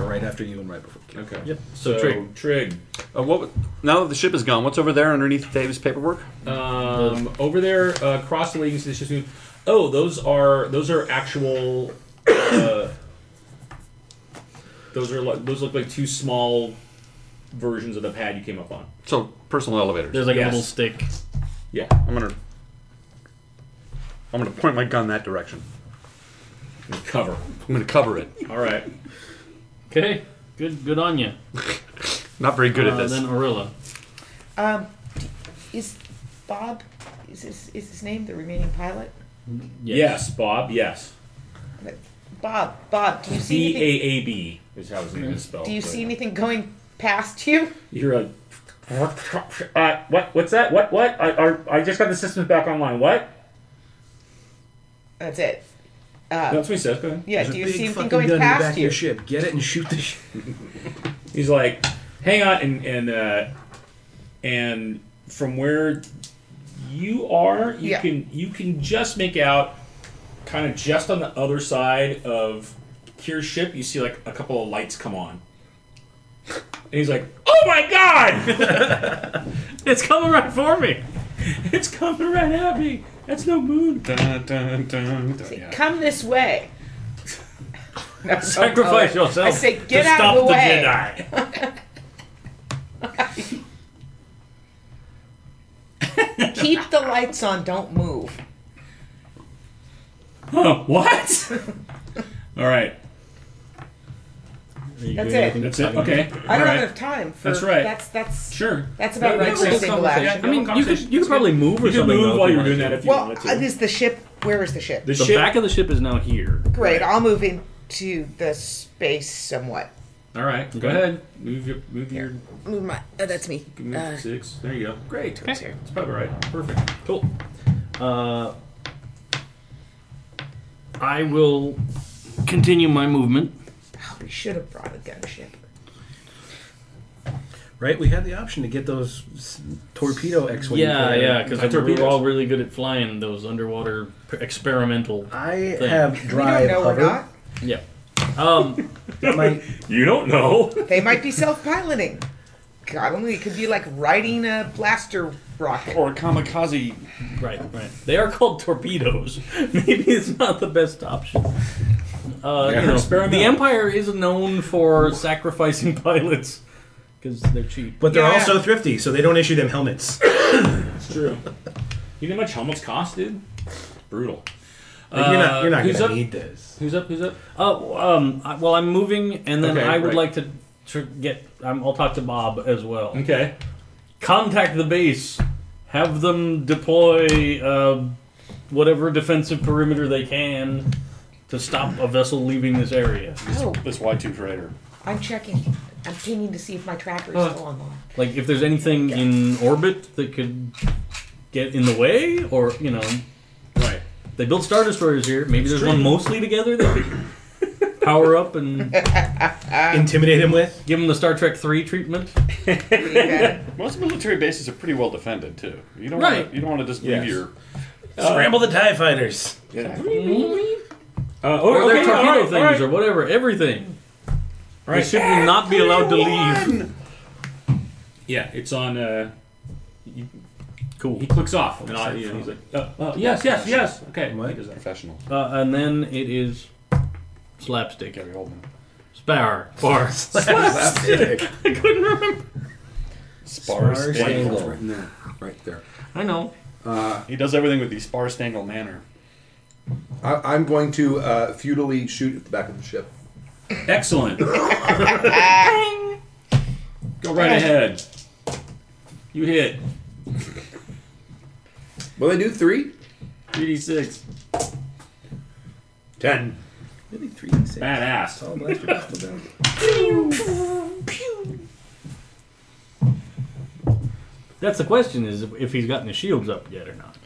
[SPEAKER 3] Or right after you and right before Kier.
[SPEAKER 1] Okay.
[SPEAKER 2] Yep.
[SPEAKER 1] So,
[SPEAKER 2] So Trig.
[SPEAKER 1] Trig.
[SPEAKER 6] Uh, what? w- Now that the ship is gone, what's over there underneath Dave's paperwork?
[SPEAKER 1] Um, over there, uh, across the way, you can see the ship's moving. Oh, those are those are actual. Uh, those are like, those look like two small versions of the pad you came up on.
[SPEAKER 6] So personal elevators.
[SPEAKER 2] there's like
[SPEAKER 1] Yes.
[SPEAKER 2] a little stick.
[SPEAKER 1] Yeah.
[SPEAKER 6] I'm gonna. I'm gonna point my gun that direction.
[SPEAKER 1] Cover.
[SPEAKER 6] I'm gonna cover it.
[SPEAKER 1] All right.
[SPEAKER 2] Okay. Good. Good on you.
[SPEAKER 6] Not very good at
[SPEAKER 2] Uh,
[SPEAKER 6] this.
[SPEAKER 2] then Orilla.
[SPEAKER 4] Um, d- is Bob, is his, is his name the remaining pilot?
[SPEAKER 1] Yes, Bob. Yes.
[SPEAKER 4] Bob, Bob, do you see
[SPEAKER 1] B A
[SPEAKER 4] anything,
[SPEAKER 1] A B is how his name is spelled.
[SPEAKER 4] do you see
[SPEAKER 1] but-
[SPEAKER 4] anything going past you?
[SPEAKER 1] You're like, uh, what? What's that? What? What? I, I, I just got the systems back online. What?
[SPEAKER 4] That's it.
[SPEAKER 1] That's what he says. Go ahead.
[SPEAKER 4] Yeah,
[SPEAKER 3] There's
[SPEAKER 4] do
[SPEAKER 3] a
[SPEAKER 4] you
[SPEAKER 3] big
[SPEAKER 4] see anything
[SPEAKER 3] fucking
[SPEAKER 4] going
[SPEAKER 3] gun in the back
[SPEAKER 4] past
[SPEAKER 3] of
[SPEAKER 4] you?
[SPEAKER 3] your ship. Get it and shoot the ship.
[SPEAKER 1] He's like, hang on, and and uh, and from where you are, you
[SPEAKER 4] Yeah.
[SPEAKER 1] can you can just make out, kind of just on the other side of Kier's ship. You see like a couple of lights come on, and he's like, oh my god,
[SPEAKER 2] It's coming right for me.
[SPEAKER 1] it's coming right at me. That's no moon.
[SPEAKER 5] Dun, dun, dun, dun, yeah.
[SPEAKER 4] Come this way. No, no,
[SPEAKER 2] Sacrifice
[SPEAKER 4] no.
[SPEAKER 2] yourself.
[SPEAKER 4] I say,
[SPEAKER 2] to
[SPEAKER 4] get out
[SPEAKER 2] stop
[SPEAKER 4] of the way.
[SPEAKER 2] Jedi.
[SPEAKER 4] Keep the lights on, don't move.
[SPEAKER 1] Huh, what? All right.
[SPEAKER 2] Are you
[SPEAKER 4] That's
[SPEAKER 2] doing
[SPEAKER 4] it.
[SPEAKER 2] anything
[SPEAKER 1] That's it.
[SPEAKER 2] exciting?
[SPEAKER 1] Okay.
[SPEAKER 4] I don't
[SPEAKER 1] All right.
[SPEAKER 4] have enough time for
[SPEAKER 1] That's right.
[SPEAKER 4] that's that's
[SPEAKER 1] Sure.
[SPEAKER 4] that's
[SPEAKER 1] That
[SPEAKER 4] about right
[SPEAKER 1] makes
[SPEAKER 4] for a
[SPEAKER 1] sense.
[SPEAKER 4] single
[SPEAKER 1] Conversation.
[SPEAKER 4] action.
[SPEAKER 2] I mean, you could you could probably move or
[SPEAKER 1] You can
[SPEAKER 2] something.
[SPEAKER 1] move
[SPEAKER 2] though,
[SPEAKER 1] while
[SPEAKER 2] if
[SPEAKER 1] you're
[SPEAKER 2] wanted
[SPEAKER 1] doing that
[SPEAKER 2] to.
[SPEAKER 1] if you
[SPEAKER 4] Well,
[SPEAKER 1] wanted
[SPEAKER 4] uh,
[SPEAKER 1] to.
[SPEAKER 4] is the ship where is the ship?
[SPEAKER 1] the
[SPEAKER 2] the
[SPEAKER 1] ship.
[SPEAKER 2] back of the ship is now here.
[SPEAKER 4] Great, I'll move into the space somewhat.
[SPEAKER 1] All right, go ahead. Move your move your
[SPEAKER 4] Move my oh, that's me.
[SPEAKER 1] move
[SPEAKER 4] Uh,
[SPEAKER 1] six. There you go. Great.
[SPEAKER 4] it's here.
[SPEAKER 1] That's probably right. Perfect.
[SPEAKER 2] Cool. Uh, I will continue my movement.
[SPEAKER 4] We should have brought a gunship.
[SPEAKER 3] Right? We had the option to get those s- torpedo X wings.
[SPEAKER 2] Yeah, yeah, because
[SPEAKER 3] I
[SPEAKER 2] we're all really good at flying those underwater p- experimental.
[SPEAKER 3] I have
[SPEAKER 4] No,
[SPEAKER 3] drive
[SPEAKER 4] we're
[SPEAKER 3] hover.
[SPEAKER 4] not.
[SPEAKER 2] Yeah. Um,
[SPEAKER 3] That might
[SPEAKER 14] You don't know.
[SPEAKER 4] They might be self-piloting. God only it could be like riding a blaster rocket.
[SPEAKER 5] Or kamikaze.
[SPEAKER 2] right, right. They are called torpedoes. Maybe it's not the best option. Uh, you know, the Empire is known for sacrificing pilots because they're cheap.
[SPEAKER 3] But they're
[SPEAKER 4] Yeah.
[SPEAKER 3] also thrifty, so they don't issue them helmets.
[SPEAKER 1] It's true. you know how much helmets cost, dude? Brutal.
[SPEAKER 3] Like, you're not, you're not
[SPEAKER 1] who's
[SPEAKER 3] gonna
[SPEAKER 1] up?
[SPEAKER 3] need this.
[SPEAKER 1] Who's up? Who's up?
[SPEAKER 2] Oh, um, I, well, I'm moving, and then
[SPEAKER 1] Okay,
[SPEAKER 2] I would
[SPEAKER 1] right.
[SPEAKER 2] like to tr- get. I'm, I'll talk to Bob as well.
[SPEAKER 1] Okay.
[SPEAKER 2] Contact the base. Have them deploy uh, whatever defensive perimeter they can to stop a vessel leaving this area.
[SPEAKER 10] Oh,
[SPEAKER 5] This Y2 trader.
[SPEAKER 10] I'm checking. I'm pinging to see if my tracker is
[SPEAKER 2] Uh.
[SPEAKER 10] still online.
[SPEAKER 2] Like if there's anything in orbit that could get in the way, or you know,
[SPEAKER 3] Right.
[SPEAKER 2] they build star destroyers here. Maybe there's one mostly together that could power up and
[SPEAKER 3] Uh, Intimidate him with?
[SPEAKER 2] give them the Star Trek Three treatment.
[SPEAKER 5] Most military bases are pretty well defended too. You don't
[SPEAKER 2] Right.
[SPEAKER 5] want you don't want to just
[SPEAKER 1] Yes.
[SPEAKER 5] leave your
[SPEAKER 3] Scramble the TIE fighters.
[SPEAKER 1] Uh,
[SPEAKER 2] Or
[SPEAKER 1] oh,
[SPEAKER 2] their
[SPEAKER 1] okay,
[SPEAKER 2] torpedo
[SPEAKER 1] all right,
[SPEAKER 2] things
[SPEAKER 1] all right.
[SPEAKER 2] or whatever, everything. They should not be allowed to leave.
[SPEAKER 1] Yeah, it's on. Uh, you-
[SPEAKER 2] Cool.
[SPEAKER 1] he clicks off, and I, you know, he's like, uh, uh, "Yes, yes, yes." Okay, he
[SPEAKER 3] What?
[SPEAKER 1] does that.
[SPEAKER 5] professional
[SPEAKER 2] Uh, and then it is slapstick.
[SPEAKER 5] Gary Oldman.
[SPEAKER 2] Spar. Spar. I couldn't remember.
[SPEAKER 5] Sparse.
[SPEAKER 3] Sparse
[SPEAKER 5] angle.
[SPEAKER 3] angle.
[SPEAKER 7] Right there. Right there.
[SPEAKER 2] I know.
[SPEAKER 5] He does everything with the sparse angle manner.
[SPEAKER 7] I, I'm going to uh, futilely shoot at the back of the ship.
[SPEAKER 1] Excellent. Go right ahead. You hit
[SPEAKER 7] Will I do three?
[SPEAKER 1] three d six.
[SPEAKER 7] Ten.
[SPEAKER 3] Really three and six.
[SPEAKER 1] Badass.
[SPEAKER 7] Oh, blast your pistol down.
[SPEAKER 2] That's the question: is if he's gotten his shields up yet or not.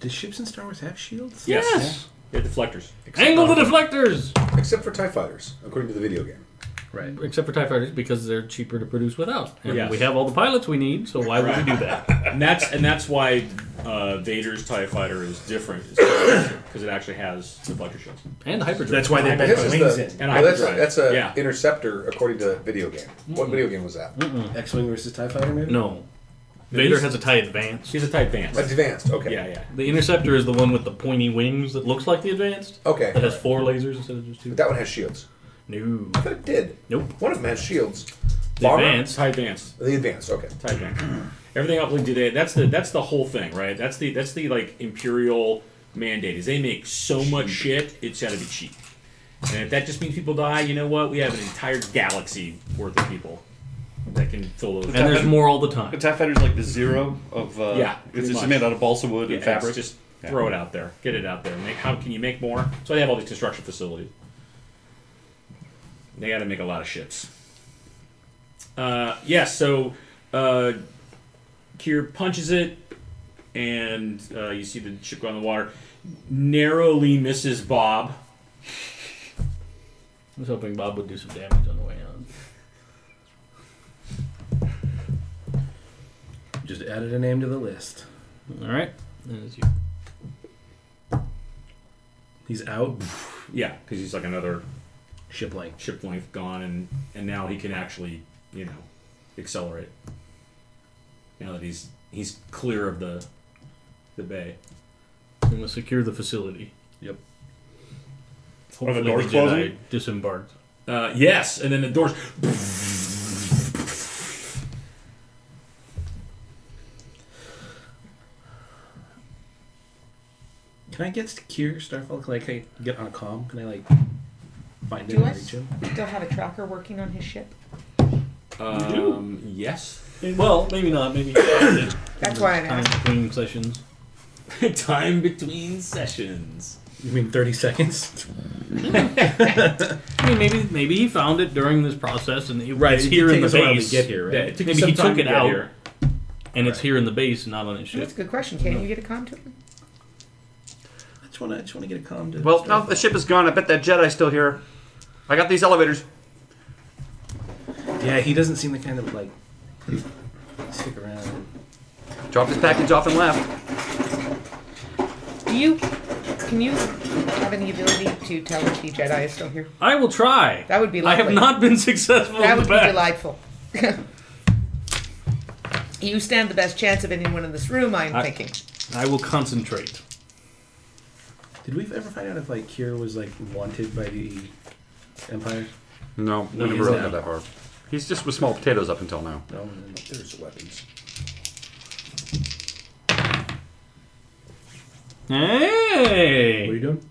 [SPEAKER 3] Do ships in Star Wars have shields?
[SPEAKER 1] Yes. They're deflectors.
[SPEAKER 2] Angle the deflectors.
[SPEAKER 7] Except for TIE fighters, according to the video game.
[SPEAKER 3] Right.
[SPEAKER 2] Except for Tie Fighters because they're cheaper to produce without, and
[SPEAKER 1] Yes.
[SPEAKER 2] we have all the pilots we need. So why would we do that?
[SPEAKER 1] And that's and that's why uh, Vader's Tie Fighter is different, because it actually has deflector shields.
[SPEAKER 2] And hyperdrive.
[SPEAKER 3] That's why they
[SPEAKER 7] This
[SPEAKER 3] both
[SPEAKER 7] is
[SPEAKER 3] put
[SPEAKER 7] the-
[SPEAKER 3] wings in.
[SPEAKER 1] And
[SPEAKER 7] well, that's a,
[SPEAKER 1] hyperdrive.
[SPEAKER 7] that's a
[SPEAKER 1] Yeah.
[SPEAKER 7] interceptor according to the video game. What video game was that?
[SPEAKER 3] X Wing versus TIE fighter, maybe?
[SPEAKER 2] no. Vader has a tie advance.
[SPEAKER 1] He's a Tie Advanced.
[SPEAKER 7] Advanced. Okay.
[SPEAKER 1] Yeah, yeah.
[SPEAKER 2] The interceptor is the one with the pointy wings that looks like the advanced.
[SPEAKER 7] Okay.
[SPEAKER 2] That has four lasers instead of just two.
[SPEAKER 7] But that one has shields.
[SPEAKER 2] No.
[SPEAKER 7] I thought it did.
[SPEAKER 2] Nope.
[SPEAKER 7] One of them has shields.
[SPEAKER 2] The
[SPEAKER 7] Bomber?
[SPEAKER 2] advanced.
[SPEAKER 1] Tie Advanced.
[SPEAKER 7] The advanced. Okay.
[SPEAKER 1] Tie Advanced. Everything up to today. That's the that's the whole thing, right? That's the that's the like imperial mandate. Is they make so much shit, it's got to be cheap. And if that just means people die, you know what? We have an entire galaxy worth of people that can fill those.
[SPEAKER 2] And there's more all the time.
[SPEAKER 5] The TIE fighter's like the zero of uh,
[SPEAKER 1] Yeah,
[SPEAKER 5] It's
[SPEAKER 1] pretty
[SPEAKER 5] just
[SPEAKER 1] much.
[SPEAKER 5] made out of balsa wood and
[SPEAKER 1] Yeah, it's
[SPEAKER 5] fabric.
[SPEAKER 1] just throw it out there, get it out there. Make, how can you make more? So they have all these construction facilities. They got to make a lot of ships. Uh, yes, so uh, Kier punches it, and uh, you see the ship go on the water. Narrowly misses Bob.
[SPEAKER 2] I was hoping Bob would do some damage on the way out.
[SPEAKER 3] Just added a name to the list.
[SPEAKER 2] All right. That is you.
[SPEAKER 3] He's out.
[SPEAKER 1] Yeah, because he's like another
[SPEAKER 3] Ship link.
[SPEAKER 1] ship length gone, and and now he can actually you know accelerate. Now that he's he's clear of the the bay.
[SPEAKER 2] We must secure the facility.
[SPEAKER 3] Yep.
[SPEAKER 2] Hopefully
[SPEAKER 5] the doors
[SPEAKER 2] Jedi
[SPEAKER 5] closing?
[SPEAKER 2] disembarked.
[SPEAKER 1] Uh, yes, and then the doors.
[SPEAKER 3] Can I get Kier Starfall? Can I, can I get on a comm? Can I like find
[SPEAKER 10] Do
[SPEAKER 3] him and
[SPEAKER 10] I-
[SPEAKER 3] reach him?
[SPEAKER 10] Still have a tracker working on his ship.
[SPEAKER 1] Um, yes.
[SPEAKER 2] Well, maybe not. Maybe time
[SPEAKER 10] That's why I asked.
[SPEAKER 2] between sessions.
[SPEAKER 1] Time between sessions.
[SPEAKER 3] You mean thirty seconds?
[SPEAKER 2] I mean, maybe maybe he found it during this process, and it, it's
[SPEAKER 3] it
[SPEAKER 2] here
[SPEAKER 3] did
[SPEAKER 2] in the
[SPEAKER 3] take us a while to
[SPEAKER 2] base.
[SPEAKER 3] get here, right?
[SPEAKER 1] Yeah, it took
[SPEAKER 2] Maybe he took it out,
[SPEAKER 1] Here.
[SPEAKER 2] and it's here in the base, not on his ship.
[SPEAKER 10] That's a good question. Can you get a comm to him?
[SPEAKER 3] I just want to. I just want to get a comm to.
[SPEAKER 6] Well, now that the ship is gone, I bet that Jedi's still here. I got these elevators.
[SPEAKER 3] yeah, he doesn't seem the kind of like stick around.
[SPEAKER 6] Dropped his package off and left.
[SPEAKER 10] Do you? Can you have any ability to tell if the Jedi is still here?
[SPEAKER 2] I will try.
[SPEAKER 10] That would be
[SPEAKER 2] I have
[SPEAKER 10] lovely.
[SPEAKER 2] not been successful.
[SPEAKER 10] That
[SPEAKER 2] in
[SPEAKER 10] would
[SPEAKER 2] the
[SPEAKER 10] be
[SPEAKER 2] past.
[SPEAKER 10] delightful. you stand the best chance of anyone in this room. I'm
[SPEAKER 2] I-
[SPEAKER 10] thinking.
[SPEAKER 2] I will concentrate.
[SPEAKER 3] Did we ever find out if like Kier was like wanted by the Empire?
[SPEAKER 6] No, we never
[SPEAKER 3] he's
[SPEAKER 6] really
[SPEAKER 3] not.
[SPEAKER 6] got that far. He's just with small potatoes up until now.
[SPEAKER 3] No.
[SPEAKER 7] There's weapons.
[SPEAKER 3] What are you
[SPEAKER 2] Hey,
[SPEAKER 3] doing?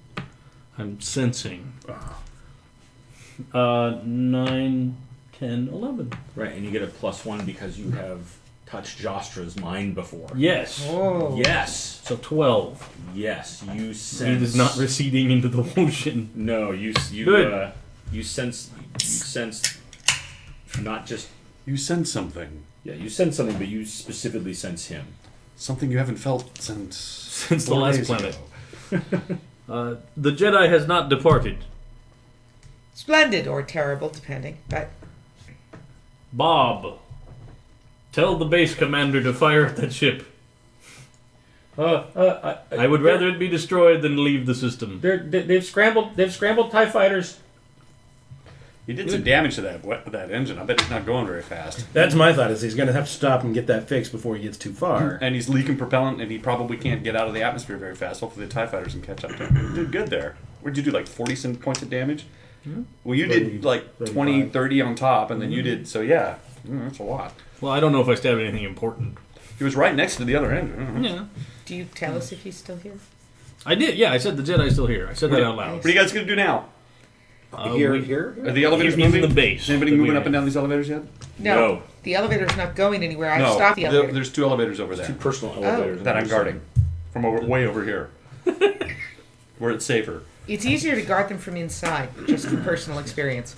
[SPEAKER 2] I'm sensing. Uh, nine, ten, eleven. Oh.
[SPEAKER 1] Right, and you get a plus one because you have touched Jostra's mind before.
[SPEAKER 2] Yes.
[SPEAKER 4] Oh.
[SPEAKER 1] Yes.
[SPEAKER 2] So 12.
[SPEAKER 1] Yes. You sense.
[SPEAKER 2] It is not receding into the ocean.
[SPEAKER 1] No. You s- you
[SPEAKER 2] Good.
[SPEAKER 1] Uh, you sense you sense not just
[SPEAKER 15] You sense something.
[SPEAKER 1] yeah you sense something, but you specifically sense him.
[SPEAKER 15] Something you haven't felt since since
[SPEAKER 2] the last planet. Uh, the Jedi has not departed.
[SPEAKER 4] Splendid or terrible, depending. But
[SPEAKER 2] Bob, tell the base commander to fire at that ship.
[SPEAKER 1] Uh, uh,
[SPEAKER 2] I would rather it be destroyed than leave the system.
[SPEAKER 1] They're, they- they've scrambled. They've scrambled Tie fighters.
[SPEAKER 5] You did some damage to that we- that engine. I bet it's not going very fast.
[SPEAKER 3] That's my thought. Is he's going to have to stop and get that fixed before he gets too far.
[SPEAKER 5] And he's leaking propellant, and he probably can't get out of the atmosphere very fast. Hopefully, the Tie fighters can catch up to him. You did good there. What'd you do? Like forty some points of damage.
[SPEAKER 2] Hmm?
[SPEAKER 5] Well, you did like 20,
[SPEAKER 3] 35.
[SPEAKER 5] 30 on top, and then you did so. Yeah, Mm, that's a lot.
[SPEAKER 2] Well, I don't know if I stabbed anything important.
[SPEAKER 5] He was right next to the other engine. Mhm.
[SPEAKER 2] Yeah.
[SPEAKER 4] do you tell
[SPEAKER 2] Hmm.
[SPEAKER 4] us if he's still here?
[SPEAKER 2] I did, yeah, I said the Jedi's still here. I said that out loud.
[SPEAKER 5] What are you guys gonna do now?
[SPEAKER 2] Uh,
[SPEAKER 7] here,
[SPEAKER 2] we-
[SPEAKER 7] here,
[SPEAKER 5] Are
[SPEAKER 7] here?
[SPEAKER 5] the elevators
[SPEAKER 2] He's in
[SPEAKER 5] moving?
[SPEAKER 2] the base
[SPEAKER 5] Is anybody
[SPEAKER 2] that we
[SPEAKER 5] moving
[SPEAKER 2] were
[SPEAKER 5] up and
[SPEAKER 2] in.
[SPEAKER 5] down these elevators yet?
[SPEAKER 1] No.
[SPEAKER 4] The elevator's not going anywhere. I've
[SPEAKER 5] no.
[SPEAKER 4] stopped the
[SPEAKER 5] There-
[SPEAKER 4] elevator.
[SPEAKER 5] There's two elevators over there
[SPEAKER 1] Personal elevators.
[SPEAKER 5] that I'm guarding from over, way over here, where it's safer.
[SPEAKER 4] It's easier to guard them from inside, just from personal experience.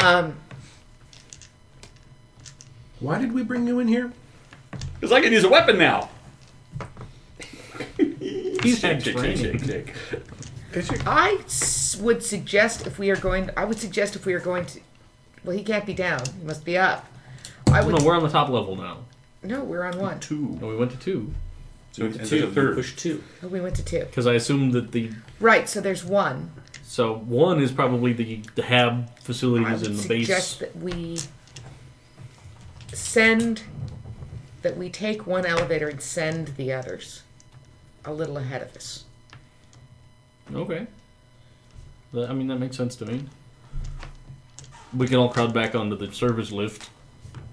[SPEAKER 4] Um,
[SPEAKER 3] Why did we bring you in here?
[SPEAKER 5] Because I can use a weapon now.
[SPEAKER 2] He's had
[SPEAKER 5] Tick, tick, tick,
[SPEAKER 2] training.
[SPEAKER 5] tick.
[SPEAKER 4] I s- would suggest if we are going, I would suggest if we are going to, well, he can't be down. He must be up. I would.
[SPEAKER 2] No, we're on the top level now.
[SPEAKER 4] No, we're on one.
[SPEAKER 5] Two.
[SPEAKER 2] No, we went to two. Oh.
[SPEAKER 5] So it's a third.
[SPEAKER 1] Push two.
[SPEAKER 4] Oh, we went to two.
[SPEAKER 2] Because I assumed that the.
[SPEAKER 4] Right, so there's one.
[SPEAKER 2] So one is probably the, the HAB
[SPEAKER 4] I
[SPEAKER 2] facilities in
[SPEAKER 4] would
[SPEAKER 2] the
[SPEAKER 4] suggest
[SPEAKER 2] base.
[SPEAKER 4] that we send, that we take one elevator and send the others a little ahead of us.
[SPEAKER 2] Okay. That- I mean, that makes sense to me. We can all crowd back onto the service lift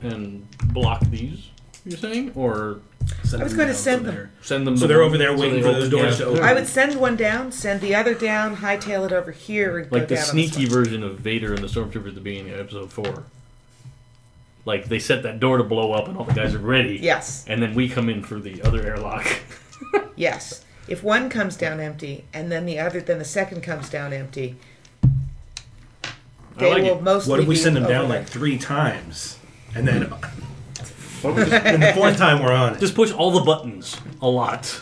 [SPEAKER 2] and block these, you're saying? Or
[SPEAKER 3] Send
[SPEAKER 4] I was
[SPEAKER 3] them
[SPEAKER 4] gonna
[SPEAKER 3] down
[SPEAKER 4] send them.
[SPEAKER 3] there.
[SPEAKER 2] send them
[SPEAKER 3] So
[SPEAKER 2] the
[SPEAKER 3] they're
[SPEAKER 2] one-
[SPEAKER 3] over there
[SPEAKER 2] so they
[SPEAKER 3] waiting for those
[SPEAKER 2] open-
[SPEAKER 3] doors
[SPEAKER 2] yeah.
[SPEAKER 3] to open.
[SPEAKER 4] I would send one down, send the other down, hightail it over here, and go
[SPEAKER 2] Like the
[SPEAKER 4] down on
[SPEAKER 2] sneaky
[SPEAKER 4] this one.
[SPEAKER 2] version of Vader and the Stormtroopers at the beginning of episode 4. Like they set that door to blow up and all the guys are ready.
[SPEAKER 4] Yes,
[SPEAKER 2] And then we come in for the other airlock.
[SPEAKER 4] yes. If one comes down empty, and then the other, then the second comes down empty,
[SPEAKER 2] I
[SPEAKER 4] they
[SPEAKER 2] like
[SPEAKER 4] will
[SPEAKER 2] it.
[SPEAKER 4] mostly.
[SPEAKER 3] What if we
[SPEAKER 4] be
[SPEAKER 3] send them down
[SPEAKER 4] over
[SPEAKER 3] like
[SPEAKER 4] there.
[SPEAKER 3] three times, and then and the fourth time we're on it?
[SPEAKER 2] Just push all the buttons a lot.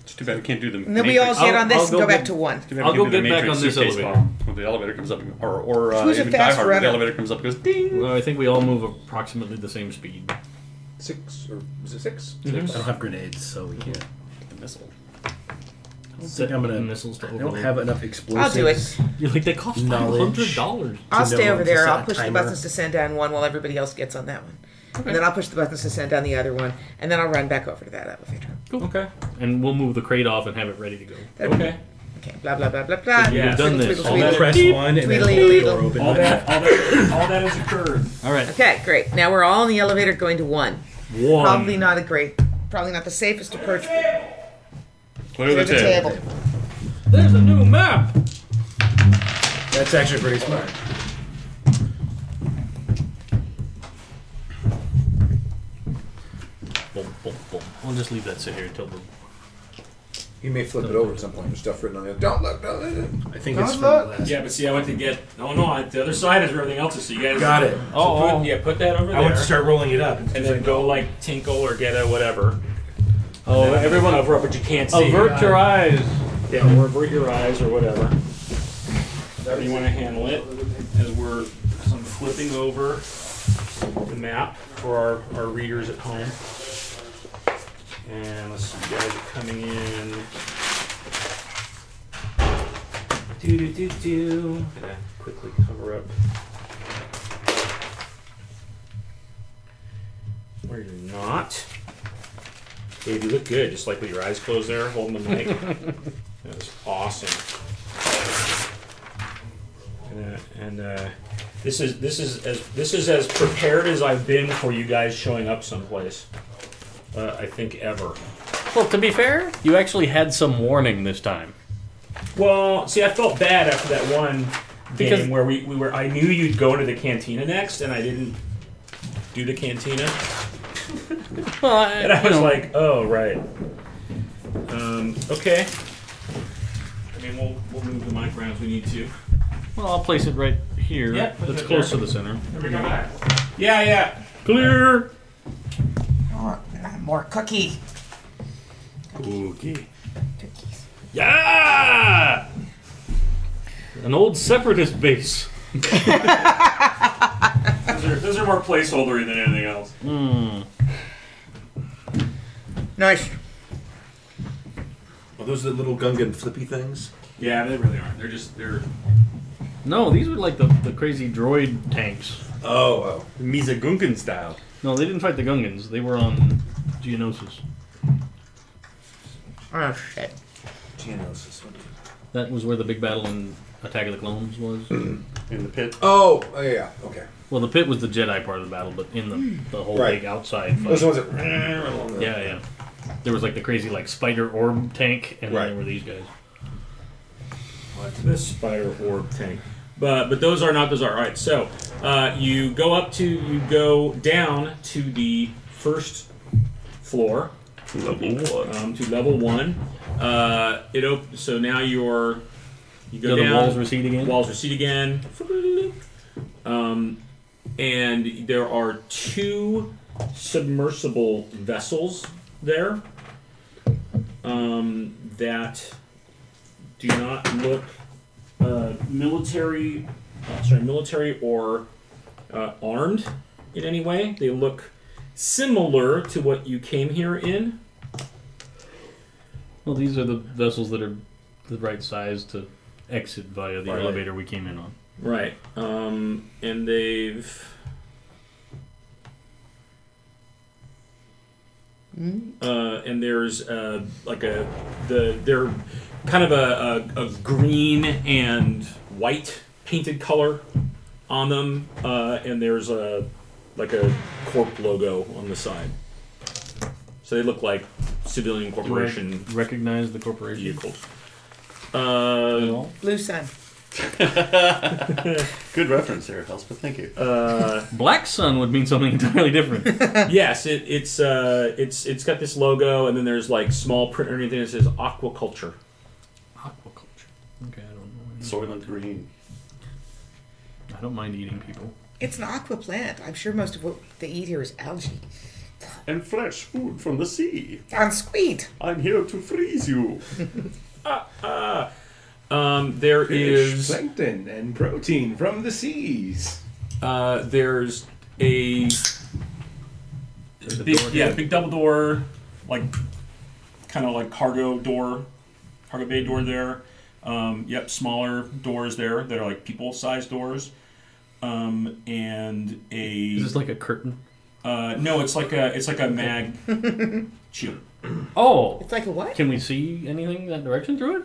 [SPEAKER 5] It's too bad we can't do them.
[SPEAKER 4] And then we all get
[SPEAKER 2] I'll-
[SPEAKER 4] on this
[SPEAKER 2] I'll
[SPEAKER 4] and
[SPEAKER 2] go
[SPEAKER 4] go, back
[SPEAKER 2] get-
[SPEAKER 4] to one.
[SPEAKER 2] I'll go get back on this elevator.
[SPEAKER 5] When the elevator comes up, or or uh,
[SPEAKER 4] Who's a
[SPEAKER 5] even Die
[SPEAKER 4] fast
[SPEAKER 5] Hard, when the
[SPEAKER 4] runner?
[SPEAKER 5] elevator comes up, it goes ding.
[SPEAKER 2] Well, I think we all move approximately the same speed.
[SPEAKER 7] Six or is it 6
[SPEAKER 3] I don't have grenades, so we can't.
[SPEAKER 5] The missile.
[SPEAKER 2] I don't
[SPEAKER 3] think
[SPEAKER 2] think
[SPEAKER 3] I'm gonna-
[SPEAKER 2] missiles to
[SPEAKER 3] I don't
[SPEAKER 2] overload.
[SPEAKER 3] have enough
[SPEAKER 4] I'll
[SPEAKER 3] explosives.
[SPEAKER 4] do it.
[SPEAKER 2] You're like they cost five
[SPEAKER 3] Knowledge.
[SPEAKER 2] hundred dollars.
[SPEAKER 4] I'll
[SPEAKER 3] know
[SPEAKER 4] stay
[SPEAKER 3] when
[SPEAKER 4] over
[SPEAKER 3] to
[SPEAKER 4] there.
[SPEAKER 3] set
[SPEAKER 4] I'll
[SPEAKER 3] a
[SPEAKER 4] push the
[SPEAKER 3] timer.
[SPEAKER 4] buttons to send down one while everybody else gets on that one. And then I'll push the buttons to send down the other one, and then I'll run back over to that elevator.
[SPEAKER 1] Okay.
[SPEAKER 2] And we'll move the crate off and have it ready to go.
[SPEAKER 1] Okay.
[SPEAKER 4] Okay, blah, blah, blah, blah, blah.
[SPEAKER 1] Yeah.
[SPEAKER 2] We've done this.
[SPEAKER 4] Twiddle,
[SPEAKER 3] All
[SPEAKER 4] twiddle,
[SPEAKER 3] that
[SPEAKER 4] twiddle.
[SPEAKER 3] press one and then
[SPEAKER 4] Tweedly,
[SPEAKER 3] hold the door
[SPEAKER 4] tweedle.
[SPEAKER 3] open.
[SPEAKER 1] All that, all that, all that has occurred.
[SPEAKER 2] All right.
[SPEAKER 4] Okay, great. Now we're all in the elevator going to one.
[SPEAKER 2] One.
[SPEAKER 4] Probably not a great, probably not the safest approach.
[SPEAKER 5] Clear the
[SPEAKER 4] There's a
[SPEAKER 5] table.
[SPEAKER 4] table.
[SPEAKER 2] There's a new map.
[SPEAKER 3] That's actually pretty smart.
[SPEAKER 2] Boom, boom, boom. We'll just leave that sit here until the.
[SPEAKER 7] He may flip it over at some point. There's stuff written on it. Don't look, don't look.
[SPEAKER 3] I think it's from
[SPEAKER 7] Don't
[SPEAKER 3] the
[SPEAKER 7] look.
[SPEAKER 3] last.
[SPEAKER 1] Yeah, but see, I went to get. No, no, I- the other side is where everything else is. So you guys
[SPEAKER 3] Got it.
[SPEAKER 1] So oh, put, yeah, put that over
[SPEAKER 3] I
[SPEAKER 1] there,
[SPEAKER 3] want to start rolling it up.
[SPEAKER 1] and then go like tinkle or get a whatever.
[SPEAKER 2] Oh,
[SPEAKER 1] Everyone over, but you can't see.
[SPEAKER 2] avert your eyes.
[SPEAKER 1] Yeah, or avert your eyes or whatever. However you want to handle it. As we're so I'm flipping over the map for our, our readers at home. And let's see, you guys are coming in. Do do do do. Gonna quickly cover up. Where you're not. Dave, you look good, just like with your eyes closed there, holding the mic. That was awesome. And, uh, and uh, this is this is as this is as prepared as I've been for you guys showing up someplace. Uh, I think ever.
[SPEAKER 2] Well, to be fair, you actually had some warning this time.
[SPEAKER 1] Well, see, I felt bad after that one game
[SPEAKER 2] Because-
[SPEAKER 1] where we, we were. I knew you'd go to the cantina next, and I didn't.
[SPEAKER 16] do the cantina?
[SPEAKER 2] Well, I,
[SPEAKER 16] And I
[SPEAKER 2] you
[SPEAKER 16] was
[SPEAKER 2] know,
[SPEAKER 16] like, oh, right. Um, okay.
[SPEAKER 1] I mean, we'll, we'll move the mic around if we need to.
[SPEAKER 2] well, I'll place it right here.
[SPEAKER 1] Yeah, put
[SPEAKER 2] that's
[SPEAKER 1] it
[SPEAKER 2] close
[SPEAKER 1] there.
[SPEAKER 2] to the center.
[SPEAKER 1] Here we go back. Yeah, yeah.
[SPEAKER 2] Clear.
[SPEAKER 10] Oh, more cookie.
[SPEAKER 16] Okay.
[SPEAKER 10] Cookies.
[SPEAKER 2] Yeah. An old separatist base.
[SPEAKER 1] Those are, those are more placeholdery than anything else.
[SPEAKER 10] Nice.
[SPEAKER 7] Are those the little Gungan flippy things?
[SPEAKER 1] Yeah, they really aren't. They're just they're
[SPEAKER 2] No, these were like the, the crazy droid tanks.
[SPEAKER 7] Oh, wow.
[SPEAKER 16] Misa Gunkin style.
[SPEAKER 2] No, they didn't fight the Gungans. They were on Geonosis.
[SPEAKER 10] Oh shit.
[SPEAKER 7] Geonosis. what is it?
[SPEAKER 2] That was where the big battle in Attack of the Clones was.
[SPEAKER 5] in the pit.
[SPEAKER 7] Oh, oh, yeah, okay.
[SPEAKER 2] Well, the pit was the Jedi part of the battle, but in the, the whole
[SPEAKER 7] Right.
[SPEAKER 2] big outside
[SPEAKER 7] Those
[SPEAKER 2] fight.
[SPEAKER 7] ones that. along the-
[SPEAKER 2] Yeah, yeah. There was like the crazy like spider orb tank, and then
[SPEAKER 7] Right.
[SPEAKER 2] there were these guys.
[SPEAKER 1] What's this spider orb tank? But but those are not those are. All right, so uh, you go up to you go down to the first floor
[SPEAKER 16] Level one.
[SPEAKER 1] um, to level one. Uh, it op- so now you're you go
[SPEAKER 2] Do the
[SPEAKER 1] down.
[SPEAKER 2] walls recede again?
[SPEAKER 1] Walls recede again. Um, and there are two submersible vessels there um, that do not look uh, military, uh, sorry, military or uh, armed in any way. They look similar to what you came here in.
[SPEAKER 2] Well, these are the vessels that are the right size to exit via the
[SPEAKER 7] Right.
[SPEAKER 2] elevator we came in on.
[SPEAKER 1] Right. Um, and they've. Uh, and there's uh, like a the they're kind of a, a, a green and white painted color on them, uh, and there's a like a corp logo on the side. So they look like civilian corporation
[SPEAKER 2] Recognize the corporation.
[SPEAKER 1] vehicles. Uh,
[SPEAKER 10] Blue sun.
[SPEAKER 5] Good reference there, Elspeth. Thank you.
[SPEAKER 1] uh,
[SPEAKER 2] Black Sun would mean something entirely different.
[SPEAKER 1] yes, it, it's uh, it's it's got this logo, and then there's like small print underneath it. It says aquaculture.
[SPEAKER 2] Aquaculture. Okay, I don't know.
[SPEAKER 5] Soylent Green.
[SPEAKER 2] I don't mind eating people.
[SPEAKER 10] It's an aqua plant. I'm sure most of what they eat here is algae.
[SPEAKER 5] And fresh food from the sea.
[SPEAKER 10] On squid.
[SPEAKER 5] I'm here to freeze you.
[SPEAKER 1] Um, there
[SPEAKER 3] Fish,
[SPEAKER 1] is
[SPEAKER 3] plankton, and protein from the seas.
[SPEAKER 1] uh, there's a big yeah big double door like kind of like cargo door, cargo bay door there. Um, yep, smaller doors there that are like people sized doors. Um, and a
[SPEAKER 2] Is this like a curtain?
[SPEAKER 1] uh, no, it's like a it's like a mag shield.
[SPEAKER 2] Oh!
[SPEAKER 10] It's like a what?
[SPEAKER 2] Can we see anything that direction through it?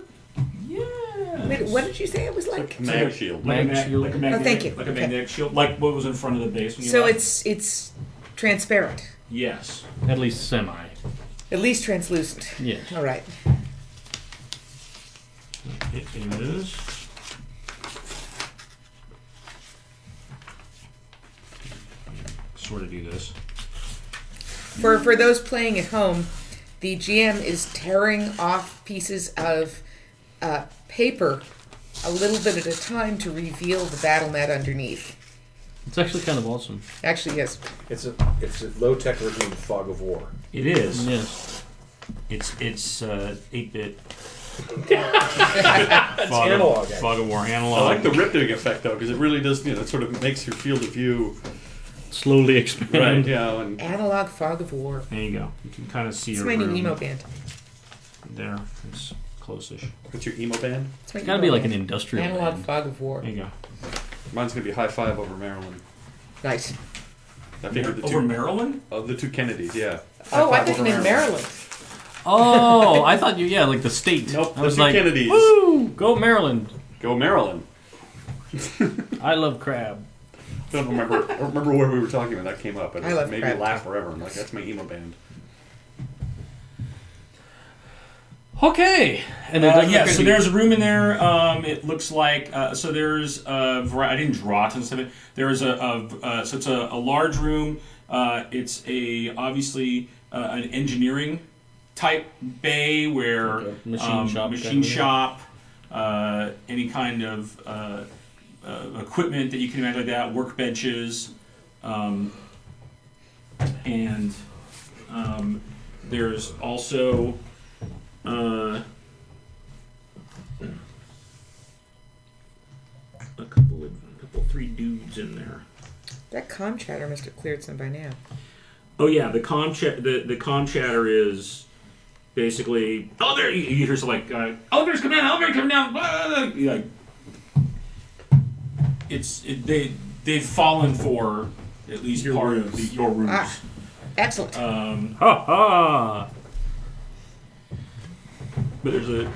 [SPEAKER 10] Wait, what did you say it was like? Oh,
[SPEAKER 5] Mag shield.
[SPEAKER 1] Like a
[SPEAKER 2] Mag
[SPEAKER 1] mag-
[SPEAKER 2] shield.
[SPEAKER 1] Like a magnetic,
[SPEAKER 10] thank you.
[SPEAKER 1] Like a
[SPEAKER 10] Okay.
[SPEAKER 1] magnetic shield, like what was in front of the base. When you
[SPEAKER 10] So
[SPEAKER 1] left.
[SPEAKER 10] it's it's transparent,
[SPEAKER 1] yes.
[SPEAKER 2] At least semi.
[SPEAKER 10] at least translucent.
[SPEAKER 2] Yes.
[SPEAKER 10] All right.
[SPEAKER 1] It is. Sort of do this.
[SPEAKER 10] For for those playing at home, the GM is tearing off pieces of uh, paper a little bit at a time to reveal the battle mat underneath.
[SPEAKER 2] It's actually kind of awesome.
[SPEAKER 10] Actually, yes.
[SPEAKER 7] It's a it's a low tech version of the Fog of War.
[SPEAKER 1] It is.
[SPEAKER 2] Yes.
[SPEAKER 1] It's it's uh, eight bit.
[SPEAKER 7] analog,
[SPEAKER 1] Fog,
[SPEAKER 7] actually.
[SPEAKER 1] of, fog of war analog.
[SPEAKER 5] I like the ripping effect though, because it really does. You know, it sort of makes your field of view.
[SPEAKER 2] Slowly expand.
[SPEAKER 5] Right. Yeah. And
[SPEAKER 10] Analog fog of war.
[SPEAKER 1] there you go. You can kind of see
[SPEAKER 10] It's
[SPEAKER 1] your
[SPEAKER 10] my new
[SPEAKER 1] room
[SPEAKER 10] emo band.
[SPEAKER 1] there. It's close-ish.
[SPEAKER 5] what's your emo band?
[SPEAKER 10] It's my
[SPEAKER 2] It's gotta
[SPEAKER 10] emo
[SPEAKER 2] be like an
[SPEAKER 10] band.
[SPEAKER 2] industrial.
[SPEAKER 10] analog
[SPEAKER 2] band.
[SPEAKER 10] fog of war.
[SPEAKER 1] There you go.
[SPEAKER 5] Mine's gonna be High Five over Maryland.
[SPEAKER 10] Nice.
[SPEAKER 5] I figured the
[SPEAKER 1] Over
[SPEAKER 5] two
[SPEAKER 1] Maryland?
[SPEAKER 5] of the two Kennedys. Yeah.
[SPEAKER 10] Oh, I thought
[SPEAKER 5] Five
[SPEAKER 10] you
[SPEAKER 5] over
[SPEAKER 10] meant Maryland.
[SPEAKER 2] Oh, I thought you, yeah, like the state.
[SPEAKER 5] Nope.
[SPEAKER 2] I
[SPEAKER 5] The
[SPEAKER 2] was
[SPEAKER 5] two
[SPEAKER 2] like,
[SPEAKER 5] Kennedys.
[SPEAKER 2] woo, go Maryland.
[SPEAKER 5] Go Maryland.
[SPEAKER 2] I love crab.
[SPEAKER 5] I don't remember. I don't remember where we were talking when that came up. And
[SPEAKER 10] I love
[SPEAKER 5] maybe
[SPEAKER 10] crab.
[SPEAKER 5] laugh forever. I'm like, that's my emo band.
[SPEAKER 2] Okay. And it
[SPEAKER 9] Uh,
[SPEAKER 2] doesn't
[SPEAKER 9] yeah,
[SPEAKER 2] appear
[SPEAKER 9] so
[SPEAKER 2] to be-
[SPEAKER 9] there's a room in there. Um, it looks like uh, so there's a variety. I didn't draw it instead of it. There is a, a uh, so it's a, a large room. Uh, it's a obviously uh, an engineering type bay where
[SPEAKER 2] Like a machine
[SPEAKER 9] um,
[SPEAKER 2] shop
[SPEAKER 9] machine
[SPEAKER 2] kind of thing.
[SPEAKER 9] shop, uh, any kind of uh, uh, equipment that you can imagine like that, workbenches, um, and um, there's also. Uh, a couple of a couple three dudes in there.
[SPEAKER 4] That com chatter must have cleared some by now.
[SPEAKER 9] Oh yeah, the com chat the, the com chatter is basically oh there you, you hear some like uh, oh there's coming down oh there's coming down blah, blah, blah. You're like it's it, they they've fallen for at least
[SPEAKER 17] Your
[SPEAKER 9] part
[SPEAKER 17] ruse.
[SPEAKER 9] of the, your ruse.
[SPEAKER 4] Ah. Excellent.
[SPEAKER 9] Um,
[SPEAKER 2] Ha ha!
[SPEAKER 9] but there's a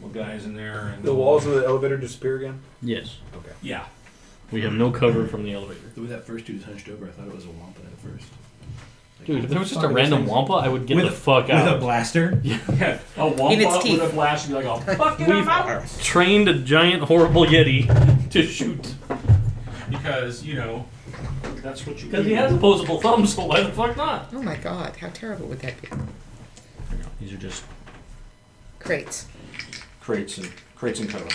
[SPEAKER 9] well guys in there and
[SPEAKER 7] The walls of the elevator disappear again.
[SPEAKER 2] Yes.
[SPEAKER 9] yeah
[SPEAKER 2] We have no cover from the elevator.
[SPEAKER 3] The way that first dude was hunched over, I thought it was a wampa at first.
[SPEAKER 2] Dude, if there was just a random wampa, I would get the fuck
[SPEAKER 3] With a
[SPEAKER 2] out.
[SPEAKER 3] blaster?
[SPEAKER 9] yeah a
[SPEAKER 4] In its
[SPEAKER 9] wampa
[SPEAKER 4] teeth.
[SPEAKER 9] with a flash and be like oh fuck it,
[SPEAKER 2] We've
[SPEAKER 9] I'm out.
[SPEAKER 2] trained a giant, horrible yeti to shoot.
[SPEAKER 9] because you know that's what you.
[SPEAKER 2] Because he has opposable thumbs, so why the fuck not?
[SPEAKER 4] Oh my god, how terrible would that be?
[SPEAKER 9] These are just
[SPEAKER 4] Crates.
[SPEAKER 9] crates and crates and cover.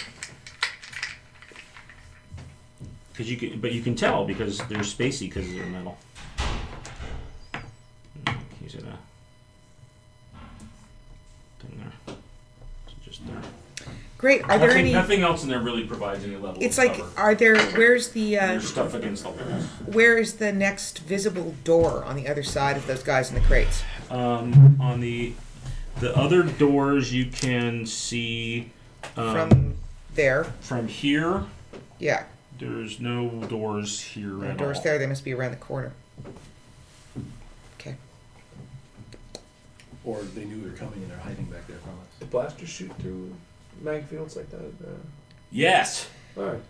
[SPEAKER 9] Because you can, but you can tell because they're spacey because they're metal. He's in a thing there. So just there.
[SPEAKER 4] Great. Are there
[SPEAKER 9] nothing,
[SPEAKER 4] any?
[SPEAKER 9] nothing else in there really provides any level.
[SPEAKER 4] It's
[SPEAKER 9] of
[SPEAKER 4] like,
[SPEAKER 9] cover.
[SPEAKER 4] are there? Where's the? Uh,
[SPEAKER 9] there's stuff against the walls.
[SPEAKER 4] where is the next visible door on the other side of those guys in the crates?
[SPEAKER 9] Um, on the the other doors, you can see um,
[SPEAKER 4] From there,
[SPEAKER 9] from here.
[SPEAKER 4] yeah.
[SPEAKER 9] There's no doors here
[SPEAKER 4] No
[SPEAKER 9] at
[SPEAKER 4] doors
[SPEAKER 9] all.
[SPEAKER 4] there. They must be around the corner. Okay.
[SPEAKER 3] Or they knew we were coming and they're hiding back there from us.
[SPEAKER 7] The blasters shoot through mag fields like that. uh,
[SPEAKER 9] Yes,
[SPEAKER 7] all right.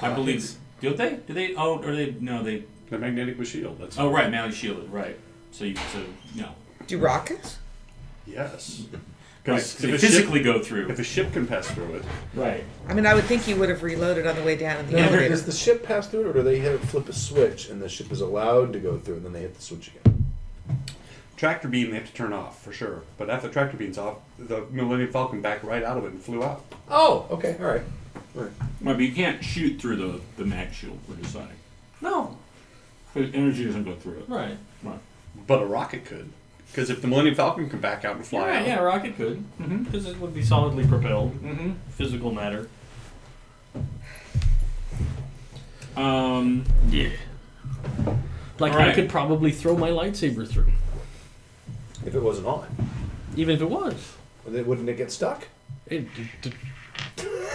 [SPEAKER 9] I believe. Do they? Do they? Oh, or they? No, they.
[SPEAKER 6] The magnetic was shield. That's
[SPEAKER 9] Oh, right. Now you shield it. Right. So you. So no.
[SPEAKER 4] Do rockets?
[SPEAKER 6] yes.
[SPEAKER 9] Because
[SPEAKER 6] Right,
[SPEAKER 9] they
[SPEAKER 6] if a ship-
[SPEAKER 9] physically go through.
[SPEAKER 6] If a ship can pass through it,
[SPEAKER 9] Right.
[SPEAKER 4] I mean, I would think you would have reloaded on the way down in the
[SPEAKER 7] Now,
[SPEAKER 4] elevator.
[SPEAKER 7] does the ship pass through it, or do they hit flip a switch and the ship is allowed to go through, and then they hit the switch again?
[SPEAKER 6] tractor beam they have to turn off for sure. But after tractor beam's off, the Millennium Falcon backed right out of it and flew out.
[SPEAKER 7] Oh, okay, all right. All right.
[SPEAKER 9] Right, but you can't shoot through the the mag shield. We're deciding.
[SPEAKER 2] No.
[SPEAKER 9] 'Cause energy doesn't go through it.
[SPEAKER 2] Right.
[SPEAKER 6] But a rocket could, because if the Millennium Falcon can back out and fly
[SPEAKER 2] Right,
[SPEAKER 6] out,
[SPEAKER 2] yeah, a rocket could. Because it would be solidly propelled.
[SPEAKER 9] Mm-hmm.
[SPEAKER 2] Physical matter.
[SPEAKER 9] Um.
[SPEAKER 2] Yeah. Like, I
[SPEAKER 9] Alright.
[SPEAKER 2] could probably throw my lightsaber through.
[SPEAKER 7] If it wasn't on,
[SPEAKER 2] Even if it was.
[SPEAKER 7] then wouldn't it get stuck?
[SPEAKER 2] It d- d-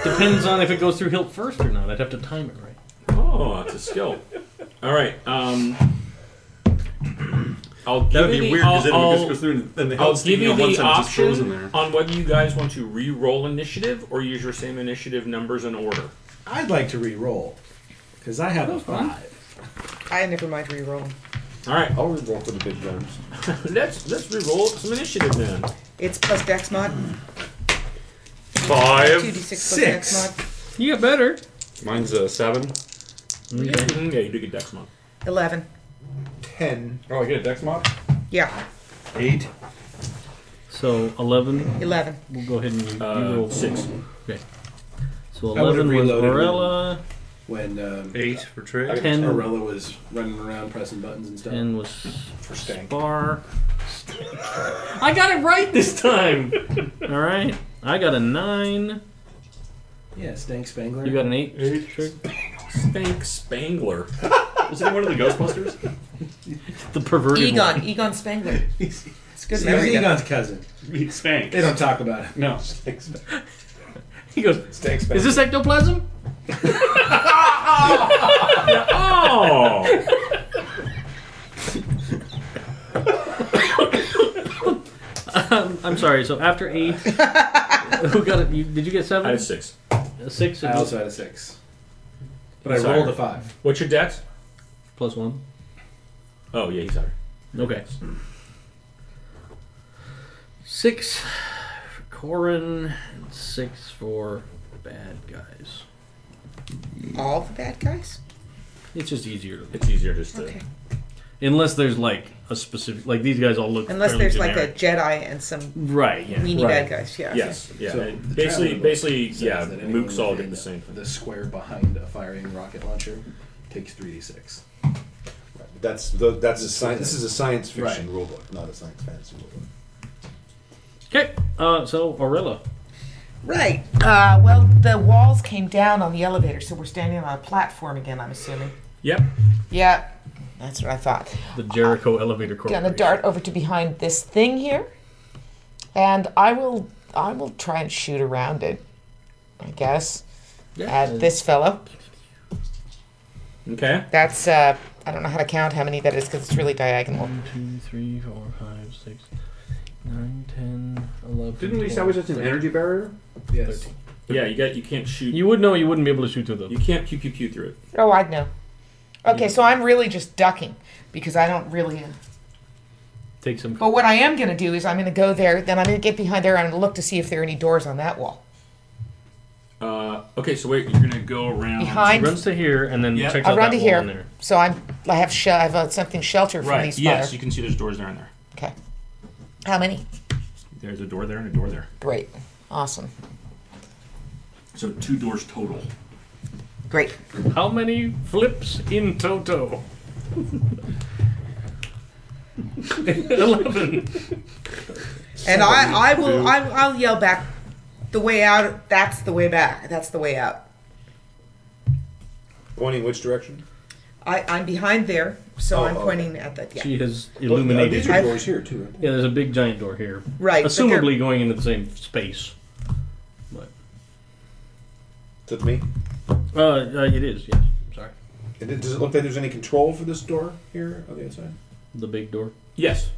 [SPEAKER 2] depends on if it goes through hilt first or not. I'd have to time it right.
[SPEAKER 9] Oh, that's a skill. All right. Um. I'll give
[SPEAKER 1] That would
[SPEAKER 9] you
[SPEAKER 1] be
[SPEAKER 9] the-
[SPEAKER 1] weird because it would just
[SPEAKER 9] I'll- I'll-
[SPEAKER 1] go through and then the
[SPEAKER 9] I'll
[SPEAKER 1] hell's
[SPEAKER 9] give
[SPEAKER 1] sticking
[SPEAKER 9] you
[SPEAKER 1] on one
[SPEAKER 9] the
[SPEAKER 1] side it's just frozen
[SPEAKER 9] option
[SPEAKER 1] there.
[SPEAKER 9] on whether you guys want to re-roll initiative or use your same initiative numbers in order.
[SPEAKER 3] I'd like to re-roll, because I have a five.
[SPEAKER 4] I never mind re-rolling.
[SPEAKER 9] All right,
[SPEAKER 7] I'll re-roll for the big guns.
[SPEAKER 9] let's let's re-roll some initiative then.
[SPEAKER 4] It's plus Dex mod. Two d
[SPEAKER 17] Five.
[SPEAKER 4] six plus Dex
[SPEAKER 3] six.
[SPEAKER 4] mod.
[SPEAKER 2] You got better.
[SPEAKER 1] Mine's a seven.
[SPEAKER 9] Mm, Yeah, you do get dex mod.
[SPEAKER 4] Eleven.
[SPEAKER 7] Ten.
[SPEAKER 1] Oh, I get a dex mod.
[SPEAKER 4] Yeah,
[SPEAKER 1] Eight.
[SPEAKER 2] So, 11.
[SPEAKER 4] eleven.
[SPEAKER 2] We'll go ahead and you, you
[SPEAKER 9] Uh,
[SPEAKER 2] roll.
[SPEAKER 9] six.
[SPEAKER 2] So,
[SPEAKER 3] I would've
[SPEAKER 2] 11 was
[SPEAKER 3] reloaded
[SPEAKER 2] Morella,
[SPEAKER 3] When um,
[SPEAKER 1] Eight for trade.
[SPEAKER 2] 10,
[SPEAKER 3] Morella was running around pressing buttons and stuff.
[SPEAKER 2] 10 was
[SPEAKER 7] For stank.
[SPEAKER 2] Bar. I got it right this time! Alright. I got a 9.
[SPEAKER 3] yeah, Stank Spangler.
[SPEAKER 2] You got an 8?
[SPEAKER 9] Spank Spangler.
[SPEAKER 6] was it one of the Ghostbusters?
[SPEAKER 2] The perverted
[SPEAKER 4] Egon. Egon Spangler.
[SPEAKER 3] He's-
[SPEAKER 4] It's good
[SPEAKER 3] he's
[SPEAKER 4] memory. though.
[SPEAKER 3] Egon's cousin.
[SPEAKER 6] Spank.
[SPEAKER 3] They don't talk about it.
[SPEAKER 6] No.
[SPEAKER 2] one. He goes,
[SPEAKER 7] Stank
[SPEAKER 2] Is this ectoplasm?
[SPEAKER 9] Oh,
[SPEAKER 2] Um, I'm sorry. So after eight, who got it? You, did you get
[SPEAKER 9] I
[SPEAKER 2] seven?
[SPEAKER 9] had six.
[SPEAKER 2] A six
[SPEAKER 3] I
[SPEAKER 2] and
[SPEAKER 3] also had a six. But I
[SPEAKER 9] Sorry.
[SPEAKER 3] rolled a five.
[SPEAKER 9] What's your dex?
[SPEAKER 2] plus one.
[SPEAKER 9] Oh yeah, he's higher.
[SPEAKER 2] Okay. Six for Corin, and six for bad guys.
[SPEAKER 4] All the bad guys?
[SPEAKER 2] It's just easier to
[SPEAKER 1] It's easier just to.
[SPEAKER 4] Okay.
[SPEAKER 2] unless there's like a specific like these guys all look
[SPEAKER 4] Unless
[SPEAKER 2] fairly
[SPEAKER 4] there's
[SPEAKER 2] generic.
[SPEAKER 4] like a Jedi and some
[SPEAKER 2] right yeah
[SPEAKER 4] weenie bad
[SPEAKER 2] right.
[SPEAKER 4] guys. Yeah.
[SPEAKER 1] Yes. Yeah.
[SPEAKER 3] So
[SPEAKER 1] and
[SPEAKER 3] the
[SPEAKER 1] basically,
[SPEAKER 3] traveling book
[SPEAKER 1] basically,
[SPEAKER 3] says
[SPEAKER 1] yeah.
[SPEAKER 3] that anyone
[SPEAKER 1] Mooks all get
[SPEAKER 3] within
[SPEAKER 1] the same thing.
[SPEAKER 3] The square behind a firing rocket launcher takes three d six.
[SPEAKER 7] That's the that's a science. This is a science fiction
[SPEAKER 3] Right.
[SPEAKER 7] rulebook, not a science fantasy rulebook.
[SPEAKER 2] Okay, uh, so Aurilla.
[SPEAKER 4] Right. Uh, well, the walls came down on the elevator, so we're standing on a platform again, I'm assuming.
[SPEAKER 1] Yep.
[SPEAKER 4] Yeah. That's what I thought.
[SPEAKER 2] The Jericho Elevator Corporation.
[SPEAKER 4] Gonna dart over to behind this thing here, and I will I will try and shoot around it, I guess, at this fellow.
[SPEAKER 1] Okay.
[SPEAKER 4] That's uh, I don't know how to count how many that is because it's really diagonal.
[SPEAKER 2] One, two, three, four, five, six, nine, ten, eleven.
[SPEAKER 6] Didn't we establish that's an energy barrier?
[SPEAKER 3] Yes.
[SPEAKER 1] Yeah. You got. You can't shoot. You,
[SPEAKER 2] You would know you wouldn't be able to shoot through them.
[SPEAKER 1] can't pew pew pew through it.
[SPEAKER 4] Oh, I know. Okay, so I'm really just ducking because I don't really.
[SPEAKER 2] Take some.
[SPEAKER 4] But what I am gonna do is I'm gonna go there, then I'm gonna get behind there and I'm gonna look to see if there are any doors on that wall.
[SPEAKER 1] Uh, okay. So wait. You're gonna go around.
[SPEAKER 4] Behind
[SPEAKER 2] Uh-huh. Runs to here and then
[SPEAKER 1] Yeah.
[SPEAKER 2] checks out
[SPEAKER 4] around to
[SPEAKER 2] that
[SPEAKER 4] here,
[SPEAKER 2] wall in there.
[SPEAKER 4] so I'm I have sh- I have uh, something shelter from
[SPEAKER 1] Right.
[SPEAKER 4] these
[SPEAKER 1] Yes.
[SPEAKER 4] fire.
[SPEAKER 1] You can see there's doors there and there.
[SPEAKER 4] Okay. How many?
[SPEAKER 1] There's a door there and a door there.
[SPEAKER 4] Great. Awesome.
[SPEAKER 1] So two doors total.
[SPEAKER 4] Great.
[SPEAKER 2] How many flips in toto? Eleven.
[SPEAKER 4] And I, I will, I, I'll yell back, the way out. That's the way back. That's the way out.
[SPEAKER 7] Pointing which direction?
[SPEAKER 4] I, I'm behind there, so
[SPEAKER 7] Oh,
[SPEAKER 4] I'm
[SPEAKER 7] okay.
[SPEAKER 4] pointing at that. Yeah.
[SPEAKER 2] She has
[SPEAKER 7] Well,
[SPEAKER 2] illuminated.
[SPEAKER 7] these are
[SPEAKER 4] I've-
[SPEAKER 7] doors here too. Right?
[SPEAKER 2] yeah, there's a big giant door here.
[SPEAKER 4] Right, but they're-
[SPEAKER 2] Assumably going into the same space. But
[SPEAKER 7] Is that me?
[SPEAKER 2] uh, uh, it is. Yes. Sorry.
[SPEAKER 7] And it- does it look like there's any control for this door here on the outside?
[SPEAKER 2] The big door.
[SPEAKER 1] Yes.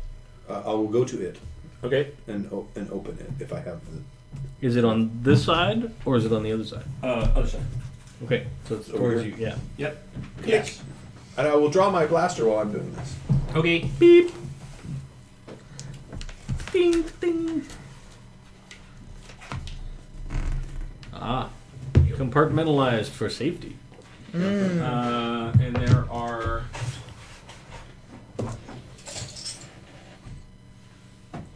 [SPEAKER 7] Uh, I will go to it
[SPEAKER 1] Okay.
[SPEAKER 7] and o- and open it if I have the.
[SPEAKER 2] Is it on this side or is it on the other side?
[SPEAKER 1] Uh, other side.
[SPEAKER 2] Okay, so it's
[SPEAKER 7] Over
[SPEAKER 2] towards you.
[SPEAKER 7] here.
[SPEAKER 2] Yeah.
[SPEAKER 1] Yep. Yes.
[SPEAKER 7] And I will draw my blaster while I'm doing this.
[SPEAKER 1] Okay.
[SPEAKER 2] Beep. Ding ding. Ah, compartmentalized for safety.
[SPEAKER 1] Uh, and there are.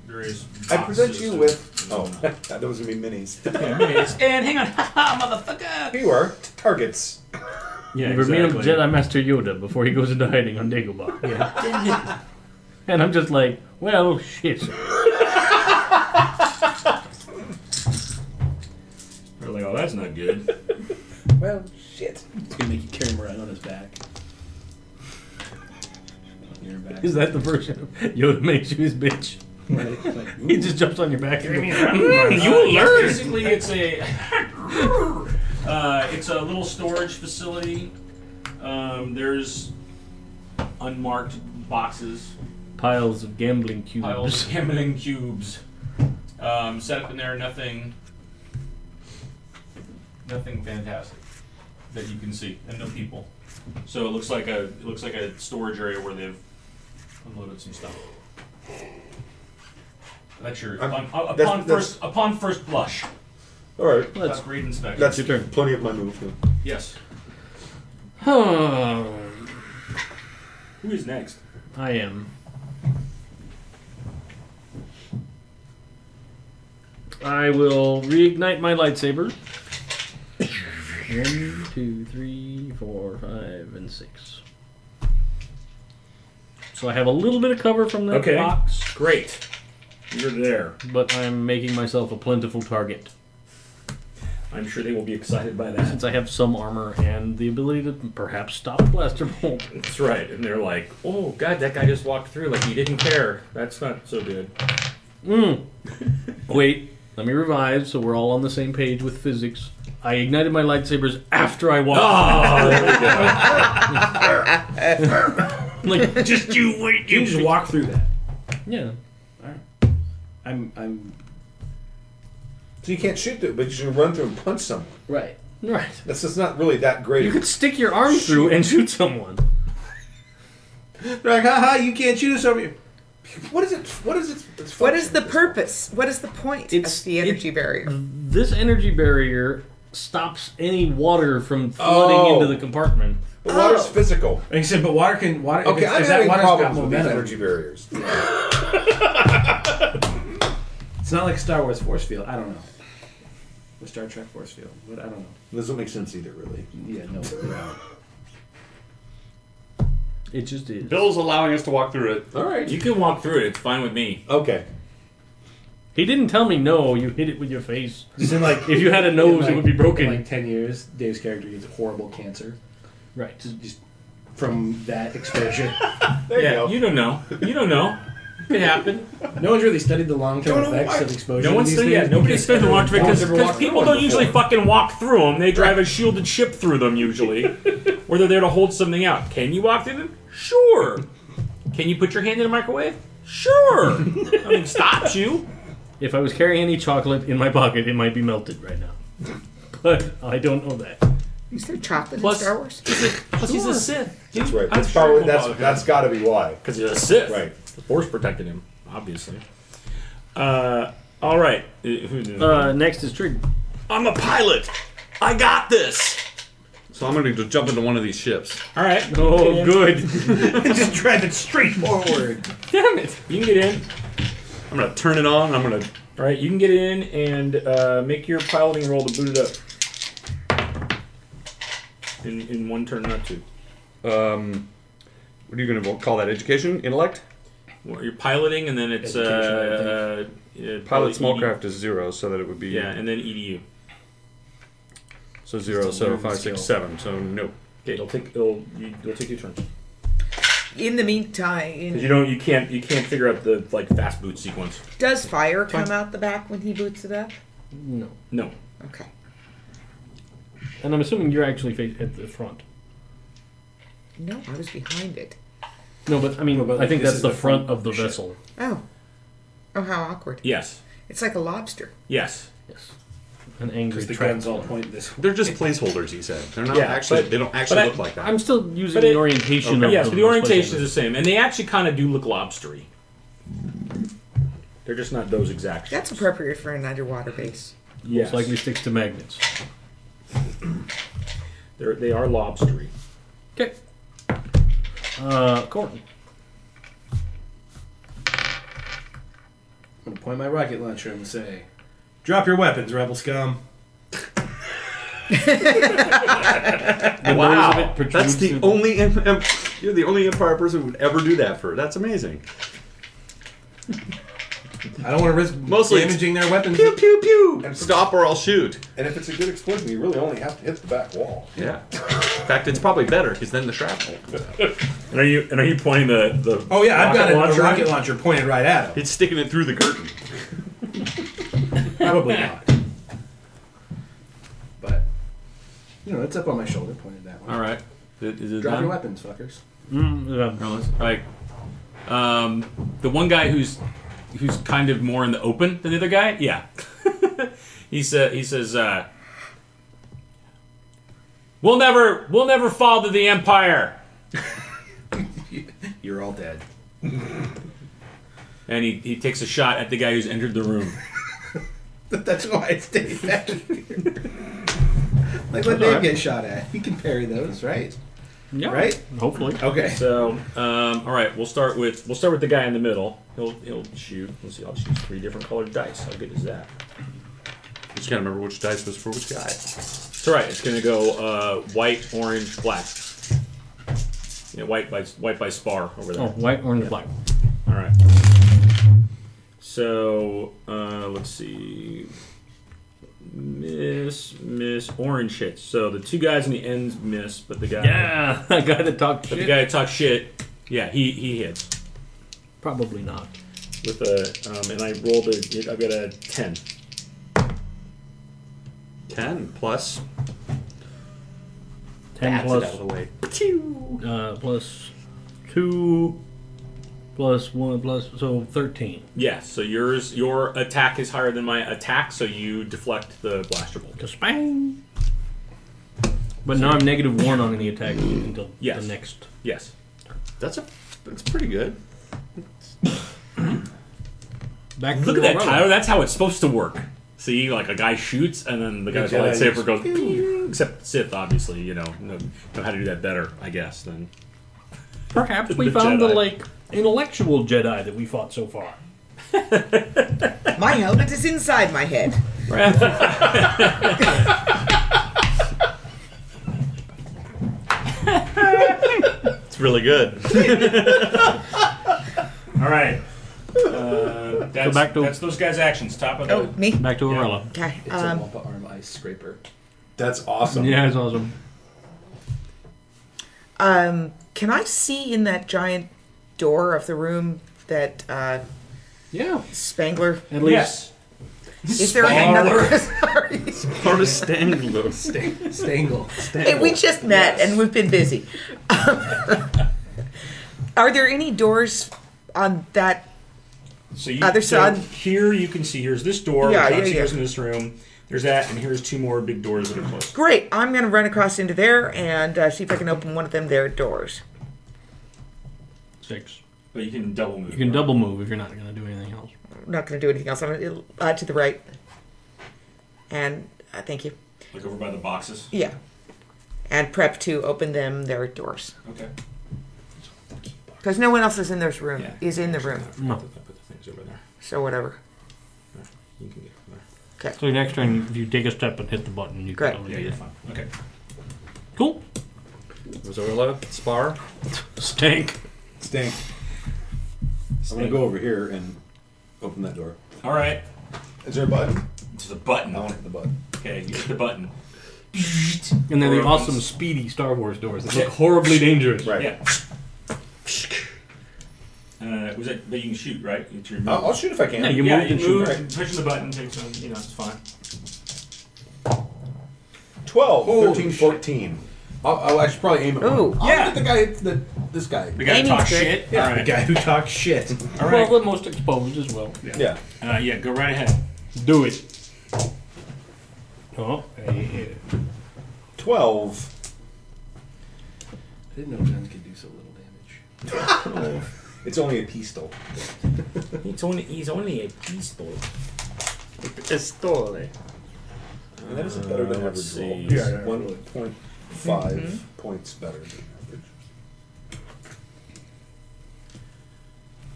[SPEAKER 1] There is.
[SPEAKER 7] I present
[SPEAKER 1] boxes
[SPEAKER 7] you
[SPEAKER 1] to-
[SPEAKER 7] with. Oh, that was gonna be minis.
[SPEAKER 1] Yeah, minis. and hang on, motherfucker.
[SPEAKER 7] Here you are. Targets.
[SPEAKER 1] Yeah,
[SPEAKER 2] You revealed Jedi Master Yoda before he goes into hiding on Dagobah. And I'm just like, well, shit.
[SPEAKER 1] They're like, oh, that's not good.
[SPEAKER 7] Well, shit.
[SPEAKER 3] It's gonna make you carry him around on his back. On your back.
[SPEAKER 2] Is that the version of Yoda makes you his bitch?
[SPEAKER 3] Right? Like,
[SPEAKER 2] He just jumps on your back and goes, "Mm,
[SPEAKER 1] you learn. Basically, it's a. uh, it's a little storage facility. Um, there's unmarked boxes,
[SPEAKER 2] piles of gambling cubes.
[SPEAKER 1] piles, of gambling cubes. Um, set up in there, nothing. Nothing fantastic that you can see, and no people. So it looks like a it looks like a storage area where they've unloaded some stuff. That's your upon,
[SPEAKER 7] I'm-
[SPEAKER 1] upon
[SPEAKER 7] that's- that's-
[SPEAKER 1] first upon first blush. uh,
[SPEAKER 7] All right.
[SPEAKER 1] That's great inspection.
[SPEAKER 7] That's
[SPEAKER 2] your turn.
[SPEAKER 7] Plenty of my move. then.
[SPEAKER 1] yes.
[SPEAKER 2] I
[SPEAKER 1] Who is next?
[SPEAKER 2] am. I will reignite my lightsaber. One, two, three, four, five, and six. So I have a little bit of cover from the
[SPEAKER 1] Okay.
[SPEAKER 2] box,
[SPEAKER 1] Great. You're there.
[SPEAKER 2] but I'm making myself a plentiful target
[SPEAKER 1] I'm sure they will be excited by that.
[SPEAKER 2] since I have some armor and the ability to perhaps stop a blaster bolt.
[SPEAKER 1] That's right. And they're like, oh, God, that guy just walked through like he didn't care. That's not so good.
[SPEAKER 2] Wait, let me revive so we're all on the same page with physics. I ignited my lightsabers after I walked.
[SPEAKER 3] Ah!
[SPEAKER 1] Oh, there we go.
[SPEAKER 2] Like, just you wait,
[SPEAKER 3] you just walk through that.
[SPEAKER 2] Yeah.
[SPEAKER 3] I'm. I'm.
[SPEAKER 7] So you can't shoot through, it, but you can run through and punch someone.
[SPEAKER 3] Right.
[SPEAKER 2] Right.
[SPEAKER 7] That's just not really that great.
[SPEAKER 2] You could stick your arm through and shoot someone.
[SPEAKER 3] They're like, haha, you can't shoot us over here. What is it? What is it? its
[SPEAKER 4] What is
[SPEAKER 3] function?
[SPEAKER 4] the purpose? What is the point
[SPEAKER 2] It's-
[SPEAKER 4] of the energy barrier?
[SPEAKER 2] This energy barrier stops any water from flooding
[SPEAKER 7] Oh.
[SPEAKER 2] into the compartment.
[SPEAKER 7] But water's
[SPEAKER 4] Oh.
[SPEAKER 7] physical.
[SPEAKER 3] Like I said, but water can water.
[SPEAKER 7] Okay,
[SPEAKER 3] if,
[SPEAKER 7] I'm
[SPEAKER 3] if that
[SPEAKER 7] having
[SPEAKER 3] water's got
[SPEAKER 7] problems with these
[SPEAKER 3] momentum,
[SPEAKER 7] energy barriers.
[SPEAKER 3] it's not like Star Wars force field. I don't know. Or Star Trek force field, but I don't know.
[SPEAKER 7] doesn't make sense either, really.
[SPEAKER 3] Yeah, no.
[SPEAKER 2] It just is.
[SPEAKER 5] Bill's allowing us to walk through it.
[SPEAKER 7] All right.
[SPEAKER 1] You can walk through it. It's fine with me.
[SPEAKER 7] Okay.
[SPEAKER 2] He didn't tell me no. You hit it with your face.
[SPEAKER 3] Just in like
[SPEAKER 2] If you had a
[SPEAKER 3] in
[SPEAKER 2] nose,
[SPEAKER 3] like-
[SPEAKER 2] it would be broken.
[SPEAKER 3] In like ten years, Dave's character gets horrible cancer
[SPEAKER 2] right.
[SPEAKER 3] just from that exposure.
[SPEAKER 7] There
[SPEAKER 1] yeah,
[SPEAKER 7] you go.
[SPEAKER 1] you don't know. You don't know. It happened.
[SPEAKER 3] no one's really studied the long-term
[SPEAKER 7] Don't know
[SPEAKER 3] effects
[SPEAKER 7] why-
[SPEAKER 3] of exposure.
[SPEAKER 1] No
[SPEAKER 3] to
[SPEAKER 1] one's
[SPEAKER 3] these
[SPEAKER 1] still
[SPEAKER 3] things
[SPEAKER 1] yeah. Nobody's still
[SPEAKER 3] everyone-
[SPEAKER 1] walked through
[SPEAKER 3] no one's
[SPEAKER 1] because
[SPEAKER 3] ever walked
[SPEAKER 1] people
[SPEAKER 3] through
[SPEAKER 1] don't
[SPEAKER 3] one
[SPEAKER 1] usually
[SPEAKER 3] before.
[SPEAKER 1] fucking walk through them. They drive a shielded ship through them usually, or they're there to hold something out. Can you walk through them? Sure. Can you put your hand in a microwave? Sure. Nothing stops you.
[SPEAKER 2] If I was carrying any chocolate in my pocket, it might be melted right now. But I don't know that.
[SPEAKER 4] Is there chocolate
[SPEAKER 1] Plus-
[SPEAKER 4] in Star Wars?
[SPEAKER 1] Plus, he's a Sith.
[SPEAKER 7] That's right.
[SPEAKER 1] I'm
[SPEAKER 7] That's
[SPEAKER 1] sure
[SPEAKER 7] probably
[SPEAKER 1] we'll
[SPEAKER 7] that's
[SPEAKER 1] walk through.
[SPEAKER 7] that's got to be why.
[SPEAKER 1] Because he's a Sith.
[SPEAKER 7] Right.
[SPEAKER 1] The Force protected him, obviously. Uh, all right.
[SPEAKER 2] Uh, next is Trig.
[SPEAKER 1] I'm a pilot. I got this.
[SPEAKER 6] So I'm going to jump into one of these ships.
[SPEAKER 1] All right.
[SPEAKER 2] Oh, good.
[SPEAKER 5] Just drive it straight forward.
[SPEAKER 1] Damn it. You can get in.
[SPEAKER 6] I'm going to turn it on. I'm going to.
[SPEAKER 1] All right. You can get in and uh, make your piloting roll to boot it up. In, in one turn, not two.
[SPEAKER 6] Um, what are you going to call that? Education? Intellect?
[SPEAKER 1] Well, you're piloting, and then it's uh, uh, uh,
[SPEAKER 6] Pilot small
[SPEAKER 1] ED
[SPEAKER 6] craft is zero, so that it would be.
[SPEAKER 1] Yeah, and then E EDU.
[SPEAKER 6] so zero, so five, six, seven. So no.
[SPEAKER 1] Okay, it'll take it'll you, it'll take your turn.
[SPEAKER 4] In the meantime,
[SPEAKER 1] You don't you can't you can't figure out the like fast boot sequence.
[SPEAKER 4] does fire come out the back when he boots it up?
[SPEAKER 2] No.
[SPEAKER 1] No.
[SPEAKER 4] Okay.
[SPEAKER 2] And I'm assuming you're actually fa- at the front.
[SPEAKER 4] No, I was behind it.
[SPEAKER 2] No, but I mean, I think that's the front of the vessel.
[SPEAKER 4] Oh. Oh, how awkward.
[SPEAKER 1] Yes.
[SPEAKER 4] It's like a lobster.
[SPEAKER 1] Yes.
[SPEAKER 2] Yes. An angry
[SPEAKER 3] The
[SPEAKER 2] trap.
[SPEAKER 3] guns all point this.
[SPEAKER 6] They're just placeholders, he said. They're not
[SPEAKER 1] Yeah,
[SPEAKER 6] actually.
[SPEAKER 1] but-
[SPEAKER 6] they don't actually
[SPEAKER 1] but I-
[SPEAKER 6] look like that.
[SPEAKER 2] I'm still using
[SPEAKER 1] But it-
[SPEAKER 2] the orientation
[SPEAKER 1] But
[SPEAKER 2] of
[SPEAKER 1] yes,
[SPEAKER 2] the
[SPEAKER 1] but the orientation is the same, and they actually kind of do look lobstery. They're just not those exact.
[SPEAKER 4] That's appropriate for an underwater base.
[SPEAKER 1] yes.
[SPEAKER 2] Most likely sticks to magnets.
[SPEAKER 1] They're, they are lobstery.
[SPEAKER 2] Okay. Uh, Courtney.
[SPEAKER 3] I'm gonna point my rocket launcher and say, "Drop your weapons, rebel scum."
[SPEAKER 2] The
[SPEAKER 6] Wow.
[SPEAKER 2] noise of it protrudes
[SPEAKER 6] That's the
[SPEAKER 2] through-
[SPEAKER 6] only em- em- you're the only Empire person who would ever do that for. That's amazing.
[SPEAKER 3] I don't want to risk
[SPEAKER 6] Mostly it's-
[SPEAKER 3] damaging their weapons.
[SPEAKER 6] Pew pew pew. Stop or I'll shoot.
[SPEAKER 7] And if it's a good explosion, you really only have to hit the back wall.
[SPEAKER 6] Yeah. In fact, it's probably better because then the shrapnel. comes out.
[SPEAKER 1] And are you and are you pointing the the?
[SPEAKER 3] Oh yeah, I've got a, a
[SPEAKER 1] launcher?
[SPEAKER 3] rocket launcher pointed right at him.
[SPEAKER 6] It's sticking it through the curtain.
[SPEAKER 3] Probably not. But you know, it's up on my shoulder, pointed that way.
[SPEAKER 1] All right. Is is it
[SPEAKER 3] Drop
[SPEAKER 1] done?
[SPEAKER 3] your weapons, fuckers.
[SPEAKER 2] Mm, yeah.
[SPEAKER 1] Or less. Like, um, the one guy who's who's kind of more in the open than the other guy. Yeah, he said. He says, uh, "We'll never, we'll never fall to the empire."
[SPEAKER 3] You're all dead.
[SPEAKER 1] And he, he takes a shot at the guy who's entered the room.
[SPEAKER 3] That's why I stayed back here. like when they get shot at, you can parry those, right?
[SPEAKER 2] Yeah.
[SPEAKER 3] Right?
[SPEAKER 2] Hopefully.
[SPEAKER 3] Okay.
[SPEAKER 1] So, um, all right, we'll start with we'll start with the guy in the middle. He'll he'll shoot. Let's see. I'll shoot three different colored dice. How good is that?
[SPEAKER 6] Just gotta remember which dice was for which guy.
[SPEAKER 1] It's all right. It's gonna go uh, white, orange, black. Yeah, white by white by spar over there.
[SPEAKER 2] Oh, white, orange, black.
[SPEAKER 1] All right. So uh, let's see. Miss, miss, orange hits. So the two guys in the ends miss, but the guy,
[SPEAKER 2] Yeah, I gotta talk
[SPEAKER 1] but the
[SPEAKER 2] shit.
[SPEAKER 1] guy that talks shit, yeah, he he hits
[SPEAKER 2] Probably not.
[SPEAKER 1] with a, um, and I rolled a, I've got a ten.
[SPEAKER 6] Ten plus.
[SPEAKER 2] Ten
[SPEAKER 6] That's it out
[SPEAKER 2] plus
[SPEAKER 6] of the way.
[SPEAKER 2] uh, plus two plus one plus so thirteen.
[SPEAKER 1] Yeah, so yours, your attack is higher than my attack, so you deflect the blaster bolt.
[SPEAKER 2] Just bang. But now I'm negative one on any attack until
[SPEAKER 1] Yes.
[SPEAKER 2] the next.
[SPEAKER 1] Yes.
[SPEAKER 6] That's a. That's pretty good.
[SPEAKER 2] back to
[SPEAKER 1] Look at
[SPEAKER 2] the
[SPEAKER 1] that,
[SPEAKER 2] umbrella.
[SPEAKER 1] Tyler. That's how it's supposed to work. See, like a guy shoots, and then the guy's
[SPEAKER 7] Jedi
[SPEAKER 1] lightsaber
[SPEAKER 7] just-
[SPEAKER 1] goes. "Pew." Except Sith, obviously, you know, know, know how to do that better, I guess. Then
[SPEAKER 2] Perhaps we
[SPEAKER 1] The
[SPEAKER 2] found the
[SPEAKER 1] Jedi.
[SPEAKER 2] like intellectual Jedi that we fought so far.
[SPEAKER 4] My helmet is inside my head.
[SPEAKER 6] It's really good.
[SPEAKER 16] All right. Uh, that's,
[SPEAKER 2] back to-
[SPEAKER 16] that's those guys' actions. Top of the.
[SPEAKER 4] Oh, me?
[SPEAKER 2] Back to Umbrella.
[SPEAKER 4] Okay.
[SPEAKER 3] It's a
[SPEAKER 4] Um,
[SPEAKER 3] Wampa arm ice scraper.
[SPEAKER 7] That's awesome.
[SPEAKER 2] Yeah, it's awesome.
[SPEAKER 4] um, can I see in that giant door of the room that uh,
[SPEAKER 2] Yeah,
[SPEAKER 4] Spangler?
[SPEAKER 2] at least
[SPEAKER 16] Yes.
[SPEAKER 4] Is there another? Sorry.
[SPEAKER 6] Part of Stangle.
[SPEAKER 3] Stangle. Stangle.
[SPEAKER 4] Hey, we just met and we've been busy. Are there any doors on that?
[SPEAKER 16] So you,
[SPEAKER 4] Other
[SPEAKER 16] so
[SPEAKER 4] side.
[SPEAKER 16] Here you can see. Here's this door.
[SPEAKER 4] Yeah,
[SPEAKER 16] which
[SPEAKER 4] yeah,
[SPEAKER 16] obviously
[SPEAKER 4] yeah.
[SPEAKER 16] goes in this room. There's that, and here's two more big doors that are closed.
[SPEAKER 4] Great. I'm going to run across into there and uh, see if I can open one of them there doors.
[SPEAKER 2] six.
[SPEAKER 16] But you can double move.
[SPEAKER 2] You can double move if you're not going to do anything else.
[SPEAKER 4] I'm not going to do anything else. I'm gonna, uh, to the right. And uh, thank you.
[SPEAKER 16] Look over by the boxes.
[SPEAKER 4] Yeah. And prep to open them their doors
[SPEAKER 16] Okay.
[SPEAKER 4] because no one else is in this room.
[SPEAKER 16] Yeah.
[SPEAKER 4] Is in the room.
[SPEAKER 16] I put the things over there.
[SPEAKER 4] So whatever.
[SPEAKER 16] You can get over there.
[SPEAKER 2] So next turn, if you take a step and hit the button, you
[SPEAKER 4] Correct.
[SPEAKER 2] can
[SPEAKER 16] Yeah,
[SPEAKER 2] totally do
[SPEAKER 16] you're fine. Okay.
[SPEAKER 2] that. Cool.
[SPEAKER 6] Was Orla spar?
[SPEAKER 2] Stank.
[SPEAKER 7] Stink. I'm gonna go over here and open that door.
[SPEAKER 16] All right.
[SPEAKER 7] Is there a button?
[SPEAKER 16] There's a button.
[SPEAKER 7] I want to hit the button.
[SPEAKER 16] Okay, you hit the button.
[SPEAKER 2] And then the
[SPEAKER 16] Door
[SPEAKER 2] awesome
[SPEAKER 16] opens.
[SPEAKER 2] speedy Star Wars doors that look horribly dangerous.
[SPEAKER 7] Right.
[SPEAKER 16] Yeah. Uh, was that? But you can shoot, right? It's your
[SPEAKER 4] Oh,
[SPEAKER 7] I'll, I'll shoot if I can.
[SPEAKER 2] Yeah, you
[SPEAKER 16] yeah,
[SPEAKER 2] moved
[SPEAKER 16] you
[SPEAKER 2] and shoot.
[SPEAKER 16] move, pushing the button takes some, you know, it's fine.
[SPEAKER 7] 12,
[SPEAKER 16] Holy
[SPEAKER 7] 13, 14. I'll, I'll actually probably aim at one.
[SPEAKER 4] Ooh.
[SPEAKER 7] I'll
[SPEAKER 16] Yeah.
[SPEAKER 7] hit the guy, the, this guy.
[SPEAKER 16] The guy
[SPEAKER 4] Aiming's
[SPEAKER 16] talks
[SPEAKER 4] good.
[SPEAKER 16] shit.
[SPEAKER 7] Yeah,
[SPEAKER 16] All
[SPEAKER 7] the
[SPEAKER 16] right.
[SPEAKER 7] guy who talks shit.
[SPEAKER 16] All right.
[SPEAKER 2] Well, the most exposed as well.
[SPEAKER 7] yeah.
[SPEAKER 16] Uh, yeah, go right ahead.
[SPEAKER 2] Do it. Oh, yeah.
[SPEAKER 7] 12.
[SPEAKER 3] I didn't know guns could do so little damage.
[SPEAKER 7] It's only a pistol.
[SPEAKER 1] he's only he's only a pistol.
[SPEAKER 7] And that is a better
[SPEAKER 1] Uh,
[SPEAKER 7] than average
[SPEAKER 1] let's
[SPEAKER 7] roll.
[SPEAKER 1] see.
[SPEAKER 7] It's
[SPEAKER 1] Yeah,
[SPEAKER 7] 1.5
[SPEAKER 3] Mm-hmm.
[SPEAKER 7] points better than average.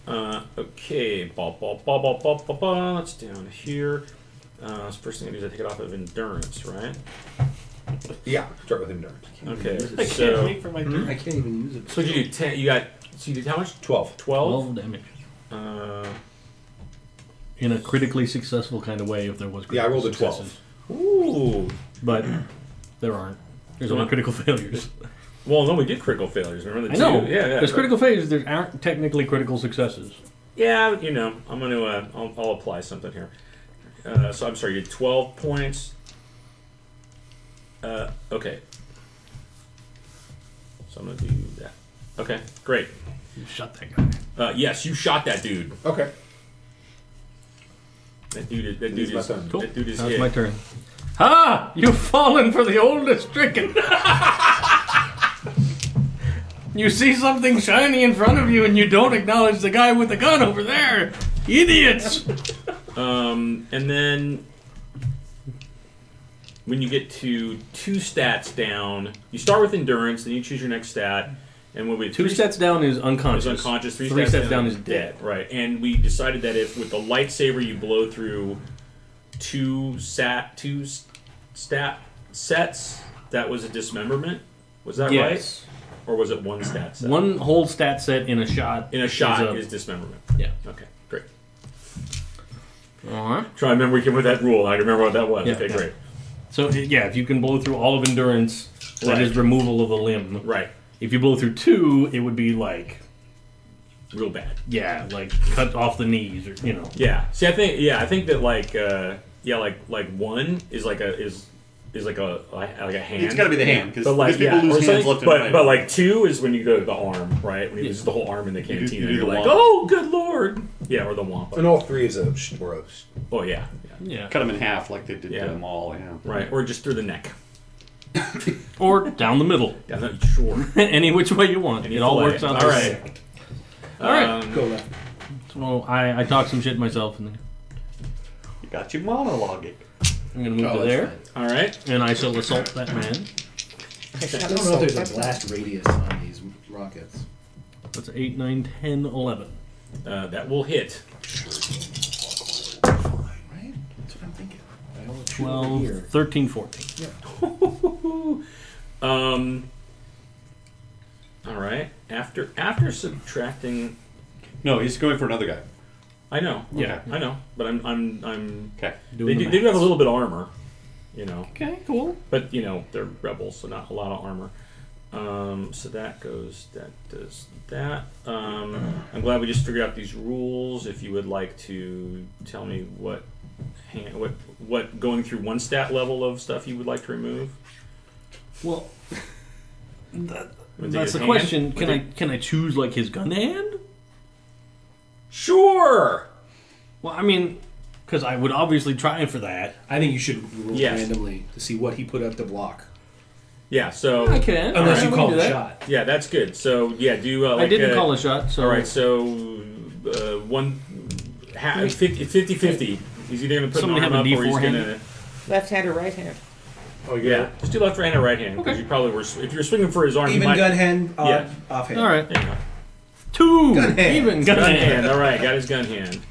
[SPEAKER 1] Uh, okay, ba ba ba ba ba ba ba. It's down here. Uh, so first thing I do is I take it off of endurance, right?
[SPEAKER 7] Yeah, start with endurance.
[SPEAKER 1] Okay,
[SPEAKER 5] I can't
[SPEAKER 1] so
[SPEAKER 5] wait for my
[SPEAKER 2] Mm-hmm.
[SPEAKER 5] turn.
[SPEAKER 3] I can't even use it.
[SPEAKER 1] so you do ten. You got so you did how much?
[SPEAKER 7] 12.
[SPEAKER 1] Twelve.
[SPEAKER 2] 12 damage.
[SPEAKER 1] Uh,
[SPEAKER 2] In a critically successful kind of way, if there was critical
[SPEAKER 7] Yeah, I rolled a 12.
[SPEAKER 2] successes.
[SPEAKER 1] ooh.
[SPEAKER 2] But there aren't. There's
[SPEAKER 1] There
[SPEAKER 2] only
[SPEAKER 1] aren't.
[SPEAKER 2] critical failures.
[SPEAKER 1] Well, no, we did critical failures. Remember the
[SPEAKER 2] I know.
[SPEAKER 1] two? Yeah, yeah.
[SPEAKER 2] There's
[SPEAKER 1] but-
[SPEAKER 2] critical failures. There aren't technically critical successes.
[SPEAKER 1] Yeah, you know, I'm gonna uh, I'll, I'll apply something here. Uh, so I'm sorry, you did 12 points. Uh, okay. So I'm gonna do that. Okay, great.
[SPEAKER 2] You shut that guy.
[SPEAKER 1] Uh, yes, you shot that dude.
[SPEAKER 7] Okay.
[SPEAKER 1] That dude. Is, that dude
[SPEAKER 7] It's my
[SPEAKER 1] is.
[SPEAKER 7] turn.
[SPEAKER 2] Cool.
[SPEAKER 1] That dude is.
[SPEAKER 2] Now it's
[SPEAKER 1] hit.
[SPEAKER 2] my turn. Ha! Ah, You've fallen for the oldest stricken. you see something shiny in front of you and you don't acknowledge the guy with the gun over there. Idiots!
[SPEAKER 1] Um, and then when you get to two stats down, you start with endurance, then you choose your next stat, and when we
[SPEAKER 2] Two stats down is unconscious.
[SPEAKER 1] is unconscious. Three,
[SPEAKER 2] Three
[SPEAKER 1] steps,
[SPEAKER 2] steps
[SPEAKER 1] down,
[SPEAKER 2] down is dead.
[SPEAKER 1] Right, and we decided that if with the lightsaber you blow through two sat two s- stat sets, that was a dismemberment. Was that
[SPEAKER 2] Yes.
[SPEAKER 1] right, or was it one stat set?
[SPEAKER 2] One whole stat set in a shot.
[SPEAKER 1] in a shot
[SPEAKER 2] is a-
[SPEAKER 1] is dismemberment.
[SPEAKER 2] yeah.
[SPEAKER 1] Okay, great.
[SPEAKER 2] All right.
[SPEAKER 1] Try to remember we came with that rule. I remember what that was.
[SPEAKER 2] Yeah,
[SPEAKER 1] okay,
[SPEAKER 2] yeah.
[SPEAKER 1] great.
[SPEAKER 2] So yeah, if you can blow through all of endurance, that
[SPEAKER 1] Right.
[SPEAKER 2] is removal of a limb.
[SPEAKER 1] Right,
[SPEAKER 2] If you blow through two, it would be like
[SPEAKER 1] real bad.
[SPEAKER 2] yeah, like cut off the knees or you know.
[SPEAKER 1] Yeah. See, I think yeah, I think that like uh, yeah, like like one is like a is is like a like a hand.
[SPEAKER 5] It's got to be the hand because
[SPEAKER 1] But like
[SPEAKER 5] people
[SPEAKER 1] yeah, or
[SPEAKER 5] lose hands
[SPEAKER 1] something.
[SPEAKER 5] left and
[SPEAKER 1] but
[SPEAKER 5] right.
[SPEAKER 1] but like two is when you go to the arm, right? When you lose the whole arm in the
[SPEAKER 5] do-
[SPEAKER 1] canteen, and
[SPEAKER 5] you do the
[SPEAKER 1] you're like,
[SPEAKER 5] wampa.
[SPEAKER 1] oh, good lord, yeah, or the
[SPEAKER 7] And
[SPEAKER 1] wampa.
[SPEAKER 7] all three is a sh- gross.
[SPEAKER 1] Oh yeah, yeah.
[SPEAKER 2] Yeah.
[SPEAKER 5] cut them in half like they did
[SPEAKER 1] Yeah.
[SPEAKER 5] to them all. Yeah.
[SPEAKER 1] right, or just through the neck.
[SPEAKER 2] Or down the middle.
[SPEAKER 1] Yeah, I'm not sure.
[SPEAKER 2] Any which way you want.
[SPEAKER 1] Any
[SPEAKER 2] it all
[SPEAKER 1] way.
[SPEAKER 2] works out.
[SPEAKER 1] All
[SPEAKER 2] the
[SPEAKER 1] right.
[SPEAKER 2] same. All right.
[SPEAKER 1] Um,
[SPEAKER 3] Go left.
[SPEAKER 2] So I, I talk some shit myself, and then
[SPEAKER 5] You got your monologuing.
[SPEAKER 2] I'm gonna
[SPEAKER 3] Oh,
[SPEAKER 2] move to there,
[SPEAKER 1] All right.
[SPEAKER 2] and I shall assault that man.
[SPEAKER 3] I don't know if there's a blast radius on these rockets.
[SPEAKER 2] That's 8, 9, 10, 11.
[SPEAKER 1] Uh, that will hit.
[SPEAKER 3] Right? That's what I'm thinking. I don't shoot over
[SPEAKER 2] 12,
[SPEAKER 3] here.
[SPEAKER 2] 13, 14.
[SPEAKER 1] Um, all right. After after subtracting,
[SPEAKER 6] No, he's going for another guy.
[SPEAKER 1] I know.
[SPEAKER 2] Yeah.
[SPEAKER 1] I know. But I'm I'm I'm.
[SPEAKER 6] Okay.
[SPEAKER 1] They
[SPEAKER 2] Doing
[SPEAKER 1] do,
[SPEAKER 2] the
[SPEAKER 1] they do have a
[SPEAKER 2] maths.
[SPEAKER 1] little bit of armor, you know.
[SPEAKER 2] Okay, cool.
[SPEAKER 1] But you know they're rebels, so not a lot of armor. Um, so that goes. That does that. Um, I'm glad we just figured out these rules. If you would like to tell me what hand, what what going through one stat level of stuff you would like to remove.
[SPEAKER 2] Well, that,
[SPEAKER 1] With
[SPEAKER 2] that's
[SPEAKER 1] his
[SPEAKER 2] the
[SPEAKER 1] hand?
[SPEAKER 2] question.
[SPEAKER 1] With
[SPEAKER 2] Can I can I choose like his gun hand?
[SPEAKER 1] Sure.
[SPEAKER 2] Well, I mean, because I would obviously try for that.
[SPEAKER 3] I think you should roll
[SPEAKER 1] Yes.
[SPEAKER 3] randomly to see what he put up to block.
[SPEAKER 1] Yeah. So
[SPEAKER 2] I can
[SPEAKER 3] Unless
[SPEAKER 2] Alright,
[SPEAKER 3] you
[SPEAKER 2] we
[SPEAKER 3] call
[SPEAKER 2] can do
[SPEAKER 3] the
[SPEAKER 2] that.
[SPEAKER 3] shot.
[SPEAKER 1] yeah, that's good. So yeah, do uh, like
[SPEAKER 2] I didn't
[SPEAKER 1] a-
[SPEAKER 2] call a shot. So
[SPEAKER 1] All right, so uh, one ha- 50, 50 50. He's either going to put
[SPEAKER 2] Somebody
[SPEAKER 1] an
[SPEAKER 2] have a
[SPEAKER 1] arm up or he's
[SPEAKER 2] D4
[SPEAKER 1] going
[SPEAKER 2] handy?
[SPEAKER 1] to.
[SPEAKER 4] Left hand or right hand?
[SPEAKER 3] Oh,
[SPEAKER 1] Yeah. just do left hand or right hand because you probably were. sw- If you're swinging for his arm, you
[SPEAKER 18] Even
[SPEAKER 1] might.
[SPEAKER 18] gun hand,
[SPEAKER 3] uh,
[SPEAKER 18] odd,
[SPEAKER 1] Yeah.
[SPEAKER 18] offhand.
[SPEAKER 2] all right.
[SPEAKER 1] There you go.
[SPEAKER 2] Two
[SPEAKER 18] Gun hand.
[SPEAKER 2] even gun,
[SPEAKER 1] Gun
[SPEAKER 2] hand.
[SPEAKER 1] hand. All right, got his gun hand.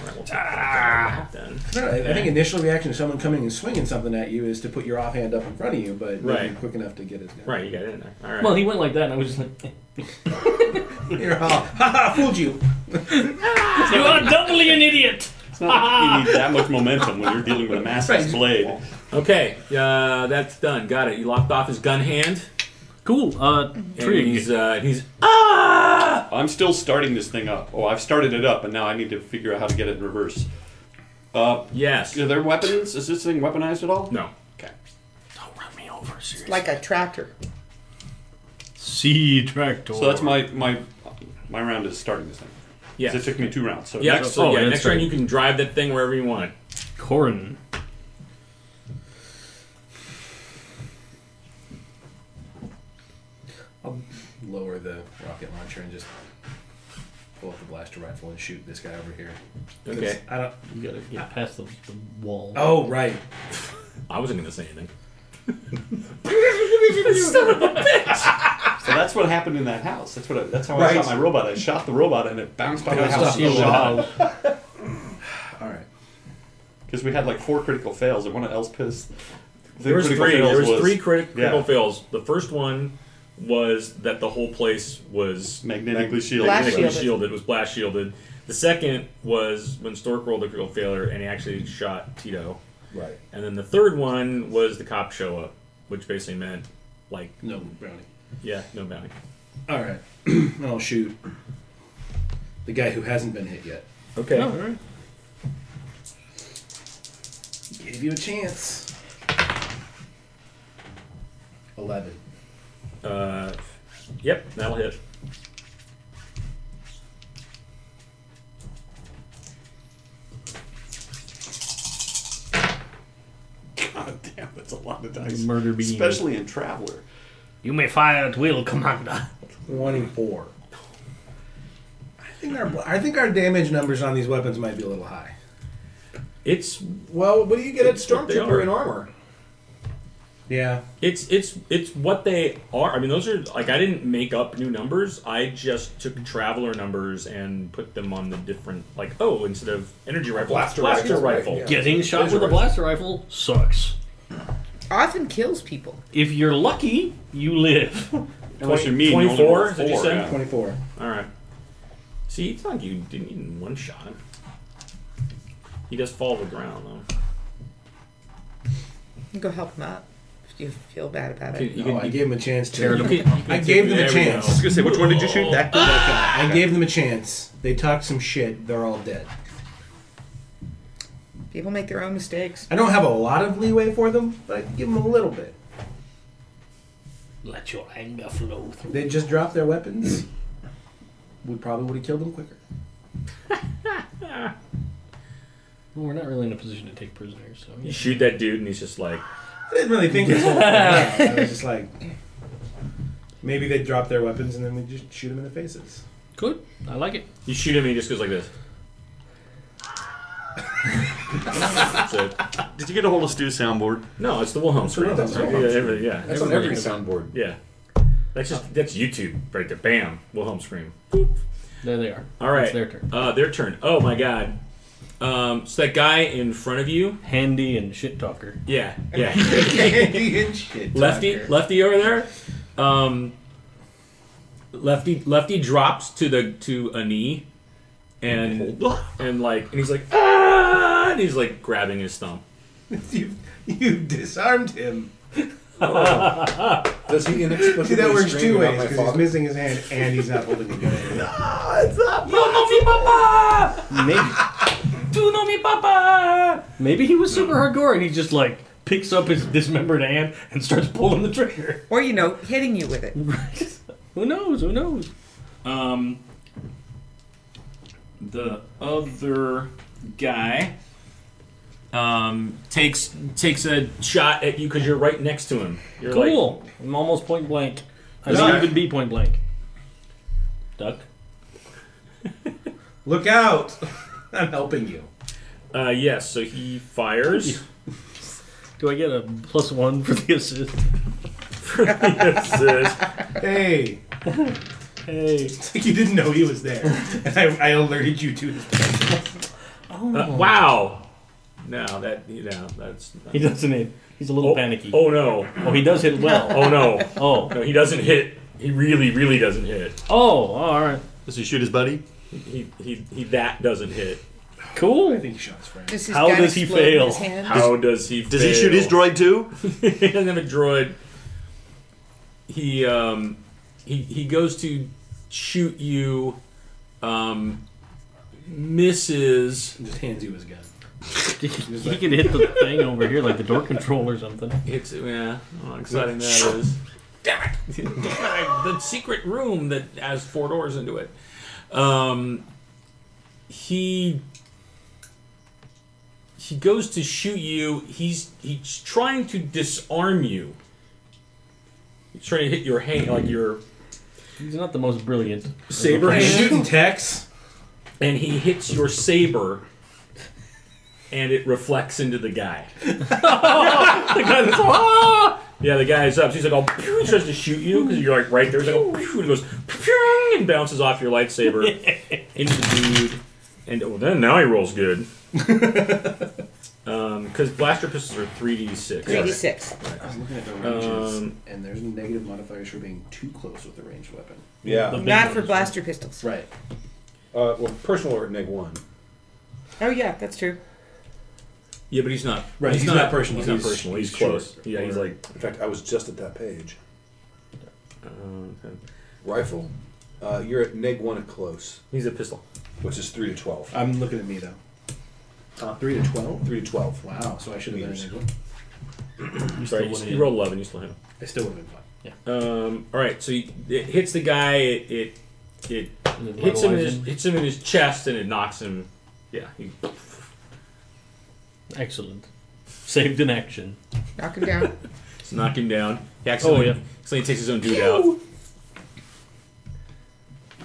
[SPEAKER 1] All right, we'll take
[SPEAKER 2] Ah.
[SPEAKER 1] that then.
[SPEAKER 3] No, I, I think initial reaction to someone coming and swinging something at you is to put your offhand up in front of you, but not
[SPEAKER 1] Right.
[SPEAKER 3] quick enough to get his gun.
[SPEAKER 1] Right, you got it in there. All right.
[SPEAKER 2] Well, he went like that, and I was just like, eh.
[SPEAKER 18] You're all, ha ha, fooled you.
[SPEAKER 2] "You are doubly an idiot."
[SPEAKER 5] It's not like you need that much momentum when you're dealing with a massive blade.
[SPEAKER 1] okay, uh, that's done. Got it. You locked off his gun hand,
[SPEAKER 2] Cool. Uh,
[SPEAKER 1] and he's
[SPEAKER 2] trig.
[SPEAKER 1] uh, and he's ah.
[SPEAKER 5] I'm still starting this thing up. Oh, I've started it up, and now I need to figure out how to get it in reverse. Uh,
[SPEAKER 1] Yes.
[SPEAKER 5] are there weapons? Is this thing weaponized at all?
[SPEAKER 1] No.
[SPEAKER 5] Okay.
[SPEAKER 2] Don't run me over, seriously.
[SPEAKER 4] Like a tractor.
[SPEAKER 2] sea tractor.
[SPEAKER 5] So that's my my my round is starting this thing. 'Cause
[SPEAKER 1] Yeah.
[SPEAKER 5] It took me two rounds. So
[SPEAKER 1] Yeah.
[SPEAKER 5] next,
[SPEAKER 1] so,
[SPEAKER 2] oh,
[SPEAKER 1] yeah.
[SPEAKER 2] that's
[SPEAKER 1] Next round
[SPEAKER 2] right.
[SPEAKER 1] you can drive that thing wherever you want.
[SPEAKER 2] Corin.
[SPEAKER 3] I'll lower the rocket launcher and just pull up the blaster rifle and shoot this guy over here.
[SPEAKER 1] Okay.
[SPEAKER 3] I don't.
[SPEAKER 2] You gotta get past the, the wall.
[SPEAKER 3] Oh right.
[SPEAKER 1] I wasn't going to say anything.
[SPEAKER 5] so that's what happened in that house. That's what I, that's how I
[SPEAKER 18] Right.
[SPEAKER 5] shot my robot. I shot the robot and it bounced by the
[SPEAKER 3] Bounced off
[SPEAKER 5] house and
[SPEAKER 3] the
[SPEAKER 5] shot.
[SPEAKER 3] All right.
[SPEAKER 5] Because we had like four critical fails and one of Elspeth's.
[SPEAKER 1] There was three. There was, three crit- critical
[SPEAKER 5] yeah.
[SPEAKER 1] fails. The first one was that the whole place was
[SPEAKER 5] magnetically shielded.
[SPEAKER 4] Blast
[SPEAKER 1] magnetically
[SPEAKER 4] shielded.
[SPEAKER 1] shielded. It was blast shielded. The second was when Stork rolled a critical failure and he actually shot Tito.
[SPEAKER 7] Right.
[SPEAKER 1] And then the third one was the cop show up, which basically meant like
[SPEAKER 3] No brownie.
[SPEAKER 1] yeah, no bounty.
[SPEAKER 3] All right. and I'll shoot the guy who hasn't been hit yet.
[SPEAKER 1] Okay.
[SPEAKER 3] Give you a chance. Eleven.
[SPEAKER 1] Uh, yep, that'll hit.
[SPEAKER 5] God damn, that's a lot of dice.
[SPEAKER 2] Murder beam.
[SPEAKER 5] Especially in Traveler.
[SPEAKER 2] You may fire at will, Commander.
[SPEAKER 3] Twenty-four.
[SPEAKER 18] I think, our, I think our damage numbers on these weapons might be a little high.
[SPEAKER 1] It's
[SPEAKER 7] Well, what do you get at
[SPEAKER 1] It's what they are.
[SPEAKER 7] Stormtrooper in armor?
[SPEAKER 18] Yeah.
[SPEAKER 1] it's it's it's what they are. I mean, those are like I didn't make up new numbers. I just took traveler numbers and put them on the different like oh instead of energy rifle,
[SPEAKER 7] Blaster
[SPEAKER 1] blaster
[SPEAKER 7] rifle,
[SPEAKER 1] rifle.
[SPEAKER 7] yeah.
[SPEAKER 2] Getting shot with a blaster rifle sucks.
[SPEAKER 4] Often kills people.
[SPEAKER 2] If you're lucky, you live.
[SPEAKER 5] Unless you're mean, you only
[SPEAKER 1] 24,
[SPEAKER 5] roll
[SPEAKER 1] did you
[SPEAKER 5] four,
[SPEAKER 1] say?
[SPEAKER 5] yeah.
[SPEAKER 18] Twenty-four.
[SPEAKER 1] All right. See, it's not like you didn't even one shot him. He does fall to the ground though.
[SPEAKER 4] You can go help them out if you feel bad about it.
[SPEAKER 1] You
[SPEAKER 3] Oh, I gave him a chance to.
[SPEAKER 1] you can- you can
[SPEAKER 3] I
[SPEAKER 1] take-
[SPEAKER 3] gave them a
[SPEAKER 1] there we go.
[SPEAKER 3] chance.
[SPEAKER 6] I was gonna say, which one did you shoot? That guy.
[SPEAKER 18] I gave them a chance. They talked some shit. They're all dead.
[SPEAKER 4] People make their own mistakes.
[SPEAKER 18] I don't have a lot of leeway for them, but I can give them a little bit.
[SPEAKER 2] Let your anger flow through.
[SPEAKER 18] They just dropped their weapons. We probably would have killed them quicker.
[SPEAKER 2] Well, we're not really in a position to take prisoners, so
[SPEAKER 1] You
[SPEAKER 2] yeah.
[SPEAKER 1] shoot that dude, and he's just like,
[SPEAKER 18] I didn't really think this whole thing out. I was just like, maybe they drop their weapons and then we just shoot them in the faces.
[SPEAKER 2] good. I like it.
[SPEAKER 1] you shoot him, and he just goes like this. So,
[SPEAKER 6] Did you get a hold of Stu's soundboard?
[SPEAKER 1] no, it's the Wilhelm scream.
[SPEAKER 7] That's
[SPEAKER 1] yeah,
[SPEAKER 7] right.
[SPEAKER 1] every- yeah,
[SPEAKER 7] That's on every soundboard.
[SPEAKER 1] yeah. That's just that's YouTube right there. Bam, Wilhelm scream.
[SPEAKER 2] There they are.
[SPEAKER 1] All right,
[SPEAKER 2] It's their turn.
[SPEAKER 1] Uh, their turn. Oh my god. Um, so that guy in front of you,
[SPEAKER 2] Handy and shit talker.
[SPEAKER 1] yeah, yeah, lefty, lefty over there. Um, lefty, lefty drops to the to a knee, and and like, and he's like, ah, and he's like grabbing his thumb.
[SPEAKER 18] you, you disarmed him.
[SPEAKER 7] Does he inexplicably
[SPEAKER 18] See, that works
[SPEAKER 7] scream
[SPEAKER 18] two
[SPEAKER 7] about
[SPEAKER 18] ways
[SPEAKER 7] my
[SPEAKER 18] because he's
[SPEAKER 7] father?
[SPEAKER 18] missing his hand and he's not holding the gun.
[SPEAKER 2] Maybe. Do know me, Papa. Maybe he was super hardcore and he just like picks up his dismembered hand and starts pulling the trigger.
[SPEAKER 4] Or, you know, hitting you with it.
[SPEAKER 2] Who knows? Who knows?
[SPEAKER 1] Um, the other guy um, takes takes a shot at you because you're right next to him. You're Like,
[SPEAKER 2] Cool. I'm almost point blank. I
[SPEAKER 1] This
[SPEAKER 2] don't
[SPEAKER 1] guy-
[SPEAKER 2] even be point blank. Duck.
[SPEAKER 18] Look out! I'm helping you.
[SPEAKER 1] uh, yes. So he fires.
[SPEAKER 2] Do I get a plus one for the assist?
[SPEAKER 1] yes, uh,
[SPEAKER 18] Hey,
[SPEAKER 2] Hey.
[SPEAKER 18] it's like you didn't know he was there, and I, I alerted you to this.
[SPEAKER 1] uh,
[SPEAKER 6] Oh.
[SPEAKER 1] wow. No, that you know that's.
[SPEAKER 2] He doesn't hit. He's a little
[SPEAKER 1] oh,
[SPEAKER 2] panicky. Oh.
[SPEAKER 1] oh no!
[SPEAKER 2] he does hit well.
[SPEAKER 1] Oh no!
[SPEAKER 2] Oh.
[SPEAKER 1] No, he doesn't hit. He really, really doesn't hit.
[SPEAKER 2] Oh, all right.
[SPEAKER 6] Does he shoot his buddy?
[SPEAKER 1] He he, he that doesn't hit.
[SPEAKER 2] Cool.
[SPEAKER 18] He shot his friend.
[SPEAKER 10] Does his
[SPEAKER 2] How
[SPEAKER 10] gun
[SPEAKER 2] does he
[SPEAKER 10] explode in
[SPEAKER 2] fail?
[SPEAKER 10] his hand?
[SPEAKER 1] How does he?
[SPEAKER 6] Does he shoot his
[SPEAKER 1] fail?
[SPEAKER 6] droid too?
[SPEAKER 1] he doesn't have a droid. He um, he he goes to shoot you, um, misses,
[SPEAKER 18] Just hands you his gun.
[SPEAKER 2] he could hit the thing over here like the door control or something.
[SPEAKER 1] hits. Yeah, oh, how exciting that is. Damn it! the secret room that has four doors into it. Um, he he goes to shoot you. He's he's trying to disarm you. He's trying to hit your hand, like your
[SPEAKER 2] He's not the most brilliant.
[SPEAKER 1] saber
[SPEAKER 18] Are you
[SPEAKER 1] hand.
[SPEAKER 18] shooting Tex?
[SPEAKER 1] and he hits your saber and it reflects into the guy. the guy that's ah! Yeah, the guy is up. So he's like, oh, pew, he tries to shoot you because you're like right there. He's like, oh, pew, and it goes pew, and bounces off your lightsaber into the dude. And oh, then now he rolls good. Because blaster pistols are 3d6.
[SPEAKER 4] 3d6.
[SPEAKER 18] I was looking at the ranges,
[SPEAKER 1] Um,
[SPEAKER 18] and there's negative modifiers for being too close with a ranged weapon.
[SPEAKER 7] Yeah.
[SPEAKER 4] Not for blaster pistols.
[SPEAKER 18] Right.
[SPEAKER 7] Uh, well, personal or neg one.
[SPEAKER 4] Oh, yeah, that's true.
[SPEAKER 1] Yeah, but he's not.
[SPEAKER 18] Right, he's not personal.
[SPEAKER 1] He's not
[SPEAKER 18] He's-
[SPEAKER 1] personal. He's,
[SPEAKER 18] he's
[SPEAKER 1] close.
[SPEAKER 18] short.
[SPEAKER 1] Yeah, he's like.
[SPEAKER 7] In fact, I was just at that page. Rifle. Uh, you're at neg one at close,
[SPEAKER 1] He's a pistol.
[SPEAKER 7] which is three to twelve.
[SPEAKER 18] I'm looking at me though. Uh, three to twelve.
[SPEAKER 7] Three to twelve.
[SPEAKER 18] Wow. So I should have been.
[SPEAKER 7] Meters.
[SPEAKER 18] in there.
[SPEAKER 1] Right, you, you roll 11, you still hit him.
[SPEAKER 18] I still would have been fine.
[SPEAKER 1] Um, all right, so you, it hits the guy. It it, it hits him in his hits him in his chest, and it knocks him. Yeah, he,
[SPEAKER 2] Excellent. Saved in action.
[SPEAKER 10] Knock him down.
[SPEAKER 1] it's knock him down. He accidentally,
[SPEAKER 2] Oh, yeah.
[SPEAKER 1] accidentally takes his own dude out.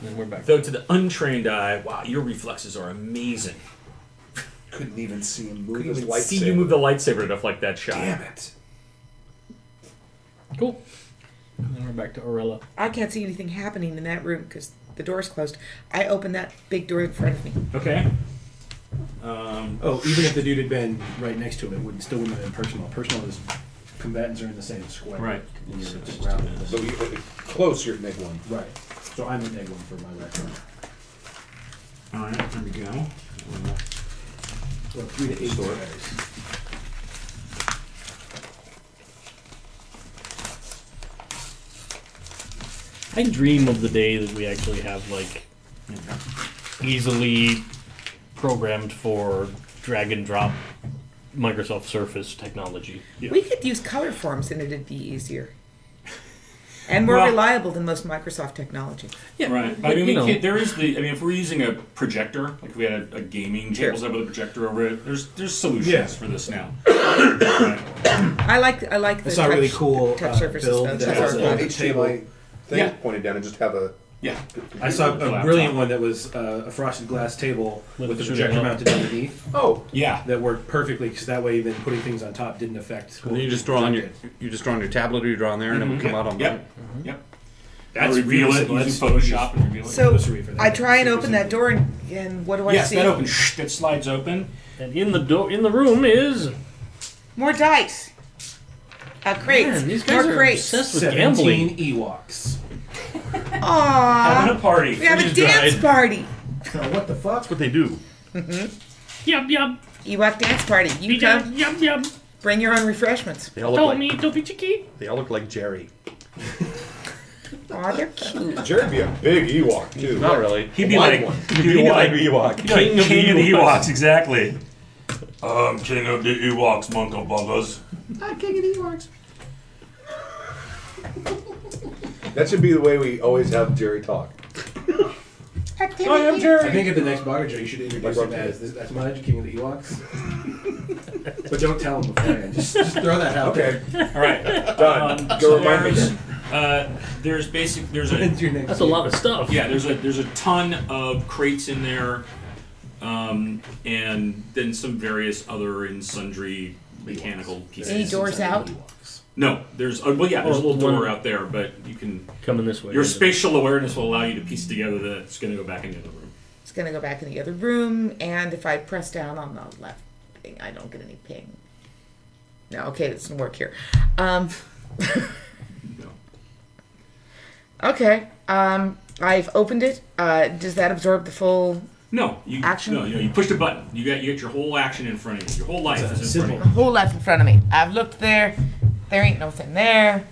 [SPEAKER 2] Then we're back.
[SPEAKER 1] Though to the untrained eye, wow, your reflexes are amazing.
[SPEAKER 7] Couldn't even see him move
[SPEAKER 1] You
[SPEAKER 7] his
[SPEAKER 1] can
[SPEAKER 7] lightsaber.
[SPEAKER 1] see you move the lightsaber to like that shot.
[SPEAKER 7] Damn it!
[SPEAKER 2] Cool. And then we're back to Orella.
[SPEAKER 4] I can't see anything happening in that room because the door's closed. I open that big door in front of me.
[SPEAKER 1] Okay. Um,
[SPEAKER 18] Oh, even if the dude had been right next to him, it would still wouldn't have been personal. Personal is combatants are in the same square.
[SPEAKER 1] Right.
[SPEAKER 18] And you're surrounded.
[SPEAKER 7] So you, uh, close, you're at neg one.
[SPEAKER 18] Right. So I'm in egg one for my left arm.
[SPEAKER 1] all right, there we go.
[SPEAKER 18] Well, three to eight doors.
[SPEAKER 2] I dream of the day that we actually have like easily programmed for drag and drop Microsoft Surface technology.
[SPEAKER 4] We could use color forms and it'd be easier. And more
[SPEAKER 1] Well-
[SPEAKER 4] reliable than most Microsoft technology.
[SPEAKER 2] Yeah,
[SPEAKER 1] Right. I
[SPEAKER 2] but,
[SPEAKER 1] mean,
[SPEAKER 2] you
[SPEAKER 1] we
[SPEAKER 2] know-
[SPEAKER 1] can, there is the. I mean, if we're using a projector, like if we had a, a gaming table set with a projector over it, there's there's solutions
[SPEAKER 18] Yeah.
[SPEAKER 1] for this now.
[SPEAKER 4] I like I like the
[SPEAKER 18] It's
[SPEAKER 4] touch,
[SPEAKER 18] not really cool,
[SPEAKER 4] touch
[SPEAKER 18] uh,
[SPEAKER 4] surfaces.
[SPEAKER 18] build
[SPEAKER 4] though.
[SPEAKER 18] that
[SPEAKER 4] Those
[SPEAKER 7] Has
[SPEAKER 4] are
[SPEAKER 7] an
[SPEAKER 18] Yeah.
[SPEAKER 4] fun.
[SPEAKER 7] HTML thing
[SPEAKER 1] Yeah.
[SPEAKER 7] pointed down and just have a
[SPEAKER 1] Yeah.
[SPEAKER 3] I saw a
[SPEAKER 1] Laptop.
[SPEAKER 3] brilliant one that was uh, a frosted glass table
[SPEAKER 2] With
[SPEAKER 3] with
[SPEAKER 2] the
[SPEAKER 3] the
[SPEAKER 2] shooting
[SPEAKER 3] projector
[SPEAKER 2] up.
[SPEAKER 3] mounted underneath
[SPEAKER 7] Oh,
[SPEAKER 1] Yeah.
[SPEAKER 3] that worked perfectly because that way then putting things on top didn't affect.
[SPEAKER 6] And then you just draw on your you just draw on your tablet or you draw on there and
[SPEAKER 7] Mm-hmm.
[SPEAKER 6] it will come out on
[SPEAKER 1] Yep. Yep.
[SPEAKER 3] That's
[SPEAKER 1] I'll reveal
[SPEAKER 3] really
[SPEAKER 1] it. Let's
[SPEAKER 3] simple. You
[SPEAKER 1] Photoshop and reveal it.
[SPEAKER 19] So
[SPEAKER 3] Glossary for that.
[SPEAKER 19] I try and open that door, and, and what do I
[SPEAKER 1] yes,
[SPEAKER 19] see?
[SPEAKER 1] that opens. That slides open.
[SPEAKER 2] And in the door, in the room is
[SPEAKER 19] More dice. Uh, crates.
[SPEAKER 2] man, these
[SPEAKER 19] More
[SPEAKER 2] guys are
[SPEAKER 19] crates.
[SPEAKER 2] obsessed with gambling.
[SPEAKER 3] Seventeen Ewoks.
[SPEAKER 19] Aww.
[SPEAKER 1] Having a party.
[SPEAKER 19] We have a dance party.
[SPEAKER 3] what the fuck?
[SPEAKER 6] That's what they do.
[SPEAKER 2] Yep, yep,
[SPEAKER 19] Ewok Mm-hmm. dance party. You
[SPEAKER 2] yep,
[SPEAKER 19] come.
[SPEAKER 2] yep, yep.
[SPEAKER 19] Bring your own refreshments.
[SPEAKER 6] They all look
[SPEAKER 2] Don't
[SPEAKER 6] like
[SPEAKER 2] me, don't be cheeky.
[SPEAKER 6] they all look like Jerry.
[SPEAKER 19] Aw, they're cute.
[SPEAKER 7] Jerry'd be a big Ewok too.
[SPEAKER 6] Not really.
[SPEAKER 1] He'd be
[SPEAKER 7] Wide
[SPEAKER 1] like,
[SPEAKER 7] one.
[SPEAKER 1] he'd be like,
[SPEAKER 6] Ewok.
[SPEAKER 1] king of
[SPEAKER 9] King of the
[SPEAKER 1] Ewoks. Um,
[SPEAKER 9] Ewoks, exactly. I'm king of the Ewoks, Munko Bungas.
[SPEAKER 7] That should be the way we always have Jerry talk.
[SPEAKER 3] I am Jerry. I think at the next Bogger Jerry, you should introduce him as this, that's my King of the Ewoks. but don't tell him beforehand. Just, just throw that out there.
[SPEAKER 7] Okay,
[SPEAKER 1] All right.
[SPEAKER 2] Uh,
[SPEAKER 7] done.
[SPEAKER 1] Um,
[SPEAKER 7] Go
[SPEAKER 1] so
[SPEAKER 7] remind me.
[SPEAKER 1] there's, uh, there's basic. There's a
[SPEAKER 3] It's your next
[SPEAKER 2] That's a lot of stuff.
[SPEAKER 1] yeah. There's a there's a ton of crates in there, um, and then some various other and sundry mechanical pieces.
[SPEAKER 4] Any doors out?
[SPEAKER 1] No, there's uh, well, yeah, there's a little
[SPEAKER 2] Well,
[SPEAKER 1] door
[SPEAKER 2] one-
[SPEAKER 1] out there, but you can
[SPEAKER 2] Coming this way.
[SPEAKER 1] your spatial awareness will allow you to piece together that it's going to go back into the room.
[SPEAKER 4] It's gonna go back in the other room, and if I press down on the left thing, I don't get any ping. No, okay, it doesn't work here. Um,
[SPEAKER 1] No.
[SPEAKER 4] okay, um, I've opened it. Uh, does that absorb the full
[SPEAKER 1] No, you
[SPEAKER 4] Action?
[SPEAKER 1] No, you, know, you push the button. You got you get your whole action in front of you. Your whole life is in front of you.
[SPEAKER 4] whole life in front of me? I've looked there. There ain't nothing there.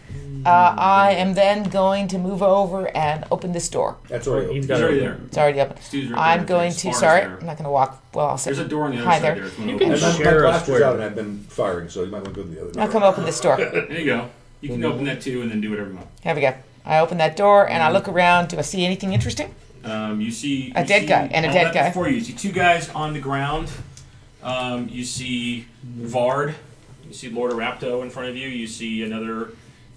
[SPEAKER 4] Uh, I am then going to move over and open this door.
[SPEAKER 7] That's already open.
[SPEAKER 2] He's
[SPEAKER 1] It's
[SPEAKER 2] got
[SPEAKER 1] already
[SPEAKER 2] it.
[SPEAKER 1] there.
[SPEAKER 4] It's already open.
[SPEAKER 1] Steve's right there.
[SPEAKER 4] I'm going
[SPEAKER 1] It's
[SPEAKER 4] to.
[SPEAKER 1] far as
[SPEAKER 4] Sorry,
[SPEAKER 1] there.
[SPEAKER 4] I'm not going to walk. Well, I'll sit.
[SPEAKER 1] There's a door on the other
[SPEAKER 4] Hi
[SPEAKER 1] side
[SPEAKER 4] there.
[SPEAKER 1] there. It's
[SPEAKER 2] You
[SPEAKER 1] going
[SPEAKER 2] can
[SPEAKER 7] And my, my
[SPEAKER 2] share a
[SPEAKER 7] blaster's out and
[SPEAKER 2] square.
[SPEAKER 7] I've been firing, so you might want to go to the other
[SPEAKER 4] I'll
[SPEAKER 7] door.
[SPEAKER 4] come open this door.
[SPEAKER 1] There you go. You can open that too, and then do whatever you want.
[SPEAKER 4] Here we go. I open that door and
[SPEAKER 1] Mm-hmm.
[SPEAKER 4] I look around. Do I see anything interesting?
[SPEAKER 1] Um, you see
[SPEAKER 4] A
[SPEAKER 1] you
[SPEAKER 4] dead
[SPEAKER 1] see
[SPEAKER 4] guy and a
[SPEAKER 1] all
[SPEAKER 4] dead
[SPEAKER 1] that
[SPEAKER 4] guy.
[SPEAKER 1] before you. You see two guys on the ground. Um, you see Vard. You see Lord Arapto in front of you. You see another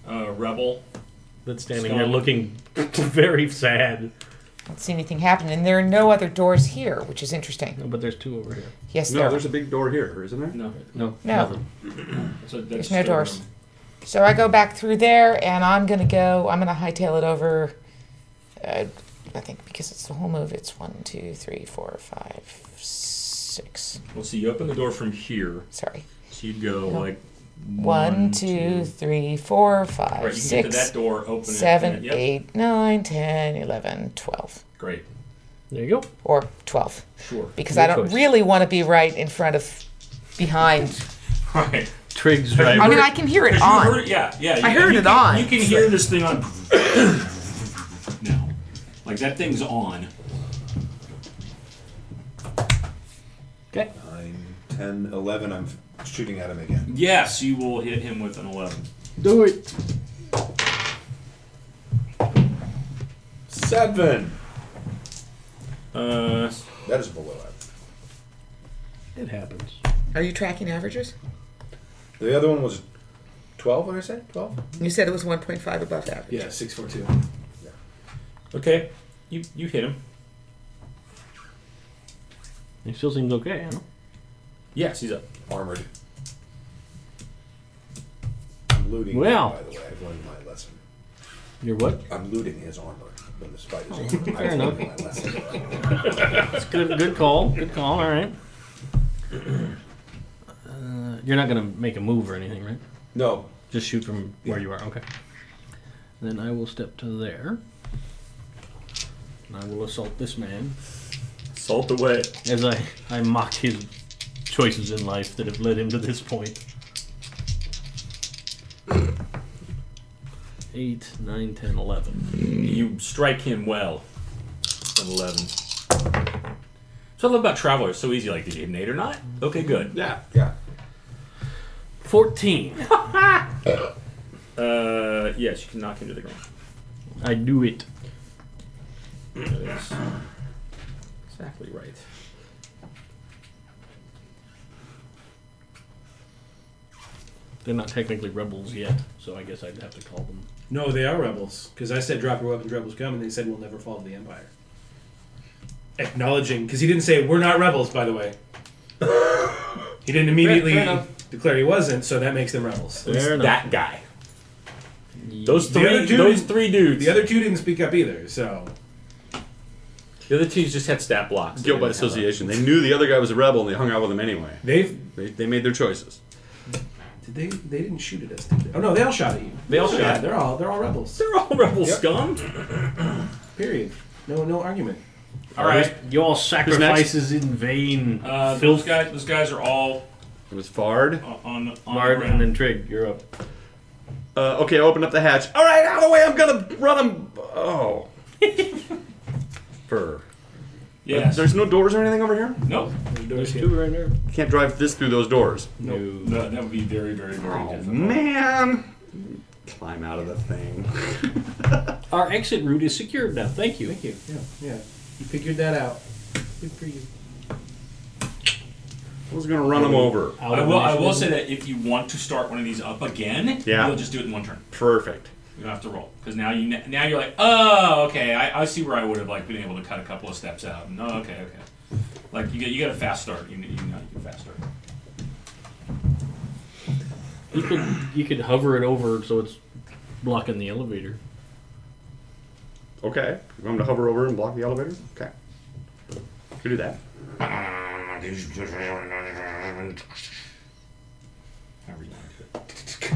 [SPEAKER 1] uh, rebel.
[SPEAKER 2] That's standing there looking very sad.
[SPEAKER 4] I don't see anything happen, and there are no other doors here, which is interesting.
[SPEAKER 2] No, but there's two over here.
[SPEAKER 4] Yes,
[SPEAKER 6] No,
[SPEAKER 4] there.
[SPEAKER 6] there's a big door here, isn't there?
[SPEAKER 1] No,
[SPEAKER 2] No.
[SPEAKER 4] No.
[SPEAKER 2] nothing.
[SPEAKER 1] so that's
[SPEAKER 4] There's
[SPEAKER 1] the
[SPEAKER 4] no doors.
[SPEAKER 1] room.
[SPEAKER 4] So I go back through there, and I'm gonna go. I'm gonna hightail it over. Uh, I think because it's the whole move. It's one, two, three, four, five, six.
[SPEAKER 1] Well, see, you open the door from here,
[SPEAKER 4] Sorry.
[SPEAKER 1] so you'd go
[SPEAKER 4] Yeah.
[SPEAKER 1] like
[SPEAKER 4] One, two, three, four, five,
[SPEAKER 1] All right, you can get to
[SPEAKER 4] six,
[SPEAKER 1] that door. Open it.
[SPEAKER 4] seven,
[SPEAKER 1] and- yep,
[SPEAKER 4] eight, nine, ten, eleven, twelve,
[SPEAKER 1] Great.
[SPEAKER 2] There you go.
[SPEAKER 4] or twelve,
[SPEAKER 1] Sure.
[SPEAKER 4] because
[SPEAKER 2] Your
[SPEAKER 4] I don't
[SPEAKER 2] choice.
[SPEAKER 4] really want to be right in front of, behind.
[SPEAKER 1] All right.
[SPEAKER 2] Triggs right.
[SPEAKER 4] I mean, I can hear it
[SPEAKER 1] 'Cause you
[SPEAKER 4] on.
[SPEAKER 1] heard- yeah, yeah.
[SPEAKER 4] I
[SPEAKER 1] you-
[SPEAKER 4] heard
[SPEAKER 1] you
[SPEAKER 4] it
[SPEAKER 1] can,
[SPEAKER 4] on.
[SPEAKER 1] You can hear this thing on now. Like that thing's on.
[SPEAKER 7] Nine, 10, 11, I'm f- shooting at him again.
[SPEAKER 1] Yes, you will hit him with an eleven.
[SPEAKER 2] Do it.
[SPEAKER 7] Seven!
[SPEAKER 1] Uh,
[SPEAKER 7] That is below average.
[SPEAKER 2] It happens.
[SPEAKER 4] Are you tracking averages?
[SPEAKER 7] The other one was 12, what did I say? 12?
[SPEAKER 4] You said it was 1.5 above average.
[SPEAKER 3] Yeah, six four two.
[SPEAKER 1] okay, you you hit him.
[SPEAKER 2] It still seems okay. Huh?
[SPEAKER 1] Yes, he's up.
[SPEAKER 7] Armored. I'm looting
[SPEAKER 2] Well.
[SPEAKER 7] him, by the way. I've learned my lesson.
[SPEAKER 2] You're what?
[SPEAKER 7] I'm looting his armor when this fight is over. I've
[SPEAKER 2] Oh, fair
[SPEAKER 7] learned my lesson.
[SPEAKER 2] That's good. Good call. Good call. All right. Uh, you're not gonna make a move or anything, right?
[SPEAKER 7] No,
[SPEAKER 2] Just shoot from where you are. Okay. Then I will step to there. And I will assault this man
[SPEAKER 9] Salt away.
[SPEAKER 2] as I, I mock his choices in life that have led him to this point. 8, 9, 10, 11.
[SPEAKER 1] You strike him well. An eleven. So I love about travelers. So easy. Like, did you hit an eight or not? Okay, good.
[SPEAKER 7] yeah, yeah.
[SPEAKER 2] 14.
[SPEAKER 1] Uh, yes, you can knock him to the ground.
[SPEAKER 2] I do it.
[SPEAKER 1] That is exactly right.
[SPEAKER 2] They're not technically rebels yet, so I guess I'd have to call them.
[SPEAKER 3] No, they are rebels. Because I said drop your weapons, rebels come, and they said we'll never fall to the Empire. Acknowledging, because he didn't say we're not rebels, by the way. he didn't immediately
[SPEAKER 2] Fair- fair enough.
[SPEAKER 3] declare he wasn't, so that makes them rebels.
[SPEAKER 2] Fair enough.
[SPEAKER 20] that guy. Those
[SPEAKER 3] The
[SPEAKER 20] three,
[SPEAKER 3] other dude-
[SPEAKER 20] those three dudes.
[SPEAKER 3] The other two didn't speak up either, so
[SPEAKER 20] the other two just had stat blocks.
[SPEAKER 6] Guilt by
[SPEAKER 20] They didn't have a-
[SPEAKER 6] association. They knew the other guy was a rebel and they hung out with him anyway.
[SPEAKER 3] they've
[SPEAKER 6] They, they made their choices.
[SPEAKER 3] did they they didn't shoot at us. Did they? Oh no, they all shot at you.
[SPEAKER 20] They all shot.
[SPEAKER 3] Yeah, they're all they're all rebels.
[SPEAKER 20] They're all rebel scum.
[SPEAKER 3] Period. No no argument.
[SPEAKER 2] All right, your sacrifices in vain.
[SPEAKER 1] Uh,
[SPEAKER 2] filth.
[SPEAKER 1] those guys, those guys are all
[SPEAKER 6] It was Fard.
[SPEAKER 1] on on the
[SPEAKER 2] Bard and
[SPEAKER 1] ground.
[SPEAKER 2] then Trig, you're up.
[SPEAKER 6] Uh, okay, open up the hatch. All right, out of the way. I'm gonna run him. Oh, fur.
[SPEAKER 1] Yes.
[SPEAKER 6] There's no doors or anything over here.
[SPEAKER 1] Nope.
[SPEAKER 2] There's two right there.
[SPEAKER 6] You can't drive this through those doors.
[SPEAKER 1] Nope. That, that would be very, very, very difficult.
[SPEAKER 6] Man, climb out of the thing.
[SPEAKER 2] Our exit route is secured now. Thank you.
[SPEAKER 3] Thank you. Yeah, yeah. You figured that out. Good for you.
[SPEAKER 6] I was gonna run him over.
[SPEAKER 2] Out
[SPEAKER 1] I
[SPEAKER 2] of
[SPEAKER 1] will. I
[SPEAKER 2] initiative.
[SPEAKER 1] will say that if you want to start one of these up again,
[SPEAKER 6] Yeah.
[SPEAKER 1] you'll just do it in one turn.
[SPEAKER 6] Perfect.
[SPEAKER 1] You don't have to roll because now you now you're like, oh, okay, I, I see where I would have like been able to cut a couple of steps out. No, okay, okay. Like you get you get a fast start. You, you know you get a fast start.
[SPEAKER 2] You could you could hover it over so it's blocking the elevator.
[SPEAKER 6] Okay, you want me to hover over and block the elevator? Okay, you can do that.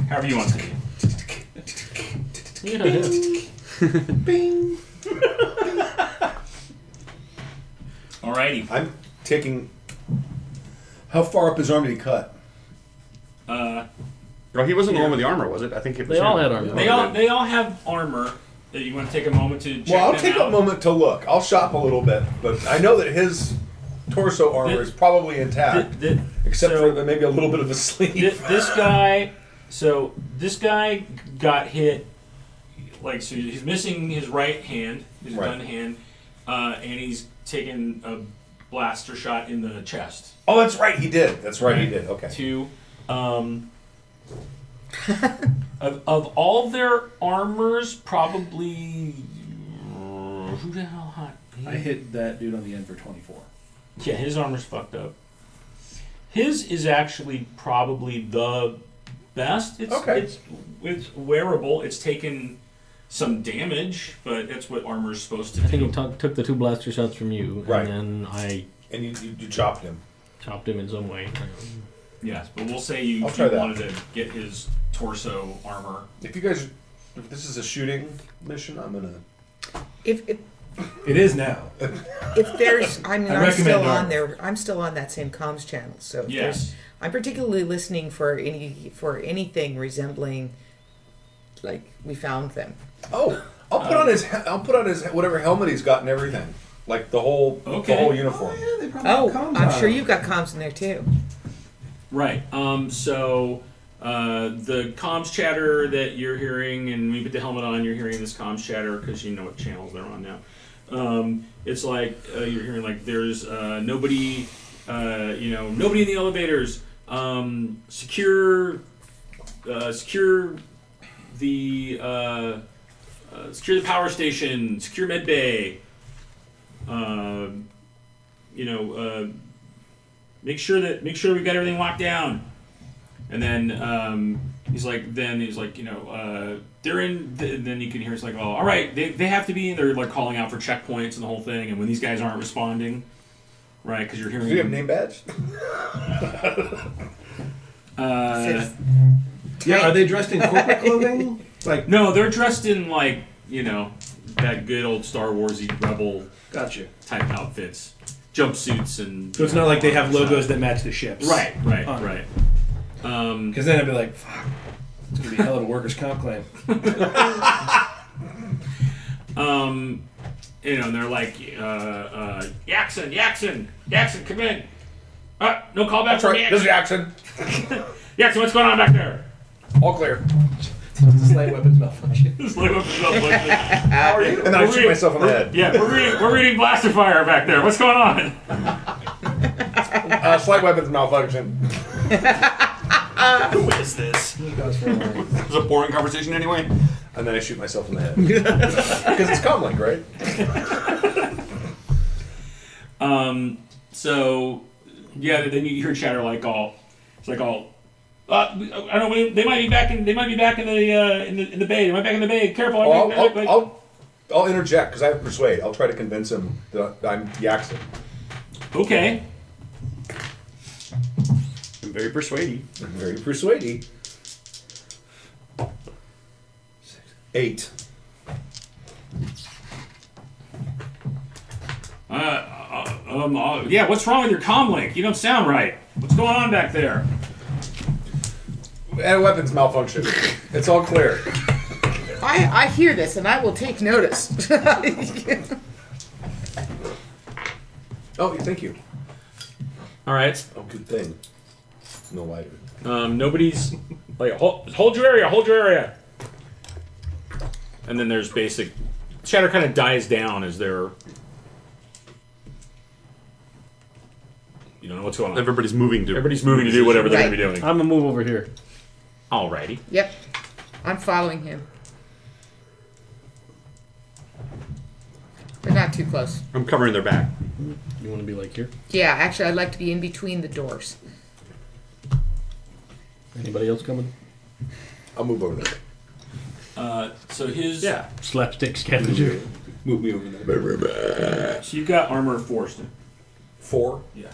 [SPEAKER 1] However you want to. do it. However you want to. do it.
[SPEAKER 2] Yeah, yeah.
[SPEAKER 1] Alrighty.
[SPEAKER 7] I'm taking. How far up his arm did he cut?
[SPEAKER 1] Uh,
[SPEAKER 6] Well, he wasn't the one with the armor, was it? I think it was
[SPEAKER 2] They all
[SPEAKER 6] him.
[SPEAKER 2] had armor.
[SPEAKER 1] they all they all have armor. That you want to take a moment to. Check
[SPEAKER 7] Well, I'll
[SPEAKER 1] them
[SPEAKER 7] take
[SPEAKER 1] out.
[SPEAKER 7] a moment to look. I'll shop a little bit, but I know that his torso armor is probably intact,
[SPEAKER 1] Th- th-
[SPEAKER 7] except
[SPEAKER 1] so-
[SPEAKER 7] for maybe a little bit of a sleeve.
[SPEAKER 1] Th- this guy, so this guy got hit. Like, so he's missing his right hand, his
[SPEAKER 7] Right.
[SPEAKER 1] gun hand, uh, and he's taken a blaster shot in the chest.
[SPEAKER 7] Oh, that's right, he did. That's right, he did. Okay.
[SPEAKER 1] Two. Um, of, of all their armors, probably. Who the hell hot?
[SPEAKER 3] I hit that dude on the end for twenty four.
[SPEAKER 1] Yeah, his armor's fucked up. His is actually probably the best. It's,
[SPEAKER 7] Okay.
[SPEAKER 1] It's, it's wearable. It's taken some damage, but that's what armor's supposed to
[SPEAKER 2] I think
[SPEAKER 1] do.
[SPEAKER 2] he took took the two blaster shots from you,
[SPEAKER 7] Right.
[SPEAKER 2] and then I
[SPEAKER 7] And you, you, you chopped him.
[SPEAKER 2] chopped him in some way.
[SPEAKER 1] yes, but we'll say you,
[SPEAKER 7] I'll try
[SPEAKER 1] you
[SPEAKER 7] that.
[SPEAKER 1] wanted to get his torso armor.
[SPEAKER 7] If you guys, if this is a shooting mission, I'm gonna.
[SPEAKER 4] If, if
[SPEAKER 3] It is now.
[SPEAKER 4] if there's, I mean,
[SPEAKER 3] I
[SPEAKER 4] I am still
[SPEAKER 3] recommend
[SPEAKER 4] on
[SPEAKER 3] Arnold.
[SPEAKER 4] there. I'm still on that same comms channel. So if
[SPEAKER 1] Yes.
[SPEAKER 4] there's- I'm particularly listening for any for anything resembling, like we found them.
[SPEAKER 7] Oh, I'll put
[SPEAKER 1] Uh,
[SPEAKER 7] on his. he- I'll put on his whatever helmet he's got and everything, like the whole
[SPEAKER 1] Okay.
[SPEAKER 7] the whole uniform.
[SPEAKER 3] Yeah, they probably
[SPEAKER 4] Oh,
[SPEAKER 3] have comms
[SPEAKER 4] I'm
[SPEAKER 3] on
[SPEAKER 4] sure
[SPEAKER 3] them.
[SPEAKER 4] you've got comms in there too.
[SPEAKER 1] Right. Um, so uh, the comms chatter that you're hearing, and when you put the helmet on, you're hearing this comms chatter because you know what channels they're on now. Um, it's like uh, you're hearing like there's uh, nobody, uh, you know, nobody in the elevators. Um, secure, uh, secure the uh, uh, secure the power station. Secure med bay. Uh, you know. Uh, make sure that make sure we got everything locked down and then um, he's like then he's like you know uh, they're in th- and then you can hear it's like oh all right they, they have to be in they're like calling out for checkpoints and the whole thing and when these guys aren't responding right because you're
[SPEAKER 7] Do you have a
[SPEAKER 1] hearing
[SPEAKER 7] name badge?
[SPEAKER 1] uh,
[SPEAKER 3] Yeah, are they dressed in corporate clothing? like,
[SPEAKER 1] no they're dressed in like you know that good old star warsy rebel
[SPEAKER 3] gotcha.
[SPEAKER 1] type outfits jumpsuits and
[SPEAKER 3] So it's not like they have logos that match the ships,
[SPEAKER 1] right right
[SPEAKER 3] Huh.
[SPEAKER 1] right um,
[SPEAKER 3] Because then I'd be like, fuck, it's gonna be a hell of a workers' comp claim.
[SPEAKER 1] Um, you know, and they're like, uh, uh, Yaxon, Yaxon, Yaxon, come in. Uh, no call back
[SPEAKER 7] That's
[SPEAKER 1] from
[SPEAKER 7] right. This
[SPEAKER 1] Yaxon.
[SPEAKER 7] is action.
[SPEAKER 1] Yaxon, what's going on back there?
[SPEAKER 7] All clear.
[SPEAKER 3] Slight weapons malfunction.
[SPEAKER 1] Just look up the like,
[SPEAKER 7] And then I shoot myself in the head.
[SPEAKER 1] yeah, we're reading, we're reading Blaster Fire back there. What's going on?
[SPEAKER 7] Uh, slight weapons malfunction.
[SPEAKER 21] Who is this?
[SPEAKER 6] It was a boring conversation anyway.
[SPEAKER 7] And then I shoot myself in the head. Because it's comlink, right?
[SPEAKER 1] Um, so yeah, then you hear Chatter like all, it's like all, uh, I don't know. They might be back in. They might be back in the uh, in the in the bay. They might be back in the bay. Careful! I'm
[SPEAKER 7] Well,
[SPEAKER 1] back-
[SPEAKER 7] I'll,
[SPEAKER 1] like-
[SPEAKER 7] I'll, I'll, I'll interject because I have persuade. I'll try to convince him that I'm Yaxon.
[SPEAKER 1] okay.
[SPEAKER 22] I'm very persuading.
[SPEAKER 7] I'm very persuading. Eight.
[SPEAKER 1] Uh, uh, um, uh, yeah. What's wrong with your comlink? You don't sound right. What's going on back there?
[SPEAKER 7] And Eh, weapons malfunction. It's all clear.
[SPEAKER 4] I, I hear this and I will take notice.
[SPEAKER 7] Oh, thank you.
[SPEAKER 23] All right.
[SPEAKER 7] Oh, good thing. No lighter.
[SPEAKER 23] Um, nobody's like hold, hold your area, hold your area. And then there's basic chatter kind of dies down as they're you don't know what's going on.
[SPEAKER 6] Everybody's moving to.
[SPEAKER 23] Everybody's moving to do whatever they're going to be doing.
[SPEAKER 2] I'm gonna move over here.
[SPEAKER 23] Alrighty.
[SPEAKER 4] yep. I'm following him. But not too close.
[SPEAKER 6] I'm covering their back.
[SPEAKER 2] You want to be like here?
[SPEAKER 4] Yeah, actually, I'd like to be in between the doors.
[SPEAKER 2] Anybody else coming?
[SPEAKER 7] I'll move over there.
[SPEAKER 1] Uh, so his
[SPEAKER 23] Yeah.
[SPEAKER 2] Slapstick scavenger.
[SPEAKER 7] Move me over there.
[SPEAKER 1] So you've got armor of force. now.
[SPEAKER 7] Four.
[SPEAKER 1] Yeah.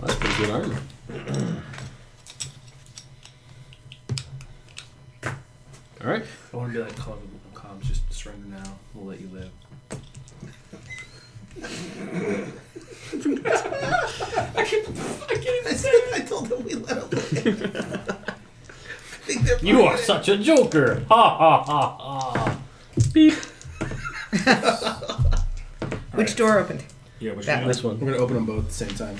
[SPEAKER 2] That's pretty good armor. All right.
[SPEAKER 3] I want to be like club comms. Just surrender now. We'll let you live.
[SPEAKER 24] I told them we let him. think they're
[SPEAKER 2] You are such a joker. Ha ha ha ha. Beep.
[SPEAKER 4] Which door opened?
[SPEAKER 1] Yeah. Which
[SPEAKER 4] That
[SPEAKER 1] one?
[SPEAKER 2] This one.
[SPEAKER 3] We're gonna open them both at the same time.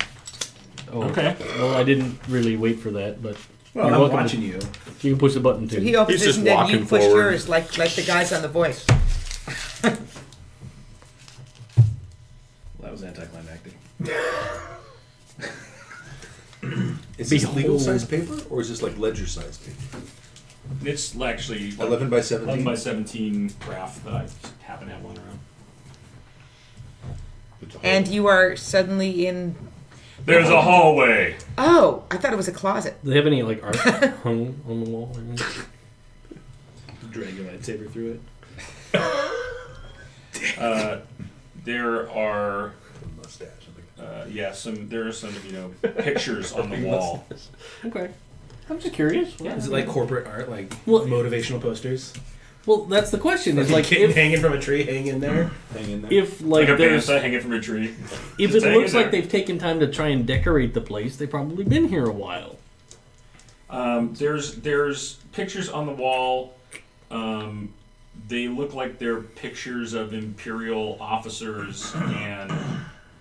[SPEAKER 2] Oh,
[SPEAKER 1] Okay.
[SPEAKER 2] Well, I didn't really wait for that, but
[SPEAKER 3] Well,
[SPEAKER 2] You're
[SPEAKER 3] I'm
[SPEAKER 2] welcome.
[SPEAKER 3] watching you.
[SPEAKER 2] you can push the button too.
[SPEAKER 4] He opens
[SPEAKER 6] He's
[SPEAKER 4] his
[SPEAKER 6] just
[SPEAKER 4] and then you
[SPEAKER 6] walking
[SPEAKER 4] push
[SPEAKER 6] forward.
[SPEAKER 4] yours, like like the guys on The Voice.
[SPEAKER 3] Well, that was anticlimactic.
[SPEAKER 7] Is this
[SPEAKER 2] Behold.
[SPEAKER 7] legal size paper or is this like ledger size paper?
[SPEAKER 1] It's actually like
[SPEAKER 7] 11 by
[SPEAKER 1] 11
[SPEAKER 7] 17.
[SPEAKER 1] by 17 graph that I just happen to have one around.
[SPEAKER 4] And you are suddenly in.
[SPEAKER 21] There's a hallway.
[SPEAKER 4] Oh, I thought it was a closet.
[SPEAKER 2] Do they have any like art hung on the wall? or anything?
[SPEAKER 3] Drag your lightsaber through it.
[SPEAKER 1] There are,
[SPEAKER 7] Mustache.
[SPEAKER 1] uh, yeah, some, there are some, you know, pictures on the wall.
[SPEAKER 2] Okay. I'm just curious.
[SPEAKER 3] Is it like corporate art, like
[SPEAKER 2] Well-
[SPEAKER 3] motivational posters?
[SPEAKER 2] Well, that's the question. Is
[SPEAKER 3] It's like
[SPEAKER 2] like
[SPEAKER 3] kitten
[SPEAKER 2] if,
[SPEAKER 3] hanging from a tree, hanging there.
[SPEAKER 7] Hang in there.
[SPEAKER 2] if
[SPEAKER 1] Like
[SPEAKER 2] like
[SPEAKER 1] a
[SPEAKER 2] there's
[SPEAKER 1] panda hanging from a tree.
[SPEAKER 2] if
[SPEAKER 1] just
[SPEAKER 2] it
[SPEAKER 1] hanging
[SPEAKER 2] looks like
[SPEAKER 1] there.
[SPEAKER 2] they've taken time to try and decorate the place, they've probably been here a while.
[SPEAKER 1] Um, there's, there's pictures on the wall. Um, they look like they're pictures of imperial officers and,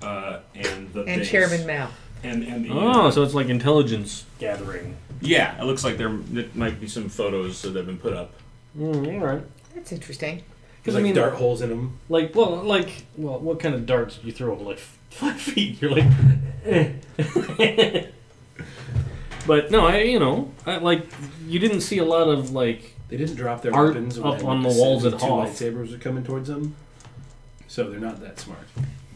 [SPEAKER 1] uh, and the
[SPEAKER 4] And
[SPEAKER 1] base.
[SPEAKER 4] Chairman Mao.
[SPEAKER 1] and and the,
[SPEAKER 2] Oh, so it's like intelligence gathering.
[SPEAKER 1] yeah, it looks like there it might be some photos that have been put up.
[SPEAKER 2] Mm, all right.
[SPEAKER 4] That's interesting.
[SPEAKER 2] Because
[SPEAKER 3] like
[SPEAKER 2] I mean,
[SPEAKER 3] dart holes in them.
[SPEAKER 2] like well, like well, what kind of darts do you throw? Like f- five feet? You're like. eh. But no, I you know I, like you didn't see a lot of like
[SPEAKER 3] They didn't drop their
[SPEAKER 2] Art
[SPEAKER 3] weapons
[SPEAKER 2] up
[SPEAKER 3] when
[SPEAKER 2] on the walls
[SPEAKER 3] two
[SPEAKER 2] at Hoth.
[SPEAKER 3] lightsabers are coming towards them, so they're not that smart.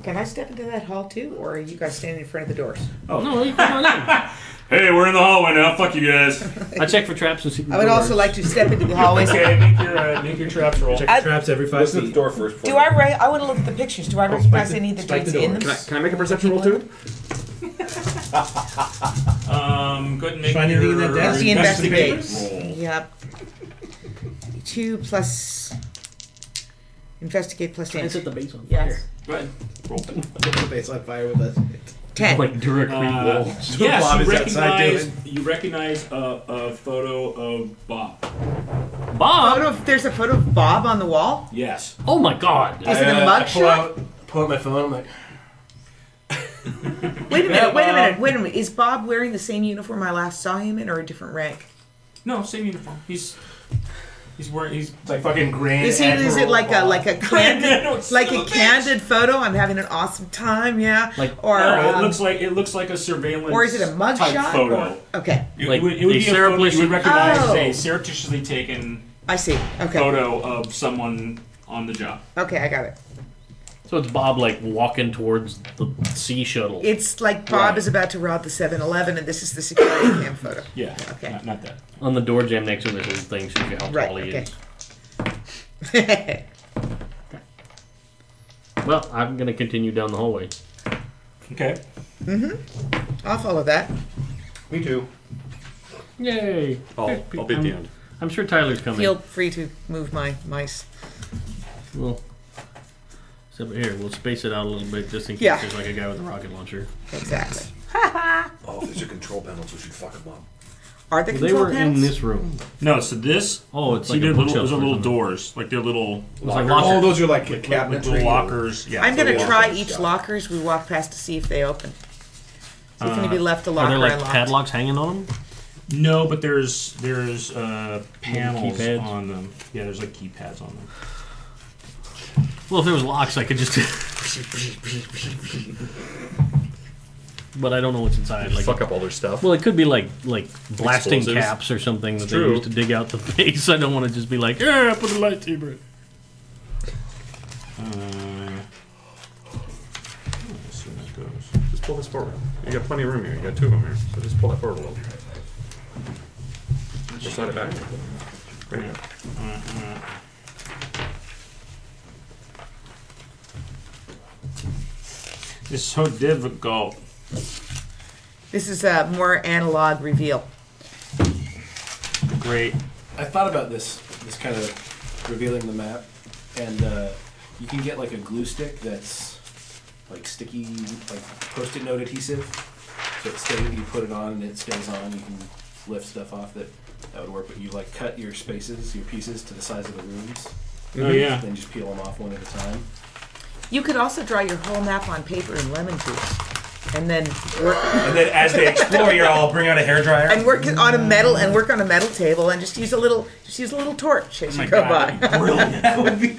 [SPEAKER 4] Can I step into that hall too, or are you guys standing in front of the doors?
[SPEAKER 2] no. You come on in.
[SPEAKER 1] Hey, we're in the hallway now. Fuck you guys.
[SPEAKER 2] I check for traps and secret
[SPEAKER 4] I would also
[SPEAKER 2] doors.
[SPEAKER 4] like to step into the hallways.
[SPEAKER 1] okay, make your uh, make your traps roll.
[SPEAKER 3] Check
[SPEAKER 4] I-
[SPEAKER 3] the traps every five
[SPEAKER 7] Listen to
[SPEAKER 3] feet.
[SPEAKER 7] the door first.
[SPEAKER 4] Do
[SPEAKER 7] before-
[SPEAKER 4] I? Re- I want to look at the pictures. Do I recognize any of the
[SPEAKER 3] spike
[SPEAKER 4] dates
[SPEAKER 3] the
[SPEAKER 4] in
[SPEAKER 3] doors.
[SPEAKER 4] them?
[SPEAKER 6] Can I, can I make a perception roll too?
[SPEAKER 1] Um, go ahead and make
[SPEAKER 3] Find anything
[SPEAKER 1] your
[SPEAKER 3] in that desk?
[SPEAKER 4] He investigates.
[SPEAKER 1] roll.
[SPEAKER 4] Yep. Two plus investigate plus
[SPEAKER 2] It's
[SPEAKER 4] dance.
[SPEAKER 2] at the base one.
[SPEAKER 4] Yes.
[SPEAKER 1] Go ahead. Roll.
[SPEAKER 3] the base on fire with us.
[SPEAKER 4] Ten.
[SPEAKER 2] Like directly
[SPEAKER 1] Uh,
[SPEAKER 2] wall.
[SPEAKER 1] yes,
[SPEAKER 3] Bob
[SPEAKER 1] you
[SPEAKER 3] is outside
[SPEAKER 1] recognize you recognize a, a photo of Bob.
[SPEAKER 2] Bob.
[SPEAKER 4] Photo of- Oh, there's a photo of Bob on the wall.
[SPEAKER 1] Yes.
[SPEAKER 2] Oh my God.
[SPEAKER 4] Is it a
[SPEAKER 3] Uh, I pull
[SPEAKER 4] mugshot?
[SPEAKER 3] out, pull out my phone. I'm like,
[SPEAKER 4] Wait a
[SPEAKER 1] Yeah,
[SPEAKER 4] minute. Wait a
[SPEAKER 1] Bob.
[SPEAKER 4] minute. Wait a minute. Is Bob wearing the same uniform I last saw him in, or a different rank?
[SPEAKER 1] No, same uniform. He's
[SPEAKER 9] He's wearing. He's
[SPEAKER 18] It's like fucking grand.
[SPEAKER 4] Is, he, is it
[SPEAKER 18] Admiral
[SPEAKER 4] like a
[SPEAKER 18] Bob.
[SPEAKER 4] like a
[SPEAKER 9] no,
[SPEAKER 4] candid
[SPEAKER 9] it's
[SPEAKER 4] like
[SPEAKER 9] still
[SPEAKER 4] a
[SPEAKER 9] a bitch.
[SPEAKER 4] candid photo? I'm having an awesome time, yeah.
[SPEAKER 2] Like-
[SPEAKER 4] or
[SPEAKER 9] no, it
[SPEAKER 4] um,
[SPEAKER 9] looks like it looks like a surveillance.
[SPEAKER 4] or is it a
[SPEAKER 9] type
[SPEAKER 4] mugshot?
[SPEAKER 9] photo?
[SPEAKER 4] Or- Okay,
[SPEAKER 9] It,
[SPEAKER 2] Like
[SPEAKER 9] would, it would
[SPEAKER 2] a
[SPEAKER 9] be a photo you
[SPEAKER 2] surreptitious-
[SPEAKER 9] would recognize as
[SPEAKER 4] Oh.
[SPEAKER 9] a surreptitiously taken
[SPEAKER 4] I see. Okay,
[SPEAKER 9] photo of someone on the job.
[SPEAKER 4] okay, I got it.
[SPEAKER 2] So it's Bob like walking towards the sea shuttle.
[SPEAKER 4] It's like Bob is about to rob the 7-Eleven, and this is the security cam photo.
[SPEAKER 9] Yeah.
[SPEAKER 4] Okay.
[SPEAKER 9] Not, not that.
[SPEAKER 2] On the door jam next to him, there's a little thing shows you how
[SPEAKER 4] Right,
[SPEAKER 2] tall he
[SPEAKER 4] okay.
[SPEAKER 2] is. Well, I'm going to continue down the hallway.
[SPEAKER 9] Okay.
[SPEAKER 4] I'll follow that.
[SPEAKER 7] Me too.
[SPEAKER 2] Yay!
[SPEAKER 6] I'll, I'll be at the end.
[SPEAKER 2] I'm sure Tyler's coming.
[SPEAKER 4] Feel free to move my mice.
[SPEAKER 2] Well, except here, we'll space it out a little bit just in case
[SPEAKER 4] Yeah.
[SPEAKER 2] there's like a guy with a rocket launcher.
[SPEAKER 4] Exactly.
[SPEAKER 7] Oh, these are control panels. We should fuck them up.
[SPEAKER 4] Are the
[SPEAKER 2] they
[SPEAKER 4] control
[SPEAKER 2] were
[SPEAKER 4] panels?
[SPEAKER 2] in this room.
[SPEAKER 9] No, so this.
[SPEAKER 2] Oh, it's
[SPEAKER 9] See,
[SPEAKER 2] like a
[SPEAKER 9] they're little,
[SPEAKER 2] bookshelf
[SPEAKER 9] those are
[SPEAKER 2] or
[SPEAKER 9] little
[SPEAKER 2] something.
[SPEAKER 9] doors, like they're little
[SPEAKER 2] It was like
[SPEAKER 7] Oh,
[SPEAKER 2] lockers.
[SPEAKER 7] those are like
[SPEAKER 9] with
[SPEAKER 7] cabinetry.
[SPEAKER 9] little lockers. Yeah,
[SPEAKER 4] I'm
[SPEAKER 9] so
[SPEAKER 4] gonna
[SPEAKER 9] they-
[SPEAKER 4] try each locker as we walk past to see if they open. So it's gonna be left a
[SPEAKER 2] Uh, Are
[SPEAKER 4] locker
[SPEAKER 2] there like
[SPEAKER 4] unlocked.
[SPEAKER 2] padlocks hanging on them?
[SPEAKER 9] No, but there's there's uh, panels
[SPEAKER 2] keypads.
[SPEAKER 9] on them. Yeah, there's like keypads on them.
[SPEAKER 2] Well, if there was locks, I could just. but I don't know what's inside. Like,
[SPEAKER 6] Fuck up all their stuff.
[SPEAKER 2] well, it could be like like blasting
[SPEAKER 6] Explosives.
[SPEAKER 2] caps or something that they
[SPEAKER 6] true.
[SPEAKER 2] use to dig out the base. I don't want to just be like, yeah, put a lightsaber. in."
[SPEAKER 9] Uh, let's see where that goes.
[SPEAKER 6] Just pull this forward. You got plenty of room here. You got two of them here. So just pull that forward a little. Or slide it back. There you go.
[SPEAKER 9] It's so difficult.
[SPEAKER 4] This is a more analog reveal.
[SPEAKER 9] Great.
[SPEAKER 18] I thought about this, this kind of revealing the map, and uh, you can get like a glue stick that's like sticky, like post-it note adhesive. So it stays, you put it on and it stays on. You can lift stuff off that that would work, but you like cut your spaces, your pieces to the size of the rooms.
[SPEAKER 9] Oh yeah.
[SPEAKER 18] Then just peel them off one at a time.
[SPEAKER 4] You could also draw your whole map on paper in lemon juice, and then work
[SPEAKER 16] And then as they explore, you all bring out a hairdryer.
[SPEAKER 4] and work it on a metal and work on a metal table, and just use a little just use a little torch
[SPEAKER 9] Oh
[SPEAKER 4] as you go by.
[SPEAKER 9] Brilliant.
[SPEAKER 18] That would be.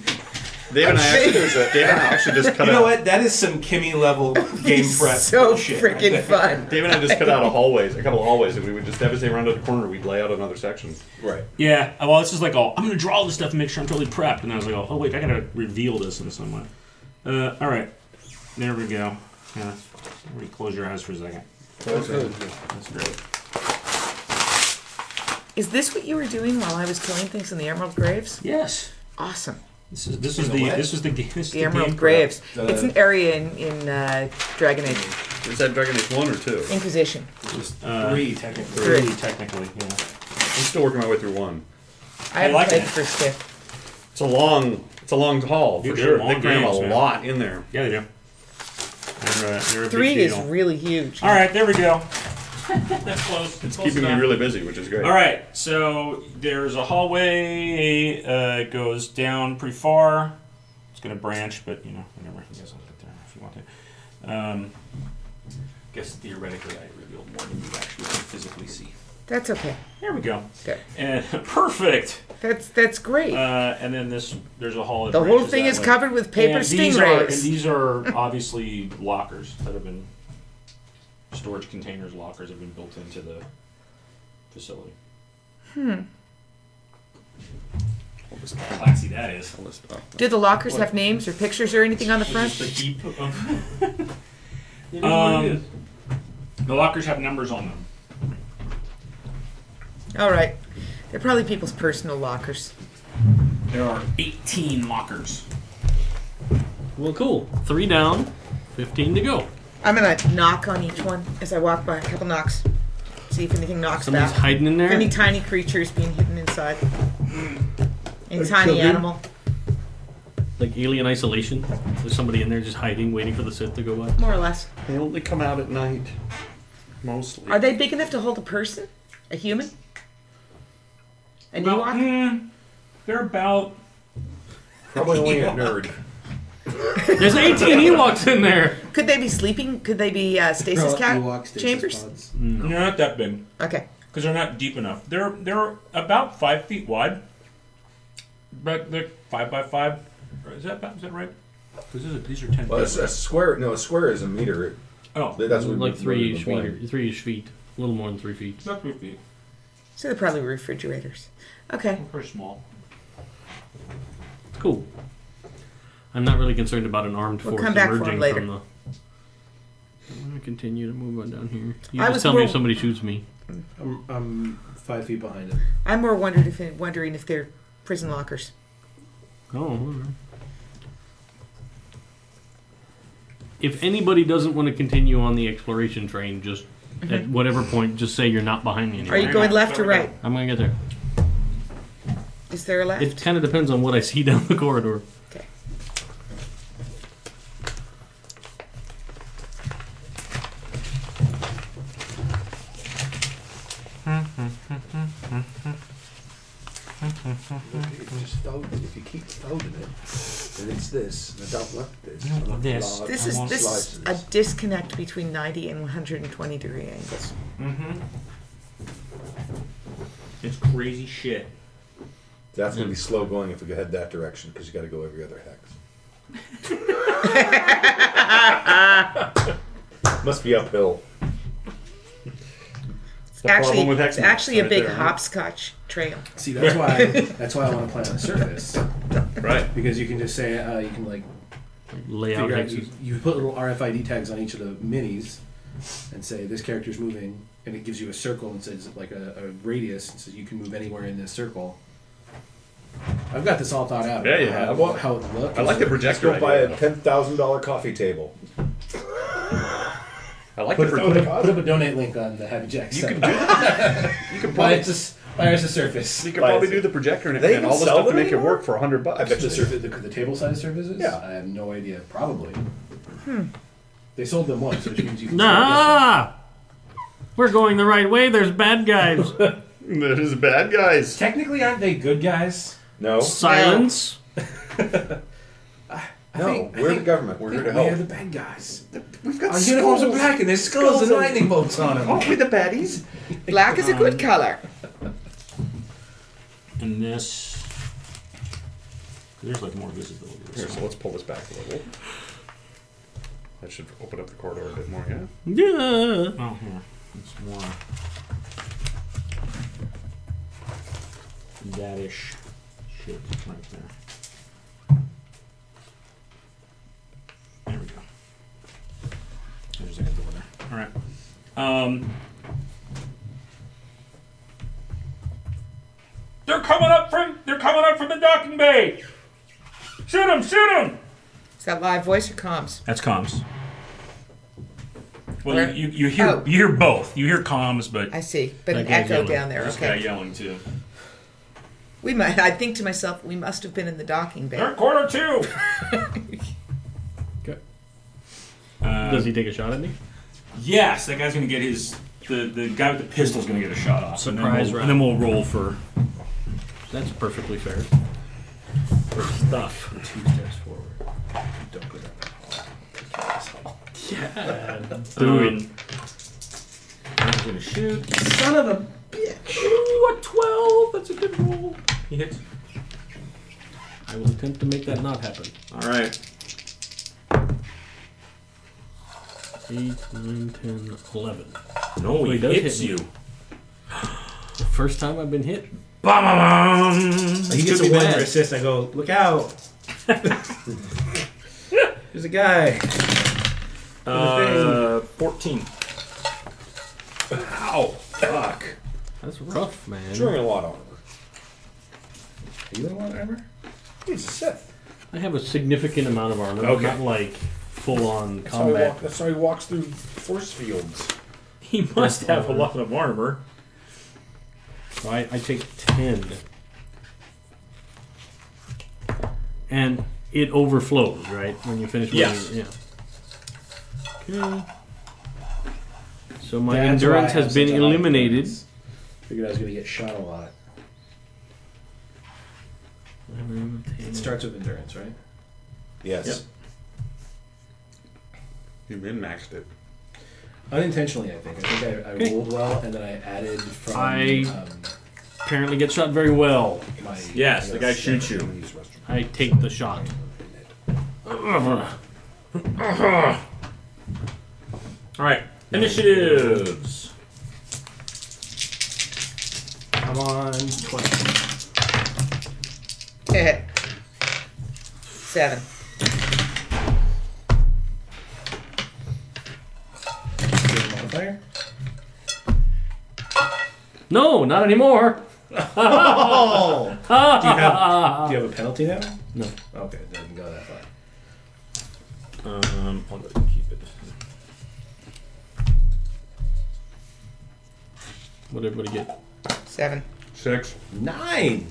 [SPEAKER 6] Dave and I actually, Dave and I actually just cut
[SPEAKER 18] You know
[SPEAKER 6] out.
[SPEAKER 18] what? That is some Kimmy level game prep.
[SPEAKER 4] so
[SPEAKER 18] shit.
[SPEAKER 4] freaking fun.
[SPEAKER 6] Dave and I just cut out a hallways, a couple of hallways that we would just devastate around to the corner. We'd lay out another section.
[SPEAKER 7] Right.
[SPEAKER 9] Yeah. Well, this is like, oh, I'm gonna draw all this stuff and make sure I'm totally prepped. And I was like, oh wait, I gotta reveal this in some way. Uh, all right. There we go. Yeah. Everybody close your eyes for a second. That's great.
[SPEAKER 4] Is this what you were doing while I was killing things in the Emerald Graves?
[SPEAKER 9] Yes.
[SPEAKER 4] Awesome.
[SPEAKER 9] This is this is the this is the game. This is
[SPEAKER 4] The
[SPEAKER 9] the
[SPEAKER 4] Emerald
[SPEAKER 9] game
[SPEAKER 4] Graves.
[SPEAKER 18] The-
[SPEAKER 4] It's an area in, in uh, Dragon Age
[SPEAKER 6] Is that Dragon Age one or two?
[SPEAKER 4] Inquisition.
[SPEAKER 18] Just
[SPEAKER 9] Uh,
[SPEAKER 18] three, technically.
[SPEAKER 4] Three.
[SPEAKER 9] Really, technically, yeah.
[SPEAKER 6] I'm still working my way through one.
[SPEAKER 4] I haven't
[SPEAKER 9] like
[SPEAKER 4] played
[SPEAKER 9] it.
[SPEAKER 4] the first two.
[SPEAKER 6] It's a long, it's a long haul for
[SPEAKER 9] Dude, they're
[SPEAKER 6] sure.
[SPEAKER 9] long
[SPEAKER 6] They cram
[SPEAKER 9] games,
[SPEAKER 6] a
[SPEAKER 9] man.
[SPEAKER 6] lot in there.
[SPEAKER 9] Yeah, they do. They're, uh, they're a big
[SPEAKER 4] Three is
[SPEAKER 9] deal.
[SPEAKER 4] really huge.
[SPEAKER 9] All right, there we go. That's close.
[SPEAKER 6] It's keeping me really busy, which is great.
[SPEAKER 9] All right, so there's a hallway. Uh, it goes down pretty far. It's going to branch, but you know, whatever. You guys will get there if you want to. Um, guess theoretically, I revealed more than you actually can physically see.
[SPEAKER 4] That's okay.
[SPEAKER 9] There we go.
[SPEAKER 4] There.
[SPEAKER 9] And perfect.
[SPEAKER 4] That's that's great.
[SPEAKER 9] Uh, and then this, there's a hall. that
[SPEAKER 4] the whole
[SPEAKER 9] branches
[SPEAKER 4] thing
[SPEAKER 9] that
[SPEAKER 4] is
[SPEAKER 9] way.
[SPEAKER 4] covered with paper
[SPEAKER 9] and these are, and
[SPEAKER 4] stingrays.
[SPEAKER 9] these are obviously lockers that have been storage containers. Lockers have been built into the facility. Hmm. Classy that is.
[SPEAKER 6] All this stuff.
[SPEAKER 4] Do the lockers have names or pictures or anything on the front?
[SPEAKER 9] Just the heap of- Um, the lockers have numbers on them.
[SPEAKER 4] All right. They're probably people's personal lockers.
[SPEAKER 9] There are 18 lockers.
[SPEAKER 2] Well, cool. Three down, fifteen to go.
[SPEAKER 4] I'm gonna knock on each one as I walk by. A couple knocks. See if anything knocks
[SPEAKER 2] Somebody's
[SPEAKER 4] back.
[SPEAKER 2] hiding in there.
[SPEAKER 4] Any tiny creatures being hidden inside. Any tiny
[SPEAKER 18] children?
[SPEAKER 4] animal.
[SPEAKER 2] like alien isolation. There's somebody in there just hiding, waiting for the Sith to go by.
[SPEAKER 4] More or less.
[SPEAKER 6] They only come out at night, mostly.
[SPEAKER 4] Are they big enough to hold a person? A human? An
[SPEAKER 9] About-
[SPEAKER 4] Ewok?
[SPEAKER 9] mm, they're about.
[SPEAKER 7] Probably only a nerd.
[SPEAKER 2] There's 18 Ewoks in there.
[SPEAKER 4] Could they be sleeping? Could they be uh, stasis cat
[SPEAKER 18] Ewok stasis
[SPEAKER 4] chambers?
[SPEAKER 18] pods.
[SPEAKER 9] They're not that big
[SPEAKER 4] Okay.
[SPEAKER 9] because they're not deep enough. They're they're about five feet wide
[SPEAKER 1] But the five by five, is that is that right? This is a, these are ten.
[SPEAKER 7] Well, it's a square. No, a square is a meter.
[SPEAKER 1] oh,
[SPEAKER 7] That's what
[SPEAKER 2] like
[SPEAKER 7] we-
[SPEAKER 2] three
[SPEAKER 7] we're
[SPEAKER 2] ish
[SPEAKER 7] playing.
[SPEAKER 2] meter, three ish feet, a little more than three feet.
[SPEAKER 1] not three feet.
[SPEAKER 4] So they're probably refrigerators. Okay.
[SPEAKER 1] They're small.
[SPEAKER 2] Cool. I'm not really concerned about an armed
[SPEAKER 4] We'll
[SPEAKER 2] force
[SPEAKER 4] come back for
[SPEAKER 2] emerging
[SPEAKER 4] them later.
[SPEAKER 2] from the. I'm gonna continue to move on down here. You
[SPEAKER 4] I
[SPEAKER 2] just
[SPEAKER 4] was
[SPEAKER 2] tell me if
[SPEAKER 4] wor-
[SPEAKER 2] somebody shoots me.
[SPEAKER 3] I'm, I'm five feet behind him.
[SPEAKER 4] I'm more wondered if wondering if they're prison lockers.
[SPEAKER 2] Oh. all right. If anybody doesn't want to continue on the exploration train, just at whatever point, just say you're not behind me anymore.
[SPEAKER 4] Mm-hmm. Are you going left or
[SPEAKER 1] Over there.
[SPEAKER 4] right?
[SPEAKER 2] I'm gonna get there.
[SPEAKER 4] Is there a left?
[SPEAKER 2] It kind of depends on what I see down the corridor.
[SPEAKER 4] Okay.
[SPEAKER 7] It's just folded. If you keep folding it, then it's this. And I don't like this. I like
[SPEAKER 1] this.
[SPEAKER 7] large
[SPEAKER 4] This is this is a
[SPEAKER 7] slices.
[SPEAKER 4] disconnect between 90 and 120 degree angles.
[SPEAKER 1] It's crazy shit.
[SPEAKER 7] That's gonna be slow going if we head that direction because you got to go every other hex. Must be uphill.
[SPEAKER 6] The
[SPEAKER 4] actually,
[SPEAKER 6] problem with
[SPEAKER 4] it's
[SPEAKER 6] Hexman
[SPEAKER 4] actually a
[SPEAKER 6] right
[SPEAKER 4] big
[SPEAKER 6] there, right?
[SPEAKER 4] hopscotch trail.
[SPEAKER 3] See, that's why that's why I want to play on the surface
[SPEAKER 6] Right.
[SPEAKER 3] because you can just say uh, you can like
[SPEAKER 2] Lay out
[SPEAKER 3] figure out
[SPEAKER 2] hexes.
[SPEAKER 3] you, you put little RFID tags on each of the minis and say this character's moving, and it gives you a circle and says like a, a radius and says you can move anywhere in this circle. I've got this all thought out.
[SPEAKER 6] Yeah, you
[SPEAKER 3] how,
[SPEAKER 6] have.
[SPEAKER 3] Well, how it looks.
[SPEAKER 6] I like the
[SPEAKER 7] Let's
[SPEAKER 6] projector.
[SPEAKER 7] go buy
[SPEAKER 6] Idea.
[SPEAKER 7] a ten thousand dollar coffee table.
[SPEAKER 6] I like the
[SPEAKER 3] Put, put,
[SPEAKER 6] projector.
[SPEAKER 3] up, put up a donate link on the Happy Jack.
[SPEAKER 6] You
[SPEAKER 3] site.
[SPEAKER 6] can do that. You can
[SPEAKER 3] Buy
[SPEAKER 6] probably
[SPEAKER 3] it to s- buy us a surface.
[SPEAKER 6] You could
[SPEAKER 7] buy
[SPEAKER 6] probably
[SPEAKER 7] it.
[SPEAKER 6] do the projector and,
[SPEAKER 7] They
[SPEAKER 6] and
[SPEAKER 7] even
[SPEAKER 6] all the
[SPEAKER 7] sell
[SPEAKER 6] stuff to
[SPEAKER 7] them
[SPEAKER 6] make it
[SPEAKER 7] anymore?
[SPEAKER 6] worf for a hundred bucks.
[SPEAKER 7] I bet
[SPEAKER 3] The,
[SPEAKER 7] you
[SPEAKER 3] surface, the, the table size surfaces?
[SPEAKER 7] Yeah.
[SPEAKER 3] I have no idea. Probably. They sold them once, which means you can.
[SPEAKER 2] Nah! We're going the right way. There's bad guys.
[SPEAKER 6] That is bad guys.
[SPEAKER 3] Technically, aren't they good guys?
[SPEAKER 7] No,
[SPEAKER 2] Silence.
[SPEAKER 3] I
[SPEAKER 7] no,
[SPEAKER 3] think- I
[SPEAKER 7] we're the
[SPEAKER 3] think-
[SPEAKER 7] government. We're
[SPEAKER 3] I
[SPEAKER 7] here to
[SPEAKER 3] think
[SPEAKER 7] help.
[SPEAKER 3] We're the bad guys.
[SPEAKER 6] We've got
[SPEAKER 3] Our uniforms are
[SPEAKER 6] skulls.
[SPEAKER 3] black and there's skulls and
[SPEAKER 6] Skulls and-
[SPEAKER 3] lightning bolts on them.
[SPEAKER 6] Aren't we the baddies?
[SPEAKER 25] Black is a good color.
[SPEAKER 1] And this, there's like more visibility.
[SPEAKER 6] Here, so let's pull this back a little. That should open up the corridor a bit more. Yeah.
[SPEAKER 2] Yeah.
[SPEAKER 1] Oh, here. It's more. That ish shit right there. There we go. There's a good door there. Alright. Um. They're coming up from they're coming up from the docking bay. Shoot them! Shoot them!
[SPEAKER 4] Is that live voice or comms?
[SPEAKER 1] That's comms. Well,
[SPEAKER 4] Where?
[SPEAKER 1] you, you, you hear
[SPEAKER 4] Oh.
[SPEAKER 1] you hear both. You hear comms, but
[SPEAKER 4] I see, but an
[SPEAKER 2] That guy's
[SPEAKER 4] echo
[SPEAKER 2] yelling.
[SPEAKER 4] down there.
[SPEAKER 1] this guy
[SPEAKER 4] Okay,
[SPEAKER 1] yelling too.
[SPEAKER 4] we might. I think to myself, we must have been in the docking bay.
[SPEAKER 1] They're quarter two.
[SPEAKER 2] Okay.
[SPEAKER 1] Uh,
[SPEAKER 2] Does he take a shot at me?
[SPEAKER 1] yes, that guy's gonna get his the the guy with the pistol's gonna get a shot off. and then
[SPEAKER 2] Surprise
[SPEAKER 1] we'll-
[SPEAKER 2] round.
[SPEAKER 1] And then we'll roll for
[SPEAKER 2] That's perfectly fair.
[SPEAKER 1] for stuff.
[SPEAKER 3] Two steps forward. Don't go down that hall.
[SPEAKER 1] Do it. I'm gonna shoot.
[SPEAKER 3] Um, Son of a.
[SPEAKER 1] Ooh, a twelve. That's a good roll. He hits.
[SPEAKER 2] I will attempt to make that not happen.
[SPEAKER 1] All right.
[SPEAKER 2] 8, 9, 10, 11.
[SPEAKER 1] No,
[SPEAKER 2] he
[SPEAKER 1] he,
[SPEAKER 2] does
[SPEAKER 1] hits
[SPEAKER 2] hit me.
[SPEAKER 1] you.
[SPEAKER 2] The first time I've been hit.
[SPEAKER 1] Bam, bam, bam.
[SPEAKER 3] He gets
[SPEAKER 2] Could
[SPEAKER 3] a
[SPEAKER 2] be
[SPEAKER 3] one
[SPEAKER 2] bad.
[SPEAKER 3] for assist. I go, look out. There's a guy.
[SPEAKER 1] Uh, fourteen.
[SPEAKER 6] Ow! Fuck.
[SPEAKER 2] That's rough, man.
[SPEAKER 7] Drawing a lot on her.
[SPEAKER 3] Are you in one armor?
[SPEAKER 7] He's a Sith.
[SPEAKER 2] I have a significant amount of armor.
[SPEAKER 6] Okay.
[SPEAKER 2] Not like full on
[SPEAKER 7] That's how, he
[SPEAKER 2] combat.
[SPEAKER 7] walk, that's how he walks through force fields.
[SPEAKER 1] He must have a lot of armor.
[SPEAKER 2] So I, I take 10. And it overflows, right? When you finish with
[SPEAKER 1] Yes.
[SPEAKER 2] it. Yeah. Okay. So my
[SPEAKER 3] That's why
[SPEAKER 2] endurance
[SPEAKER 3] I have
[SPEAKER 2] has been
[SPEAKER 3] such a high
[SPEAKER 2] eliminated.
[SPEAKER 3] endurance. Figured I was going to get shot a lot. It starts with endurance, right?
[SPEAKER 7] Yes.
[SPEAKER 1] Yep.
[SPEAKER 6] You min maxed it.
[SPEAKER 3] Unintentionally, I think. I think I, I rolled well, and then I added from
[SPEAKER 2] I-
[SPEAKER 3] um,
[SPEAKER 2] apparently get shot very well.
[SPEAKER 1] Yes, the guy shoots you.
[SPEAKER 2] I take the shot.
[SPEAKER 1] All right, initiatives.
[SPEAKER 3] I'm on 20.
[SPEAKER 4] Seven.
[SPEAKER 3] Modifier?
[SPEAKER 2] No, not anymore.
[SPEAKER 3] Do you, have, do you have a penalty now?
[SPEAKER 2] No.
[SPEAKER 3] Okay, it doesn't go that far.
[SPEAKER 1] Um, I'll go ahead and keep it.
[SPEAKER 2] What everybody get?
[SPEAKER 4] Seven.
[SPEAKER 26] Six.
[SPEAKER 3] Nine!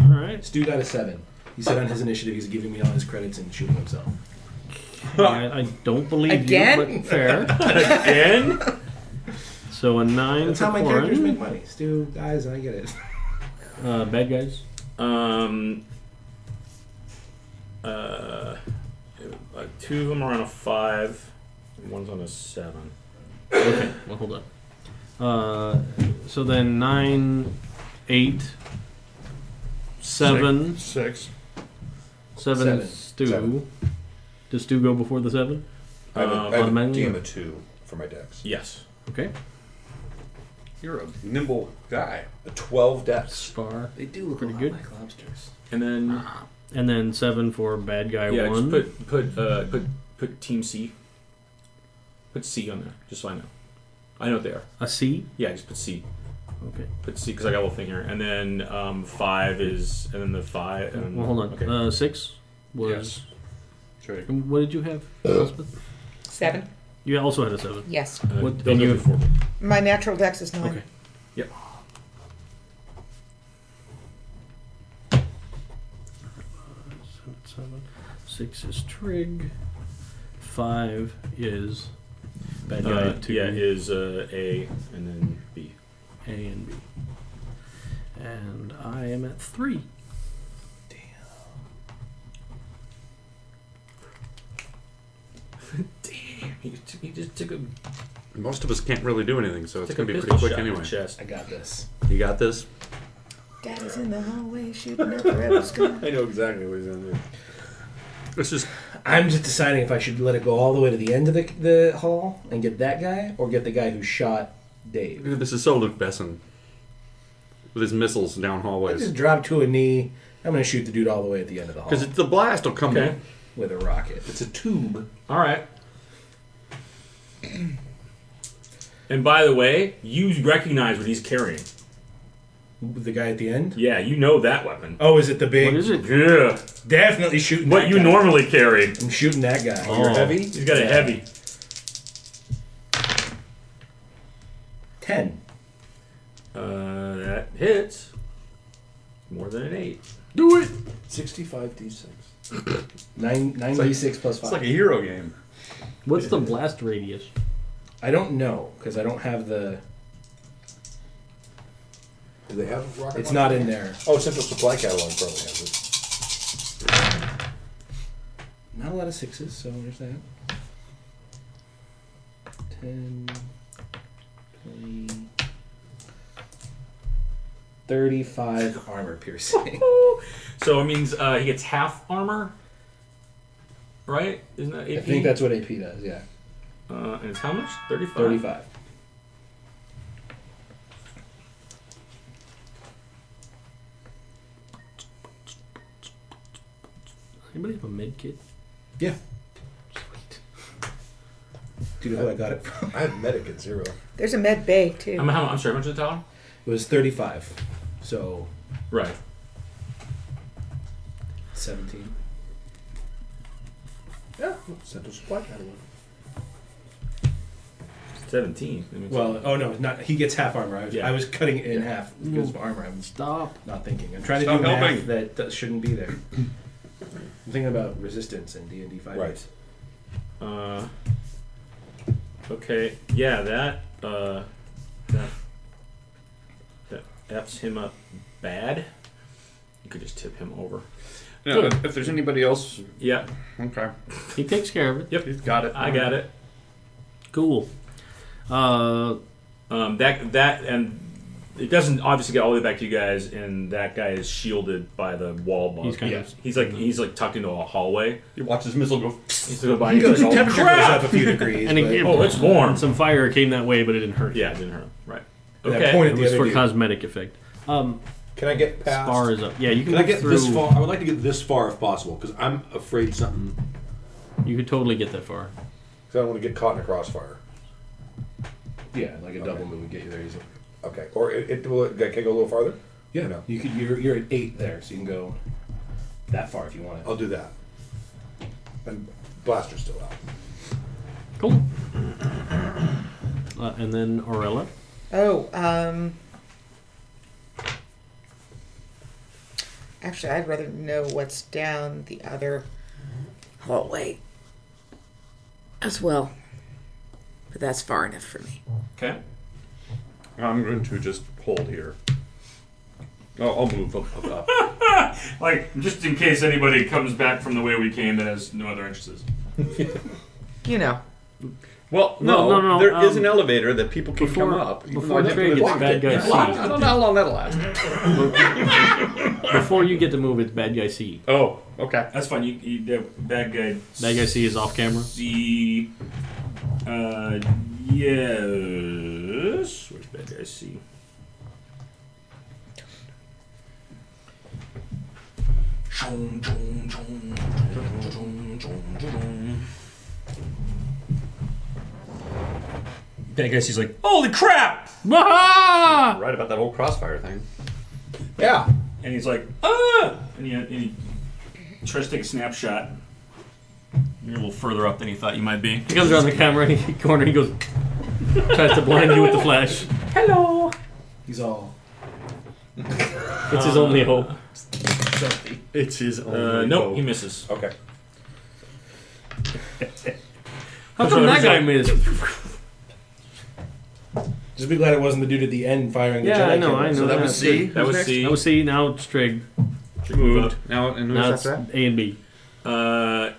[SPEAKER 2] All right.
[SPEAKER 3] Stu got a seven. He said on his initiative he's giving me all his credits and shooting himself.
[SPEAKER 2] I, I don't believe you,
[SPEAKER 4] Again?
[SPEAKER 2] but fair.
[SPEAKER 1] Again?
[SPEAKER 2] So a nine
[SPEAKER 3] That's
[SPEAKER 2] for
[SPEAKER 3] how my characters
[SPEAKER 2] Quarren.
[SPEAKER 3] make money. Stu dies and I get it.
[SPEAKER 2] Uh, bad guys.
[SPEAKER 1] Um, uh, uh, two of them are on a five, and one's on a seven.
[SPEAKER 2] Okay, well, hold on. Uh, so then nine, eight, seven,
[SPEAKER 26] Six.
[SPEAKER 2] seven,
[SPEAKER 3] Seven.
[SPEAKER 2] Stu.
[SPEAKER 7] Seven.
[SPEAKER 2] Does Stu go before the seven?
[SPEAKER 7] I have a,
[SPEAKER 1] Uh,
[SPEAKER 7] I have a
[SPEAKER 2] automatically?
[SPEAKER 7] DM of two for my dex.
[SPEAKER 1] Yes.
[SPEAKER 2] Okay.
[SPEAKER 6] You're a nimble guy.
[SPEAKER 7] A twelve dex.
[SPEAKER 2] Spar.
[SPEAKER 3] They do look
[SPEAKER 2] Pretty good.
[SPEAKER 3] like lobsters.
[SPEAKER 1] And then
[SPEAKER 2] And then seven for bad guy
[SPEAKER 1] yeah,
[SPEAKER 2] one.
[SPEAKER 1] just put put uh, put put team C. Put C on there, just so I know. I know what they are.
[SPEAKER 2] a C.
[SPEAKER 1] Yeah, just put C.
[SPEAKER 2] Okay.
[SPEAKER 1] Put C because I got a little thing here. And then um, five is, and then the five. And,
[SPEAKER 2] Well, hold on.
[SPEAKER 1] Okay.
[SPEAKER 2] Uh, six was.
[SPEAKER 26] Sure.
[SPEAKER 2] What did you have, Elspeth?
[SPEAKER 4] Seven?
[SPEAKER 2] You also had a seven.
[SPEAKER 4] Yes.
[SPEAKER 1] Uh,
[SPEAKER 2] what-
[SPEAKER 1] they'll
[SPEAKER 2] and
[SPEAKER 1] go
[SPEAKER 2] you-
[SPEAKER 1] before me.
[SPEAKER 4] My natural dex is nine.
[SPEAKER 2] Okay.
[SPEAKER 1] Yep.
[SPEAKER 2] Seven. Six is trig. Five is bad guy
[SPEAKER 1] Uh,
[SPEAKER 2] two.
[SPEAKER 1] yeah, is uh, A and then B.
[SPEAKER 2] A and B. And I am at three.
[SPEAKER 1] Damn, he, t- he just took a
[SPEAKER 6] Most of us can't really do anything, so it's
[SPEAKER 1] took a
[SPEAKER 6] going to be
[SPEAKER 1] pistol
[SPEAKER 6] pretty quick
[SPEAKER 1] shot in the
[SPEAKER 6] anyway.
[SPEAKER 1] chest.
[SPEAKER 3] I got this.
[SPEAKER 6] You got this?
[SPEAKER 4] Daddy's in the hallway shooting up forever school.
[SPEAKER 7] I know exactly what he's gonna do.
[SPEAKER 6] It's just
[SPEAKER 3] I'm just deciding if I should let it go all the way to the end of the, the hall and get that guy or get the guy who shot Dave.
[SPEAKER 6] This is so Luke Besson. With his missiles down
[SPEAKER 3] I just
[SPEAKER 6] hallways.
[SPEAKER 3] drop to a knee. I'm going to shoot the dude all the way at the end of the hall
[SPEAKER 6] Because the blast will come
[SPEAKER 1] Okay.
[SPEAKER 3] with a rocket.
[SPEAKER 27] It's a tube.
[SPEAKER 1] All right. And by the way, you recognize what he's carrying.
[SPEAKER 3] The guy at the end?
[SPEAKER 1] Yeah, you know that weapon.
[SPEAKER 3] Oh, is it the big?
[SPEAKER 2] What is it?
[SPEAKER 1] Yeah,
[SPEAKER 3] Definitely shooting
[SPEAKER 1] what
[SPEAKER 3] that
[SPEAKER 1] you
[SPEAKER 3] guy.
[SPEAKER 1] normally carry.
[SPEAKER 3] I'm shooting that guy.
[SPEAKER 2] Oh.
[SPEAKER 7] Heavy?
[SPEAKER 1] He's got a heavy.
[SPEAKER 3] 10.
[SPEAKER 1] Uh, that hits more than an eight.
[SPEAKER 6] Do it!
[SPEAKER 7] 65 d6.
[SPEAKER 3] 9, 96 plus 5.
[SPEAKER 6] It's like a hero game.
[SPEAKER 2] What's the blast radius?
[SPEAKER 3] I don't know because I don't have the.
[SPEAKER 7] Do they have rocket?
[SPEAKER 3] It's
[SPEAKER 7] launcher?
[SPEAKER 3] not in there.
[SPEAKER 7] Oh, Central Supply Catalog probably has it.
[SPEAKER 3] Not a lot of sixes, so there's that. 10, 20, 35 armor piercing.
[SPEAKER 1] So it means uh, he gets half armor, right? Isn't that AP?
[SPEAKER 3] I think that's what AP does, yeah.
[SPEAKER 1] Uh, and it's how much? Thirty-five.
[SPEAKER 3] 35.
[SPEAKER 2] Anybody have a med kit?
[SPEAKER 3] Yeah. Do you know who I got it from?
[SPEAKER 7] I have medic at zero.
[SPEAKER 4] There's a med bay, too.
[SPEAKER 1] I'm, how, I'm sorry. How much is the tower?
[SPEAKER 3] It was 35. So
[SPEAKER 1] Right.
[SPEAKER 3] 17.
[SPEAKER 7] Yeah, Central Supply Catalog.
[SPEAKER 1] Seventeen. That means-
[SPEAKER 3] Well, oh no, not he gets half armor. I was,
[SPEAKER 1] Yeah.
[SPEAKER 3] I was cutting it in half because of armor. I'm
[SPEAKER 2] Stop.
[SPEAKER 3] not thinking. I'm trying to
[SPEAKER 6] Stop
[SPEAKER 3] do math
[SPEAKER 6] helping.
[SPEAKER 3] that that shouldn't be there. I'm thinking about resistance and D and D five.
[SPEAKER 7] Right.
[SPEAKER 1] Uh, okay, yeah, that uh, that that f's him up bad. You could just tip him over.
[SPEAKER 6] Yeah, if if there's anybody else,
[SPEAKER 1] Yeah,
[SPEAKER 6] okay.
[SPEAKER 2] He takes care of it.
[SPEAKER 1] Yep.
[SPEAKER 6] He's got it.
[SPEAKER 1] I got it.
[SPEAKER 2] Cool. Uh,
[SPEAKER 1] Um, that that and it doesn't obviously get all the way back to you guys, and that guy is shielded by the wall. Bug.
[SPEAKER 2] He's kind of-
[SPEAKER 1] he's like he's like tucked into a hallway.
[SPEAKER 28] You watch this missile go.
[SPEAKER 1] He's gonna buy. He's like, oh,
[SPEAKER 5] Temperature goes up a few degrees.
[SPEAKER 2] And
[SPEAKER 5] but-
[SPEAKER 2] it,
[SPEAKER 1] oh, it's warm.
[SPEAKER 2] Some fire came that way, but it didn't hurt.
[SPEAKER 1] Yeah, it didn't hurt him. Right.
[SPEAKER 5] that
[SPEAKER 1] Okay.
[SPEAKER 5] point at
[SPEAKER 2] It
[SPEAKER 5] the
[SPEAKER 2] was
[SPEAKER 5] other
[SPEAKER 2] for
[SPEAKER 5] dude.
[SPEAKER 2] cosmetic effect. Um,
[SPEAKER 7] Can I get past?
[SPEAKER 2] bar is up. Yeah, you can,
[SPEAKER 7] Can I
[SPEAKER 2] look
[SPEAKER 7] get
[SPEAKER 2] through.
[SPEAKER 7] this far? I would like to get this far if possible because I'm afraid something.
[SPEAKER 2] You could totally get that far.
[SPEAKER 7] Because I don't want to get caught in a crossfire.
[SPEAKER 3] Yeah, like a double move would get you there easily.
[SPEAKER 7] Okay. Or it, it will. It, can I go a little farther?
[SPEAKER 3] Yeah, no. You could. You're, you're at eight there, so you can go that far if you want to.
[SPEAKER 7] I'll do that. And blaster's still out.
[SPEAKER 2] Cool. Uh, and then Aurella.
[SPEAKER 4] Oh, um. Actually, I'd rather know what's down the other hallway as well. But that's far enough for me.
[SPEAKER 1] Okay.
[SPEAKER 6] I'm going to just hold here. I'll, I'll move up, up, up.
[SPEAKER 1] Like just in case anybody comes back from the way we came that has no other entrances.
[SPEAKER 4] You know.
[SPEAKER 6] Well,
[SPEAKER 2] No,
[SPEAKER 7] Oh,
[SPEAKER 6] no,
[SPEAKER 2] no, no,
[SPEAKER 6] there is
[SPEAKER 2] um,
[SPEAKER 6] an elevator that people can
[SPEAKER 2] Before,
[SPEAKER 6] come up. even
[SPEAKER 2] before
[SPEAKER 6] though I
[SPEAKER 2] Trey
[SPEAKER 6] didn't
[SPEAKER 2] gets
[SPEAKER 6] block
[SPEAKER 2] bad
[SPEAKER 6] it.
[SPEAKER 2] guy
[SPEAKER 4] I
[SPEAKER 2] C.
[SPEAKER 4] don't know how long that'll last.
[SPEAKER 2] Before you get to move, it's bad guy C.
[SPEAKER 6] Oh, okay.
[SPEAKER 1] That's fine. You, you that bad guy.
[SPEAKER 2] Bad guy C is off camera.
[SPEAKER 1] C. Uh, yes. Where's bad guy C? Bad guy C's like, holy crap!
[SPEAKER 2] Ah!
[SPEAKER 6] Right about that whole crossfire thing.
[SPEAKER 7] Yeah.
[SPEAKER 1] And he's like, ah! And he, and he tries to take a snapshot. You're a little further up than he thought you might be.
[SPEAKER 2] He comes around the camera, and he corner, he goes, tries to blind you with the flash.
[SPEAKER 4] Hello.
[SPEAKER 3] He's all.
[SPEAKER 2] It's his only hope.
[SPEAKER 6] It's his
[SPEAKER 1] Uh, nope, he misses.
[SPEAKER 7] Okay.
[SPEAKER 2] How come that guy missed?
[SPEAKER 3] Just be glad it wasn't the dude at the end firing
[SPEAKER 2] Yeah,
[SPEAKER 3] the Jedi
[SPEAKER 2] I know,
[SPEAKER 3] killer.
[SPEAKER 2] I know
[SPEAKER 3] So that
[SPEAKER 2] that.
[SPEAKER 3] was C.
[SPEAKER 1] That was C.
[SPEAKER 2] That was C. Now it's Trig.
[SPEAKER 6] moved. Now, and
[SPEAKER 2] Now
[SPEAKER 6] who's
[SPEAKER 2] it's
[SPEAKER 6] that?
[SPEAKER 2] A and B.
[SPEAKER 1] Uh,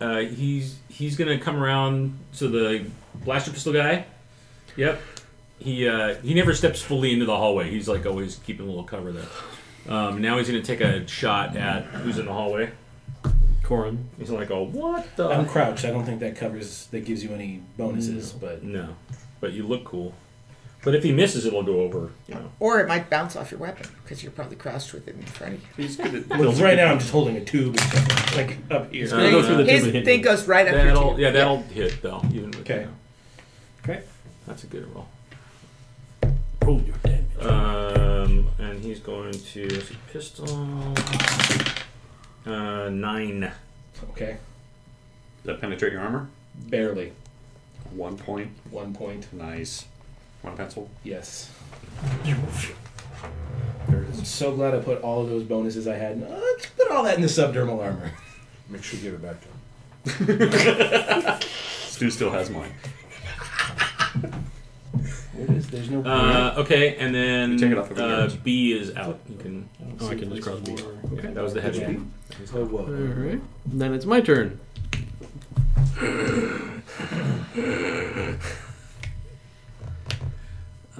[SPEAKER 1] uh, he's he's gonna come around to the blaster pistol guy. Yep. He uh, he never steps fully into the hallway. He's like always keeping a little cover there. Um, now he's gonna take a shot at who's in the hallway.
[SPEAKER 2] Corin.
[SPEAKER 1] He's like, oh, what the?
[SPEAKER 3] I'm crouched. I don't think that covers. That gives you any bonuses,
[SPEAKER 2] Mm.
[SPEAKER 3] but
[SPEAKER 1] no, but you look cool. But if he misses, it'll go over. You know.
[SPEAKER 4] Or it might bounce off your weapon because you're probably crouched with it in front of you.
[SPEAKER 6] He's good at
[SPEAKER 3] Well, right now I'm just holding a tube, and stuff, like up here.
[SPEAKER 2] gonna go through the
[SPEAKER 4] His
[SPEAKER 2] tube and hit
[SPEAKER 4] thing
[SPEAKER 2] you.
[SPEAKER 4] goes right up your
[SPEAKER 1] That'll
[SPEAKER 4] tube.
[SPEAKER 1] yeah, that'll hit though. Even with,
[SPEAKER 3] Okay.
[SPEAKER 1] You know,
[SPEAKER 2] Okay.
[SPEAKER 1] that's a good roll.
[SPEAKER 2] Oh, you're dead.
[SPEAKER 1] Um, and he's going to let's see, pistol. Uh, nine.
[SPEAKER 3] Okay,
[SPEAKER 6] Does that penetrate your armor?
[SPEAKER 3] barely
[SPEAKER 6] One point.
[SPEAKER 3] one point.
[SPEAKER 6] Nice. One pencil.
[SPEAKER 3] Yes.
[SPEAKER 6] There it is.
[SPEAKER 3] So glad I put all of those bonuses I had. Uh, let's put all that in the subdermal armor.
[SPEAKER 7] Make sure you give it back to him.
[SPEAKER 6] Stu still has mine.
[SPEAKER 3] There it is. There's no.
[SPEAKER 1] Uh, okay, and then
[SPEAKER 6] You take it off every
[SPEAKER 1] uh,
[SPEAKER 6] yard.
[SPEAKER 1] B is out. You can.
[SPEAKER 2] Oh, I can just cross B. All
[SPEAKER 1] Yeah, that was the heavy. one.
[SPEAKER 7] Oh, whoa.
[SPEAKER 2] right. Then it's my turn.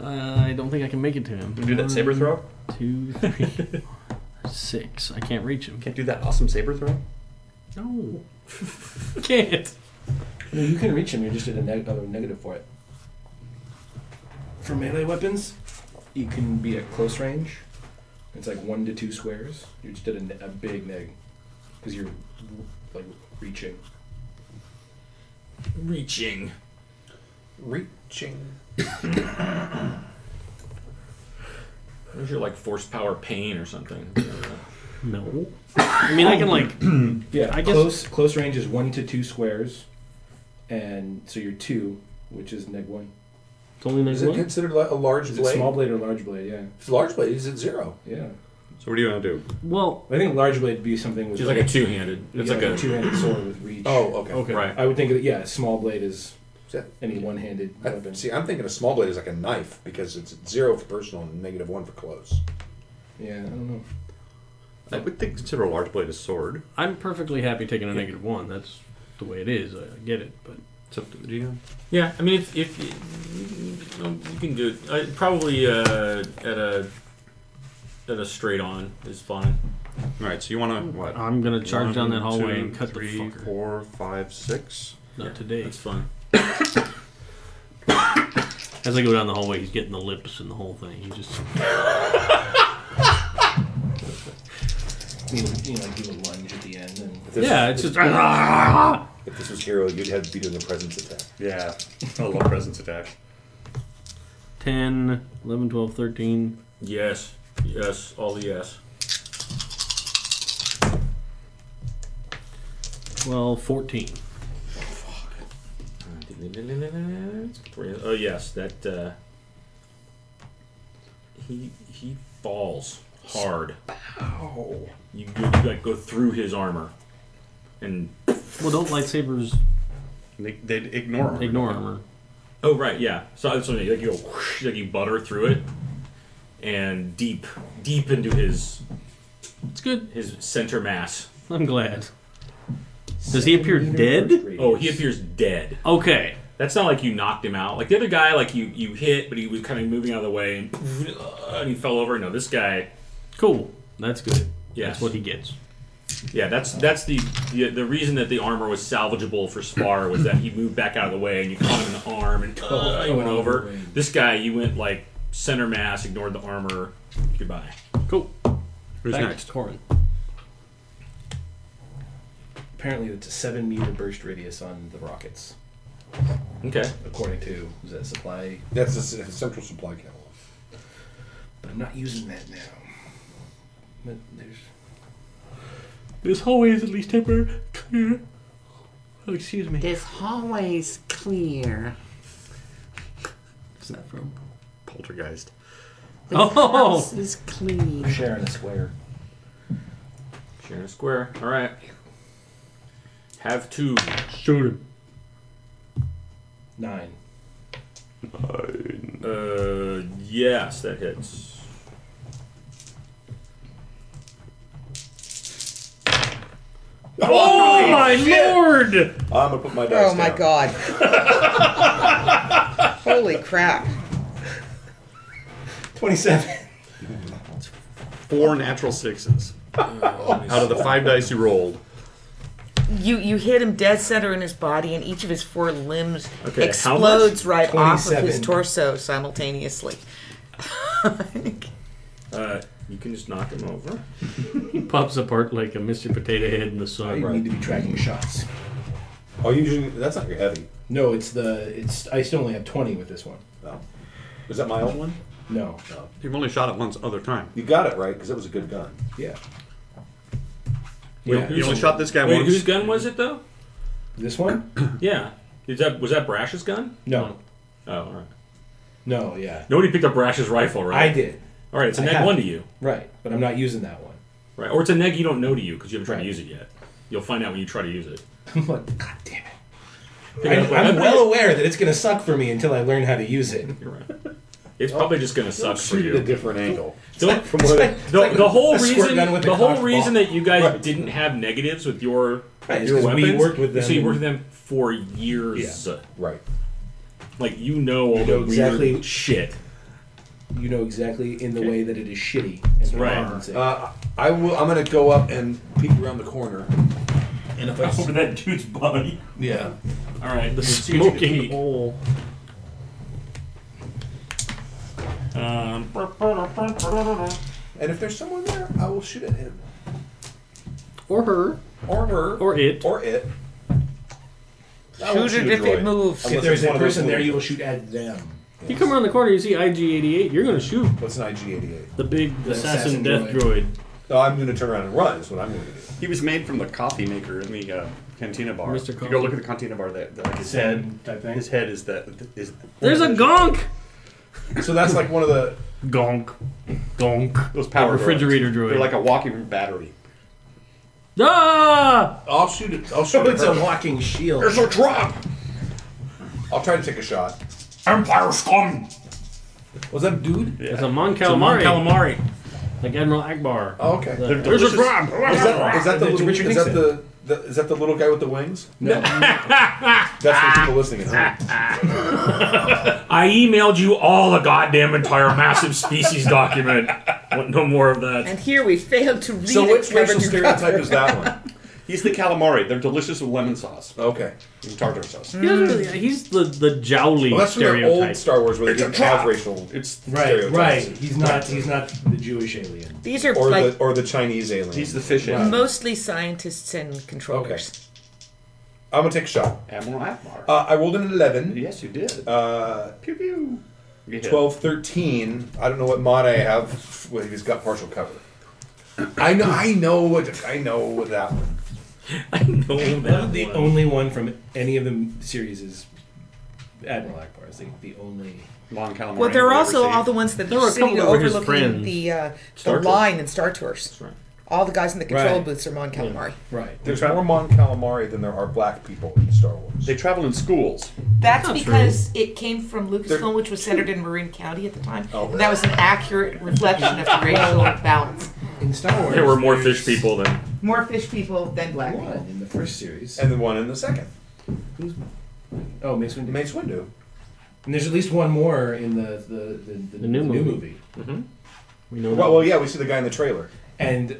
[SPEAKER 2] Uh, I don't think I can make it to him.
[SPEAKER 6] You do that saber throw?
[SPEAKER 2] Two, three, six. I can't reach him.
[SPEAKER 6] Can't do that awesome saber throw?
[SPEAKER 2] No. can't.
[SPEAKER 3] No, you can reach him. You're just at a neg- oh, negative for it. For melee weapons, you can be at close range. It's like one to two squares. You're just at a, ne- a big neg because you're like reaching.
[SPEAKER 1] Reaching.
[SPEAKER 7] Reaching.
[SPEAKER 1] Where's your like force power pain or something?
[SPEAKER 2] No. I mean, I can like.
[SPEAKER 3] Yeah,
[SPEAKER 2] I guess-
[SPEAKER 3] close close range is one to two squares, and so you're two, which is neg one.
[SPEAKER 2] It's only next
[SPEAKER 7] Is it
[SPEAKER 2] one.
[SPEAKER 7] considered like a large
[SPEAKER 3] Is it
[SPEAKER 7] blade?
[SPEAKER 3] small blade or large blade? Yeah,
[SPEAKER 7] It's large blade. Is it zero?
[SPEAKER 3] yeah.
[SPEAKER 6] So what do you want to do?
[SPEAKER 2] Well,
[SPEAKER 3] I think large blade would be something with
[SPEAKER 1] She's like a two-handed.
[SPEAKER 3] you'd
[SPEAKER 1] It's
[SPEAKER 3] get
[SPEAKER 1] like a
[SPEAKER 3] two-handed sword with reach.
[SPEAKER 7] Oh, okay.
[SPEAKER 2] okay.
[SPEAKER 1] right.
[SPEAKER 3] I would think that yeah, small blade is
[SPEAKER 7] See,
[SPEAKER 3] any one-handed
[SPEAKER 7] I,
[SPEAKER 3] weapon.
[SPEAKER 7] see, I'm thinking a small blade is like a knife because it's zero for personal and negative one for close.
[SPEAKER 3] Yeah, I don't know.
[SPEAKER 6] I would think consider a large blade a sword.
[SPEAKER 2] I'm perfectly happy taking a negative one. That's the way it is. I I get it, but
[SPEAKER 6] It's up to, do you?
[SPEAKER 1] Yeah, I mean, if, if you, no, you can do it. Uh, probably uh, at a at a straight on is fine.
[SPEAKER 6] All right, so you want to what?
[SPEAKER 2] I'm gonna charge down that hallway and cut the
[SPEAKER 6] three,
[SPEAKER 2] fucker.
[SPEAKER 6] four, five, six.
[SPEAKER 2] Not today.
[SPEAKER 1] That's fine.
[SPEAKER 2] As I go down the hallway, he's getting the lips and the whole thing. He just
[SPEAKER 3] You know, you know, like do a lunge at the end and
[SPEAKER 7] If this,
[SPEAKER 2] yeah, it's just
[SPEAKER 7] If this was Hero, you'd have to be doing a presence attack.
[SPEAKER 29] Yeah. I love presence attack.
[SPEAKER 2] 10, 11, 12, 13.
[SPEAKER 1] Yes, yes, all the yes.
[SPEAKER 2] 12, 14.
[SPEAKER 1] Oh yes, that uh, he he falls hard. You, go- you like go through his armor, and
[SPEAKER 2] Well, don't lightsabers
[SPEAKER 6] They, they ignore him.
[SPEAKER 2] ignore armor?
[SPEAKER 1] Oh right, yeah. So that's something like you go, whoosh, like you butter through it, and deep, deep into his
[SPEAKER 2] It's good.
[SPEAKER 1] his center mass.
[SPEAKER 2] I'm glad. Does he appear dead?
[SPEAKER 1] Oh, he appears dead.
[SPEAKER 2] Okay.
[SPEAKER 1] That's not like you knocked him out. Like the other guy, like you you hit, but he was kind of moving out of the way, and, and he fell over. No, this guy,
[SPEAKER 2] Cool. That's good.
[SPEAKER 1] Yes.
[SPEAKER 2] That's what he gets.
[SPEAKER 1] yeah, that's that's the, the the reason that the armor was salvageable for Spar was that he moved back out of the way, and you caught him in the arm, and uh, he went over. This guy, you went like center mass, ignored the armor. Goodbye.
[SPEAKER 2] Cool.
[SPEAKER 6] Who's
[SPEAKER 2] Back
[SPEAKER 6] next?
[SPEAKER 2] to Torin.
[SPEAKER 3] apparently it's a seven meter burst radius on the rockets,
[SPEAKER 1] Okay.
[SPEAKER 3] according to was that supply?
[SPEAKER 7] That's the c- central supply catalog.
[SPEAKER 3] But I'm not using that now. But there's
[SPEAKER 2] This hallway is at least temporary. Clear. Oh, excuse me.
[SPEAKER 4] This hallway's clear.
[SPEAKER 6] Is that from Poltergeist?
[SPEAKER 2] Oh!
[SPEAKER 4] is clean.
[SPEAKER 3] Sharon a square.
[SPEAKER 1] Sharon Square. All right. Have two.
[SPEAKER 2] Shoot him.
[SPEAKER 3] Nine.
[SPEAKER 1] Uh, yes, that hits.
[SPEAKER 2] Oh my lord!
[SPEAKER 7] Ah, I'm gonna put my dice
[SPEAKER 30] Oh my
[SPEAKER 7] down.
[SPEAKER 30] god. Holy crap.
[SPEAKER 3] Twenty-seven.
[SPEAKER 6] Four natural sixes out of the five dice you rolled.
[SPEAKER 4] You you hit him dead center in his body, and each of his four limbs
[SPEAKER 1] Okay, how much?
[SPEAKER 4] explodes right off of his
[SPEAKER 3] 27.
[SPEAKER 4] torso simultaneously.
[SPEAKER 1] Uh, you can just knock him over.
[SPEAKER 2] Pops apart like a Mr. Potato Head in the
[SPEAKER 3] I
[SPEAKER 2] sun.
[SPEAKER 3] didn't need to be tracking shots.
[SPEAKER 7] Oh, you usually that's not your heavy.
[SPEAKER 3] No, it's the it's. I still only have twenty with this one.
[SPEAKER 7] No. Was that my old one?
[SPEAKER 3] No.
[SPEAKER 6] You've only shot it once other time.
[SPEAKER 7] You got it right because it was a good gun.
[SPEAKER 3] Yeah.
[SPEAKER 1] Wait,
[SPEAKER 3] Yeah.
[SPEAKER 6] You only shot this guy
[SPEAKER 1] Wait,
[SPEAKER 6] once.
[SPEAKER 1] whose gun was it though?
[SPEAKER 3] This one?
[SPEAKER 1] Yeah. Is that was that Brash's gun?
[SPEAKER 3] No.
[SPEAKER 1] Oh, all right.
[SPEAKER 3] No. Yeah.
[SPEAKER 1] Nobody picked up Brash's rifle, right?
[SPEAKER 3] I did.
[SPEAKER 1] All right, it's a
[SPEAKER 3] I
[SPEAKER 1] neg
[SPEAKER 3] have.
[SPEAKER 1] one to you,
[SPEAKER 3] Right, but I'm not using that one.
[SPEAKER 1] right? Or it's a neg you don't know to you because you haven't tried
[SPEAKER 3] Right.
[SPEAKER 1] to use it yet. You'll find out when you try to use it.
[SPEAKER 3] I'm like, God damn it.
[SPEAKER 1] Pick it up,
[SPEAKER 3] I, am
[SPEAKER 1] but-
[SPEAKER 3] well aware that it's going to suck for me until I learn how to use it.
[SPEAKER 1] You're right. It's probably just gonna suck for
[SPEAKER 7] Shoot at a
[SPEAKER 1] you.
[SPEAKER 7] different angle.
[SPEAKER 1] Don't-
[SPEAKER 7] From what it,
[SPEAKER 1] the, the whole
[SPEAKER 3] a squirt
[SPEAKER 1] reason
[SPEAKER 3] gun
[SPEAKER 1] the,
[SPEAKER 3] with a
[SPEAKER 1] whole
[SPEAKER 3] cocked
[SPEAKER 1] reason
[SPEAKER 3] ball.
[SPEAKER 1] that you guys
[SPEAKER 3] Right.
[SPEAKER 1] didn't have negatives with your
[SPEAKER 3] Right, it's
[SPEAKER 1] your
[SPEAKER 3] 'cause we
[SPEAKER 1] weapons
[SPEAKER 3] worked with them
[SPEAKER 1] so you
[SPEAKER 3] and-
[SPEAKER 1] worked with them for years
[SPEAKER 7] right.
[SPEAKER 1] like you know all
[SPEAKER 3] You know
[SPEAKER 1] the
[SPEAKER 3] exactly-
[SPEAKER 1] weird shit
[SPEAKER 3] You know exactly in the way that it is shitty. And
[SPEAKER 1] Right.
[SPEAKER 3] compensate.
[SPEAKER 7] Uh, I will. I'm gonna go up and peek around the corner.
[SPEAKER 3] and if I s-
[SPEAKER 31] that dude's body.
[SPEAKER 7] Yeah.
[SPEAKER 31] All right, the
[SPEAKER 2] Smoking hole.
[SPEAKER 31] Um,
[SPEAKER 7] And if there's someone there, I will shoot at him
[SPEAKER 2] Or her.
[SPEAKER 7] or her
[SPEAKER 2] Or it.
[SPEAKER 7] or it. I won't
[SPEAKER 4] Shoot it
[SPEAKER 7] a
[SPEAKER 4] if it
[SPEAKER 7] droid.
[SPEAKER 4] moves.
[SPEAKER 3] if
[SPEAKER 7] Unless
[SPEAKER 3] there's
[SPEAKER 7] it's
[SPEAKER 3] a
[SPEAKER 7] one of those
[SPEAKER 3] person there,
[SPEAKER 7] little-
[SPEAKER 3] you will shoot at them.
[SPEAKER 2] You come around the corner, you see IG-88, you're gonna shoot
[SPEAKER 7] What's an IG-88?
[SPEAKER 2] the big assassin,
[SPEAKER 3] assassin
[SPEAKER 2] death droid.
[SPEAKER 7] Oh, I'm gonna turn around and run. Is what I'm gonna do.
[SPEAKER 6] He was made from the coffee maker in the uh, cantina bar.
[SPEAKER 2] Mr.
[SPEAKER 6] If You
[SPEAKER 2] Coffee.
[SPEAKER 6] go look at the cantina bar. That, that, like his head,
[SPEAKER 3] Said type thing.
[SPEAKER 6] his head is that is.
[SPEAKER 2] There's a gonk!
[SPEAKER 7] So that's like one of the.
[SPEAKER 2] Gonk. Gonk.
[SPEAKER 6] Those power
[SPEAKER 2] refrigerator
[SPEAKER 6] droids.
[SPEAKER 2] droid.
[SPEAKER 6] They're like a walking battery.
[SPEAKER 2] Ah!
[SPEAKER 7] I'll shoot it. I'll shoot
[SPEAKER 3] So
[SPEAKER 7] it.
[SPEAKER 3] it's a walking shield.
[SPEAKER 7] There's a drop. I'll try to take a shot.
[SPEAKER 29] Empire scum!
[SPEAKER 7] Was that a dude?
[SPEAKER 2] It's a Mon Calamari.
[SPEAKER 31] calamari.
[SPEAKER 2] Like Admiral Akbar.
[SPEAKER 7] Oh, okay.
[SPEAKER 2] There's a drop!
[SPEAKER 7] Is that, is that the
[SPEAKER 3] It's
[SPEAKER 7] little,
[SPEAKER 3] Richard
[SPEAKER 7] is that
[SPEAKER 3] Nixon.
[SPEAKER 7] the the, is that the little guy with the wings? No. That's what people listening at home.
[SPEAKER 1] I emailed you all the goddamn entire massive species document. Want no more of that.
[SPEAKER 4] And here we failed to read
[SPEAKER 7] So
[SPEAKER 4] it
[SPEAKER 7] which
[SPEAKER 4] cover
[SPEAKER 7] racial
[SPEAKER 4] to
[SPEAKER 7] stereotype
[SPEAKER 4] cover.
[SPEAKER 7] is that one?
[SPEAKER 6] He's the calamari. They're delicious with lemon sauce
[SPEAKER 7] Okay.
[SPEAKER 6] and tartar sauce.
[SPEAKER 2] He doesn't really- He's the the jowly
[SPEAKER 7] Well, Oh, that's from the
[SPEAKER 2] stereotype.
[SPEAKER 7] old Star Wars where they didn't have racial
[SPEAKER 6] It's
[SPEAKER 7] stereotypes.
[SPEAKER 3] right. He's not. He's not the Jewish alien.
[SPEAKER 4] These are
[SPEAKER 7] Or
[SPEAKER 4] like
[SPEAKER 7] the or the Chinese alien.
[SPEAKER 6] he's the fish
[SPEAKER 3] Wow.
[SPEAKER 6] in
[SPEAKER 4] mostly scientists and controllers.
[SPEAKER 7] I'm gonna take a shot.
[SPEAKER 6] Admiral Atmar.
[SPEAKER 7] Uh, I rolled an eleven.
[SPEAKER 6] yes, you did.
[SPEAKER 7] Uh,
[SPEAKER 6] pew pew. You hit.
[SPEAKER 7] 12, 13. I don't know what mod I have. Well, he's got partial cover. I know. I know what. I know that one.
[SPEAKER 1] I know that
[SPEAKER 3] the
[SPEAKER 1] one.
[SPEAKER 3] only one from any of the series is Admiral Akbar. Is the, the only.
[SPEAKER 6] Long calamari.
[SPEAKER 4] Well, there are
[SPEAKER 6] you've ever
[SPEAKER 4] also
[SPEAKER 6] seen.
[SPEAKER 4] all the ones that
[SPEAKER 2] There
[SPEAKER 4] are
[SPEAKER 2] were a
[SPEAKER 4] sitting
[SPEAKER 2] couple that were his
[SPEAKER 4] overlooking
[SPEAKER 2] friends.
[SPEAKER 4] the uh,
[SPEAKER 2] Star
[SPEAKER 4] the
[SPEAKER 2] Tours.
[SPEAKER 4] line in Star Tours.
[SPEAKER 1] That's right.
[SPEAKER 4] All the guys in the control
[SPEAKER 3] Right.
[SPEAKER 4] booths are Mon Calamari.
[SPEAKER 3] Right.
[SPEAKER 7] There's more Mon Calamari than there are black people in Star Wars.
[SPEAKER 6] They travel in schools.
[SPEAKER 4] That's
[SPEAKER 2] Not
[SPEAKER 4] because it came from
[SPEAKER 7] They're-
[SPEAKER 4] Lucasfilm, which was centered in Marin County at the time. And that was an accurate reflection of the racial balance.
[SPEAKER 3] In Star Wars,
[SPEAKER 1] There were more
[SPEAKER 3] there's
[SPEAKER 1] fish people than
[SPEAKER 4] More fish people than black
[SPEAKER 3] One
[SPEAKER 4] people.
[SPEAKER 3] in the first series.
[SPEAKER 7] and then one in the second.
[SPEAKER 3] Oh, Mace Windu.
[SPEAKER 7] Mace Windu.
[SPEAKER 3] And there's at least one more in the the, the, the,
[SPEAKER 2] The new movie. We know
[SPEAKER 7] Well, well, yeah, we see the guy in the trailer.
[SPEAKER 3] And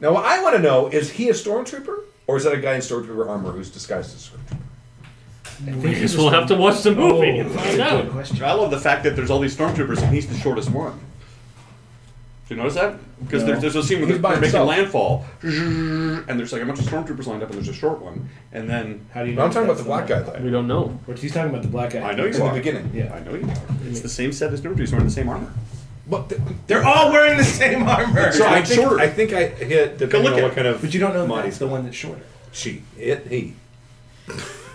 [SPEAKER 7] Now, what I want to know is he a stormtrooper, or is that a guy in stormtrooper armor who's disguised as a stormtrooper?
[SPEAKER 3] I think
[SPEAKER 2] we
[SPEAKER 3] it's
[SPEAKER 2] just will have to watch the
[SPEAKER 3] Oh,
[SPEAKER 2] movie and
[SPEAKER 3] that's a
[SPEAKER 2] find
[SPEAKER 3] good
[SPEAKER 2] out.
[SPEAKER 3] question.
[SPEAKER 6] I love the fact that there's all these stormtroopers and he's the shortest one. Do you notice that? Because
[SPEAKER 3] No.
[SPEAKER 6] there, there's a scene where
[SPEAKER 7] He's
[SPEAKER 6] they're
[SPEAKER 7] by
[SPEAKER 6] making
[SPEAKER 7] himself.
[SPEAKER 6] landfall, and there's like a bunch of stormtroopers lined up, and there's a short one, and then
[SPEAKER 3] How do you?
[SPEAKER 7] No,
[SPEAKER 3] know
[SPEAKER 7] I'm talking about
[SPEAKER 3] that's
[SPEAKER 7] the black guy
[SPEAKER 3] one?
[SPEAKER 7] though.
[SPEAKER 2] We don't know.
[SPEAKER 3] Which he's talking about the black guy.
[SPEAKER 6] I know
[SPEAKER 7] In
[SPEAKER 6] you
[SPEAKER 7] the
[SPEAKER 6] are.
[SPEAKER 7] beginning.
[SPEAKER 3] Yeah.
[SPEAKER 6] I know you are. It's the same set as stormtroopers wearing the same armor.
[SPEAKER 7] But th-
[SPEAKER 3] They're all wearing the same armor.
[SPEAKER 7] so I
[SPEAKER 6] I'm
[SPEAKER 7] think,
[SPEAKER 6] short.
[SPEAKER 7] I think I hit
[SPEAKER 6] Go
[SPEAKER 7] depending
[SPEAKER 6] look
[SPEAKER 7] on
[SPEAKER 6] at
[SPEAKER 7] what
[SPEAKER 6] it.
[SPEAKER 7] kind of.
[SPEAKER 3] but you don't know
[SPEAKER 7] mod
[SPEAKER 3] if
[SPEAKER 7] he's
[SPEAKER 3] that's the one that's shorter.
[SPEAKER 7] She, it, he.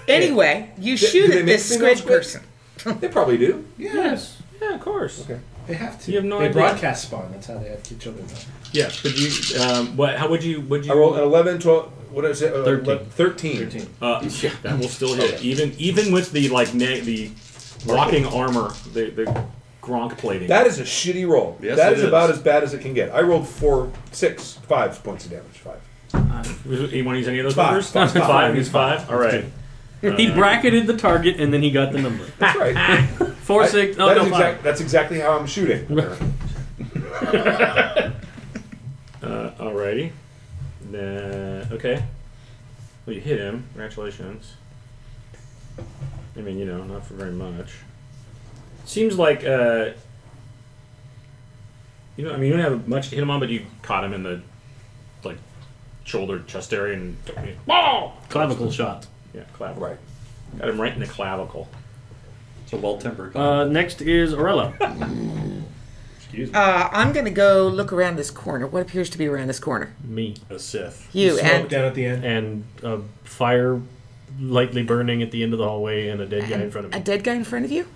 [SPEAKER 4] Anyway, you shoot
[SPEAKER 7] they
[SPEAKER 4] at
[SPEAKER 7] make
[SPEAKER 4] this
[SPEAKER 7] females
[SPEAKER 4] squid
[SPEAKER 7] squid?
[SPEAKER 4] person.
[SPEAKER 7] They probably do.
[SPEAKER 1] Yes. Yeah, of course.
[SPEAKER 3] They have to.
[SPEAKER 1] You have no
[SPEAKER 3] they
[SPEAKER 1] idea.
[SPEAKER 3] broadcast spawn. That's how they have kids children.
[SPEAKER 1] Yeah. Could you? Um, what? How would you? Would you?
[SPEAKER 7] I rolled an 11, 12. What is it? Uh,
[SPEAKER 2] 13.
[SPEAKER 7] 11 13.
[SPEAKER 3] Thirteen.
[SPEAKER 1] Uh, yeah, that will still hit. Even even with the like ne- the locking armor, the the gronk plating.
[SPEAKER 7] That is a shitty roll.
[SPEAKER 6] Yes,
[SPEAKER 7] that
[SPEAKER 6] it
[SPEAKER 7] is, about
[SPEAKER 6] is.
[SPEAKER 7] as bad as it can get. I rolled four, six, five points of damage. Five.
[SPEAKER 1] Was it- you want to use any of those
[SPEAKER 7] Five.
[SPEAKER 1] numbers?
[SPEAKER 7] Five.
[SPEAKER 1] five. He's five. All right.
[SPEAKER 2] He bracketed the target and then he got the number.
[SPEAKER 7] That's right.
[SPEAKER 2] Four,
[SPEAKER 7] I-
[SPEAKER 2] six, oh
[SPEAKER 7] that
[SPEAKER 2] no,
[SPEAKER 7] is
[SPEAKER 2] five.
[SPEAKER 7] exact- that's exactly how I'm shooting.
[SPEAKER 1] Uh, alrighty. Then okay. Well, you hit him. Congratulations. I mean, you know, not for very much. Seems like uh, you know. I mean, you don't have much to hit him on, but you caught him in the like shoulder, chest area, and
[SPEAKER 2] Clavicle shot.
[SPEAKER 1] yeah, clavicle.
[SPEAKER 7] right.
[SPEAKER 1] Got him right in the clavicle.
[SPEAKER 6] It's a well-tempered.
[SPEAKER 2] Uh, next is Arella.
[SPEAKER 4] Uh, I'm going to go look around this corner. What appears to be around this corner?
[SPEAKER 2] Me.
[SPEAKER 1] A Sith.
[SPEAKER 4] You
[SPEAKER 3] Smoke
[SPEAKER 4] and
[SPEAKER 3] down at the end.
[SPEAKER 2] And a fire lightly burning at the end of the hallway and a dead guy in front of
[SPEAKER 4] a
[SPEAKER 2] me.
[SPEAKER 4] dead guy in front of you.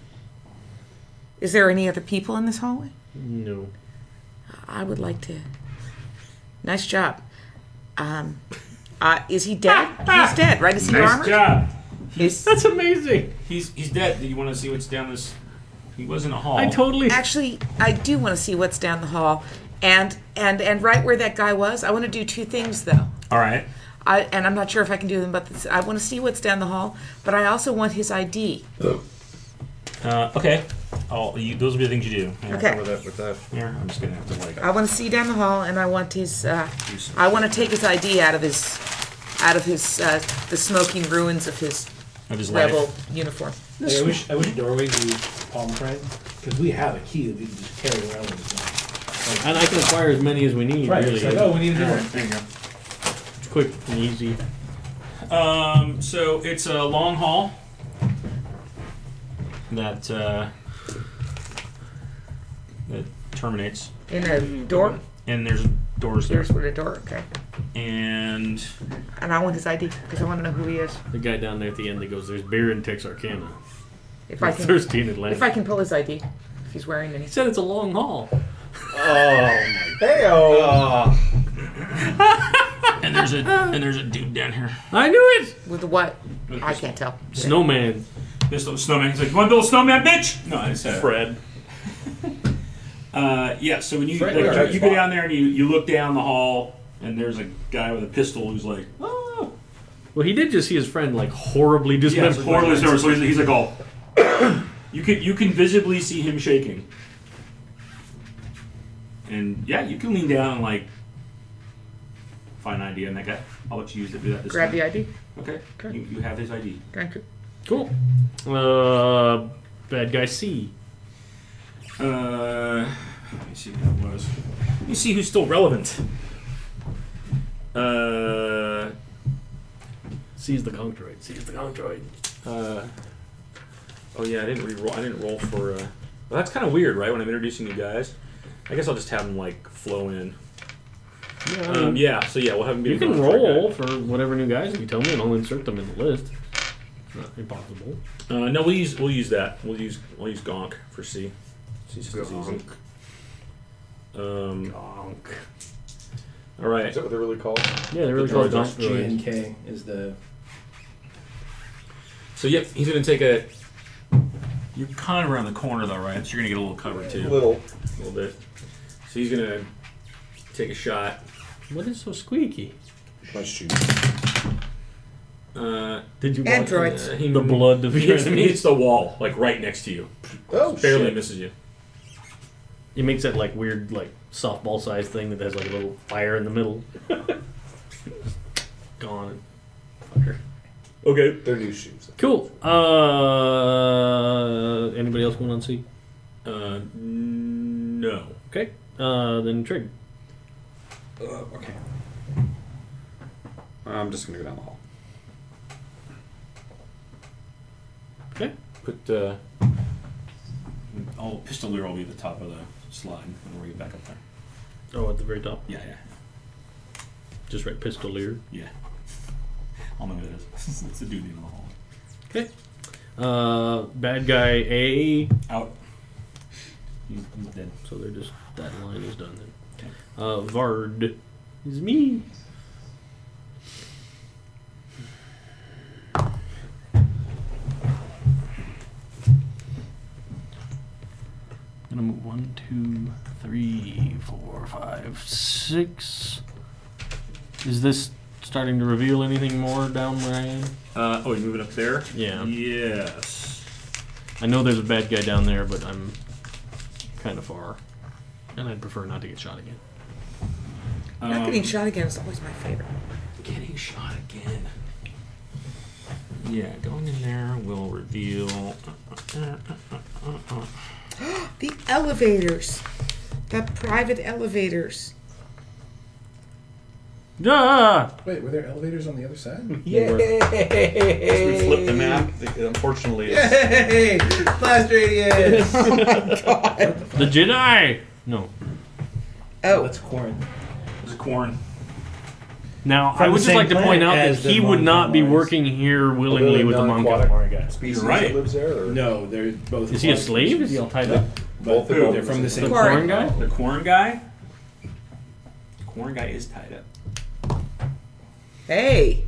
[SPEAKER 4] Is there any other people in this hallway?
[SPEAKER 2] No.
[SPEAKER 4] I would like to. Nice job. Um, uh, is he dead? He's dead, right? Is he armored?
[SPEAKER 1] job.
[SPEAKER 4] Is-
[SPEAKER 2] That's amazing.
[SPEAKER 1] He's he's dead. Do you want to see what's down this? He was in a hall.
[SPEAKER 2] I totally.
[SPEAKER 4] actually, I do want to see what's down the hall, and and and right where that guy was. I want to do two things though.
[SPEAKER 1] All right.
[SPEAKER 4] I and I'm not sure if I can do them, but this, I want to see what's down the hall. But I also want his ID.
[SPEAKER 1] Uh, okay. I'll, you, those will be the things you do. Here,
[SPEAKER 4] Okay. Uh,
[SPEAKER 7] With that, with that.
[SPEAKER 1] Here, I'm just gonna have to like.
[SPEAKER 4] I want to see down the hall, and I want his. Uh, I want to take his ID out of his, out of his uh, the smoking ruins of his
[SPEAKER 1] Of his
[SPEAKER 4] rebel
[SPEAKER 1] life.
[SPEAKER 4] uniform.
[SPEAKER 3] Hey, I wish I wish doorways used palm print because we have a key that we can just carry around with us.
[SPEAKER 2] And I can acquire as many as we need,
[SPEAKER 3] Right.
[SPEAKER 2] really.
[SPEAKER 3] It's like, oh, we need a door.
[SPEAKER 1] There you go.
[SPEAKER 2] It's quick and easy.
[SPEAKER 1] Um, so it's a long haul that uh, that terminates,
[SPEAKER 4] In a door.
[SPEAKER 1] and there's doors there,
[SPEAKER 4] There's with a door. Okay.
[SPEAKER 1] and
[SPEAKER 4] And I want his ID because I want to know who he is.
[SPEAKER 2] The guy down there at the end that goes, there's beer in Texarkana.
[SPEAKER 4] If I can,
[SPEAKER 2] Thirsty in Atlanta.
[SPEAKER 4] if I can pull his ID, if he's wearing any.
[SPEAKER 2] He said it's a long haul.
[SPEAKER 7] Hey, oh.
[SPEAKER 1] and there's a and there's a dude down here.
[SPEAKER 2] I knew it!
[SPEAKER 4] With the what? I can't tell.
[SPEAKER 2] Snowman.
[SPEAKER 1] This little snowman. He's like, "You want to build a snowman, bitch?" No, it's uh,
[SPEAKER 2] Fred.
[SPEAKER 1] Uh, yeah, so when you
[SPEAKER 7] Fred,
[SPEAKER 1] like,
[SPEAKER 7] you're
[SPEAKER 1] you,
[SPEAKER 7] right.
[SPEAKER 1] you go down there and you, you look down the hall, and there's a guy with a pistol who's like, "Oh,
[SPEAKER 2] Well, he did just see his friend like horribly dismembered.
[SPEAKER 1] It's horribly sober, so he's, he's like all. you can you can visibly see him shaking. And yeah, you can lean down and like find an ID on that guy. I'll let you use it to do that. This
[SPEAKER 4] Grab
[SPEAKER 1] time.
[SPEAKER 4] the ID.
[SPEAKER 1] Okay. You, you have his ID.
[SPEAKER 4] Thank you.
[SPEAKER 2] Cool. Uh, bad guy C.
[SPEAKER 1] Uh, let me see who that was. Let me see who's still relevant. Uh,
[SPEAKER 2] Sees the conch droid. Sees the conch droid.
[SPEAKER 1] uh, oh yeah, I didn't re-roll. I didn't roll for. Uh, well, that's kind of weird, right? When I'm introducing you guys, I guess I'll just have them like flow in.
[SPEAKER 2] Yeah, I mean,
[SPEAKER 1] Um, yeah. So yeah, we'll have them. Be
[SPEAKER 2] you
[SPEAKER 1] a
[SPEAKER 2] can
[SPEAKER 1] concentrate guy.
[SPEAKER 2] roll for whatever new guys you tell me, and I'll insert them in the list. It's not impossible.
[SPEAKER 1] Uh, no, we'll use we'll use that. We'll use we'll use Gonk for C. C's just as easy. Um,
[SPEAKER 2] Gonk.
[SPEAKER 1] all right.
[SPEAKER 7] Is that what they're really called?
[SPEAKER 2] Yeah, they really
[SPEAKER 1] The
[SPEAKER 2] call it
[SPEAKER 1] droid's
[SPEAKER 2] Gonk
[SPEAKER 3] G and
[SPEAKER 2] droid.
[SPEAKER 3] K is the
[SPEAKER 1] So yep, he's gonna take a. You're kind of around the corner though, right? So you're gonna get a little cover too,
[SPEAKER 7] Little.
[SPEAKER 1] a little bit. So he's gonna take a shot.
[SPEAKER 2] What is so squeaky?
[SPEAKER 7] Question.
[SPEAKER 1] Uh,
[SPEAKER 2] Did you
[SPEAKER 4] Androids.
[SPEAKER 1] uh, he
[SPEAKER 2] the blood of
[SPEAKER 1] He hits, he hits the wall, like right next to you.
[SPEAKER 7] Oh,
[SPEAKER 1] Barely
[SPEAKER 7] shit.
[SPEAKER 1] misses you.
[SPEAKER 2] It makes that like weird like softball sized thing that has like a little fire in the middle. Gone. Fucker.
[SPEAKER 1] Okay.
[SPEAKER 7] They're new shoes.
[SPEAKER 2] Cool. Uh, anybody else going on C?
[SPEAKER 1] Uh, no.
[SPEAKER 2] Okay. Uh, then Trig.
[SPEAKER 6] okay. I'm just gonna go down the hall.
[SPEAKER 2] Okay.
[SPEAKER 1] Put uh, oh, pistolier will be at the top of the slide when we get back up there.
[SPEAKER 2] Oh, at the very top.
[SPEAKER 1] Yeah, yeah,
[SPEAKER 2] Just right pistolier.
[SPEAKER 1] yeah. I'll know who it is. Oh it's the dude in the hall.
[SPEAKER 2] Okay. Uh, bad guy A.
[SPEAKER 1] Out. He's dead.
[SPEAKER 2] So they're just that line is done then. Uh, Vard is me. Gonna move one, two, three, four, five, six. Is this starting to reveal anything more down where I am?
[SPEAKER 1] Uh, oh, he's moving up there.
[SPEAKER 2] Yeah.
[SPEAKER 1] Yes.
[SPEAKER 2] I know there's a bad guy down there, but I'm kind of far, and I'd prefer not to get shot again.
[SPEAKER 1] Um,
[SPEAKER 4] Not getting shot again is always my favorite.
[SPEAKER 1] Getting shot again. Yeah, going in there will reveal. uh,
[SPEAKER 4] The elevators. The private elevators.
[SPEAKER 1] uh,
[SPEAKER 2] Ah!
[SPEAKER 3] wait. Were there elevators on the other side?
[SPEAKER 6] We flip the map. Unfortunately, it's
[SPEAKER 32] Hey, blast radius.
[SPEAKER 2] The Jedi! No.
[SPEAKER 4] Oh,
[SPEAKER 3] That's corn.
[SPEAKER 1] There's a corn.
[SPEAKER 2] Now, I would
[SPEAKER 3] From the
[SPEAKER 2] just
[SPEAKER 3] same
[SPEAKER 2] like to
[SPEAKER 3] planet
[SPEAKER 2] point out that
[SPEAKER 3] as the
[SPEAKER 2] he would
[SPEAKER 3] Mon
[SPEAKER 2] not be
[SPEAKER 3] Calamari.
[SPEAKER 2] working here willingly with the Mongol.
[SPEAKER 7] Non-aquatic
[SPEAKER 3] guys.
[SPEAKER 7] Species
[SPEAKER 1] You're right.
[SPEAKER 7] that lives there? Or?
[SPEAKER 3] No, they're both.
[SPEAKER 2] Is he a slave? Is he all tied up?
[SPEAKER 3] Both
[SPEAKER 7] Who?
[SPEAKER 3] they're from the
[SPEAKER 2] The
[SPEAKER 3] same.
[SPEAKER 2] foreign
[SPEAKER 4] Corn.
[SPEAKER 2] guy?
[SPEAKER 1] The corn guy? The corn guy is tied up.
[SPEAKER 4] hey.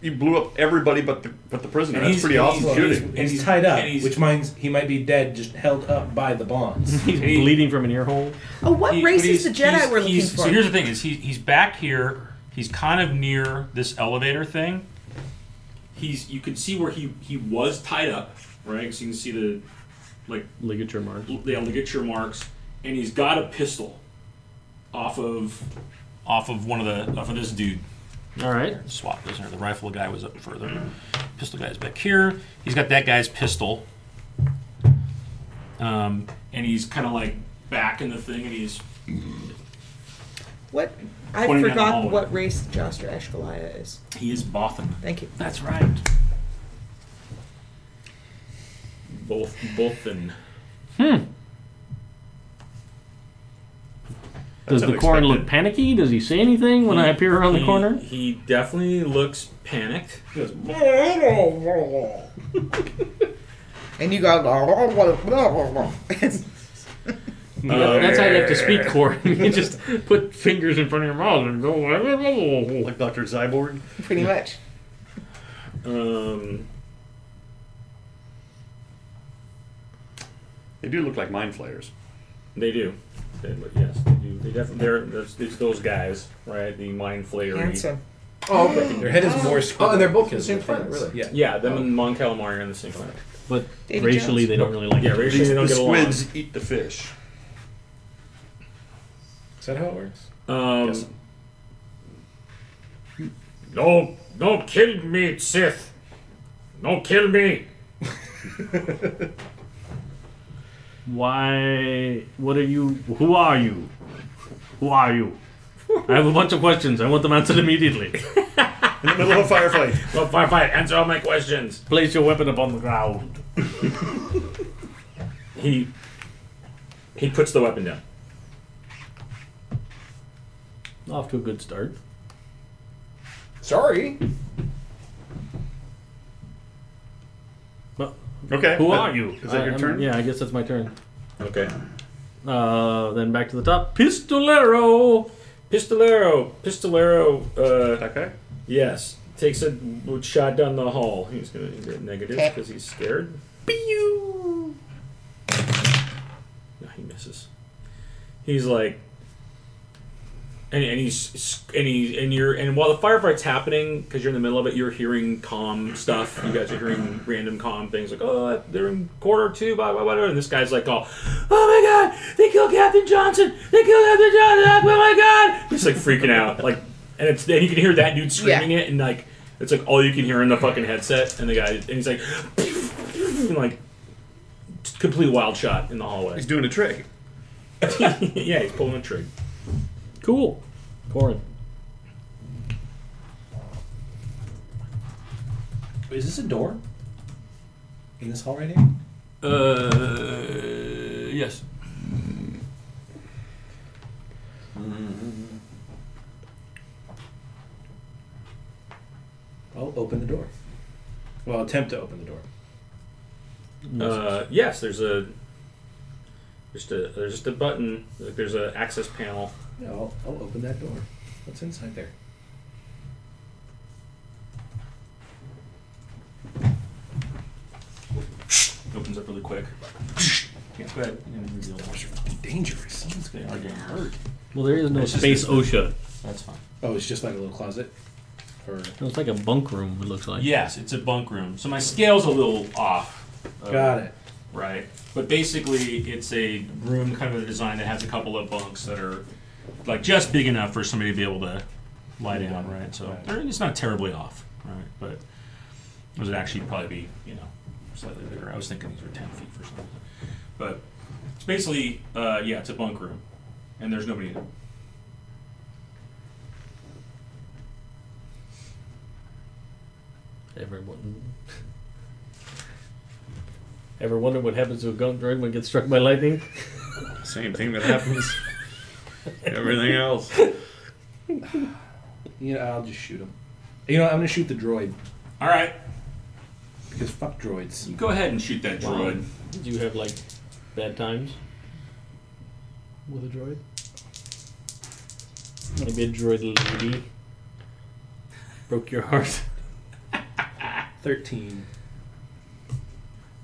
[SPEAKER 6] you blew up everybody but the but the prisoner.
[SPEAKER 1] And he's-
[SPEAKER 6] That's pretty
[SPEAKER 1] he's-
[SPEAKER 6] awesome
[SPEAKER 3] Well,
[SPEAKER 6] shooting.
[SPEAKER 3] he's,
[SPEAKER 1] Dude,
[SPEAKER 3] and he's
[SPEAKER 1] he's-
[SPEAKER 3] tied up,
[SPEAKER 1] and he's-
[SPEAKER 3] which means he might be dead, just held up by the bonds.
[SPEAKER 2] He's
[SPEAKER 1] He-
[SPEAKER 2] bleeding from an ear hole.
[SPEAKER 4] Oh, what
[SPEAKER 1] He-
[SPEAKER 4] race
[SPEAKER 1] but
[SPEAKER 4] is the
[SPEAKER 1] he's-
[SPEAKER 4] Jedi
[SPEAKER 1] he's-
[SPEAKER 4] we're looking
[SPEAKER 1] he's-
[SPEAKER 4] for?
[SPEAKER 1] So here's the thing: is he, he's back here. He's kind of near this elevator thing. He's you can see where he he was tied up, right? So you can see the like
[SPEAKER 2] Ligature marks.
[SPEAKER 1] the ligature marks, and he's got a pistol off of off of one of the off of this dude.
[SPEAKER 2] Alright.
[SPEAKER 1] Swap this there. The rifle guy was up further. Pistol guy's back here. He's got that guy's pistol. Um, and he's kind of like back in the thing, and he's
[SPEAKER 4] what? I
[SPEAKER 1] Pointing down the
[SPEAKER 4] forgot
[SPEAKER 1] hallway.
[SPEAKER 4] what race Joster Ashkalaya is.
[SPEAKER 1] he is Bothan.
[SPEAKER 4] Thank you.
[SPEAKER 1] That's right. Both, both, and
[SPEAKER 2] Does the corn look panicky? Does he say anything when I appear around the corner?
[SPEAKER 1] He definitely looks panicked.
[SPEAKER 4] And you go.
[SPEAKER 2] That's how you have to speak corn. you just put fingers in front of your mouth and go.
[SPEAKER 6] like Doctor Cyborg.
[SPEAKER 4] pretty much.
[SPEAKER 1] Um,
[SPEAKER 6] They do look like mind flayers.
[SPEAKER 1] they do. They- yes, they do. They definitely. They're, there's- it's those guys, right? The mind flayer.
[SPEAKER 4] Handsome.
[SPEAKER 7] Oh, okay.
[SPEAKER 3] Their head is more
[SPEAKER 7] Oh,
[SPEAKER 3] square.
[SPEAKER 7] and they're both in the same
[SPEAKER 3] Yes.
[SPEAKER 7] planet, really?
[SPEAKER 3] Yeah.
[SPEAKER 9] Yeah, them and Mon Calamari are in the same planet.
[SPEAKER 2] But
[SPEAKER 4] Davy
[SPEAKER 2] racially,
[SPEAKER 4] Jones.
[SPEAKER 2] they don't really like
[SPEAKER 9] Yeah,
[SPEAKER 2] it.
[SPEAKER 9] racially they don't
[SPEAKER 16] the
[SPEAKER 9] get along.
[SPEAKER 16] squids eat the fish.
[SPEAKER 3] Is that how it works?
[SPEAKER 9] Um,
[SPEAKER 3] Guessing.
[SPEAKER 1] No, no, kill me, Sith. No, kill me.
[SPEAKER 2] Why? What are you? Who are you? Who are you? I have a bunch of questions. I want them answered immediately.
[SPEAKER 16] In the middle of a firefight.
[SPEAKER 1] Well, firefight, answer all my questions.
[SPEAKER 2] Place your weapon upon the ground.
[SPEAKER 1] He he puts the weapon down.
[SPEAKER 2] Off to a good start.
[SPEAKER 7] Sorry.
[SPEAKER 2] But
[SPEAKER 16] Okay.
[SPEAKER 2] who are you?
[SPEAKER 16] Is that
[SPEAKER 2] I-
[SPEAKER 16] your
[SPEAKER 2] I'm-
[SPEAKER 16] turn?
[SPEAKER 2] Yeah, I guess that's my turn.
[SPEAKER 1] Okay.
[SPEAKER 2] Uh, then back to the top. Pistolero.
[SPEAKER 1] Pistolero, Pistolero, uh,
[SPEAKER 16] That guy?
[SPEAKER 1] yes, takes a shot down the hall. He's gonna get negative
[SPEAKER 4] Okay.
[SPEAKER 1] because he's scared. No, he misses. He's like, and, and he's s- and he and you're and while the firefight's happening because you're in the middle of it, you're hearing calm stuff. You guys are hearing random calm things like, oh, they're in quarter two, blah blah blah. And this guy's like, all, oh my god, they killed Captain Johnson, they killed Captain Johnson, oh my god. He's like freaking out, like, and it's then you can hear that dude screaming it, and like it's like all you can hear in the fucking headset, and the guy and he's like, and like complete wild shot in the hallway.
[SPEAKER 16] He's doing a trick.
[SPEAKER 1] yeah, he's pulling a trig.
[SPEAKER 2] Cool. Corin.
[SPEAKER 18] Is this a door? In this hall right here?
[SPEAKER 9] Uh, yes.
[SPEAKER 18] I'll open the door. Well, attempt to open the door.
[SPEAKER 1] Uh, yes, there's a just a there's just a button. Like there's an access panel.
[SPEAKER 18] Yeah, I'll, I'll open that door. What's inside there?
[SPEAKER 9] Opens up really quick. Yeah, go ahead. Yeah, reveal that.
[SPEAKER 18] Dangerous. Someone's
[SPEAKER 9] They are getting hurt.
[SPEAKER 2] Well, there is no
[SPEAKER 18] It's just
[SPEAKER 2] space OSHA.
[SPEAKER 9] That's fine.
[SPEAKER 18] Oh, it's just like a little closet. Or
[SPEAKER 2] No, it's like a bunk room. It looks like.
[SPEAKER 9] Yes, it's a bunk room. So my scale's a little off.
[SPEAKER 2] Oh.
[SPEAKER 9] uh,
[SPEAKER 18] got it.
[SPEAKER 9] Right. But basically, it's a room kind of a design that has a couple of bunks that are like just big enough for somebody to be able to lie down, right? So
[SPEAKER 18] Right.
[SPEAKER 9] they're- it's not terribly off, right? But it would actually probably be, you know, slightly bigger. I was thinking these were 10 feet for something. But it's basically, uh, yeah, it's a bunk room. And there's nobody in it.
[SPEAKER 2] Everyone. Ever wonder what happens to a gunk droid when it gets struck by lightning?
[SPEAKER 6] Same thing that happens. Everything else.
[SPEAKER 18] You know, I'll just shoot him. You know, what, I'm gonna shoot the droid
[SPEAKER 9] All right.
[SPEAKER 18] because fuck droids.
[SPEAKER 9] You go ahead and shoot that droid.
[SPEAKER 2] Did you have like bad times with a droid? Maybe a droid lady broke your heart.
[SPEAKER 18] Thirteen.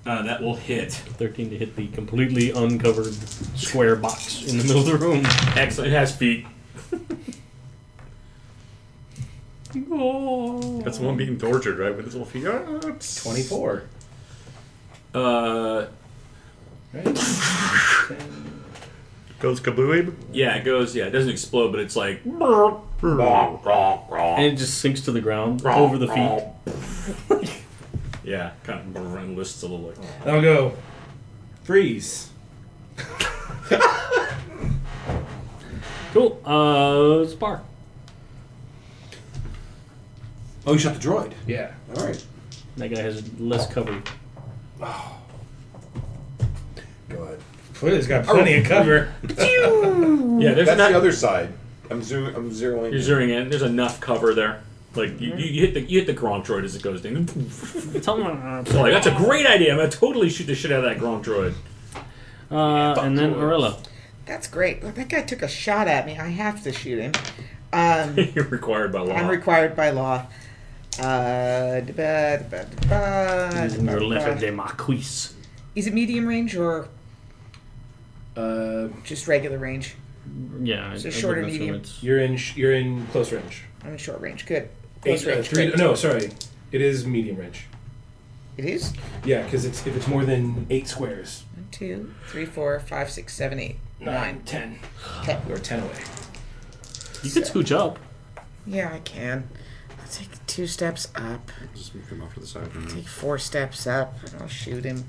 [SPEAKER 9] Uh, that will hit.
[SPEAKER 2] Thirteen to hit the completely uncovered square box in the middle of the room.
[SPEAKER 1] Excellent. It has feet.
[SPEAKER 6] That's the one being tortured, right? With his little feet. Ah, psst.
[SPEAKER 18] Twenty-four.
[SPEAKER 1] Uh,
[SPEAKER 18] Right.
[SPEAKER 6] Goes kabooey.
[SPEAKER 1] yeah, it goes. Yeah, it doesn't explode, but it's like
[SPEAKER 2] And it just sinks to the ground over the feet.
[SPEAKER 1] yeah, kind of and lists a little. Like,
[SPEAKER 18] I'll go. Freeze.
[SPEAKER 2] Cool. Uh, spar.
[SPEAKER 7] Oh, you shot the droid.
[SPEAKER 18] Yeah.
[SPEAKER 7] All right.
[SPEAKER 2] That guy has less cover.
[SPEAKER 7] Go ahead.
[SPEAKER 18] Clearly, it's
[SPEAKER 3] Oh.
[SPEAKER 18] got plenty of cover.
[SPEAKER 1] yeah, there's
[SPEAKER 7] That's
[SPEAKER 1] not,
[SPEAKER 7] the other side. I'm zooming. I'm zeroing.
[SPEAKER 1] You're zeroing in. There's enough cover there. Like you, you, you hit the you hit the Gronk droid as it goes ding.
[SPEAKER 2] Tell him.
[SPEAKER 1] So like that's a great idea. I'm gonna totally shoot the shit out of that Gronk droid.
[SPEAKER 2] Uh, and then Arilla.
[SPEAKER 4] That's great. Well, that guy took a shot at me. I have to shoot him. Um,
[SPEAKER 1] You're required by law.
[SPEAKER 4] I'm required by law. Uh, da-ba, da-ba, da-ba,
[SPEAKER 2] Using your
[SPEAKER 4] da-ba,
[SPEAKER 2] letter
[SPEAKER 4] da-ba.
[SPEAKER 2] de marquise.
[SPEAKER 4] Is it medium range or
[SPEAKER 18] Uh,
[SPEAKER 4] just regular range?
[SPEAKER 2] Yeah,
[SPEAKER 4] Is
[SPEAKER 2] I-
[SPEAKER 4] it
[SPEAKER 2] I
[SPEAKER 4] short or
[SPEAKER 2] wouldn't assume
[SPEAKER 4] medium?
[SPEAKER 2] it's-
[SPEAKER 18] you're in. Sh- you're in close range.
[SPEAKER 4] I'm in short range. Good. Close
[SPEAKER 3] Eight- uh,
[SPEAKER 4] range,
[SPEAKER 3] three-
[SPEAKER 4] correct.
[SPEAKER 3] no, sorry, it is medium range.
[SPEAKER 4] It is
[SPEAKER 3] Yeah, because it's if it's more than eight squares,
[SPEAKER 4] one, two, three, four, five, six, seven, eight, nine.
[SPEAKER 3] nine, ten,
[SPEAKER 4] Okay.
[SPEAKER 3] or ten away.
[SPEAKER 2] You could scooch up.
[SPEAKER 4] Yeah, I can. I'll take two steps up,
[SPEAKER 6] Just move him off to the side.
[SPEAKER 4] take four steps up, and I'll shoot him.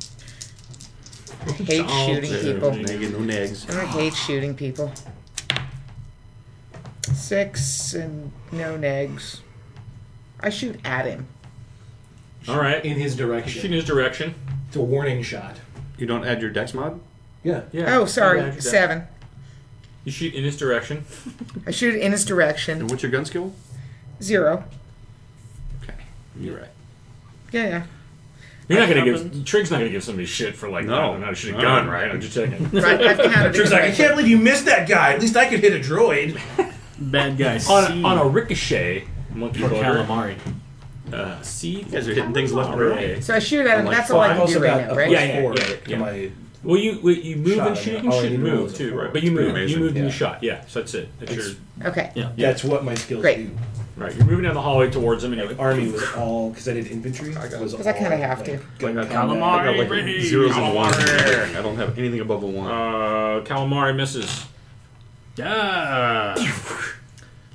[SPEAKER 4] I hate shooting people.
[SPEAKER 6] Nagging, no nags.
[SPEAKER 4] I hate shooting people. Six and no negs. I shoot at him.
[SPEAKER 1] All right.
[SPEAKER 3] In his
[SPEAKER 1] Shooting
[SPEAKER 3] direction,
[SPEAKER 1] his direction.
[SPEAKER 3] it's a warning shot.
[SPEAKER 6] You don't add your dex mod?
[SPEAKER 3] Yeah,
[SPEAKER 1] Yeah.
[SPEAKER 4] Oh,
[SPEAKER 1] Yeah,
[SPEAKER 4] sorry,
[SPEAKER 1] exactly.
[SPEAKER 4] seven.
[SPEAKER 1] You shoot in his direction.
[SPEAKER 4] I shoot in his direction.
[SPEAKER 6] And what's your gun skill?
[SPEAKER 4] Zero.
[SPEAKER 6] Okay. You're right.
[SPEAKER 4] Yeah, yeah.
[SPEAKER 1] You're not
[SPEAKER 2] That
[SPEAKER 1] gonna give
[SPEAKER 2] happens.
[SPEAKER 1] Trig's not gonna give somebody shit for like
[SPEAKER 6] No.
[SPEAKER 1] I don't know, shoot a
[SPEAKER 6] No.
[SPEAKER 1] gun, right? I'm just checking.
[SPEAKER 4] Right, I've counted. it correctly.
[SPEAKER 3] believe you missed that guy. At least I could hit a droid.
[SPEAKER 2] Bad guy.
[SPEAKER 1] on,
[SPEAKER 2] C
[SPEAKER 1] a, on a ricochet monkey
[SPEAKER 2] for
[SPEAKER 1] bugger.
[SPEAKER 2] calamari.
[SPEAKER 1] Uh, see, you
[SPEAKER 6] guys are hitting things left and right.
[SPEAKER 4] So I shoot at him.
[SPEAKER 6] Like
[SPEAKER 4] That's all I
[SPEAKER 6] five.
[SPEAKER 4] can do right now, right?
[SPEAKER 1] Yeah, yeah, yeah, yeah. Well, you well, you move
[SPEAKER 3] Shot,
[SPEAKER 1] and
[SPEAKER 3] I
[SPEAKER 1] shoot. You
[SPEAKER 3] mean,
[SPEAKER 1] can
[SPEAKER 3] all I
[SPEAKER 1] shoot
[SPEAKER 3] need
[SPEAKER 1] and
[SPEAKER 3] to roll
[SPEAKER 1] move
[SPEAKER 3] is a
[SPEAKER 1] too,
[SPEAKER 3] four.
[SPEAKER 1] right? But you
[SPEAKER 6] Pretty
[SPEAKER 1] move,
[SPEAKER 6] amazing.
[SPEAKER 1] you move and
[SPEAKER 3] Yeah.
[SPEAKER 1] you shot. Yeah, so that's it. That's your
[SPEAKER 4] Okay.
[SPEAKER 2] Yeah.
[SPEAKER 3] That's what my skills
[SPEAKER 4] Great.
[SPEAKER 3] do.
[SPEAKER 1] right. You're moving down the hallway towards him, and you're like,
[SPEAKER 3] Army was all because I did infantry. Because
[SPEAKER 4] I kinda have to.
[SPEAKER 6] Like a
[SPEAKER 1] Calamari,
[SPEAKER 6] I got like
[SPEAKER 1] baby.
[SPEAKER 6] zeros and ones. and
[SPEAKER 1] Calamari.
[SPEAKER 6] everything. I don't have anything above a one.
[SPEAKER 1] uh, calamari misses.
[SPEAKER 2] Yeah.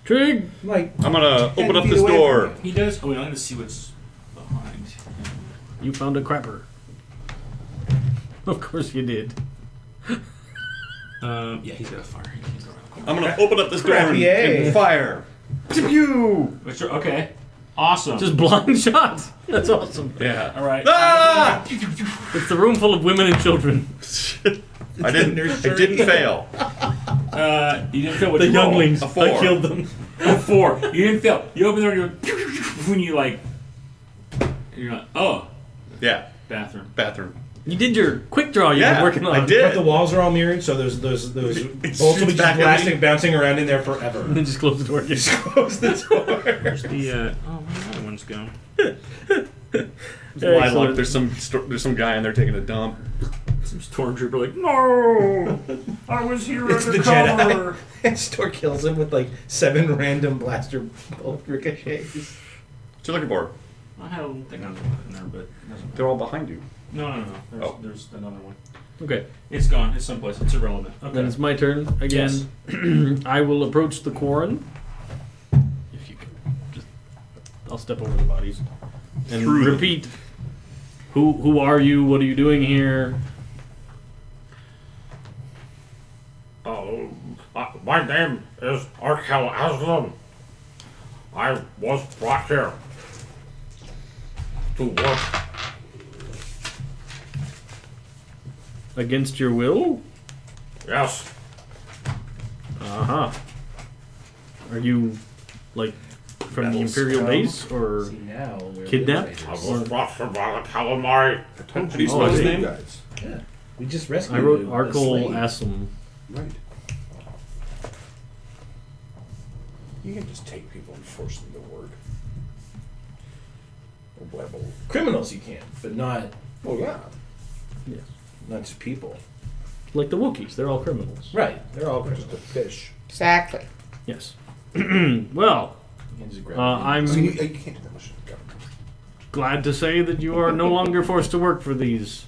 [SPEAKER 2] Trig.
[SPEAKER 3] Like
[SPEAKER 6] I'm gonna
[SPEAKER 3] Ten
[SPEAKER 6] open up
[SPEAKER 3] feet
[SPEAKER 6] this
[SPEAKER 3] away from
[SPEAKER 6] door.
[SPEAKER 9] He does. Oh, we don't have to see what's behind.
[SPEAKER 2] You found a crapper. Of course you did.
[SPEAKER 9] Um, yeah, he's got a fire. He can't go around the corner.
[SPEAKER 6] I'm gonna open up this door and,
[SPEAKER 3] Crappy, eh?
[SPEAKER 6] and fire.
[SPEAKER 3] you.
[SPEAKER 9] Which are, okay. Awesome.
[SPEAKER 2] Just blind shot. That's awesome.
[SPEAKER 6] Yeah.
[SPEAKER 9] all right.
[SPEAKER 6] Ah!
[SPEAKER 2] It's the room full of women and children.
[SPEAKER 6] I didn't. I didn't fail.
[SPEAKER 9] Uh, you didn't feel what
[SPEAKER 2] The
[SPEAKER 9] you rolled.
[SPEAKER 2] younglings.
[SPEAKER 6] a four.
[SPEAKER 2] I killed them.
[SPEAKER 9] A four. You didn't feel. You open the door. and You're when you like. You're like, oh,
[SPEAKER 6] Yeah.
[SPEAKER 9] bathroom.
[SPEAKER 6] Bathroom.
[SPEAKER 2] You did your quick draw you
[SPEAKER 6] Yeah.
[SPEAKER 2] were working on.
[SPEAKER 6] I
[SPEAKER 3] But
[SPEAKER 6] did.
[SPEAKER 3] the walls are all mirrored, so those those those bolts will be
[SPEAKER 6] shoots
[SPEAKER 3] just
[SPEAKER 6] back at
[SPEAKER 3] blasting,
[SPEAKER 6] me.
[SPEAKER 3] bouncing around in there
[SPEAKER 2] And
[SPEAKER 3] forever.
[SPEAKER 2] then just close the door again.
[SPEAKER 3] Close the door.
[SPEAKER 1] Where's the uh, oh, where the other one's going?
[SPEAKER 6] Why
[SPEAKER 2] Excellent.
[SPEAKER 6] look? There's some. Sto- there's some guy in there taking a dump.
[SPEAKER 1] Some stormtrooper like, no, I was here
[SPEAKER 3] It's the
[SPEAKER 1] undercover."
[SPEAKER 3] Jedi. And Stor kills him with like seven random blaster bolt ricochets.
[SPEAKER 6] What you looking for?
[SPEAKER 9] I had a little thing on in there, but it doesn't.
[SPEAKER 6] They're all behind you.
[SPEAKER 9] No, no, no. There's,
[SPEAKER 6] Oh.
[SPEAKER 9] there's another one.
[SPEAKER 2] Okay.
[SPEAKER 9] It's gone. It's someplace. It's irrelevant.
[SPEAKER 2] Then
[SPEAKER 9] Okay.
[SPEAKER 2] it's my turn again. I will approach the Quarren. If you can, just I'll step over the bodies and
[SPEAKER 6] Through them.
[SPEAKER 2] repeat. Who who are you? What are you doing here?
[SPEAKER 1] Oh, uh, my name is Arkel Aslam. I was brought here to work.
[SPEAKER 2] Against your will?
[SPEAKER 1] Yes,
[SPEAKER 2] Uh huh. Are you like from the
[SPEAKER 3] Rebels
[SPEAKER 2] imperial
[SPEAKER 3] come.
[SPEAKER 2] base or
[SPEAKER 3] See now we're
[SPEAKER 2] kidnapped?
[SPEAKER 1] I was brought here by the calamari.
[SPEAKER 7] I told you.
[SPEAKER 6] you
[SPEAKER 7] to
[SPEAKER 6] spell his
[SPEAKER 7] save
[SPEAKER 6] name?
[SPEAKER 7] you guys.
[SPEAKER 3] We just rescued.
[SPEAKER 2] I wrote
[SPEAKER 3] a
[SPEAKER 2] Arkle
[SPEAKER 3] slave.
[SPEAKER 2] Assam.
[SPEAKER 7] Right.
[SPEAKER 33] You can just take people and force them to work. A rebel.
[SPEAKER 3] criminals. You can, but not
[SPEAKER 7] Oh yeah.
[SPEAKER 2] Yes.
[SPEAKER 3] not just people.
[SPEAKER 2] Like the Wookiees, they're all criminals.
[SPEAKER 3] Right, they're all
[SPEAKER 7] Just a fish.
[SPEAKER 4] Exactly.
[SPEAKER 2] Yes. well, uh, I'm.
[SPEAKER 7] So you, you can't do that much. Go.
[SPEAKER 2] Glad to say that you are no longer forced to work for these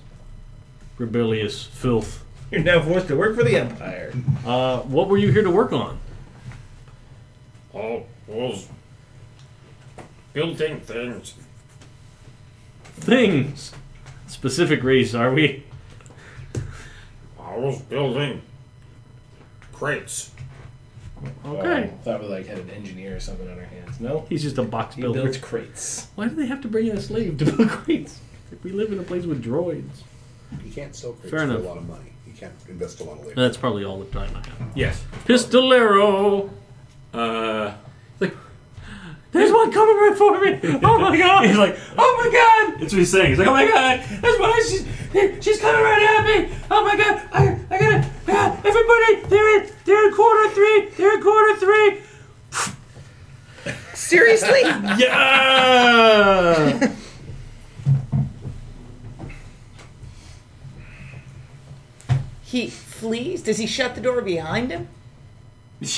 [SPEAKER 2] rebellious filth.
[SPEAKER 3] You're now forced to work for the Empire.
[SPEAKER 2] Uh, what were you here to work on?
[SPEAKER 1] Oh, was building things.
[SPEAKER 2] Things. Specific race, are we?
[SPEAKER 1] I was building crates.
[SPEAKER 9] Oh.
[SPEAKER 2] Okay.
[SPEAKER 3] Um, thought we like had an engineer or something on our hands. No,
[SPEAKER 2] He's just a box
[SPEAKER 3] he
[SPEAKER 2] builder.
[SPEAKER 3] builds crates.
[SPEAKER 2] Why do they have to bring in a slave to build crates? We live in a place with droids.
[SPEAKER 7] You can't sell crates
[SPEAKER 2] Fair
[SPEAKER 7] for
[SPEAKER 2] enough.
[SPEAKER 7] a lot of money. You can't invest a lot of labor.
[SPEAKER 2] That's probably all the time I have.
[SPEAKER 1] Yes.
[SPEAKER 2] Pistolero!
[SPEAKER 1] Uh,
[SPEAKER 2] There's one coming right for me! Oh my god!
[SPEAKER 9] He's like, oh my god! That's what he's saying. He's like, oh my god! That's why she's she's coming right at me! Oh my god! I, I gotta ah, everybody! They're in they're in quarter three. They're in quarter three.
[SPEAKER 4] Seriously?
[SPEAKER 2] Yeah!
[SPEAKER 4] he flees? Does he shut the door behind him?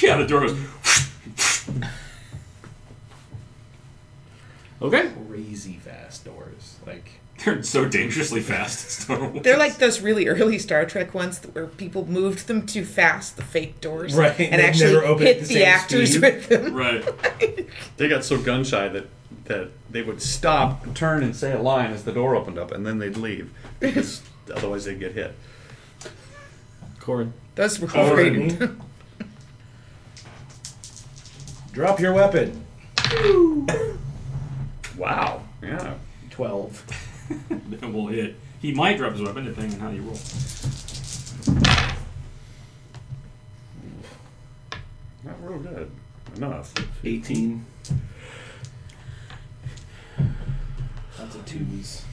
[SPEAKER 9] Yeah, the door goes.
[SPEAKER 2] Okay.
[SPEAKER 3] crazy fast doors. Like
[SPEAKER 1] They're so dangerously fast. It's terrible.
[SPEAKER 4] They're like those really early Star Trek ones that where people moved them too fast, the fake doors,
[SPEAKER 3] Right,
[SPEAKER 4] and
[SPEAKER 3] they'd
[SPEAKER 4] actually
[SPEAKER 3] never open at
[SPEAKER 4] hit
[SPEAKER 3] the
[SPEAKER 4] the,
[SPEAKER 3] same
[SPEAKER 4] actors
[SPEAKER 3] speed.
[SPEAKER 4] with them.
[SPEAKER 1] right.
[SPEAKER 5] They got so gun shy that that they would stop, turn, and say a line as the door opened up, and then they'd leave because otherwise they'd get hit.
[SPEAKER 2] Corin.
[SPEAKER 4] Those were
[SPEAKER 3] Oh,
[SPEAKER 1] Corin.
[SPEAKER 4] great.
[SPEAKER 3] drop your weapon.
[SPEAKER 5] Wow. Yeah.
[SPEAKER 3] Twelve.
[SPEAKER 1] That will hit. He might drop his weapon depending on how you roll.
[SPEAKER 5] Not real good. Enough.
[SPEAKER 3] 18. Lots of twos.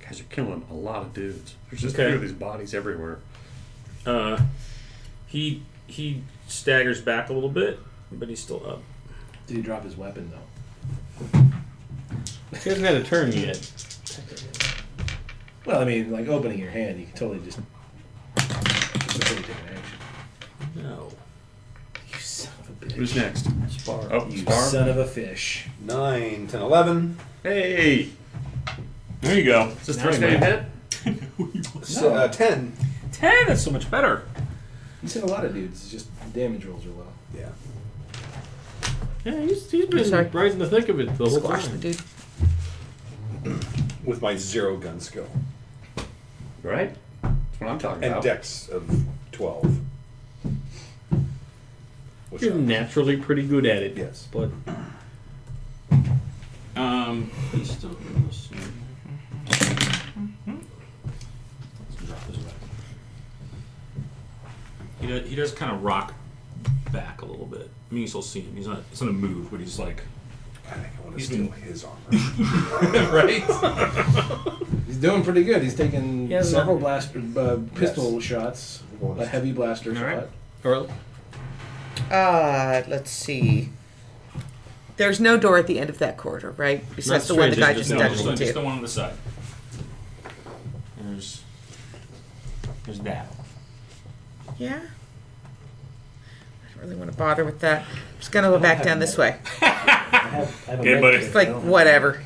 [SPEAKER 5] Guys are killing a lot of dudes. There's just a
[SPEAKER 34] Okay.
[SPEAKER 5] few of these bodies everywhere.
[SPEAKER 34] Uh, he he staggers back a little bit, but he's still up.
[SPEAKER 3] Did he drop his weapon though?
[SPEAKER 2] She hasn't had a turn yet.
[SPEAKER 3] Well, I mean, like opening your hand, you can totally just. it's a pretty different action.
[SPEAKER 34] No.
[SPEAKER 3] You son of a bitch.
[SPEAKER 5] Who's next?
[SPEAKER 2] Spar.
[SPEAKER 5] Oh,
[SPEAKER 3] You
[SPEAKER 5] Spar.
[SPEAKER 3] son of a fish.
[SPEAKER 7] 9, 10, 11.
[SPEAKER 5] Hey!
[SPEAKER 1] There you go.
[SPEAKER 5] Is this the first guy you hit?
[SPEAKER 7] s- uh, 10.
[SPEAKER 1] Ten. That's so much better.
[SPEAKER 3] You said a lot of dudes. It's just the damage rolls are low.
[SPEAKER 7] Yeah.
[SPEAKER 2] Yeah, he's, he's been
[SPEAKER 4] Sorry.
[SPEAKER 2] right in the thick of it the whole
[SPEAKER 4] Squash the
[SPEAKER 2] time.
[SPEAKER 4] dude.
[SPEAKER 7] With my zero gun skill.
[SPEAKER 5] Right? That's what I'm talking
[SPEAKER 7] And
[SPEAKER 5] about.
[SPEAKER 7] dex of 12. Which
[SPEAKER 2] You're naturally pretty good at it.
[SPEAKER 7] Yes.
[SPEAKER 2] But
[SPEAKER 1] Um, he's still gonna see. Drop his weapon. He does, he does kind of rock back a little bit. I mean, you still see him. He's not. He's not a move, but he's like
[SPEAKER 7] I think I want to
[SPEAKER 1] He's
[SPEAKER 7] steal
[SPEAKER 1] been-
[SPEAKER 7] his armor.
[SPEAKER 3] right? He's doing pretty good. He's taking
[SPEAKER 4] Yeah,
[SPEAKER 3] several blaster, uh, pistol shots,
[SPEAKER 7] We're going
[SPEAKER 3] a heavy blaster shot.
[SPEAKER 2] right. Carl.
[SPEAKER 4] Uh, let's see. There's no door at the end of that corridor, right? Besides the one the guy just
[SPEAKER 1] no,
[SPEAKER 4] dodged
[SPEAKER 1] just, the-
[SPEAKER 4] into.
[SPEAKER 1] just the one on the side. There's there's that.
[SPEAKER 4] Yeah. I don't really want to bother with that. I'm just gonna go back down this way.
[SPEAKER 3] I have, I have a
[SPEAKER 1] Okay,
[SPEAKER 3] med
[SPEAKER 1] buddy.
[SPEAKER 3] kit,
[SPEAKER 4] It's
[SPEAKER 3] I
[SPEAKER 4] like
[SPEAKER 3] don't have-
[SPEAKER 4] whatever.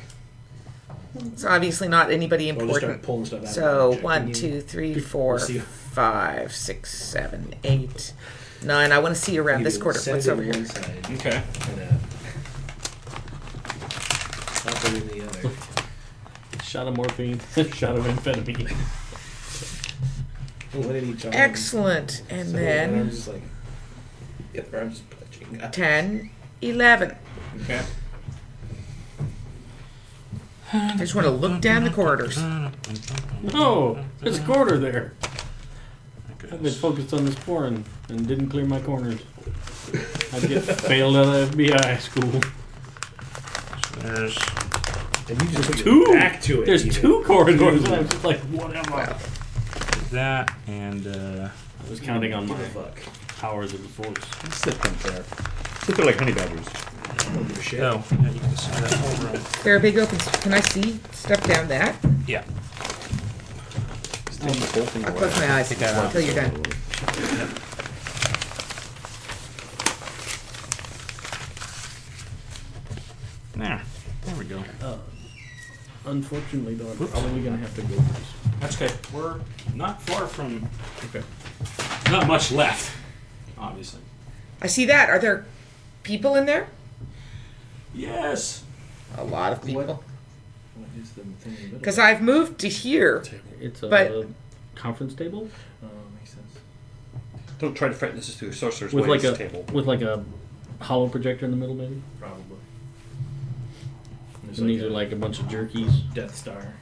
[SPEAKER 4] It's obviously not anybody
[SPEAKER 3] I'll just start
[SPEAKER 4] important.
[SPEAKER 3] pulling stuff out.
[SPEAKER 4] So
[SPEAKER 3] one,
[SPEAKER 4] one, two, three, four,
[SPEAKER 3] see.
[SPEAKER 4] five, six, seven, eight, nine. I want to see around this corner. What's over here?
[SPEAKER 3] Side uh,
[SPEAKER 1] Okay.
[SPEAKER 3] and a upper in the other.
[SPEAKER 2] Shot of morphine. Shot of amphetamine.
[SPEAKER 3] One in each arm.
[SPEAKER 4] Excellent. And
[SPEAKER 3] So
[SPEAKER 4] then
[SPEAKER 3] I'm just like, the other arm's just clutching. up.
[SPEAKER 4] ten, eleven.
[SPEAKER 1] Okay.
[SPEAKER 4] I just want to look down the corridors.
[SPEAKER 2] No, there's a corner there. I've been focused on this foreign and didn't clear my corners. I get failed out of FBI school.
[SPEAKER 35] There's
[SPEAKER 3] And you just put
[SPEAKER 2] Two.
[SPEAKER 3] your back to it.
[SPEAKER 2] There's
[SPEAKER 3] even.
[SPEAKER 2] two corridors, and I'm just like, what am I?
[SPEAKER 1] That and uh,
[SPEAKER 2] I was counting on my powers of the force.
[SPEAKER 5] Sit them there. Sit there like honey badgers.
[SPEAKER 3] I don't give a shit.
[SPEAKER 1] oh yeah, you can see that whole room.
[SPEAKER 4] There are big open. Can I see stuff down that?
[SPEAKER 1] Yeah.
[SPEAKER 4] I'll close my eyes until you're done.
[SPEAKER 1] There. There we go.
[SPEAKER 2] Unfortunately, though, I'm probably gonna have to go first.
[SPEAKER 1] That's okay. We're not far from. Okay. Not much left, obviously.
[SPEAKER 4] I see that. Are there people in there?
[SPEAKER 1] Yes.
[SPEAKER 4] A lot of
[SPEAKER 3] What?
[SPEAKER 4] people.
[SPEAKER 3] What is the thing in the middle?
[SPEAKER 4] Because I've moved to here.
[SPEAKER 2] It's a
[SPEAKER 4] But-
[SPEAKER 2] conference table
[SPEAKER 3] Oh, makes sense.
[SPEAKER 5] Don't try to frighten us through a sorcerer's
[SPEAKER 2] with like
[SPEAKER 5] Ways
[SPEAKER 2] a
[SPEAKER 5] table.
[SPEAKER 2] with like a hollow projector in the middle, maybe.
[SPEAKER 3] Probably. There's
[SPEAKER 2] And these
[SPEAKER 3] a
[SPEAKER 2] are like a bunch of jerkies.
[SPEAKER 3] Death Star.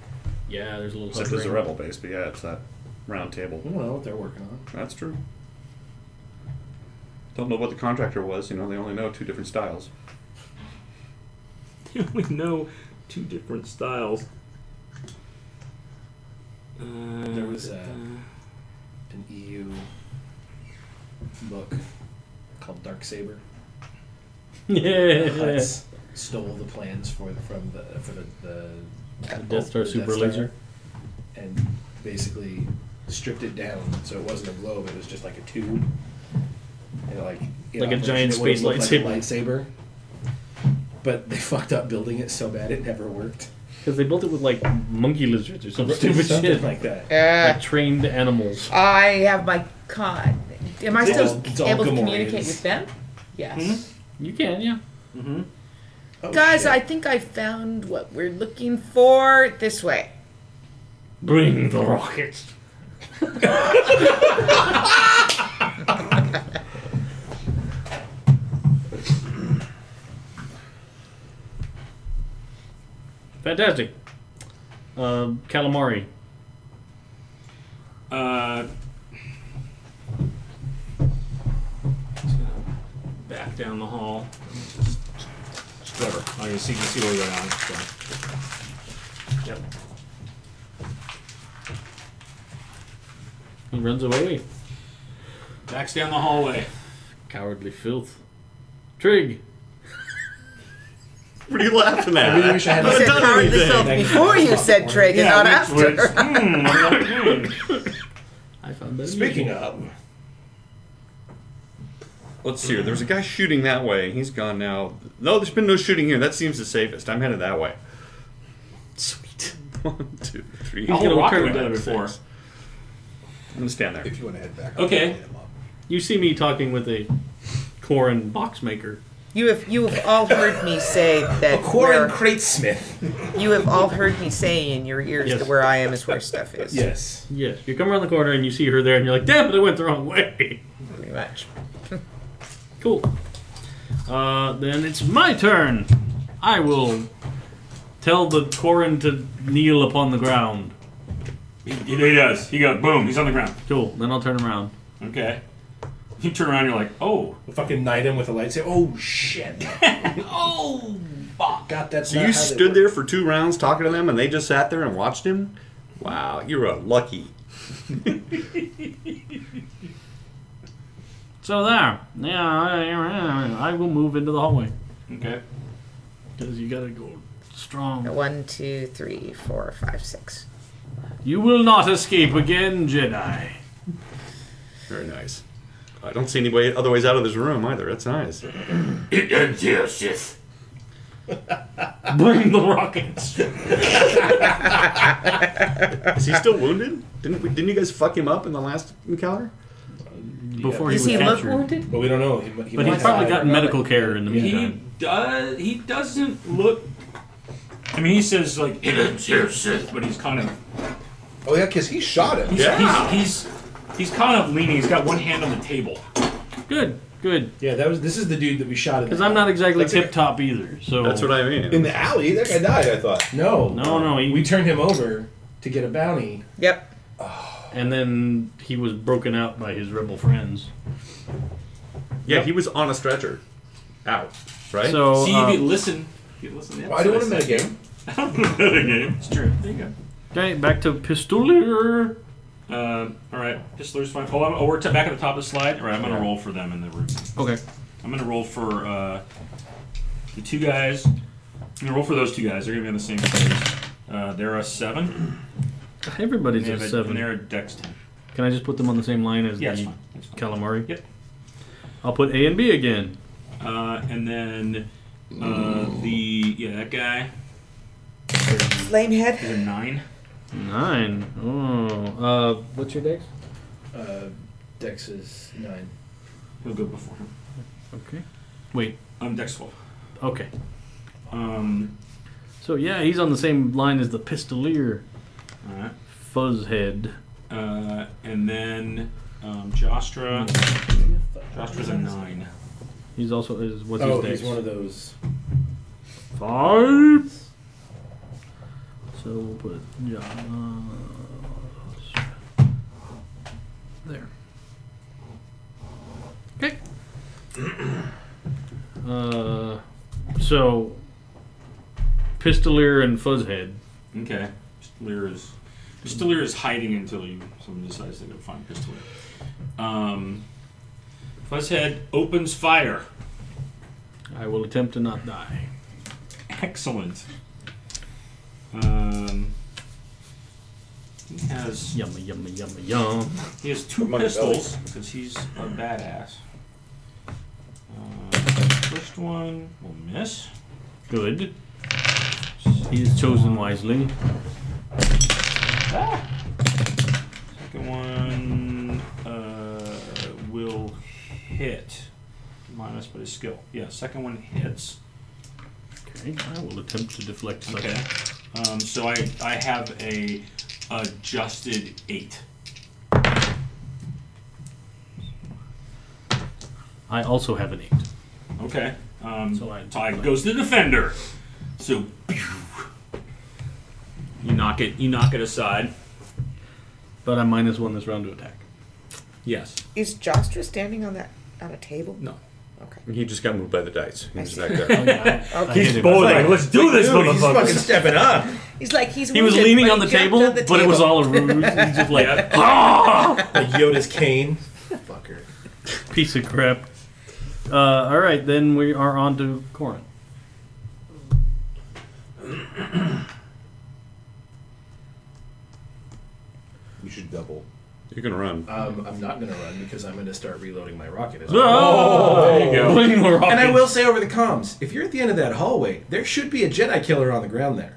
[SPEAKER 2] Yeah, there's a little.
[SPEAKER 5] Except it's a
[SPEAKER 2] hovering.
[SPEAKER 5] rebel base, but yeah, it's that round table.
[SPEAKER 3] I don't know what they're working on.
[SPEAKER 5] That's true. Don't know what the contractor was. You know, they only know two different styles.
[SPEAKER 1] we know two different styles. Uh,
[SPEAKER 3] There was uh, an EU book called Dark Saber. The
[SPEAKER 2] Yeah.
[SPEAKER 3] Huts stole the plans for from the for the, the
[SPEAKER 2] The Death Star
[SPEAKER 3] the
[SPEAKER 2] Super Laser.
[SPEAKER 3] and basically stripped it down so it wasn't a globe. It was just like a tube, and it like in
[SPEAKER 2] Like a
[SPEAKER 3] operation,
[SPEAKER 2] giant
[SPEAKER 3] it would've
[SPEAKER 2] space
[SPEAKER 3] looked like a lightsaber. But they fucked up building it so bad it never worked.
[SPEAKER 2] Because they built it with like monkey lizards or some stupid
[SPEAKER 3] Something
[SPEAKER 2] shit,
[SPEAKER 3] like that.
[SPEAKER 4] Uh,
[SPEAKER 2] like trained animals.
[SPEAKER 4] I have my con. Am I
[SPEAKER 3] It's
[SPEAKER 4] still
[SPEAKER 3] all- it's all
[SPEAKER 4] able to
[SPEAKER 3] Gamorreans.
[SPEAKER 4] communicate with them? Yes.
[SPEAKER 2] Hmm? You can, yeah.
[SPEAKER 3] Oh,
[SPEAKER 4] Guys,
[SPEAKER 3] shit.
[SPEAKER 4] I think I found what we're looking for this way.
[SPEAKER 2] Bring the rockets. Fantastic. Uh, calamari.
[SPEAKER 1] Uh, just gonna back down the hall. Just- Whatever. Oh, you see, you see where we're going. So. Yep.
[SPEAKER 2] He runs away.
[SPEAKER 1] Backs down the hallway.
[SPEAKER 2] Cowardly filth. Trig.
[SPEAKER 6] What are you laughing at?
[SPEAKER 3] I really wish I had.
[SPEAKER 4] You said
[SPEAKER 6] done
[SPEAKER 4] power yourself
[SPEAKER 3] anything.
[SPEAKER 4] before you said Drake and not
[SPEAKER 1] which-
[SPEAKER 4] after.
[SPEAKER 1] Hmm, I'm like, hmm.
[SPEAKER 2] I found that.
[SPEAKER 3] Speaking of,
[SPEAKER 6] Let's see here. There's a
[SPEAKER 3] Mm-hmm.
[SPEAKER 6] guy shooting that way. He's gone now. No, there's been no shooting here. That seems the safest. I'm headed that way. Sweet. One, two, three.
[SPEAKER 1] The whole
[SPEAKER 2] gonna
[SPEAKER 1] rocket
[SPEAKER 2] turn
[SPEAKER 1] went down
[SPEAKER 2] around.
[SPEAKER 1] before.
[SPEAKER 6] I'm gonna stand there.
[SPEAKER 7] If you want to head back,
[SPEAKER 1] Okay.
[SPEAKER 7] I'll up.
[SPEAKER 2] You see me talking with a Corin box maker.
[SPEAKER 4] You have you have all heard me say that where,
[SPEAKER 3] Quarren Cratesmith.
[SPEAKER 4] you have all heard me say in your ears
[SPEAKER 2] Yes.
[SPEAKER 4] that where I am is where stuff is.
[SPEAKER 3] Yes.
[SPEAKER 2] Yes. You come around the corner and you see her there, and you're like, "Damn it! I went the wrong way."
[SPEAKER 4] Pretty much.
[SPEAKER 2] Cool. Uh, then it's my turn. I will tell the Corin to kneel upon the ground.
[SPEAKER 1] He, he does. He goes, boom, he's on the ground.
[SPEAKER 2] Cool. Then I'll turn around.
[SPEAKER 1] Okay. You turn around, you're like, oh.
[SPEAKER 3] Fucking knight him with a lightsaber. Oh shit.
[SPEAKER 1] Oh!
[SPEAKER 3] God, that's
[SPEAKER 6] So
[SPEAKER 3] not
[SPEAKER 6] you
[SPEAKER 3] how they
[SPEAKER 6] stood
[SPEAKER 3] work.
[SPEAKER 6] there for two rounds talking to them, and they just sat there and watched him. Wow, you're a lucky.
[SPEAKER 2] So there. Yeah, I, I will move into the hallway
[SPEAKER 1] Okay.
[SPEAKER 2] because you gotta go strong.
[SPEAKER 4] One, two, three, four, five, six.
[SPEAKER 2] You will not escape again, Jedi.
[SPEAKER 6] Very nice. I don't see any way other ways out of this room either. That's nice.
[SPEAKER 36] It ends here, Sith.
[SPEAKER 2] Bring the rockets.
[SPEAKER 6] Is he still wounded? Didn't we, didn't you guys fuck him up in the last encounter?
[SPEAKER 2] Before
[SPEAKER 4] Does
[SPEAKER 2] he
[SPEAKER 4] he
[SPEAKER 2] was
[SPEAKER 4] look
[SPEAKER 2] captured.
[SPEAKER 4] wounded?
[SPEAKER 3] But we don't know. He, he
[SPEAKER 2] But he's
[SPEAKER 3] might
[SPEAKER 2] probably
[SPEAKER 3] die.
[SPEAKER 2] gotten medical care in the
[SPEAKER 1] He
[SPEAKER 2] meantime.
[SPEAKER 1] does. He doesn't look. I mean, he says like it ends here, Sith, but he's kind of
[SPEAKER 7] Oh yeah, because he shot him.
[SPEAKER 1] he's, he's he's he's kind of leaning. He's got one hand on the table.
[SPEAKER 2] Good, good.
[SPEAKER 3] Yeah, that was. This is the dude that we shot.
[SPEAKER 2] Because I'm not exactly
[SPEAKER 7] That's okay.
[SPEAKER 2] tip top either. So
[SPEAKER 6] That's what I mean.
[SPEAKER 7] In the alley, that guy died. I thought.
[SPEAKER 3] No.
[SPEAKER 2] No, no, he-
[SPEAKER 3] we turned him over to get a bounty.
[SPEAKER 4] Yep.
[SPEAKER 2] And then he was broken out by his rebel friends.
[SPEAKER 6] yeah, he was on a stretcher, out, right?
[SPEAKER 2] So
[SPEAKER 1] See
[SPEAKER 2] uh,
[SPEAKER 1] if you listen. If you listen.
[SPEAKER 3] Why do you want to metagame?
[SPEAKER 1] metagame? It's true. There you go.
[SPEAKER 2] okay, back to Pistolier.
[SPEAKER 1] Um, all right, Pistler's fine. Oh, I'm, oh we're t- back at the top of the slide. All right, I'm gonna roll for them in the room.
[SPEAKER 2] Okay.
[SPEAKER 1] I'm gonna roll for uh, the two guys. I'm gonna roll for those two guys. They're gonna be on the same page. Uh, they're a seven.
[SPEAKER 2] Everybody's
[SPEAKER 1] and
[SPEAKER 2] at
[SPEAKER 1] they have a-
[SPEAKER 2] seven.
[SPEAKER 1] And they're a dex ten.
[SPEAKER 2] Can I just put them on the same line as
[SPEAKER 1] Yeah, it's
[SPEAKER 2] the
[SPEAKER 1] fine. It's fine.
[SPEAKER 2] calamari?
[SPEAKER 1] Yep.
[SPEAKER 2] I'll put A and B again.
[SPEAKER 1] Uh, and then uh, the yeah that guy
[SPEAKER 4] Flamehead.
[SPEAKER 1] is a nine.
[SPEAKER 2] Nine. Oh. Uh, what's your dex?
[SPEAKER 3] Uh, Dex is nine.
[SPEAKER 1] He'll go before him.
[SPEAKER 2] Okay. Wait.
[SPEAKER 1] I'm dex twelve.
[SPEAKER 2] Okay.
[SPEAKER 1] Um,
[SPEAKER 2] So yeah, he's on the same line as the Pistolier
[SPEAKER 1] all right.
[SPEAKER 2] Fuzzhead.
[SPEAKER 1] Uh, and then um, Jostra. Jostra's a nine.
[SPEAKER 2] He's also is what's
[SPEAKER 3] Oh,
[SPEAKER 2] his
[SPEAKER 3] he's
[SPEAKER 2] dex?
[SPEAKER 3] one of those.
[SPEAKER 2] Five. So we'll put John there. Okay. uh, so Pistolier and Fuzzhead.
[SPEAKER 1] Okay. Pistolier is Pistolier is hiding until you someone decides to go find Pistolier. Um, Fuzzhead opens fire.
[SPEAKER 2] I will attempt to not die.
[SPEAKER 1] Excellent. Um, he has
[SPEAKER 2] Yummy, yummy, yummy, yum.
[SPEAKER 1] He has two
[SPEAKER 7] Among the
[SPEAKER 1] pistols because he's a badass. Uh, first one will miss.
[SPEAKER 2] Good. He is chosen wisely.
[SPEAKER 1] Second one uh, will hit. Minus by his skill. Yeah, second one hits.
[SPEAKER 2] Okay, I will attempt to deflect. such-
[SPEAKER 1] Okay. Um, so I, I have a adjusted eight.
[SPEAKER 2] I also have an eight.
[SPEAKER 1] Okay. Um,
[SPEAKER 2] So I-
[SPEAKER 1] tie goes to the defender. So you knock it you knock it aside.
[SPEAKER 2] But I'm minus one this round to attack.
[SPEAKER 1] Yes.
[SPEAKER 4] Is Jostra standing on that on a table?
[SPEAKER 1] No.
[SPEAKER 6] He just got moved by the dice. He was
[SPEAKER 4] see.
[SPEAKER 6] back there.
[SPEAKER 37] He's both like, let's do this, motherfucker.
[SPEAKER 6] stepping up.
[SPEAKER 4] He's like he's.
[SPEAKER 2] He was
[SPEAKER 4] wounded,
[SPEAKER 2] leaning
[SPEAKER 4] but
[SPEAKER 2] on
[SPEAKER 4] he
[SPEAKER 2] the
[SPEAKER 4] jumped
[SPEAKER 2] table,
[SPEAKER 4] on the
[SPEAKER 2] but it was
[SPEAKER 4] table.
[SPEAKER 2] all a ruse. He's just like,
[SPEAKER 3] Like Yoda's cane. Fucker.
[SPEAKER 2] piece of crap. Uh, all right, then we are on to Corin.
[SPEAKER 7] You should double.
[SPEAKER 6] You can run.
[SPEAKER 3] Um, I'm not gonna run because I'm gonna start reloading my rocket. As
[SPEAKER 2] Oh, there you go.
[SPEAKER 3] And I will say over the comms, if you're at the end of that hallway, there should be a Jedi killer on the ground there.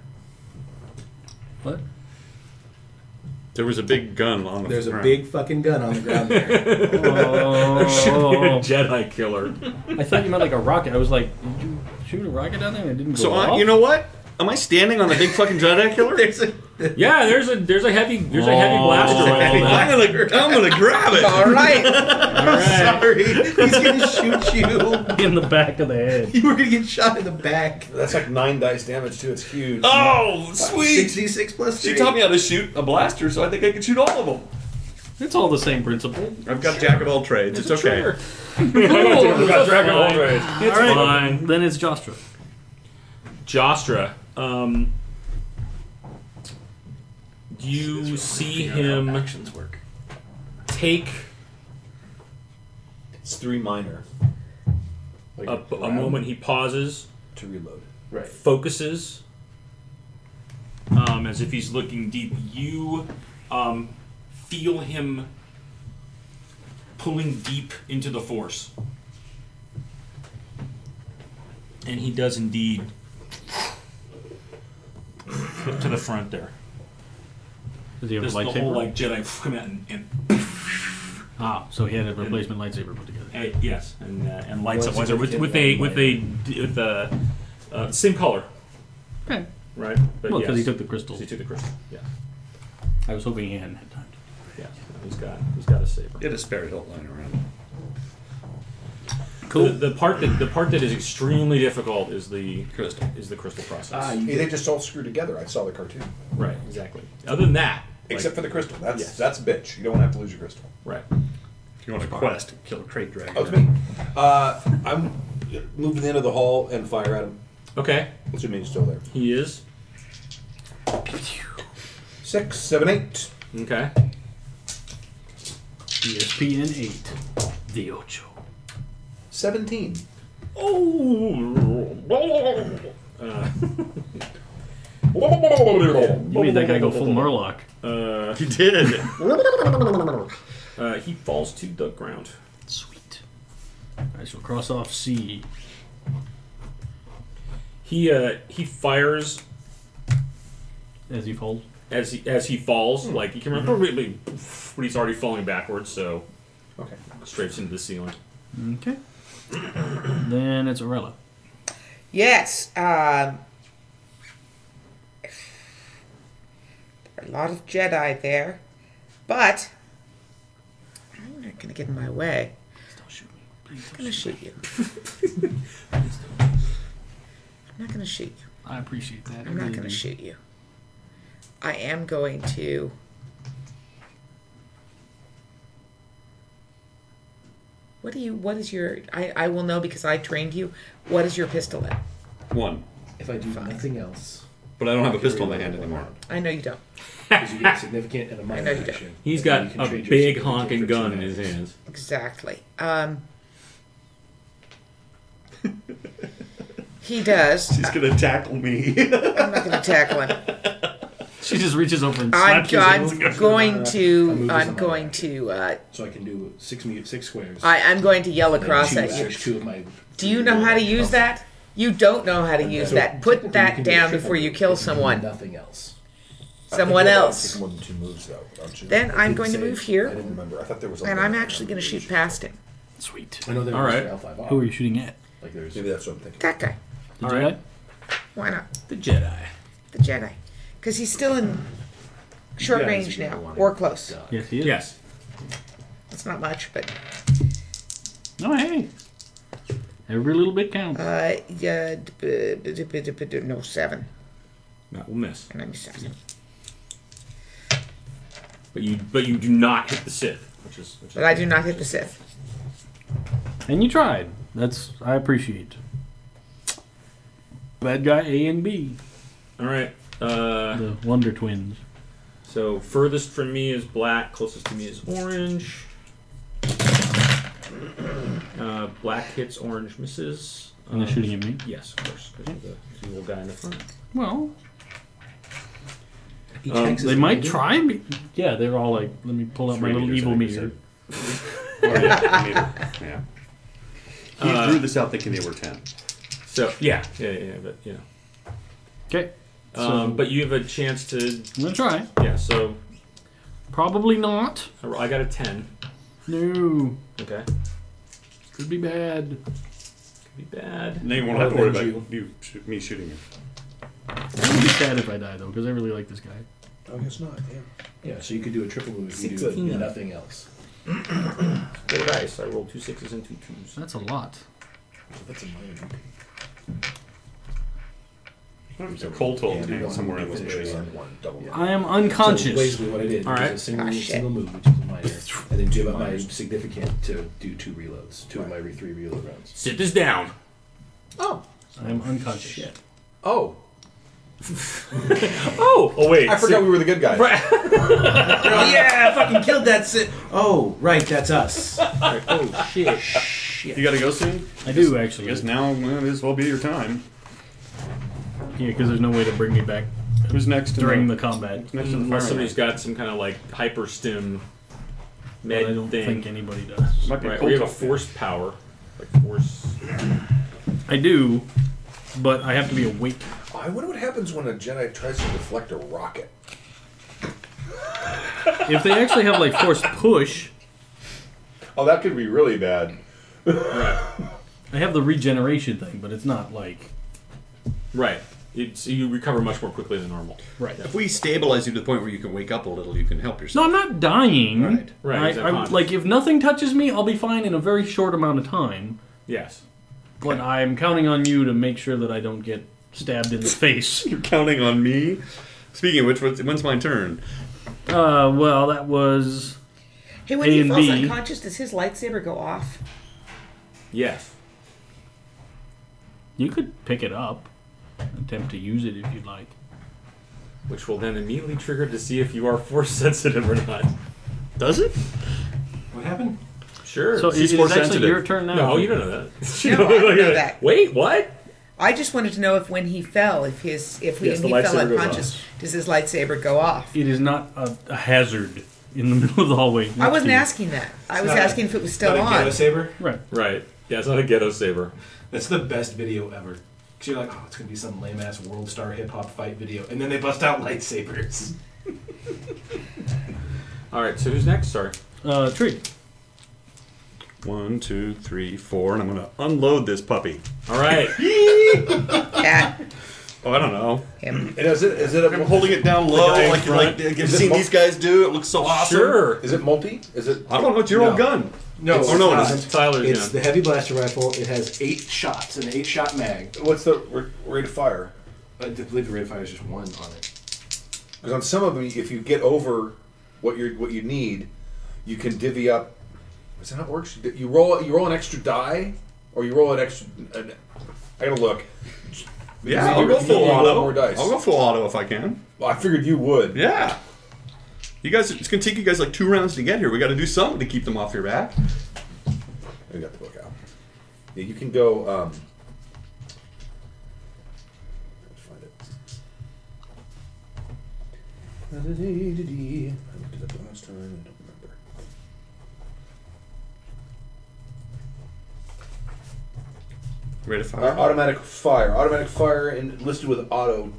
[SPEAKER 2] What?
[SPEAKER 6] There was a big gun on the
[SPEAKER 3] There's a
[SPEAKER 6] ground.
[SPEAKER 3] big fucking gun on the ground there.
[SPEAKER 2] Oh,
[SPEAKER 1] Jedi killer.
[SPEAKER 2] I thought you meant like a rocket. I was like, did you shoot a rocket down there and it didn't go
[SPEAKER 6] So
[SPEAKER 2] off?
[SPEAKER 6] I, you know what? Am I standing on a big fucking Jedi killer?
[SPEAKER 3] There's a
[SPEAKER 1] Yeah, there's a there's a heavy there's a heavy
[SPEAKER 2] Oh.
[SPEAKER 1] blaster.
[SPEAKER 6] I'm
[SPEAKER 1] rifle.
[SPEAKER 6] gonna, I'm gonna grab it.
[SPEAKER 4] All right.
[SPEAKER 3] sorry. He's gonna shoot you.
[SPEAKER 2] in the back of the head.
[SPEAKER 3] You were gonna get shot in the back.
[SPEAKER 7] That's like nine dice damage too. It's huge.
[SPEAKER 6] Oh, sweet!
[SPEAKER 3] Sixty-six plus three.
[SPEAKER 6] She taught me how to shoot a blaster, so I think I can shoot all of them.
[SPEAKER 2] It's all the same principle.
[SPEAKER 6] I've got jack of all trades. It's, okay.
[SPEAKER 37] We got Dragon Ball Rage.
[SPEAKER 2] It's all right.
[SPEAKER 1] fine.
[SPEAKER 2] Then it's Jostra.
[SPEAKER 1] Jostra, um, you see him
[SPEAKER 3] work.
[SPEAKER 1] take
[SPEAKER 7] It's three minor
[SPEAKER 3] Like,
[SPEAKER 1] a, a
[SPEAKER 3] round
[SPEAKER 1] moment. He pauses,
[SPEAKER 7] to reload.
[SPEAKER 3] Right.
[SPEAKER 1] focuses, um, as if he's looking deep. You um, feel him pulling deep into the force, and he does indeed to the front there.
[SPEAKER 2] Does he have a
[SPEAKER 1] Just the
[SPEAKER 2] lightsaber?
[SPEAKER 1] whole like Jedi come out and, and
[SPEAKER 2] ah, so he had a replacement lightsaber put together.
[SPEAKER 1] Uh, yes, and uh, and lights up
[SPEAKER 3] Well, it's
[SPEAKER 1] with with,
[SPEAKER 3] a
[SPEAKER 1] with a
[SPEAKER 3] kid
[SPEAKER 1] with a d- with a uh, same color.
[SPEAKER 2] Okay.
[SPEAKER 1] Right. But
[SPEAKER 2] Well, because
[SPEAKER 1] yes.
[SPEAKER 2] he took the crystal.
[SPEAKER 1] 'Cause he took the crystal. Yeah.
[SPEAKER 2] I was hoping he hadn't had time. to.
[SPEAKER 1] Yeah. He's got he's got a saber.
[SPEAKER 6] Get a spare hilt lying around.
[SPEAKER 2] Cool.
[SPEAKER 1] The, the part that the part that is extremely difficult is the
[SPEAKER 6] Crystal.
[SPEAKER 1] is the crystal process.
[SPEAKER 3] Ah, you
[SPEAKER 7] Hey, they just all screw together. I saw the cartoon.
[SPEAKER 1] right. Exactly. Other than that, like-
[SPEAKER 7] Except for the crystal. That's
[SPEAKER 1] Yes.
[SPEAKER 7] that's bitch. You don't have to lose your crystal.
[SPEAKER 1] right.
[SPEAKER 6] If you want a quest, kill a crate dragon.
[SPEAKER 7] That was me. Uh, I'm moving into the hall and fire at him.
[SPEAKER 1] Okay.
[SPEAKER 7] Assuming he's still there.
[SPEAKER 1] He is.
[SPEAKER 7] Six, seven, eight.
[SPEAKER 1] Okay.
[SPEAKER 2] E ESPN eight, the Ocho.
[SPEAKER 7] 17.
[SPEAKER 1] Oh.
[SPEAKER 2] You made that guy go full Murloc.
[SPEAKER 1] Uh,
[SPEAKER 6] You did.
[SPEAKER 1] uh, he falls to the ground.
[SPEAKER 2] Sweet. I shall cross off C.
[SPEAKER 1] He uh, he fires
[SPEAKER 2] As he falls.
[SPEAKER 1] as he as he
[SPEAKER 3] Hmm.
[SPEAKER 1] falls, like you can
[SPEAKER 3] Mm-hmm.
[SPEAKER 1] remember, really, but he's already falling backwards, so
[SPEAKER 7] Okay.
[SPEAKER 1] strafes into the ceiling.
[SPEAKER 2] Okay. then it's Arella.
[SPEAKER 4] Yes. Um, there are a lot of Jedi there, but I'm not gonna get in my way.
[SPEAKER 2] Don't shoot me.
[SPEAKER 4] I'm gonna shoot you. I'm not gonna shoot you.
[SPEAKER 2] I appreciate that. I
[SPEAKER 4] I'm not
[SPEAKER 2] really
[SPEAKER 4] going to
[SPEAKER 2] do.
[SPEAKER 4] shoot you. I am going to. What do you? What is your? I I will know because I trained you. What is your pistol at?
[SPEAKER 6] One.
[SPEAKER 3] If I do nothing else,
[SPEAKER 6] But I don't have a pistol in my hand anymore.
[SPEAKER 4] I know you don't.
[SPEAKER 3] because you get significant and a minor
[SPEAKER 4] know you don't.
[SPEAKER 3] action.
[SPEAKER 1] He's
[SPEAKER 3] and then
[SPEAKER 1] got
[SPEAKER 3] you can
[SPEAKER 1] a
[SPEAKER 3] trade your
[SPEAKER 1] big
[SPEAKER 3] significant
[SPEAKER 1] honking
[SPEAKER 3] for
[SPEAKER 1] gun
[SPEAKER 3] two
[SPEAKER 1] in his
[SPEAKER 3] minutes.
[SPEAKER 1] hands.
[SPEAKER 4] Exactly. Um. he does.
[SPEAKER 6] He's gonna tackle me.
[SPEAKER 4] I'm not going to tackle him.
[SPEAKER 2] She just reaches over and
[SPEAKER 4] I'm,
[SPEAKER 2] slaps his elbow.
[SPEAKER 4] I'm going to.
[SPEAKER 3] move this
[SPEAKER 4] I'm
[SPEAKER 3] on.
[SPEAKER 4] going to. Uh,
[SPEAKER 3] So I can do six me six squares.
[SPEAKER 4] I, I'm going to yell across
[SPEAKER 3] two,
[SPEAKER 4] at you.
[SPEAKER 3] six, two of my.
[SPEAKER 4] Do you know how to use that? You don't know how to use
[SPEAKER 3] So
[SPEAKER 4] that. Put
[SPEAKER 3] technically you
[SPEAKER 4] that
[SPEAKER 3] can do a
[SPEAKER 4] down
[SPEAKER 3] triple
[SPEAKER 4] before you
[SPEAKER 3] move
[SPEAKER 4] kill
[SPEAKER 3] if do
[SPEAKER 4] someone.
[SPEAKER 3] Nothing else.
[SPEAKER 4] Someone else.
[SPEAKER 7] more than two moves, though, aren't you?
[SPEAKER 4] Then
[SPEAKER 7] I
[SPEAKER 4] I'm
[SPEAKER 7] didn't
[SPEAKER 4] going to
[SPEAKER 7] say-
[SPEAKER 4] move here.
[SPEAKER 7] I didn't remember. I thought there was. like
[SPEAKER 4] And
[SPEAKER 7] a-
[SPEAKER 4] I'm actually going to shoot past him.
[SPEAKER 2] Sweet.
[SPEAKER 3] I know there
[SPEAKER 1] All
[SPEAKER 3] was
[SPEAKER 1] right.
[SPEAKER 3] L five
[SPEAKER 2] Who are you shooting at?
[SPEAKER 3] Like there's.
[SPEAKER 7] Maybe that's what I'm thinking.
[SPEAKER 4] That guy.
[SPEAKER 2] The Jedi?
[SPEAKER 4] Why not?
[SPEAKER 2] The Jedi.
[SPEAKER 4] The Jedi. Because he's still in short range now, or close.
[SPEAKER 2] Yes, he is.
[SPEAKER 1] Yes.
[SPEAKER 4] It's not much, but
[SPEAKER 2] Oh, hey. Every little bit counts.
[SPEAKER 4] uh, yeah, d- b- b- d- b- d- b- d- no seven.
[SPEAKER 1] That will miss.
[SPEAKER 4] And I missed seven.
[SPEAKER 1] But you but you do not hit the Sith, which is which is
[SPEAKER 4] But I do not hit the Sith.
[SPEAKER 2] And you tried. That's I appreciate. Bad guy A and B,
[SPEAKER 1] All right. Uh,
[SPEAKER 2] the Wonder Twins.
[SPEAKER 1] so furthest from me is black, closest to me is orange. Uh, black hits, orange misses.
[SPEAKER 2] And they're
[SPEAKER 1] Um,
[SPEAKER 2] shooting at me.
[SPEAKER 1] Yes, of course. 'cause you're the- 'cause you're the little guy in the front.
[SPEAKER 2] Well,
[SPEAKER 3] He
[SPEAKER 1] Um,
[SPEAKER 3] takes his
[SPEAKER 2] they might
[SPEAKER 3] meter.
[SPEAKER 2] try me. Yeah, they're all like, let me pull out my
[SPEAKER 5] Three
[SPEAKER 2] little
[SPEAKER 5] meters,
[SPEAKER 2] evil
[SPEAKER 5] I think you
[SPEAKER 2] meter.
[SPEAKER 5] yeah, yeah. He
[SPEAKER 1] Uh,
[SPEAKER 5] drew this out thinking they were ten.
[SPEAKER 1] So yeah, yeah, yeah, yeah, but yeah.
[SPEAKER 2] Okay,
[SPEAKER 1] Um, but you have a chance to
[SPEAKER 2] I'm gonna try.
[SPEAKER 1] yeah. So
[SPEAKER 2] Probably not.
[SPEAKER 1] I ro- I got a ten.
[SPEAKER 2] No,
[SPEAKER 1] Okay,
[SPEAKER 2] could be bad.
[SPEAKER 1] could be bad.
[SPEAKER 5] Now you won't
[SPEAKER 3] I'll
[SPEAKER 5] have to worry about
[SPEAKER 3] avenge
[SPEAKER 5] you. shoot- me shooting him.
[SPEAKER 2] I would be sad if I die though, because I really like this guy.
[SPEAKER 4] Oh,
[SPEAKER 7] I guess not. Yeah.
[SPEAKER 3] Yeah, so you could do a triple move if you do
[SPEAKER 1] Sixteen.
[SPEAKER 3] nothing else.
[SPEAKER 1] Four dice. I rolled two sixes and two twos.
[SPEAKER 2] That's a lot.
[SPEAKER 7] That's a minor.
[SPEAKER 5] There's a cold toll
[SPEAKER 3] Yeah,
[SPEAKER 5] hanging somewhere in this
[SPEAKER 7] It's
[SPEAKER 5] area.
[SPEAKER 7] on one double.
[SPEAKER 2] I am
[SPEAKER 3] So
[SPEAKER 2] unconscious.
[SPEAKER 3] basically, what I did
[SPEAKER 1] All
[SPEAKER 3] was
[SPEAKER 1] right.
[SPEAKER 3] a single,
[SPEAKER 4] Ah, shit.
[SPEAKER 3] single move, which is a minor, and then do about my significant to do two reloads, two of my re- three reload rounds.
[SPEAKER 1] Sit this down.
[SPEAKER 7] Oh.
[SPEAKER 2] I am unconscious.
[SPEAKER 7] Oh.
[SPEAKER 1] Oh, oh wait.
[SPEAKER 7] I forgot we were the good guys.
[SPEAKER 3] yeah, I fucking killed that. Si- oh, right, that's us.
[SPEAKER 1] Oh shit.
[SPEAKER 5] You gotta go soon?
[SPEAKER 2] I do
[SPEAKER 5] I
[SPEAKER 2] actually.
[SPEAKER 5] guess now well, this will be your time.
[SPEAKER 2] Yeah, because there's no way to bring me back
[SPEAKER 5] Who's next? in
[SPEAKER 2] during
[SPEAKER 5] the,
[SPEAKER 2] the combat.
[SPEAKER 5] next in the
[SPEAKER 1] Unless
[SPEAKER 5] firing
[SPEAKER 1] somebody's
[SPEAKER 5] range?
[SPEAKER 1] got some kind of like hyper stim
[SPEAKER 2] But
[SPEAKER 1] med
[SPEAKER 2] I don't
[SPEAKER 1] thing.
[SPEAKER 2] think anybody does.
[SPEAKER 5] Might be
[SPEAKER 1] right,
[SPEAKER 5] cold
[SPEAKER 1] we have a
[SPEAKER 5] toll.
[SPEAKER 1] force power. Like force.
[SPEAKER 2] I do, but I have to be awake.
[SPEAKER 7] I wonder what happens when a Jedi tries to deflect a rocket.
[SPEAKER 2] If they actually have like force push,
[SPEAKER 7] Oh, that could be really bad.
[SPEAKER 2] I have the regeneration thing, but it's not like
[SPEAKER 1] Right. It's you recover much more quickly than normal.
[SPEAKER 2] right.
[SPEAKER 6] If we stabilize you to the point where you can wake up a little, you can help yourself.
[SPEAKER 2] No, I'm not dying.
[SPEAKER 6] Right.
[SPEAKER 1] Right,
[SPEAKER 2] I-
[SPEAKER 1] he's
[SPEAKER 2] I-
[SPEAKER 1] unconscious.
[SPEAKER 2] like if nothing touches me, I'll be fine in a very short amount of time.
[SPEAKER 1] Yes.
[SPEAKER 2] But I'm counting on you to make sure that I don't get stabbed in the face.
[SPEAKER 6] You're counting on me. Speaking of which, what's- when's my turn?
[SPEAKER 2] Uh, well, that was
[SPEAKER 4] Hey, when
[SPEAKER 2] A
[SPEAKER 4] he
[SPEAKER 2] and
[SPEAKER 4] falls
[SPEAKER 2] B.
[SPEAKER 4] unconscious, does his lightsaber go off?
[SPEAKER 1] Yes.
[SPEAKER 2] you could pick it up, attempt to use it if you'd like.
[SPEAKER 1] Which will then immediately trigger to see if you are force sensitive or not.
[SPEAKER 6] Does it?
[SPEAKER 3] What happened?
[SPEAKER 1] Sure.
[SPEAKER 2] So it
[SPEAKER 6] She's
[SPEAKER 2] is
[SPEAKER 6] force
[SPEAKER 2] actually
[SPEAKER 6] sensitive.
[SPEAKER 2] your turn now.
[SPEAKER 1] no, you don't know that.
[SPEAKER 4] No, I don't know that.
[SPEAKER 1] Wait, what?
[SPEAKER 4] I just wanted to know if when he fell, if his if
[SPEAKER 1] Yes,
[SPEAKER 4] when he
[SPEAKER 1] the
[SPEAKER 4] fell
[SPEAKER 1] lightsaber goes
[SPEAKER 4] unconscious, does his lightsaber go off?
[SPEAKER 2] It is not a, a hazard in the middle of the hallway.
[SPEAKER 4] I
[SPEAKER 2] next
[SPEAKER 4] wasn't
[SPEAKER 2] to you.
[SPEAKER 4] asking that. I was
[SPEAKER 3] not a-
[SPEAKER 4] asking if it was
[SPEAKER 3] Not
[SPEAKER 4] still
[SPEAKER 3] a
[SPEAKER 4] on.
[SPEAKER 3] Ghetto saber.
[SPEAKER 2] Right.
[SPEAKER 1] Right. Yeah, it's not a ghetto saber.
[SPEAKER 3] That's the best video ever. Cause you're like, oh, it's gonna be some lame ass world star hip hop fight video, and then they bust out lightsabers.
[SPEAKER 1] All right. So who's next? Sorry.
[SPEAKER 2] Uh, tree.
[SPEAKER 6] One, two, three, four, and I'm gonna unload this puppy.
[SPEAKER 1] All right.
[SPEAKER 4] At
[SPEAKER 6] Oh, I don't know.
[SPEAKER 4] him.
[SPEAKER 7] And is it is it a
[SPEAKER 6] I'm holding it down low,
[SPEAKER 7] guy in
[SPEAKER 6] like you're like
[SPEAKER 7] front.
[SPEAKER 6] have you
[SPEAKER 7] Is it
[SPEAKER 6] seen
[SPEAKER 7] mo-
[SPEAKER 6] these guys do? It looks so awesome.
[SPEAKER 1] Sure.
[SPEAKER 7] Is it multi? Is it?
[SPEAKER 6] I don't know. It's your old
[SPEAKER 7] No.
[SPEAKER 6] gun.
[SPEAKER 3] No,
[SPEAKER 6] Oh, no, it
[SPEAKER 3] not.
[SPEAKER 6] isn't.
[SPEAKER 1] Tyler's
[SPEAKER 3] It's
[SPEAKER 1] down.
[SPEAKER 3] the heavy blaster rifle. It has eight shots, an eight shot mag.
[SPEAKER 7] What's the r- rate of fire?
[SPEAKER 18] Uh,
[SPEAKER 3] I believe the rate of fire is just one on it.
[SPEAKER 7] Because on some of them, if you get over what you are what you need, you can divvy up. Is that how it works? You roll you roll an extra die, or you roll an extra. An, I gotta look.
[SPEAKER 6] Yeah,
[SPEAKER 7] You
[SPEAKER 6] I'll go
[SPEAKER 7] can
[SPEAKER 6] full
[SPEAKER 7] roll a lot
[SPEAKER 6] auto.
[SPEAKER 7] more dice.
[SPEAKER 6] I'll go full auto if I can.
[SPEAKER 7] Well, I figured you would.
[SPEAKER 6] Yeah. You guys, it's gonna take you guys like two rounds to get here. We got to do something to keep them off your back.
[SPEAKER 7] I got the book out. Yeah, you can go. Um, let's find it. I looked it up last time. I don't remember.
[SPEAKER 6] Rate of fire.
[SPEAKER 7] Uh, automatic fire. Automatic fire and listed with auto.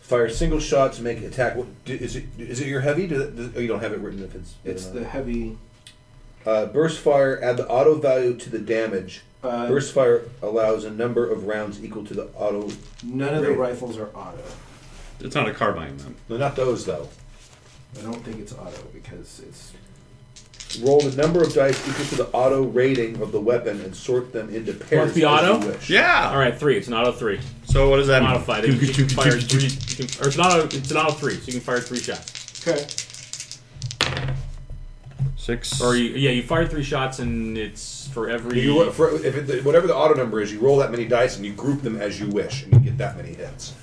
[SPEAKER 7] Fire single shots make attack. What, do, is it? Is it your heavy? Do, do, oh, you don't have it written if it's.
[SPEAKER 18] It's the heavy.
[SPEAKER 7] Uh, burst fire. Add the auto value to the damage.
[SPEAKER 18] Uh,
[SPEAKER 7] burst fire allows a number of rounds equal to the auto.
[SPEAKER 18] None of the
[SPEAKER 7] Great.
[SPEAKER 18] rifles are auto.
[SPEAKER 6] It's not a carbine, though.
[SPEAKER 7] No, not those though.
[SPEAKER 18] I don't think it's auto because it's
[SPEAKER 7] Roll the number of dice equal to the auto rating of the weapon and sort them into pairs.
[SPEAKER 1] the
[SPEAKER 7] as
[SPEAKER 1] auto?
[SPEAKER 7] you wish.
[SPEAKER 6] Yeah.
[SPEAKER 1] All right, three. It's an auto three.
[SPEAKER 6] So what does that
[SPEAKER 1] Modified.
[SPEAKER 6] mean?
[SPEAKER 1] It, you can fire three. You can, or it's not. A, it's an auto three, so you can fire three shots.
[SPEAKER 18] okay.
[SPEAKER 6] Six.
[SPEAKER 1] Or you, yeah, you fire three shots, and it's for every.
[SPEAKER 7] You look for, if it, whatever the auto number is, you roll that many dice and you group them as you wish, and you get that many hits.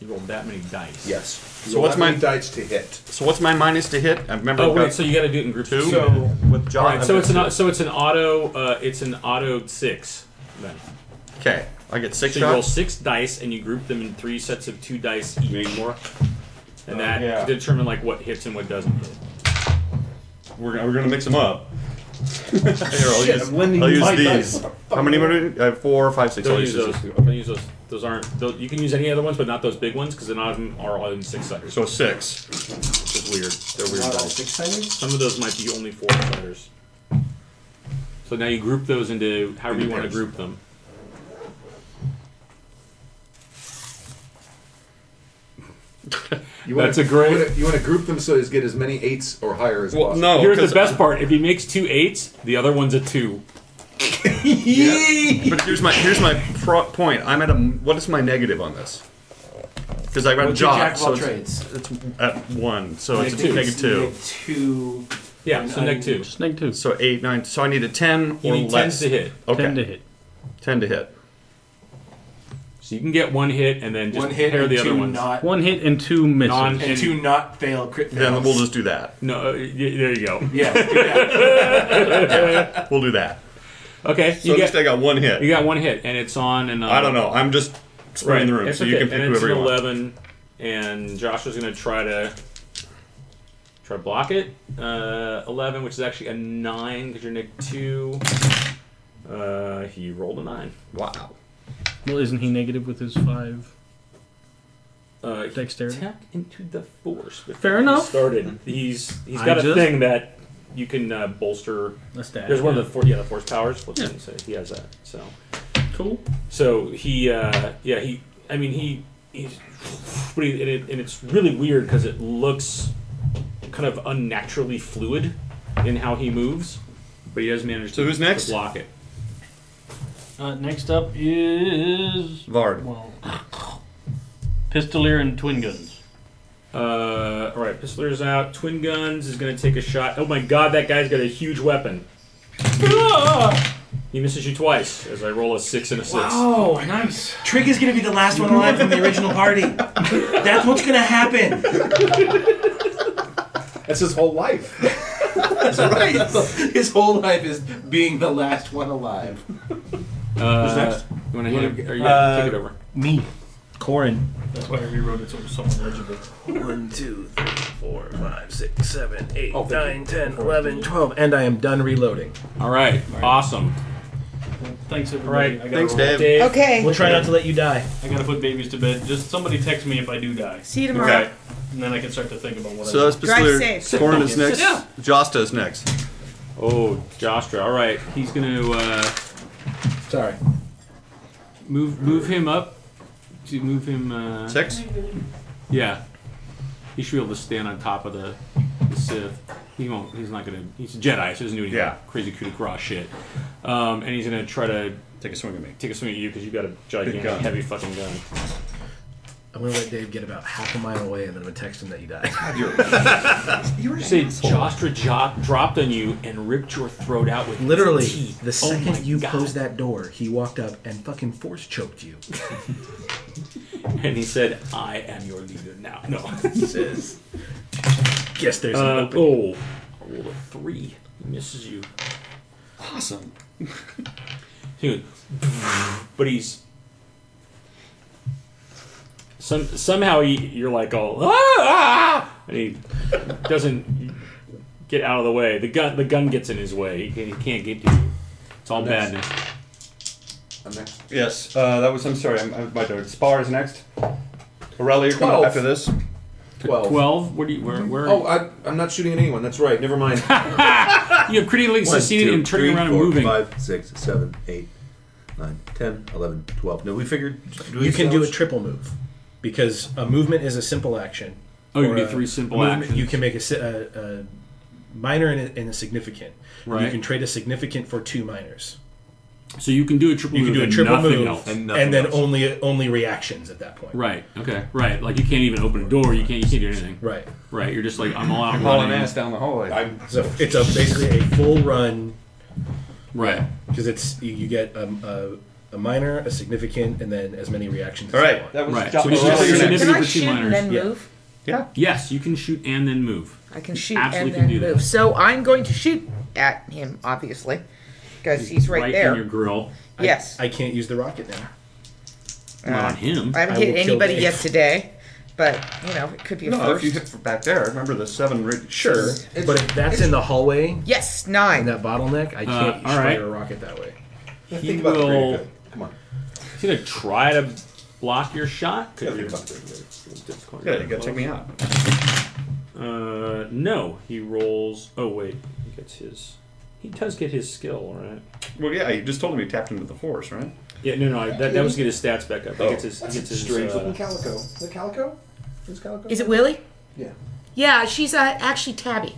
[SPEAKER 1] you roll that many dice.
[SPEAKER 7] Yes.
[SPEAKER 6] So what's
[SPEAKER 7] that many
[SPEAKER 6] my-
[SPEAKER 7] dice to hit?
[SPEAKER 6] So what's my minus to hit? I remember.
[SPEAKER 1] Oh
[SPEAKER 6] I've got
[SPEAKER 1] wait, so you got to do it in groups.
[SPEAKER 6] two.
[SPEAKER 1] of
[SPEAKER 6] with John.
[SPEAKER 1] All right, so
[SPEAKER 6] I've
[SPEAKER 1] it's an
[SPEAKER 6] got
[SPEAKER 1] au- so it's an auto. Uh, it's an auto six. Then.
[SPEAKER 6] two. Okay. I get six
[SPEAKER 1] So you roll
[SPEAKER 6] shots.
[SPEAKER 1] six dice, and you group them in three sets of two dice each.
[SPEAKER 6] more.
[SPEAKER 1] and that
[SPEAKER 6] yeah.
[SPEAKER 1] to determine like what hits and what doesn't hit.
[SPEAKER 6] We're, gonna- we're gonna mix them up. Here, I'll use,
[SPEAKER 18] I'm lending
[SPEAKER 6] I'll
[SPEAKER 18] you
[SPEAKER 6] use
[SPEAKER 18] my
[SPEAKER 6] these.
[SPEAKER 18] dice.
[SPEAKER 6] How many more? do we- I have four, five, six.
[SPEAKER 1] Don't
[SPEAKER 6] I'll
[SPEAKER 1] use
[SPEAKER 6] use
[SPEAKER 1] those.
[SPEAKER 6] these two.
[SPEAKER 1] Don't use those. Those aren't. Those, you can use any other ones, but not those big ones because a lot of them are all in six siders. So
[SPEAKER 6] So six.
[SPEAKER 1] it's just weird. They're weird.
[SPEAKER 18] Not all
[SPEAKER 1] dice.
[SPEAKER 18] six sided.
[SPEAKER 1] Some of those might be only four siders. So now you group those into however you want to group them.
[SPEAKER 7] You
[SPEAKER 1] That's a
[SPEAKER 7] You
[SPEAKER 1] great.
[SPEAKER 7] want, to, group them so you get as many eights or higher as
[SPEAKER 6] Well,
[SPEAKER 7] possible.
[SPEAKER 6] no.
[SPEAKER 1] Here's
[SPEAKER 18] Oh,
[SPEAKER 6] 'cause-
[SPEAKER 1] the best part: if he makes two eights, the other one's a two.
[SPEAKER 6] But here's my here's my pro- point. I'm at a. What is my negative on this? Because I got
[SPEAKER 18] What's your
[SPEAKER 6] job,
[SPEAKER 18] jack of
[SPEAKER 6] so
[SPEAKER 18] all
[SPEAKER 6] it's,
[SPEAKER 18] trades?
[SPEAKER 6] it's at one, so it's
[SPEAKER 1] Negative two.
[SPEAKER 6] negative two.
[SPEAKER 18] Two.
[SPEAKER 1] Yeah, so
[SPEAKER 18] I-
[SPEAKER 1] neg two.
[SPEAKER 2] Just neg two.
[SPEAKER 6] So eight, nine. So I need a ten
[SPEAKER 1] You
[SPEAKER 6] or
[SPEAKER 1] need tens
[SPEAKER 6] less
[SPEAKER 1] to hit,
[SPEAKER 6] Okay,
[SPEAKER 2] Ten to hit.
[SPEAKER 6] Ten to hit.
[SPEAKER 1] so you can get one hit and then just
[SPEAKER 18] One hit
[SPEAKER 1] pair
[SPEAKER 18] and
[SPEAKER 1] the
[SPEAKER 18] two
[SPEAKER 1] other ones.
[SPEAKER 18] not.
[SPEAKER 2] One hit and two misses.
[SPEAKER 1] Non-
[SPEAKER 18] and two not fail crit fails.
[SPEAKER 6] Then we'll just do that.
[SPEAKER 1] No, uh, y- there you go.
[SPEAKER 18] yeah. do that.
[SPEAKER 6] We'll do that.
[SPEAKER 1] Okay,
[SPEAKER 6] So
[SPEAKER 1] you
[SPEAKER 6] at least
[SPEAKER 1] get
[SPEAKER 6] I got one hit.
[SPEAKER 1] you got one hit and it's on and uh,
[SPEAKER 6] I don't know. I'm just
[SPEAKER 1] Right.
[SPEAKER 6] spreading the room,
[SPEAKER 1] It's
[SPEAKER 6] so you
[SPEAKER 1] okay.
[SPEAKER 6] can pick
[SPEAKER 1] and it's
[SPEAKER 6] whoever
[SPEAKER 1] an
[SPEAKER 6] you want.
[SPEAKER 1] eleven, and Josh is going to try to try to block it. Uh, eleven, which is actually a nine because you're Nick two. Uh, he rolled a nine.
[SPEAKER 6] Wow.
[SPEAKER 2] Well, isn't he negative with his five
[SPEAKER 1] Uh, he
[SPEAKER 2] dexterity?
[SPEAKER 1] tapped into the force. before
[SPEAKER 2] Fair
[SPEAKER 1] he
[SPEAKER 2] enough.
[SPEAKER 1] Started. He's he's
[SPEAKER 2] I
[SPEAKER 1] got a
[SPEAKER 2] just-
[SPEAKER 1] thing that you can uh, bolster.
[SPEAKER 2] That's that.
[SPEAKER 1] There's one of the four, yeah the force powers. What's he say? He has that. So
[SPEAKER 2] cool.
[SPEAKER 1] so he uh, yeah he I mean he he's pretty and, it, and it's really weird because it looks kind of unnaturally fluid in how he moves, but he does manage to,
[SPEAKER 6] So who's next?
[SPEAKER 1] to block it.
[SPEAKER 2] Uh, next up is
[SPEAKER 6] Vard.
[SPEAKER 2] well, pistolier and twin guns.
[SPEAKER 1] Uh, all right, Pistoler's out. Twin Guns is going to take a shot. Oh my god, that guy's got a huge weapon.
[SPEAKER 3] Ah!
[SPEAKER 1] He misses you twice as I roll a six and a six.
[SPEAKER 2] Oh, nice.
[SPEAKER 3] Trig is gonna be the last one alive from the original party. That's what's gonna happen.
[SPEAKER 7] That's his whole life.
[SPEAKER 18] That's right. His whole life is being the last one alive.
[SPEAKER 1] Uh,
[SPEAKER 18] Who's next?
[SPEAKER 1] You want to hand him? Or you
[SPEAKER 3] Uh,
[SPEAKER 1] take it over.
[SPEAKER 3] Me, Corin.
[SPEAKER 2] That's why I rewrote it so it was somewhat legible.
[SPEAKER 3] One, two, three, four, five, six, seven, eight,
[SPEAKER 18] Oh,
[SPEAKER 3] nine, ten, eleven, twelve, and I am done reloading.
[SPEAKER 1] All right, awesome.
[SPEAKER 2] Thanks everybody.
[SPEAKER 1] Right.
[SPEAKER 2] I gotta
[SPEAKER 6] Thanks,
[SPEAKER 2] roll.
[SPEAKER 6] Dave.
[SPEAKER 4] Okay.
[SPEAKER 3] We'll try not to let you die.
[SPEAKER 2] I gotta put babies to bed. Just somebody text me if I do die,
[SPEAKER 4] See you tomorrow.
[SPEAKER 6] Okay.
[SPEAKER 2] and then I can start to think about what
[SPEAKER 6] So
[SPEAKER 2] I.
[SPEAKER 6] that's Pistolier.
[SPEAKER 4] safe.
[SPEAKER 6] Corn is next.
[SPEAKER 2] Yeah.
[SPEAKER 6] Josta is next.
[SPEAKER 1] Oh, Jostra. All right, he's going to. Uh,
[SPEAKER 18] Sorry.
[SPEAKER 1] Move move him up. To move him. Uh,
[SPEAKER 6] Six.
[SPEAKER 1] Yeah. He should be able to stand on top of the, the Sith. He won't. He's not gonna. He's a Jedi, so he doesn't do any
[SPEAKER 6] Yeah.
[SPEAKER 1] crazy coup de grace shit. Um, and he's gonna try to
[SPEAKER 6] Take a swing at me.
[SPEAKER 1] take a swing at you because you've got a gigantic,
[SPEAKER 6] gun.
[SPEAKER 1] heavy fucking gun.
[SPEAKER 3] I'm gonna let Dave get about half a mile away, and then I'm gonna text him that you died.
[SPEAKER 1] You say Jostra jo- dropped on you and ripped your throat out with
[SPEAKER 3] Literally,
[SPEAKER 1] his teeth.
[SPEAKER 3] the
[SPEAKER 1] Oh
[SPEAKER 3] second
[SPEAKER 1] my
[SPEAKER 3] you
[SPEAKER 1] God.
[SPEAKER 3] closed that door, he walked up and fucking force choked you.
[SPEAKER 1] and he said, "I am your leader now." No.
[SPEAKER 3] says, "Guess there's an
[SPEAKER 1] Uh,
[SPEAKER 3] open."
[SPEAKER 1] oh, I rolled a three. He misses you.
[SPEAKER 6] Awesome.
[SPEAKER 1] He goes, but he's Some somehow he, you're like all ah, ah," and he doesn't get out of the way. The gun the gun gets in his way. He, can, he can't get to you. It's all
[SPEAKER 6] That's-
[SPEAKER 1] badness.
[SPEAKER 6] I'm next. Yes, uh, that was. I'm sorry. I'm, I'm, my dude. Spar is next. Aurelia, come up
[SPEAKER 7] Twelve.
[SPEAKER 6] after this.
[SPEAKER 7] Twelve.
[SPEAKER 1] Twelve. Where do you where where?
[SPEAKER 7] Oh, I, I'm not shooting at anyone. That's right. Never mind.
[SPEAKER 1] Oh, you critically
[SPEAKER 7] One,
[SPEAKER 1] succeeded
[SPEAKER 7] two,
[SPEAKER 1] in turning
[SPEAKER 7] three,
[SPEAKER 1] around
[SPEAKER 7] four,
[SPEAKER 1] and moving.
[SPEAKER 7] Five, six, seven, eight, nine, 10, 11, 12. No, we figured. do we
[SPEAKER 3] You can do a
[SPEAKER 7] establish-
[SPEAKER 3] triple move because a movement is a simple action.
[SPEAKER 1] Oh, you
[SPEAKER 3] Or
[SPEAKER 1] can do
[SPEAKER 3] a
[SPEAKER 1] three simple
[SPEAKER 3] movement-
[SPEAKER 1] actions.
[SPEAKER 3] You can make a, si- a, a minor and a, and a significant. You
[SPEAKER 1] Right.
[SPEAKER 3] can trade a significant for two minors.
[SPEAKER 1] So you can do a triple
[SPEAKER 3] You
[SPEAKER 1] move
[SPEAKER 3] can do a
[SPEAKER 1] and
[SPEAKER 3] triple
[SPEAKER 1] nothing
[SPEAKER 3] move
[SPEAKER 1] else.
[SPEAKER 7] And
[SPEAKER 3] and,
[SPEAKER 7] nothing
[SPEAKER 3] then
[SPEAKER 7] else.
[SPEAKER 3] only only reactions at that point.
[SPEAKER 1] Right. Okay. Right. Like you can't even open a door. You can't. You can't do anything.
[SPEAKER 3] Right.
[SPEAKER 1] Right. You're just like I'm all out.
[SPEAKER 6] Hauling
[SPEAKER 1] running.
[SPEAKER 6] ass down the hallway.
[SPEAKER 7] I'm,
[SPEAKER 3] So it's a, basically a full run
[SPEAKER 1] Right.
[SPEAKER 3] because it's you, you get um, a, a minor, a significant, and then as many reactions.
[SPEAKER 6] All
[SPEAKER 3] as you
[SPEAKER 6] right,
[SPEAKER 3] want.
[SPEAKER 6] that was
[SPEAKER 1] Right.
[SPEAKER 6] job
[SPEAKER 1] So we just
[SPEAKER 6] Aurelia,
[SPEAKER 1] say
[SPEAKER 6] you're
[SPEAKER 1] submit-
[SPEAKER 6] next.
[SPEAKER 4] Can I
[SPEAKER 1] for two
[SPEAKER 4] shoot and
[SPEAKER 1] minors.
[SPEAKER 4] then
[SPEAKER 3] Yeah.
[SPEAKER 4] move?
[SPEAKER 6] Yeah.
[SPEAKER 1] Yes, you can shoot and then move.
[SPEAKER 4] I can shoot
[SPEAKER 1] absolutely
[SPEAKER 4] and
[SPEAKER 1] can
[SPEAKER 4] then
[SPEAKER 1] do that.
[SPEAKER 4] move. So I'm going to shoot at him, obviously, because he's right, there.
[SPEAKER 1] in your grill.
[SPEAKER 4] yes, Uh,
[SPEAKER 3] I can't use the rocket now.
[SPEAKER 1] Not on him.
[SPEAKER 4] I haven't
[SPEAKER 3] I
[SPEAKER 4] hit
[SPEAKER 3] will kill
[SPEAKER 4] anybody
[SPEAKER 3] Dave.
[SPEAKER 4] yet today, but you know it could be a
[SPEAKER 6] No, if
[SPEAKER 4] first.
[SPEAKER 6] you hit from back there, remember the seven. Ri-
[SPEAKER 3] Sure, but if that's in the hallway
[SPEAKER 4] yes,
[SPEAKER 3] in
[SPEAKER 4] nine.
[SPEAKER 3] that bottleneck, I can't
[SPEAKER 1] Uh, all
[SPEAKER 3] fire
[SPEAKER 1] right.
[SPEAKER 3] a rocket that way.
[SPEAKER 1] He
[SPEAKER 38] about the
[SPEAKER 1] will.
[SPEAKER 38] creative
[SPEAKER 7] come on.
[SPEAKER 1] He's gonna try to block your shot.
[SPEAKER 38] Yeah, think about it. It's difficult.
[SPEAKER 6] Yeah, you gotta take me out.
[SPEAKER 1] Uh, no, he rolls. Oh wait, he gets his. He does get his skill, right?
[SPEAKER 6] Well, yeah, you just told him you tapped into the force, right?
[SPEAKER 1] Yeah, no, no. I, that, that was get his stats back up. He gets his. He gets his.
[SPEAKER 38] Oh, Strange
[SPEAKER 1] uh,
[SPEAKER 38] looking calico. Is it calico? Is it calico?
[SPEAKER 4] Is it Willie?
[SPEAKER 38] Yeah.
[SPEAKER 4] Yeah, she's uh, actually tabby.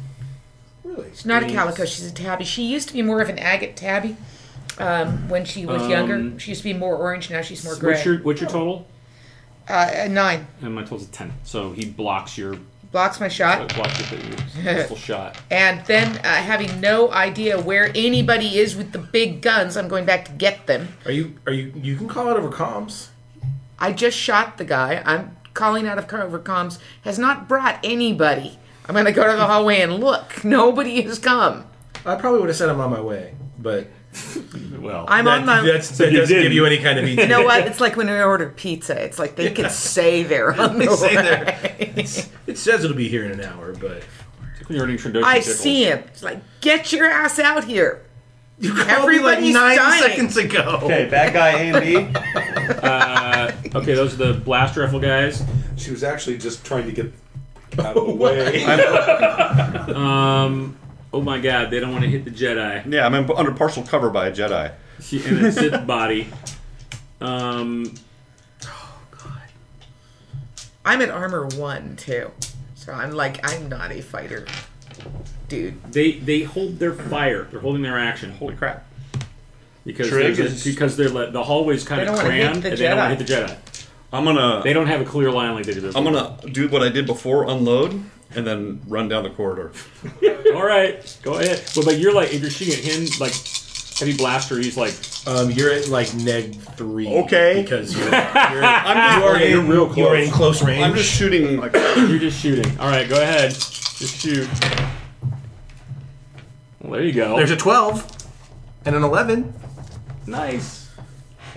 [SPEAKER 38] Really?
[SPEAKER 4] She's not a calico. She's a tabby. She used to be more of an agate tabby um, when she was younger.
[SPEAKER 1] Um,
[SPEAKER 4] She used to be more orange. Now she's more gray.
[SPEAKER 1] what's your What's your total?
[SPEAKER 4] uh, a nine
[SPEAKER 1] And my total's a ten. So he blocks your
[SPEAKER 4] blocks my shot,
[SPEAKER 1] blocks your, your pistol shot.
[SPEAKER 4] and then uh, having no idea where anybody is with the big guns, I'm going back to get them.
[SPEAKER 3] Are you? Are you? You can call out over comms.
[SPEAKER 4] I just shot the guy. I'm calling out of cover over comms. Has not brought anybody. I'm gonna go to the hallway and look. Nobody has come.
[SPEAKER 3] I probably would have said I'm on my way, but
[SPEAKER 1] Well,
[SPEAKER 4] I'm
[SPEAKER 3] that,
[SPEAKER 4] on my.
[SPEAKER 3] that's, that
[SPEAKER 1] you
[SPEAKER 3] doesn't give
[SPEAKER 1] didn't.
[SPEAKER 3] you any kind of easy.
[SPEAKER 4] you know what? It's like when I order pizza. It's like they can say they're on the
[SPEAKER 3] say
[SPEAKER 4] way.
[SPEAKER 3] they're- It says it'll be here in an hour, but
[SPEAKER 1] it's like when you're eating Trandoshan
[SPEAKER 4] I
[SPEAKER 1] pickles.
[SPEAKER 4] see him. It's like get your ass out here.
[SPEAKER 3] you called
[SPEAKER 4] Everybody's dying.
[SPEAKER 3] ago.
[SPEAKER 6] Okay, bad guy A and B.
[SPEAKER 1] Okay, those are the blast rifle guys.
[SPEAKER 38] She was actually just trying to get out of the way.
[SPEAKER 1] Oh my god, they don't want to hit the Jedi.
[SPEAKER 6] Yeah, I'm in, under partial cover by a Jedi.
[SPEAKER 1] She, and a Sith body. Um,
[SPEAKER 4] I'm at armor one too, so I'm like I'm not a fighter, dude.
[SPEAKER 1] they they hold their fire. They're holding their action. Holy crap! Because
[SPEAKER 6] Trig
[SPEAKER 1] they're,
[SPEAKER 6] is-
[SPEAKER 1] because they're le- the hallway's kind
[SPEAKER 4] They
[SPEAKER 1] of
[SPEAKER 4] don't wanna hit
[SPEAKER 1] crammed,
[SPEAKER 4] the
[SPEAKER 1] and they don't want
[SPEAKER 4] Jedi.
[SPEAKER 1] to hit the Jedi.
[SPEAKER 6] I'm gonna.
[SPEAKER 1] They don't have a clear line like they did.
[SPEAKER 6] I'm gonna do what I did before, unload, and then run down the corridor.
[SPEAKER 1] All right, go ahead. Well, but you're like if you're shooting at him, like heavy blaster, he's like
[SPEAKER 3] Um, you're at like neg three.
[SPEAKER 6] Okay.
[SPEAKER 3] because you're, you're, you
[SPEAKER 6] I'm
[SPEAKER 3] are in,
[SPEAKER 6] just,
[SPEAKER 3] real close. You're in close range.
[SPEAKER 6] I'm just shooting. Like, uh,
[SPEAKER 1] you're just shooting. All right, go ahead, just shoot. Well, there you go.
[SPEAKER 3] There's a twelve and an eleven.
[SPEAKER 1] nice.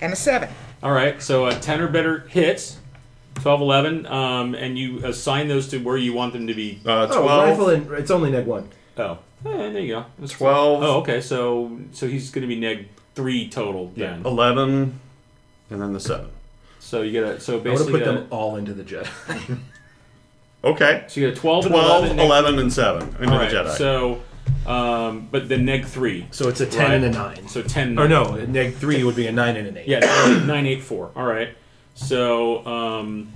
[SPEAKER 4] And a seven.
[SPEAKER 1] All right, so uh, 10 or better hits, 12, 11, um, and you assign those to where you want them to be.
[SPEAKER 6] uh,
[SPEAKER 3] Oh,
[SPEAKER 6] 12,
[SPEAKER 3] rifle and it's only neg one.
[SPEAKER 1] Oh, eh, there you go. That's-
[SPEAKER 6] 12,
[SPEAKER 1] Oh, okay, so so he's going to be neg three total then.
[SPEAKER 6] 11, and then the 7.
[SPEAKER 1] So you get a so
[SPEAKER 3] I would have
[SPEAKER 1] basically uh,
[SPEAKER 3] put
[SPEAKER 1] a,
[SPEAKER 3] them all into the jet.
[SPEAKER 6] Okay.
[SPEAKER 1] so you get a 12, and
[SPEAKER 6] 12,
[SPEAKER 1] 11.
[SPEAKER 6] 11,
[SPEAKER 1] neg-
[SPEAKER 6] and 7 into
[SPEAKER 1] all right,
[SPEAKER 6] the Jedi.
[SPEAKER 1] So, um, but the neg three,
[SPEAKER 3] So it's a ten
[SPEAKER 1] Right.
[SPEAKER 3] and a nine.
[SPEAKER 1] so 10.
[SPEAKER 3] Or no, neg three would be a nine and an eight.
[SPEAKER 1] Yeah, nine- 984. All right. So, um,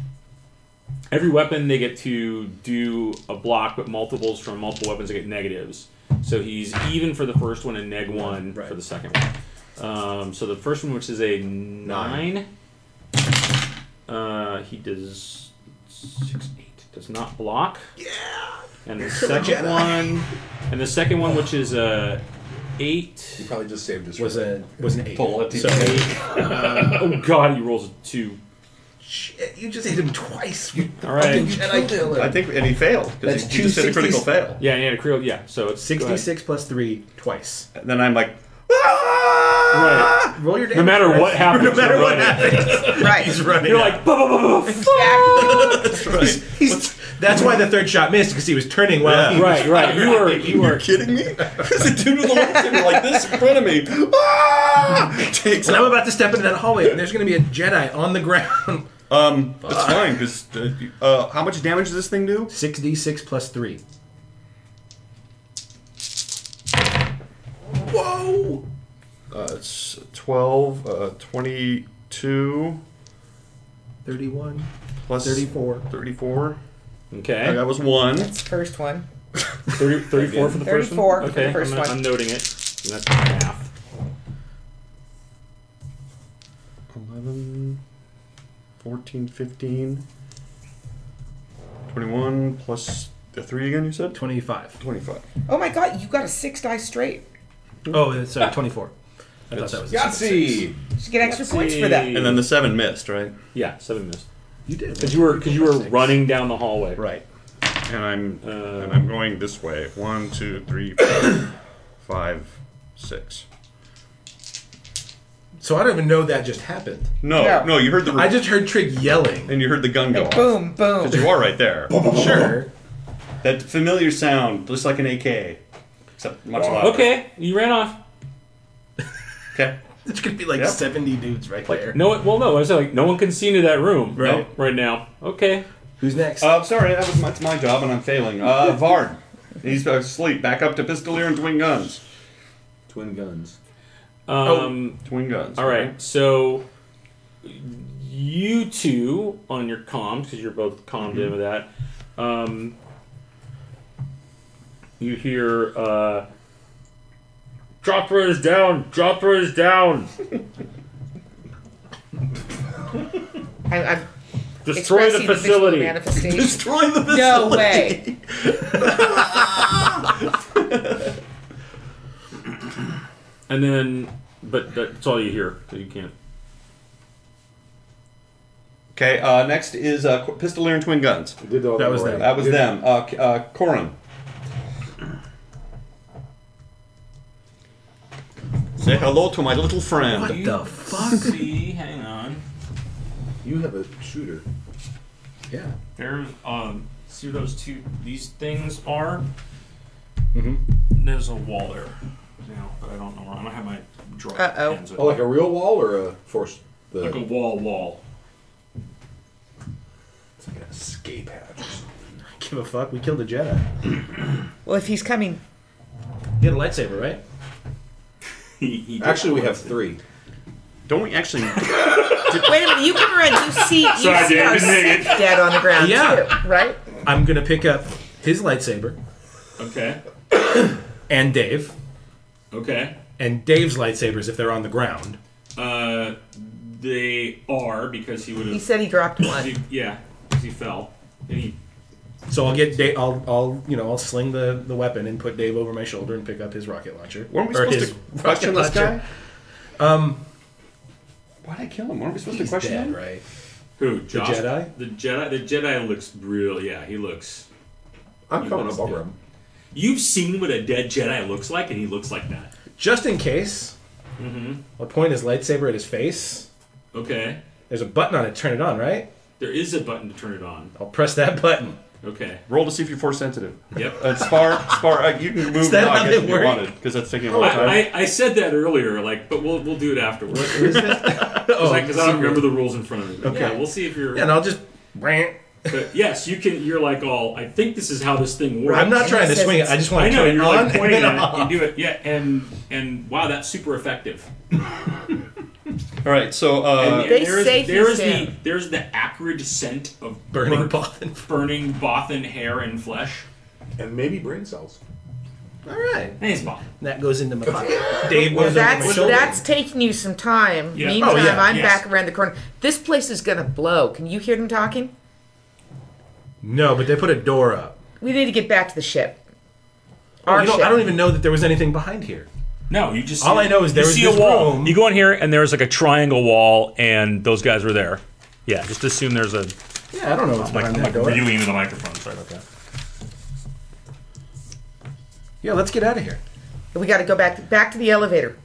[SPEAKER 1] every weapon they get to do a block, but multiples from multiple weapons they get negatives. So he's even for the first one and neg one
[SPEAKER 3] Right.
[SPEAKER 1] for the second one. Um, so the first one, which is a nine, uh, he does six eight. Does not block. Yeah. And the second one, and the second one, which is a eight.
[SPEAKER 38] Probably just saved us.
[SPEAKER 3] was a was an eight.
[SPEAKER 6] Bullet.
[SPEAKER 3] So
[SPEAKER 1] Oh God, he rolls a two.
[SPEAKER 3] Shit, you just hit him twice. You
[SPEAKER 1] All right.
[SPEAKER 3] Jedi killer.
[SPEAKER 6] I think, and he failed, because
[SPEAKER 3] That's
[SPEAKER 6] he, he just did a critical
[SPEAKER 3] 260.
[SPEAKER 6] fail.
[SPEAKER 1] Yeah, and he had a creo. Yeah, so it's go ahead.
[SPEAKER 3] Sixty-six plus three twice.
[SPEAKER 6] And then I'm like, "Ah!" Right.
[SPEAKER 3] Roll your
[SPEAKER 1] No
[SPEAKER 3] damage.
[SPEAKER 1] matter what happens,
[SPEAKER 6] No matter
[SPEAKER 1] you're
[SPEAKER 6] what
[SPEAKER 1] running.
[SPEAKER 6] happens,
[SPEAKER 4] Right.
[SPEAKER 6] he's running.
[SPEAKER 1] You're like, "Bah, bah, bah, bah, bah."
[SPEAKER 4] Exactly.
[SPEAKER 6] that's right.
[SPEAKER 3] He's, that's why the third shot missed because he was turning while
[SPEAKER 6] Yeah.
[SPEAKER 3] he
[SPEAKER 1] right, right. You are, you
[SPEAKER 6] You're
[SPEAKER 1] are.
[SPEAKER 6] kidding me? There's a dude with a lightsaber like this in front of me. Ah! Takes
[SPEAKER 3] And I'm
[SPEAKER 6] out.
[SPEAKER 3] about to step into that hallway, and there's going to be a Jedi on the ground.
[SPEAKER 6] Um, it's fine because uh, uh, how much damage does this thing do?
[SPEAKER 3] Six D six plus three.
[SPEAKER 6] Whoa! Uh, it's 12, uh, 22,
[SPEAKER 3] 31,
[SPEAKER 6] plus
[SPEAKER 3] 34.
[SPEAKER 6] 34. Okay,
[SPEAKER 1] Okay.
[SPEAKER 6] that was one.
[SPEAKER 10] That's the first one.
[SPEAKER 1] 30, 34 for the first one?
[SPEAKER 10] 34 for the
[SPEAKER 1] Okay,
[SPEAKER 10] first
[SPEAKER 1] I'm,
[SPEAKER 10] one.
[SPEAKER 1] I'm noting it. And that's half.
[SPEAKER 6] 11, 14, 15, 21, plus the 3 again, you said?
[SPEAKER 3] 25.
[SPEAKER 6] 25.
[SPEAKER 10] Oh my god, you got a six die straight.
[SPEAKER 3] Oh, that's uh, 24. I thought that was a
[SPEAKER 7] Yahtzee!
[SPEAKER 10] You get extra points for that.
[SPEAKER 6] And then the 7 missed, right?
[SPEAKER 1] Yeah, seven missed.
[SPEAKER 3] You did.
[SPEAKER 1] Because you were, because you were running down the hallway.
[SPEAKER 6] Right. And I'm
[SPEAKER 1] Uh,
[SPEAKER 6] and I'm going this way. One, two, three, four, five, six.
[SPEAKER 3] So I don't even know that just happened.
[SPEAKER 6] No,
[SPEAKER 10] No.
[SPEAKER 6] no, you heard the
[SPEAKER 3] I just heard Trig yelling.
[SPEAKER 6] and you heard the gun go off.
[SPEAKER 10] Boom, boom.
[SPEAKER 6] Because you are right there.
[SPEAKER 3] Sure.
[SPEAKER 6] That familiar sound, just like an AK, except much louder.
[SPEAKER 1] Okay, you ran off.
[SPEAKER 6] Okay.
[SPEAKER 3] There's going to be like
[SPEAKER 6] Yep.
[SPEAKER 3] 70 dudes right there.
[SPEAKER 1] No, one- well, no. I was like, no one can see into that room
[SPEAKER 6] Right.
[SPEAKER 1] right now. Okay.
[SPEAKER 3] Who's next?
[SPEAKER 6] Uh, sorry, that was my, it's my job, and I'm failing. Uh, Vard, he's uh, asleep. Back up to Pistolier and Twin Guns.
[SPEAKER 7] Twin guns.
[SPEAKER 1] Um,
[SPEAKER 6] Twin Guns.
[SPEAKER 1] All right. So you two on your comms, because you're both calmed
[SPEAKER 9] Mm-hmm.
[SPEAKER 1] in with that. Um, you hear uh, Jothra is down. Jothra is down.
[SPEAKER 10] I, I'm
[SPEAKER 1] Destroy the
[SPEAKER 10] expressing visual
[SPEAKER 1] facility.
[SPEAKER 10] manifestation.
[SPEAKER 6] Destroy the facility.
[SPEAKER 10] No way.
[SPEAKER 1] and then, but that's all you hear. So you can't.
[SPEAKER 6] Okay. Uh, next is uh, Qu- Pistolier and Twin Guns.
[SPEAKER 7] I did all
[SPEAKER 3] That was
[SPEAKER 7] right.
[SPEAKER 3] them.
[SPEAKER 6] That was
[SPEAKER 7] Did-
[SPEAKER 6] them. Uh, C- uh, Corin. Say hello to my little friend.
[SPEAKER 3] what the fuck?
[SPEAKER 9] See, hang on.
[SPEAKER 7] You have a shooter.
[SPEAKER 3] yeah.
[SPEAKER 9] There's um. See where those two these things are. Mm-hmm. There's a wall there. Now, but I don't know where. I don't have my drawing
[SPEAKER 10] Uh-oh.
[SPEAKER 9] hands with
[SPEAKER 7] Oh,
[SPEAKER 9] me.
[SPEAKER 7] like a real wall or a force? The
[SPEAKER 9] like a wall, wall.
[SPEAKER 7] it's like an escape hatch.
[SPEAKER 3] Give a fuck. We killed a Jedi.
[SPEAKER 10] Well, if he's coming,
[SPEAKER 3] You had a lightsaber, right?
[SPEAKER 7] Actually, we have three.
[SPEAKER 6] Don't we actually?
[SPEAKER 10] wait a minute. You can run. You see, you
[SPEAKER 16] Sorry,
[SPEAKER 10] see
[SPEAKER 16] Dan,
[SPEAKER 10] our
[SPEAKER 16] didn't make
[SPEAKER 10] sick dead on the ground
[SPEAKER 3] Yeah.
[SPEAKER 10] too, right?
[SPEAKER 3] I'm going to pick up his lightsaber
[SPEAKER 9] Okay.
[SPEAKER 3] and Dave
[SPEAKER 9] Okay.
[SPEAKER 3] and Dave's lightsabers if they're on the ground.
[SPEAKER 9] Uh, they are because he would
[SPEAKER 10] He
[SPEAKER 9] have.
[SPEAKER 10] said he dropped one.
[SPEAKER 9] He, yeah, 'cause he fell. And he,
[SPEAKER 3] So I'll get Dave. I'll, I'll, you know, I'll sling the, the weapon and put Dave over my shoulder and pick up his rocket launcher.
[SPEAKER 6] Weren't we
[SPEAKER 3] Or
[SPEAKER 6] supposed
[SPEAKER 3] his
[SPEAKER 6] to question this
[SPEAKER 3] rocket
[SPEAKER 6] guy?
[SPEAKER 3] launcher.
[SPEAKER 6] Why did I kill him? Weren't we supposed
[SPEAKER 3] He's
[SPEAKER 6] to question
[SPEAKER 3] dead,
[SPEAKER 6] him?
[SPEAKER 3] right?
[SPEAKER 9] who? Josh,
[SPEAKER 3] Jedi?
[SPEAKER 9] The Jedi. The Jedi looks real. Yeah, he looks.
[SPEAKER 7] I'm
[SPEAKER 9] You
[SPEAKER 7] coming
[SPEAKER 9] must
[SPEAKER 7] up. I'll
[SPEAKER 9] do.
[SPEAKER 7] grab 'em.
[SPEAKER 9] You've seen what a dead Jedi looks like, and he looks like that.
[SPEAKER 3] Just in case, I'll point his lightsaber at his face.
[SPEAKER 9] Okay.
[SPEAKER 3] There's a button on it. Turn it on, right?
[SPEAKER 9] There is a button to turn it on.
[SPEAKER 3] I'll press that button.
[SPEAKER 9] Okay.
[SPEAKER 6] Roll to see if you're force sensitive.
[SPEAKER 9] Yep.
[SPEAKER 6] Uh, spar, spar. Uh, you can move
[SPEAKER 3] that
[SPEAKER 6] now.
[SPEAKER 3] how
[SPEAKER 6] I
[SPEAKER 3] they
[SPEAKER 6] guess if you
[SPEAKER 3] work?
[SPEAKER 6] wanted, because that's taking a long time.
[SPEAKER 9] I, I, I said that earlier, like, but we'll we'll do it afterwards. Because I, 'cause I don't remember the rules in front of me. But
[SPEAKER 3] Okay.
[SPEAKER 9] Yeah, we'll see if you're.
[SPEAKER 3] And I'll just. Rant.
[SPEAKER 9] but yes, you can. You're like, all. I think this is how this thing works.
[SPEAKER 3] I'm not trying to
[SPEAKER 10] says
[SPEAKER 3] swing it. I just want
[SPEAKER 9] I
[SPEAKER 3] to
[SPEAKER 9] know
[SPEAKER 3] turn it
[SPEAKER 9] you're
[SPEAKER 3] on.
[SPEAKER 9] like
[SPEAKER 3] and
[SPEAKER 9] pointing
[SPEAKER 3] then
[SPEAKER 9] at
[SPEAKER 3] I'll-
[SPEAKER 9] it. You do it, yeah, and and wow, that's super effective.
[SPEAKER 6] All right, so uh,
[SPEAKER 9] And
[SPEAKER 10] They
[SPEAKER 9] there is-
[SPEAKER 10] say he's
[SPEAKER 9] there is the
[SPEAKER 10] him.
[SPEAKER 9] there's the acrid scent of
[SPEAKER 3] Burning
[SPEAKER 9] burnt-
[SPEAKER 3] Bothan flesh.
[SPEAKER 9] burning Bothan hair and flesh.
[SPEAKER 7] And maybe brain cells.
[SPEAKER 3] All right.
[SPEAKER 9] Hey, it's Bothan.
[SPEAKER 3] That goes into my pocket. Dave goes into my
[SPEAKER 10] That's
[SPEAKER 3] shoulder.
[SPEAKER 10] that's taking you some time.
[SPEAKER 9] Yeah.
[SPEAKER 10] Meantime,
[SPEAKER 3] Oh, yeah,
[SPEAKER 10] I'm
[SPEAKER 9] yes.
[SPEAKER 10] back around the corner. This place is gonna blow. Can you hear them talking?
[SPEAKER 3] No, but they put a door up.
[SPEAKER 10] We need to get back to the ship.
[SPEAKER 3] Oh,
[SPEAKER 10] Our
[SPEAKER 3] you know,
[SPEAKER 10] ship.
[SPEAKER 3] I don't even know that there was anything behind here.
[SPEAKER 9] No, you just
[SPEAKER 3] All I know is there
[SPEAKER 9] you
[SPEAKER 3] was
[SPEAKER 9] see
[SPEAKER 3] this
[SPEAKER 9] a wall.
[SPEAKER 3] room.
[SPEAKER 9] You go in here and there's like a triangle wall, and those guys were there. Yeah, just assume there's a
[SPEAKER 3] Yeah, I don't know what's behind that door.
[SPEAKER 9] really into the microphone. Sorry about that.
[SPEAKER 3] Yeah, let's get out of here.
[SPEAKER 10] We got to go back back to the elevator.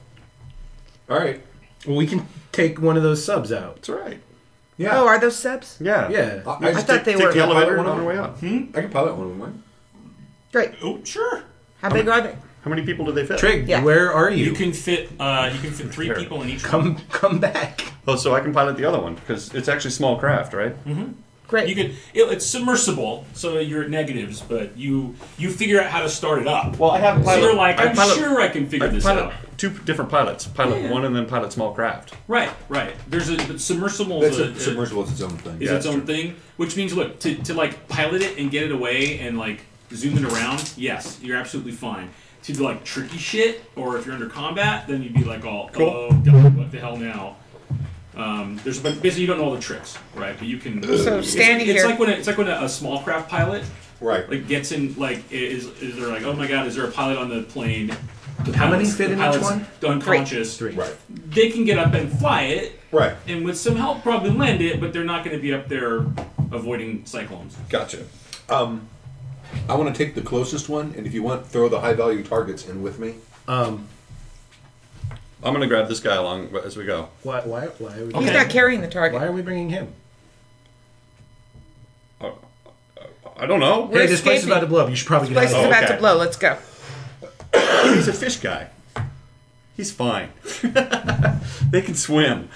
[SPEAKER 7] All right.
[SPEAKER 3] Well, we can take one of those subs out.
[SPEAKER 6] That's right.
[SPEAKER 7] Yeah.
[SPEAKER 9] Oh, are those subs?
[SPEAKER 6] Yeah.
[SPEAKER 3] Yeah.
[SPEAKER 7] I,
[SPEAKER 9] I thought they
[SPEAKER 6] Take
[SPEAKER 9] were.
[SPEAKER 6] the elevator
[SPEAKER 7] Pilot one
[SPEAKER 6] on our way
[SPEAKER 7] up.
[SPEAKER 6] up.
[SPEAKER 7] I can pilot one of mine.
[SPEAKER 9] Great.
[SPEAKER 1] Oh, sure.
[SPEAKER 9] How big are they?
[SPEAKER 6] How many people do they fit?
[SPEAKER 3] Trig,
[SPEAKER 9] Yeah.
[SPEAKER 3] where are you?
[SPEAKER 1] You can fit. Uh, you can fit three people in each.
[SPEAKER 3] come come back.
[SPEAKER 6] Oh, so I can pilot the other one because it's actually small craft, right?
[SPEAKER 9] Great.
[SPEAKER 1] You could. It, it's submersible, so you're at negatives, but you you figure out how to start it up.
[SPEAKER 6] Well, I have
[SPEAKER 1] So
[SPEAKER 6] pilot.
[SPEAKER 1] you're like,
[SPEAKER 6] I
[SPEAKER 1] I'm
[SPEAKER 6] pilot-
[SPEAKER 1] sure I can figure
[SPEAKER 6] I
[SPEAKER 1] this
[SPEAKER 6] pilot
[SPEAKER 1] out.
[SPEAKER 6] two different pilots. Pilot one and then pilot small craft.
[SPEAKER 1] Right, right. There's a but submersible
[SPEAKER 7] That's
[SPEAKER 1] is,
[SPEAKER 7] a,
[SPEAKER 1] a,
[SPEAKER 7] submersible. It's its own thing.
[SPEAKER 1] is its own thing, which means look to, to like pilot it and get it away and like zoom it around. Yes, you're absolutely fine. To do like tricky shit, or if you're under combat, then you'd be like, all
[SPEAKER 6] Cool.
[SPEAKER 1] oh, God, what the hell now? Um, there's but basically you don't know all the tricks, right? But you can.
[SPEAKER 9] So
[SPEAKER 1] it's,
[SPEAKER 9] standing
[SPEAKER 1] it's
[SPEAKER 9] here-
[SPEAKER 1] like when a, it's like when a, a small craft pilot
[SPEAKER 7] Right.
[SPEAKER 1] like gets in like is is there like oh my god is there a pilot on the plane? The
[SPEAKER 3] How many
[SPEAKER 1] pilot's-
[SPEAKER 3] fit
[SPEAKER 1] the
[SPEAKER 3] in each
[SPEAKER 1] pilot's
[SPEAKER 3] one?
[SPEAKER 1] Unconscious.
[SPEAKER 3] Three.
[SPEAKER 7] right.
[SPEAKER 1] They can get up and fly it,
[SPEAKER 7] Right.
[SPEAKER 1] and with some help probably land it, but they're not going to be up there avoiding cyclones.
[SPEAKER 7] Gotcha. Um, I want to take the closest one, and if you want, throw the high value targets in with me.
[SPEAKER 6] I'm gonna grab this guy along as we go.
[SPEAKER 3] Why why why are we,
[SPEAKER 9] He's not carrying the target.
[SPEAKER 3] why are we bringing him?
[SPEAKER 6] I don't know.
[SPEAKER 9] We're
[SPEAKER 3] hey, this place is
[SPEAKER 9] escaping.
[SPEAKER 3] about to blow up. You should probably get
[SPEAKER 9] Place
[SPEAKER 3] out of
[SPEAKER 9] is
[SPEAKER 6] Oh,
[SPEAKER 3] here.
[SPEAKER 9] about
[SPEAKER 6] okay.
[SPEAKER 9] to blow. Let's go.
[SPEAKER 6] He's a fish guy. He's fine. they can swim.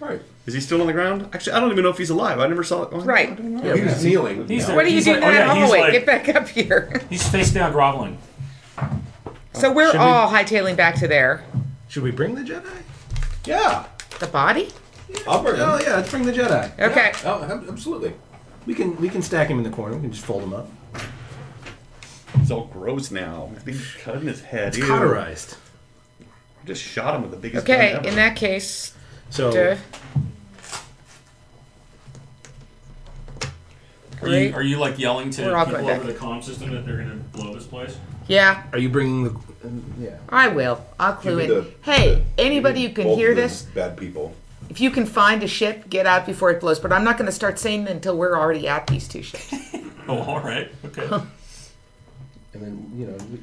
[SPEAKER 7] Right.
[SPEAKER 6] Is he still on the ground? Actually, I don't even know if he's alive. I never saw it. oh,
[SPEAKER 9] Right.
[SPEAKER 6] I don't know.
[SPEAKER 7] he was kneeling.
[SPEAKER 1] there.
[SPEAKER 9] What are you
[SPEAKER 1] He's
[SPEAKER 9] doing
[SPEAKER 1] like- oh, yeah,
[SPEAKER 9] now?
[SPEAKER 1] he's
[SPEAKER 9] Oh, wait,
[SPEAKER 1] like-
[SPEAKER 9] get back up here.
[SPEAKER 1] He's face down groveling.
[SPEAKER 9] So we're all hightailing back to there.
[SPEAKER 3] Should we bring the Jedi?
[SPEAKER 7] Yeah.
[SPEAKER 9] The body?
[SPEAKER 7] I'll bring
[SPEAKER 3] Oh
[SPEAKER 7] him.
[SPEAKER 3] yeah, let's bring the Jedi.
[SPEAKER 9] Okay.
[SPEAKER 7] Oh, ab- absolutely.
[SPEAKER 3] We can we can stack him in the corner. We can just fold him up.
[SPEAKER 6] He's all gross now. I think he's cut in his head. Ew.
[SPEAKER 3] Cauterized.
[SPEAKER 6] Just shot him with the biggest
[SPEAKER 9] Okay,
[SPEAKER 6] gun ever.
[SPEAKER 9] in that case,
[SPEAKER 3] So
[SPEAKER 9] duh.
[SPEAKER 1] Are you,
[SPEAKER 9] Great.
[SPEAKER 1] are you like yelling to
[SPEAKER 9] We're all
[SPEAKER 1] people
[SPEAKER 9] going
[SPEAKER 1] over
[SPEAKER 9] back.
[SPEAKER 1] the comm system that they're going to blow this place?
[SPEAKER 9] Yeah,
[SPEAKER 3] are you bringing the? um, yeah.
[SPEAKER 9] I will. I'll clue
[SPEAKER 7] Give
[SPEAKER 9] in.
[SPEAKER 7] me the-
[SPEAKER 9] hey, anybody who can
[SPEAKER 7] Both
[SPEAKER 9] hear
[SPEAKER 7] of them
[SPEAKER 9] this,
[SPEAKER 7] Bad people.
[SPEAKER 9] if you can find a ship, get out before it blows. But I'm not going to start saying it until we're already at these two ships.
[SPEAKER 1] Oh, all right. Okay.
[SPEAKER 3] And then you know, we-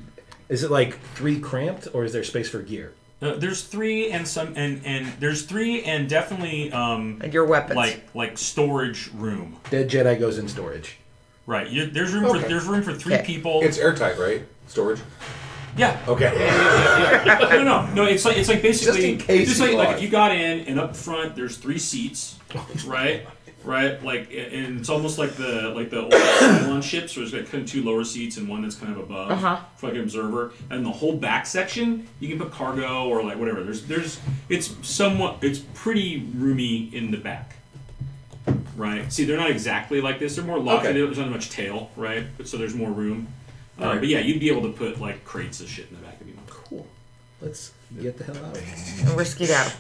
[SPEAKER 3] is it like three cramped or is there space for gear?
[SPEAKER 1] Uh, there's three and some and and there's three and definitely um
[SPEAKER 9] And your weapons.
[SPEAKER 1] like like storage room.
[SPEAKER 3] Dead Jedi goes in storage.
[SPEAKER 1] Right. You, there's room for
[SPEAKER 7] Okay.
[SPEAKER 1] there's room for three
[SPEAKER 9] Okay.
[SPEAKER 1] people.
[SPEAKER 7] It's airtight, right? Storage.
[SPEAKER 1] yeah.
[SPEAKER 7] Okay.
[SPEAKER 1] no, no, no. It's like it's like basically
[SPEAKER 7] Just in case
[SPEAKER 1] just like,
[SPEAKER 7] you
[SPEAKER 1] like
[SPEAKER 7] are.
[SPEAKER 1] if you got in and up front there's three seats, right? Right, like, and it's almost like the like the old Cylon ships, where there's like kind of two lower seats and one that's kind of above
[SPEAKER 9] Uh-huh.
[SPEAKER 1] for like an observer. And the whole back section, you can put cargo or like whatever. There's there's it's somewhat it's pretty roomy in the back. Right. See, they're not exactly like this. They're more lofty.
[SPEAKER 7] Okay.
[SPEAKER 1] There's not much tail, right? But so there's more room. Uh,
[SPEAKER 7] Alright.
[SPEAKER 1] But yeah, you'd be able to put like crates of shit in the back if you want.
[SPEAKER 3] Cool. Let's get the hell out of here.
[SPEAKER 9] and we're skedaddle.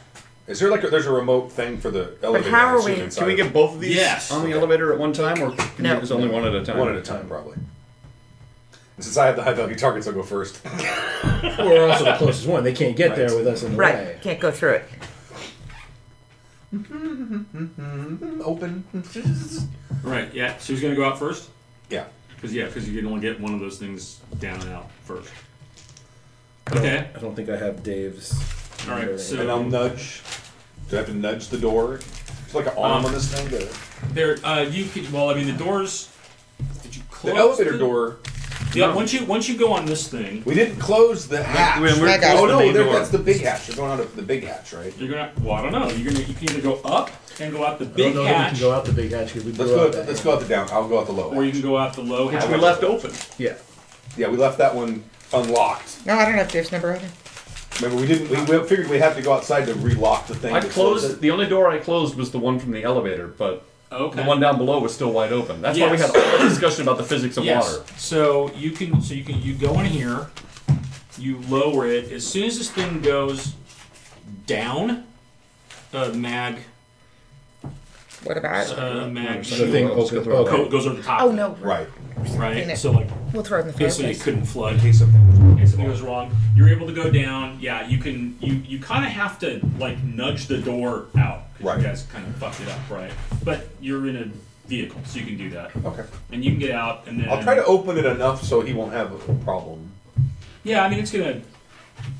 [SPEAKER 7] Is there like a, there's a remote thing for the elevator?
[SPEAKER 9] how
[SPEAKER 7] I
[SPEAKER 9] are
[SPEAKER 7] assume
[SPEAKER 9] we-
[SPEAKER 7] inside
[SPEAKER 6] Can we
[SPEAKER 7] of
[SPEAKER 6] get both of these
[SPEAKER 1] Yes.
[SPEAKER 6] on the elevator at one time, or can
[SPEAKER 9] No.
[SPEAKER 6] we just only one at a time?
[SPEAKER 7] one at a time, probably? And Since I have the high value targets, I'll go first.
[SPEAKER 3] We're also the closest one. They can't get there with us in the
[SPEAKER 9] Right,
[SPEAKER 3] way.
[SPEAKER 9] can't go through it.
[SPEAKER 7] Open.
[SPEAKER 1] Right. Yeah. So who's gonna go out first?
[SPEAKER 7] Yeah.
[SPEAKER 1] Because yeah, because you can only get one of those things down and out first. Okay.
[SPEAKER 3] I don't think I have Dave's.
[SPEAKER 1] All right.
[SPEAKER 7] And um, I'll
[SPEAKER 1] So
[SPEAKER 7] nudge. Do I have to nudge the door? It's like an arm
[SPEAKER 1] Um,
[SPEAKER 7] on this thing. The,
[SPEAKER 1] there, uh, you could. Well, I mean, the doors. Did you
[SPEAKER 7] the
[SPEAKER 1] close
[SPEAKER 7] elevator door.
[SPEAKER 1] Yeah. Once you once you go on this thing,
[SPEAKER 7] We didn't close the hatch.
[SPEAKER 6] When we're
[SPEAKER 9] I got
[SPEAKER 7] oh
[SPEAKER 6] close to the
[SPEAKER 7] no,
[SPEAKER 6] main
[SPEAKER 7] there,
[SPEAKER 6] door.
[SPEAKER 7] that's the big hatch. You're going out of the big hatch, right?
[SPEAKER 1] you're gonna. Well, I don't know. You're gonna. You can either go up and go out the
[SPEAKER 3] I don't
[SPEAKER 1] big
[SPEAKER 3] know that we
[SPEAKER 1] hatch,
[SPEAKER 3] can go out the big hatch because we
[SPEAKER 7] Let's
[SPEAKER 3] blew
[SPEAKER 7] go.
[SPEAKER 3] out that
[SPEAKER 7] Let's
[SPEAKER 3] hatch.
[SPEAKER 7] go out the down. I'll go out the low.
[SPEAKER 1] or you can go out the low hatch.
[SPEAKER 6] Which we left open.
[SPEAKER 3] Yeah.
[SPEAKER 7] Yeah, we left that one unlocked.
[SPEAKER 9] No, I don't have Dave's number either.
[SPEAKER 7] Remember, we didn't. We, we figured we had to go outside to relock the thing.
[SPEAKER 6] I
[SPEAKER 7] to
[SPEAKER 6] closed the only door I closed was the one from the elevator, but
[SPEAKER 1] Okay.
[SPEAKER 6] the one down below was still wide open. That's why we had
[SPEAKER 1] Yes.
[SPEAKER 6] all the discussion about the physics of
[SPEAKER 1] Yes.
[SPEAKER 6] water.
[SPEAKER 1] So you can. So you can. You go in here. You lower it as soon as this thing goes down. Uh, mag.
[SPEAKER 9] What about it?
[SPEAKER 1] Uh, mag.
[SPEAKER 3] The thing opens. Okay.
[SPEAKER 1] coat goes over the top.
[SPEAKER 9] Oh,
[SPEAKER 1] of it,
[SPEAKER 9] no.
[SPEAKER 7] Right.
[SPEAKER 1] Right.
[SPEAKER 9] In it.
[SPEAKER 1] So like,
[SPEAKER 9] We'll throw it in the
[SPEAKER 1] okay, so you
[SPEAKER 9] fireplace.
[SPEAKER 1] couldn't flood.
[SPEAKER 7] In case something.
[SPEAKER 1] Okay, something goes wrong. You're able to go down. Yeah, you can. You you kind of have to like nudge the door out. 'cause
[SPEAKER 7] Right.
[SPEAKER 1] You guys kind of fucked it up, right? But you're in a vehicle, so you can do that,
[SPEAKER 7] Okay.
[SPEAKER 1] and you can get out. And then
[SPEAKER 7] I'll try to open it enough so he won't have a problem.
[SPEAKER 1] Yeah, I mean it's gonna.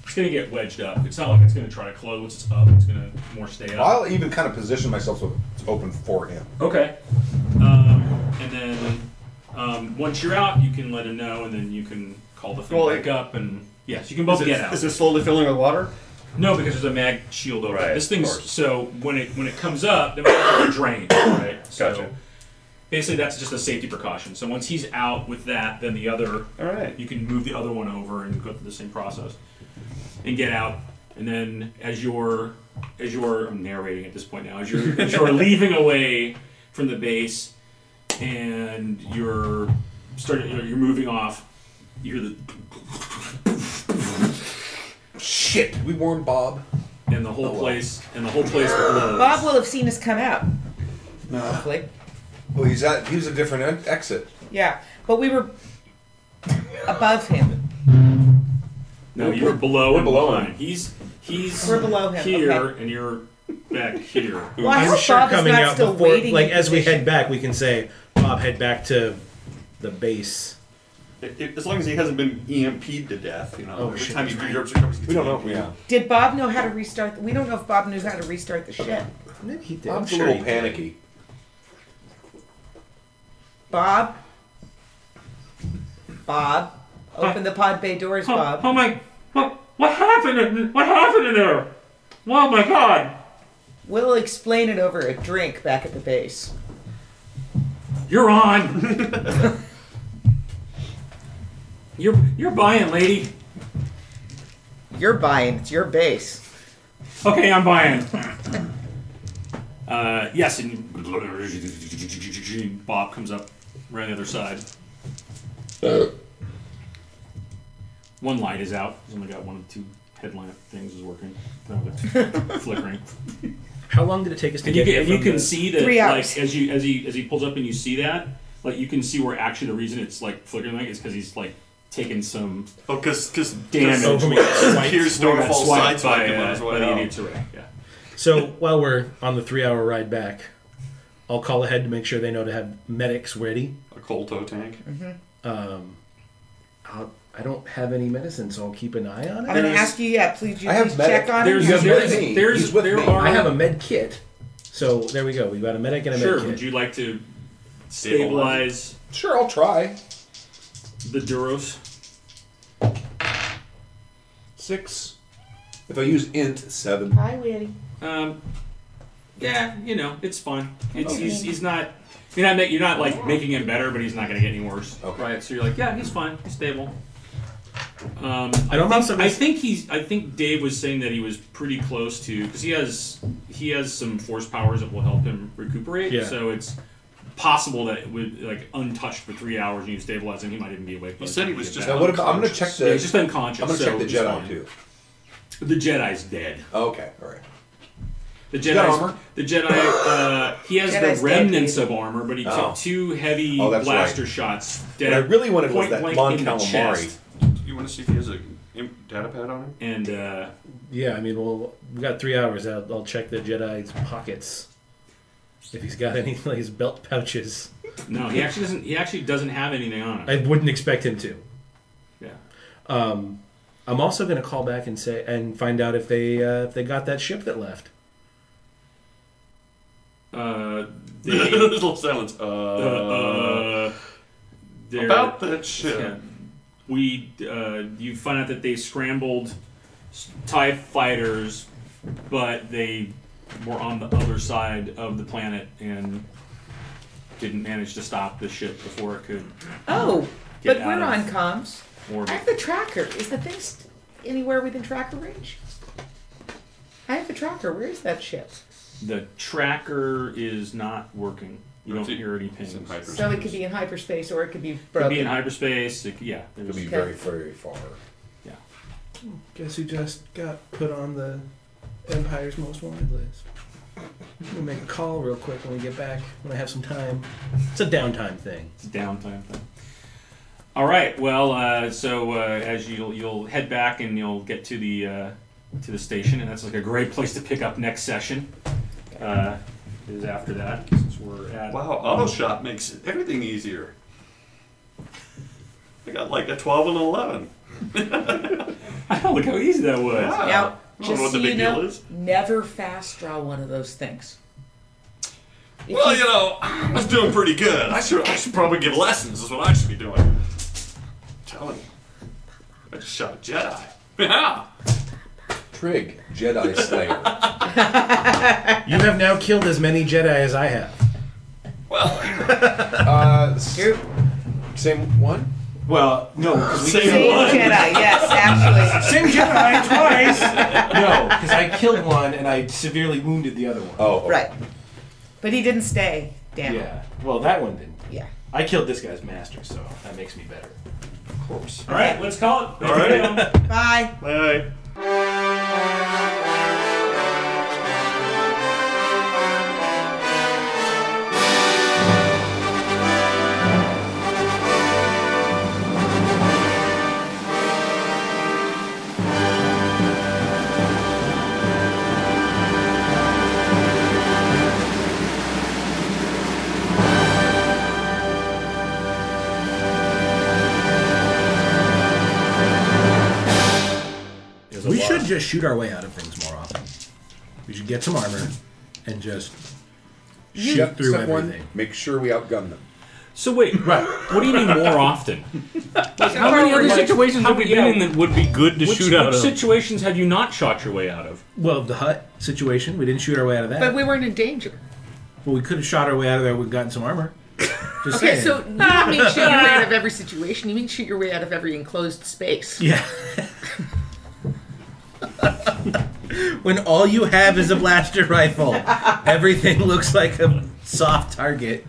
[SPEAKER 1] It's gonna get wedged up. It's not like it's gonna try to close It's up. It's gonna more stay up.
[SPEAKER 7] I'll even kind of position myself so it's open for him.
[SPEAKER 1] Okay. Um, and then um, once you're out, you can let him know, and then you can call the thing
[SPEAKER 6] Well,
[SPEAKER 1] back
[SPEAKER 6] it-
[SPEAKER 1] up, and yes, you can both
[SPEAKER 6] Is it-
[SPEAKER 1] get out.
[SPEAKER 6] Is it slowly filling with water?
[SPEAKER 1] no, because there's a mag shield over it.
[SPEAKER 6] Right,
[SPEAKER 1] This
[SPEAKER 6] of
[SPEAKER 1] thing's
[SPEAKER 6] course.
[SPEAKER 1] so when it when it comes up, the mag's drained, right? So
[SPEAKER 6] Gotcha.
[SPEAKER 1] basically, that's just a safety precaution. So once he's out with that, then the other
[SPEAKER 5] All right.
[SPEAKER 1] you can move the other one over and go through the same process and get out. And then as you're as you're I'm narrating at this point now, as you're as you're leaving away from the base and you're starting you're you're moving off, you hear the
[SPEAKER 7] Shit, we warned Bob.
[SPEAKER 1] and the
[SPEAKER 6] Oh,
[SPEAKER 1] whole place and the whole place blows.
[SPEAKER 9] Bob will have seen us come out. Hopefully.
[SPEAKER 7] Well, he's at he was a different en- exit.
[SPEAKER 9] Yeah. But we were above him.
[SPEAKER 1] No, you were below and
[SPEAKER 7] below
[SPEAKER 1] below him. He's he's
[SPEAKER 9] We're below him,
[SPEAKER 1] here
[SPEAKER 9] okay.
[SPEAKER 1] and you're back here.
[SPEAKER 9] Well, I
[SPEAKER 3] I'm
[SPEAKER 9] hope
[SPEAKER 3] sure
[SPEAKER 9] Bob is
[SPEAKER 3] coming
[SPEAKER 9] not
[SPEAKER 3] out
[SPEAKER 9] still
[SPEAKER 3] before,
[SPEAKER 9] waiting.
[SPEAKER 3] like
[SPEAKER 9] in
[SPEAKER 3] as we
[SPEAKER 9] position.
[SPEAKER 3] head back, we can say, "Bob, head back to the base."
[SPEAKER 6] It- it- as long as he hasn't been EMP'd to death, you know.
[SPEAKER 3] Oh,
[SPEAKER 6] every
[SPEAKER 3] shit,
[SPEAKER 6] time
[SPEAKER 3] that's
[SPEAKER 6] you E do your observations,
[SPEAKER 7] We don't know. Yeah,
[SPEAKER 9] Did Bob know how to restart? The, we don't know if Bob knew how to restart the ship.
[SPEAKER 3] Maybe he did.
[SPEAKER 7] Bob's
[SPEAKER 3] sure
[SPEAKER 7] a
[SPEAKER 3] he
[SPEAKER 7] little
[SPEAKER 3] did.
[SPEAKER 7] panicky.
[SPEAKER 9] Bob? Bob? Open the pod bay doors,
[SPEAKER 1] Oh,
[SPEAKER 9] Bob.
[SPEAKER 1] oh my! What what happened? in- What happened in there? Oh my God!
[SPEAKER 9] We'll explain it over a drink back at the base.
[SPEAKER 1] You're on. you're you're buying, lady.
[SPEAKER 9] You're buying. It's your base.
[SPEAKER 1] Okay, I'm buying. Uh, yes, and Bob comes up around the other side. One light is out. He's only got one of the two headlamp things is working. No, it's flickering.
[SPEAKER 3] How long did it take us to
[SPEAKER 1] And you
[SPEAKER 3] get
[SPEAKER 1] can,
[SPEAKER 3] here?
[SPEAKER 1] and you
[SPEAKER 3] from
[SPEAKER 1] can
[SPEAKER 3] the-
[SPEAKER 1] see that,
[SPEAKER 9] Three hours.
[SPEAKER 1] like, as you as he as he pulls up and you see that, like, you can see where actually the reason it's like flickering like is because he's like taking some
[SPEAKER 6] Oh, because because
[SPEAKER 1] damage.
[SPEAKER 6] Here's Stormfall
[SPEAKER 1] swiped by,
[SPEAKER 6] sideswiping us.
[SPEAKER 1] uh, by the idiot's array. Yeah.
[SPEAKER 3] So while we're on the three-hour ride back, I'll call ahead to make sure they know to have medics ready. Um,
[SPEAKER 6] A cold tow tank.
[SPEAKER 3] I'll, I don't have any medicine, so I'll keep an eye on
[SPEAKER 9] I'm
[SPEAKER 3] it.
[SPEAKER 9] going to ask you, yeah, please, you
[SPEAKER 7] I have
[SPEAKER 9] please
[SPEAKER 7] medic.
[SPEAKER 9] check on
[SPEAKER 1] There's,
[SPEAKER 9] him.
[SPEAKER 7] You have
[SPEAKER 1] there's,
[SPEAKER 7] with me.
[SPEAKER 1] there's-
[SPEAKER 7] He's with
[SPEAKER 1] there
[SPEAKER 7] me.
[SPEAKER 1] are.
[SPEAKER 3] I have a med kit. So there we go. We've got a medic and a
[SPEAKER 1] Um, sure.
[SPEAKER 3] med
[SPEAKER 1] Would
[SPEAKER 3] kit.
[SPEAKER 1] you like to stabilize
[SPEAKER 6] Stabilize.
[SPEAKER 7] Sure, I'll try.
[SPEAKER 1] the Duros?
[SPEAKER 7] Six. If I use int seven,
[SPEAKER 9] Hi, Winnie.
[SPEAKER 1] Um, yeah, you know, it's fine. It's he's, he's not. You're not, make, you're not like making him better, but he's not going to get any worse,
[SPEAKER 7] Okay.
[SPEAKER 1] right? So you're like, yeah, he's fine, he's stable. Um,
[SPEAKER 3] I don't think
[SPEAKER 1] I think he's. I think Dave was saying that he was pretty close to because he has he has some force powers that will help him recuperate.
[SPEAKER 3] Yeah.
[SPEAKER 1] So it's possible that it would like untouched for three hours and you stabilize him, he might even be awake. by
[SPEAKER 6] You
[SPEAKER 1] the
[SPEAKER 6] said
[SPEAKER 1] time
[SPEAKER 6] he
[SPEAKER 1] you
[SPEAKER 6] was
[SPEAKER 1] get
[SPEAKER 6] just
[SPEAKER 1] back.
[SPEAKER 7] now what about? I'm gonna check
[SPEAKER 1] Yeah,
[SPEAKER 7] the.
[SPEAKER 1] he's just unconscious.
[SPEAKER 7] I'm gonna
[SPEAKER 1] so
[SPEAKER 7] check the
[SPEAKER 1] he's
[SPEAKER 7] Jedi
[SPEAKER 1] fine.
[SPEAKER 7] too. Oh,
[SPEAKER 1] The Jedi's dead.
[SPEAKER 7] Okay, all right.
[SPEAKER 1] The
[SPEAKER 7] got
[SPEAKER 1] Jedi,
[SPEAKER 7] armor?
[SPEAKER 1] the Jedi, uh, he has
[SPEAKER 9] Jedi's
[SPEAKER 1] the
[SPEAKER 9] dead,
[SPEAKER 1] remnants
[SPEAKER 9] dude.
[SPEAKER 1] of armor, but he
[SPEAKER 7] Oh.
[SPEAKER 1] took two heavy
[SPEAKER 7] Oh, that's
[SPEAKER 1] blaster shots. Dead,
[SPEAKER 7] What I really wanted was
[SPEAKER 1] point
[SPEAKER 7] that
[SPEAKER 1] blank
[SPEAKER 7] Mon
[SPEAKER 1] in the
[SPEAKER 7] Calamari.
[SPEAKER 1] chest.
[SPEAKER 6] You want to see if he has a im- data pad on him?
[SPEAKER 1] And uh,
[SPEAKER 3] Yeah, I mean, well, we got three hours. I'll, I'll check the Jedi's pockets if he's got any like his belt pouches.
[SPEAKER 1] no, he actually doesn't. He actually doesn't have anything on him.
[SPEAKER 3] I wouldn't expect him to.
[SPEAKER 1] yeah.
[SPEAKER 3] I'm also going to call back and say and find out if they uh, if they got that ship that left.
[SPEAKER 1] Uh,
[SPEAKER 6] There's a
[SPEAKER 1] they,
[SPEAKER 6] little silence.
[SPEAKER 1] uh,
[SPEAKER 6] Uh,
[SPEAKER 1] uh, they're-
[SPEAKER 6] about that shit.
[SPEAKER 1] yeah. we uh, you find out that they scrambled s- Tie fighters, but they were on the other side of the planet and didn't manage to stop the ship before it could
[SPEAKER 9] Oh,
[SPEAKER 1] Get
[SPEAKER 9] but
[SPEAKER 1] out
[SPEAKER 9] we're
[SPEAKER 1] of-
[SPEAKER 9] on comms. I
[SPEAKER 1] orbit.
[SPEAKER 9] have the tracker. Is the thing st- anywhere within tracker range? I have the tracker. Where is that ship?
[SPEAKER 1] The tracker is not working. You don't
[SPEAKER 6] It's in-
[SPEAKER 1] hear any
[SPEAKER 6] It's in
[SPEAKER 1] pings. It
[SPEAKER 6] hyperspace.
[SPEAKER 9] So it could be in hyperspace or it could be
[SPEAKER 1] could
[SPEAKER 9] broken.
[SPEAKER 1] be in hyperspace. It, could- yeah, there's-
[SPEAKER 7] It'll be very,
[SPEAKER 9] Okay.
[SPEAKER 7] very far.
[SPEAKER 3] Guess who just got put on the Empire's Most Wanted list? We'll make a call real quick when we get back. When I have some time. It's a downtime thing.
[SPEAKER 1] it's a downtime thing. All right. Well, uh, so uh, as you'll you'll head back and you'll get to the uh, to the station, and that's like a great place to pick up next session. Uh, is after that since we're at
[SPEAKER 6] Wow, auto shop makes everything easier. I got like a 12 and an 11.
[SPEAKER 39] I don't look how easy that was.
[SPEAKER 9] Now, just
[SPEAKER 6] what
[SPEAKER 9] so
[SPEAKER 6] the
[SPEAKER 9] you
[SPEAKER 6] big deal
[SPEAKER 9] know,
[SPEAKER 6] is?
[SPEAKER 9] never fast draw one of those things. If
[SPEAKER 6] Well,
[SPEAKER 9] you-
[SPEAKER 6] you know, I was doing pretty good. I should, I should probably give lessons. Is what I should be doing. I'm telling you, I just shot a Jedi. Yeah.
[SPEAKER 7] Trig, Jedi Slayer.
[SPEAKER 3] You have now killed as many Jedi as I have.
[SPEAKER 7] Uh, s- same one?
[SPEAKER 40] Well, no, 'cause we-
[SPEAKER 9] Same Jedi, yes, actually.
[SPEAKER 40] same Jedi twice. no, because I killed one and I severely wounded the other one. Oh,
[SPEAKER 7] Oh, okay.
[SPEAKER 9] Right. But he didn't stay down.
[SPEAKER 40] Yeah. Well, that one didn't.
[SPEAKER 9] Yeah.
[SPEAKER 40] I killed this guy's master, so that makes me better.
[SPEAKER 39] All right, let's call it. All right.
[SPEAKER 9] Bye.
[SPEAKER 6] Hey.
[SPEAKER 3] We should just shoot our way out of things more often. We should get some armor and just shoot
[SPEAKER 41] Step-
[SPEAKER 3] through
[SPEAKER 41] step one,
[SPEAKER 3] everything.
[SPEAKER 41] make sure we outgun them.
[SPEAKER 1] So wait, right? What do you mean more often?
[SPEAKER 2] How many other
[SPEAKER 1] Like,
[SPEAKER 2] situations
[SPEAKER 1] how
[SPEAKER 2] have we
[SPEAKER 1] many-
[SPEAKER 2] been
[SPEAKER 1] yeah,
[SPEAKER 2] in that would be good to
[SPEAKER 1] Which,
[SPEAKER 2] shoot out
[SPEAKER 1] which
[SPEAKER 2] of?
[SPEAKER 1] situations have you not shot your way out of?
[SPEAKER 3] Well, the hut situation, we didn't shoot our way out of that.
[SPEAKER 9] But we weren't in danger.
[SPEAKER 3] well, we could have shot our way out of there. We've gotten some armor. Just
[SPEAKER 9] Okay,
[SPEAKER 3] saying.
[SPEAKER 9] so you don't mean shoot your way out of every situation. You mean shoot your way out of every enclosed space.
[SPEAKER 3] yeah. when all you have is a blaster rifle, everything looks like a soft target.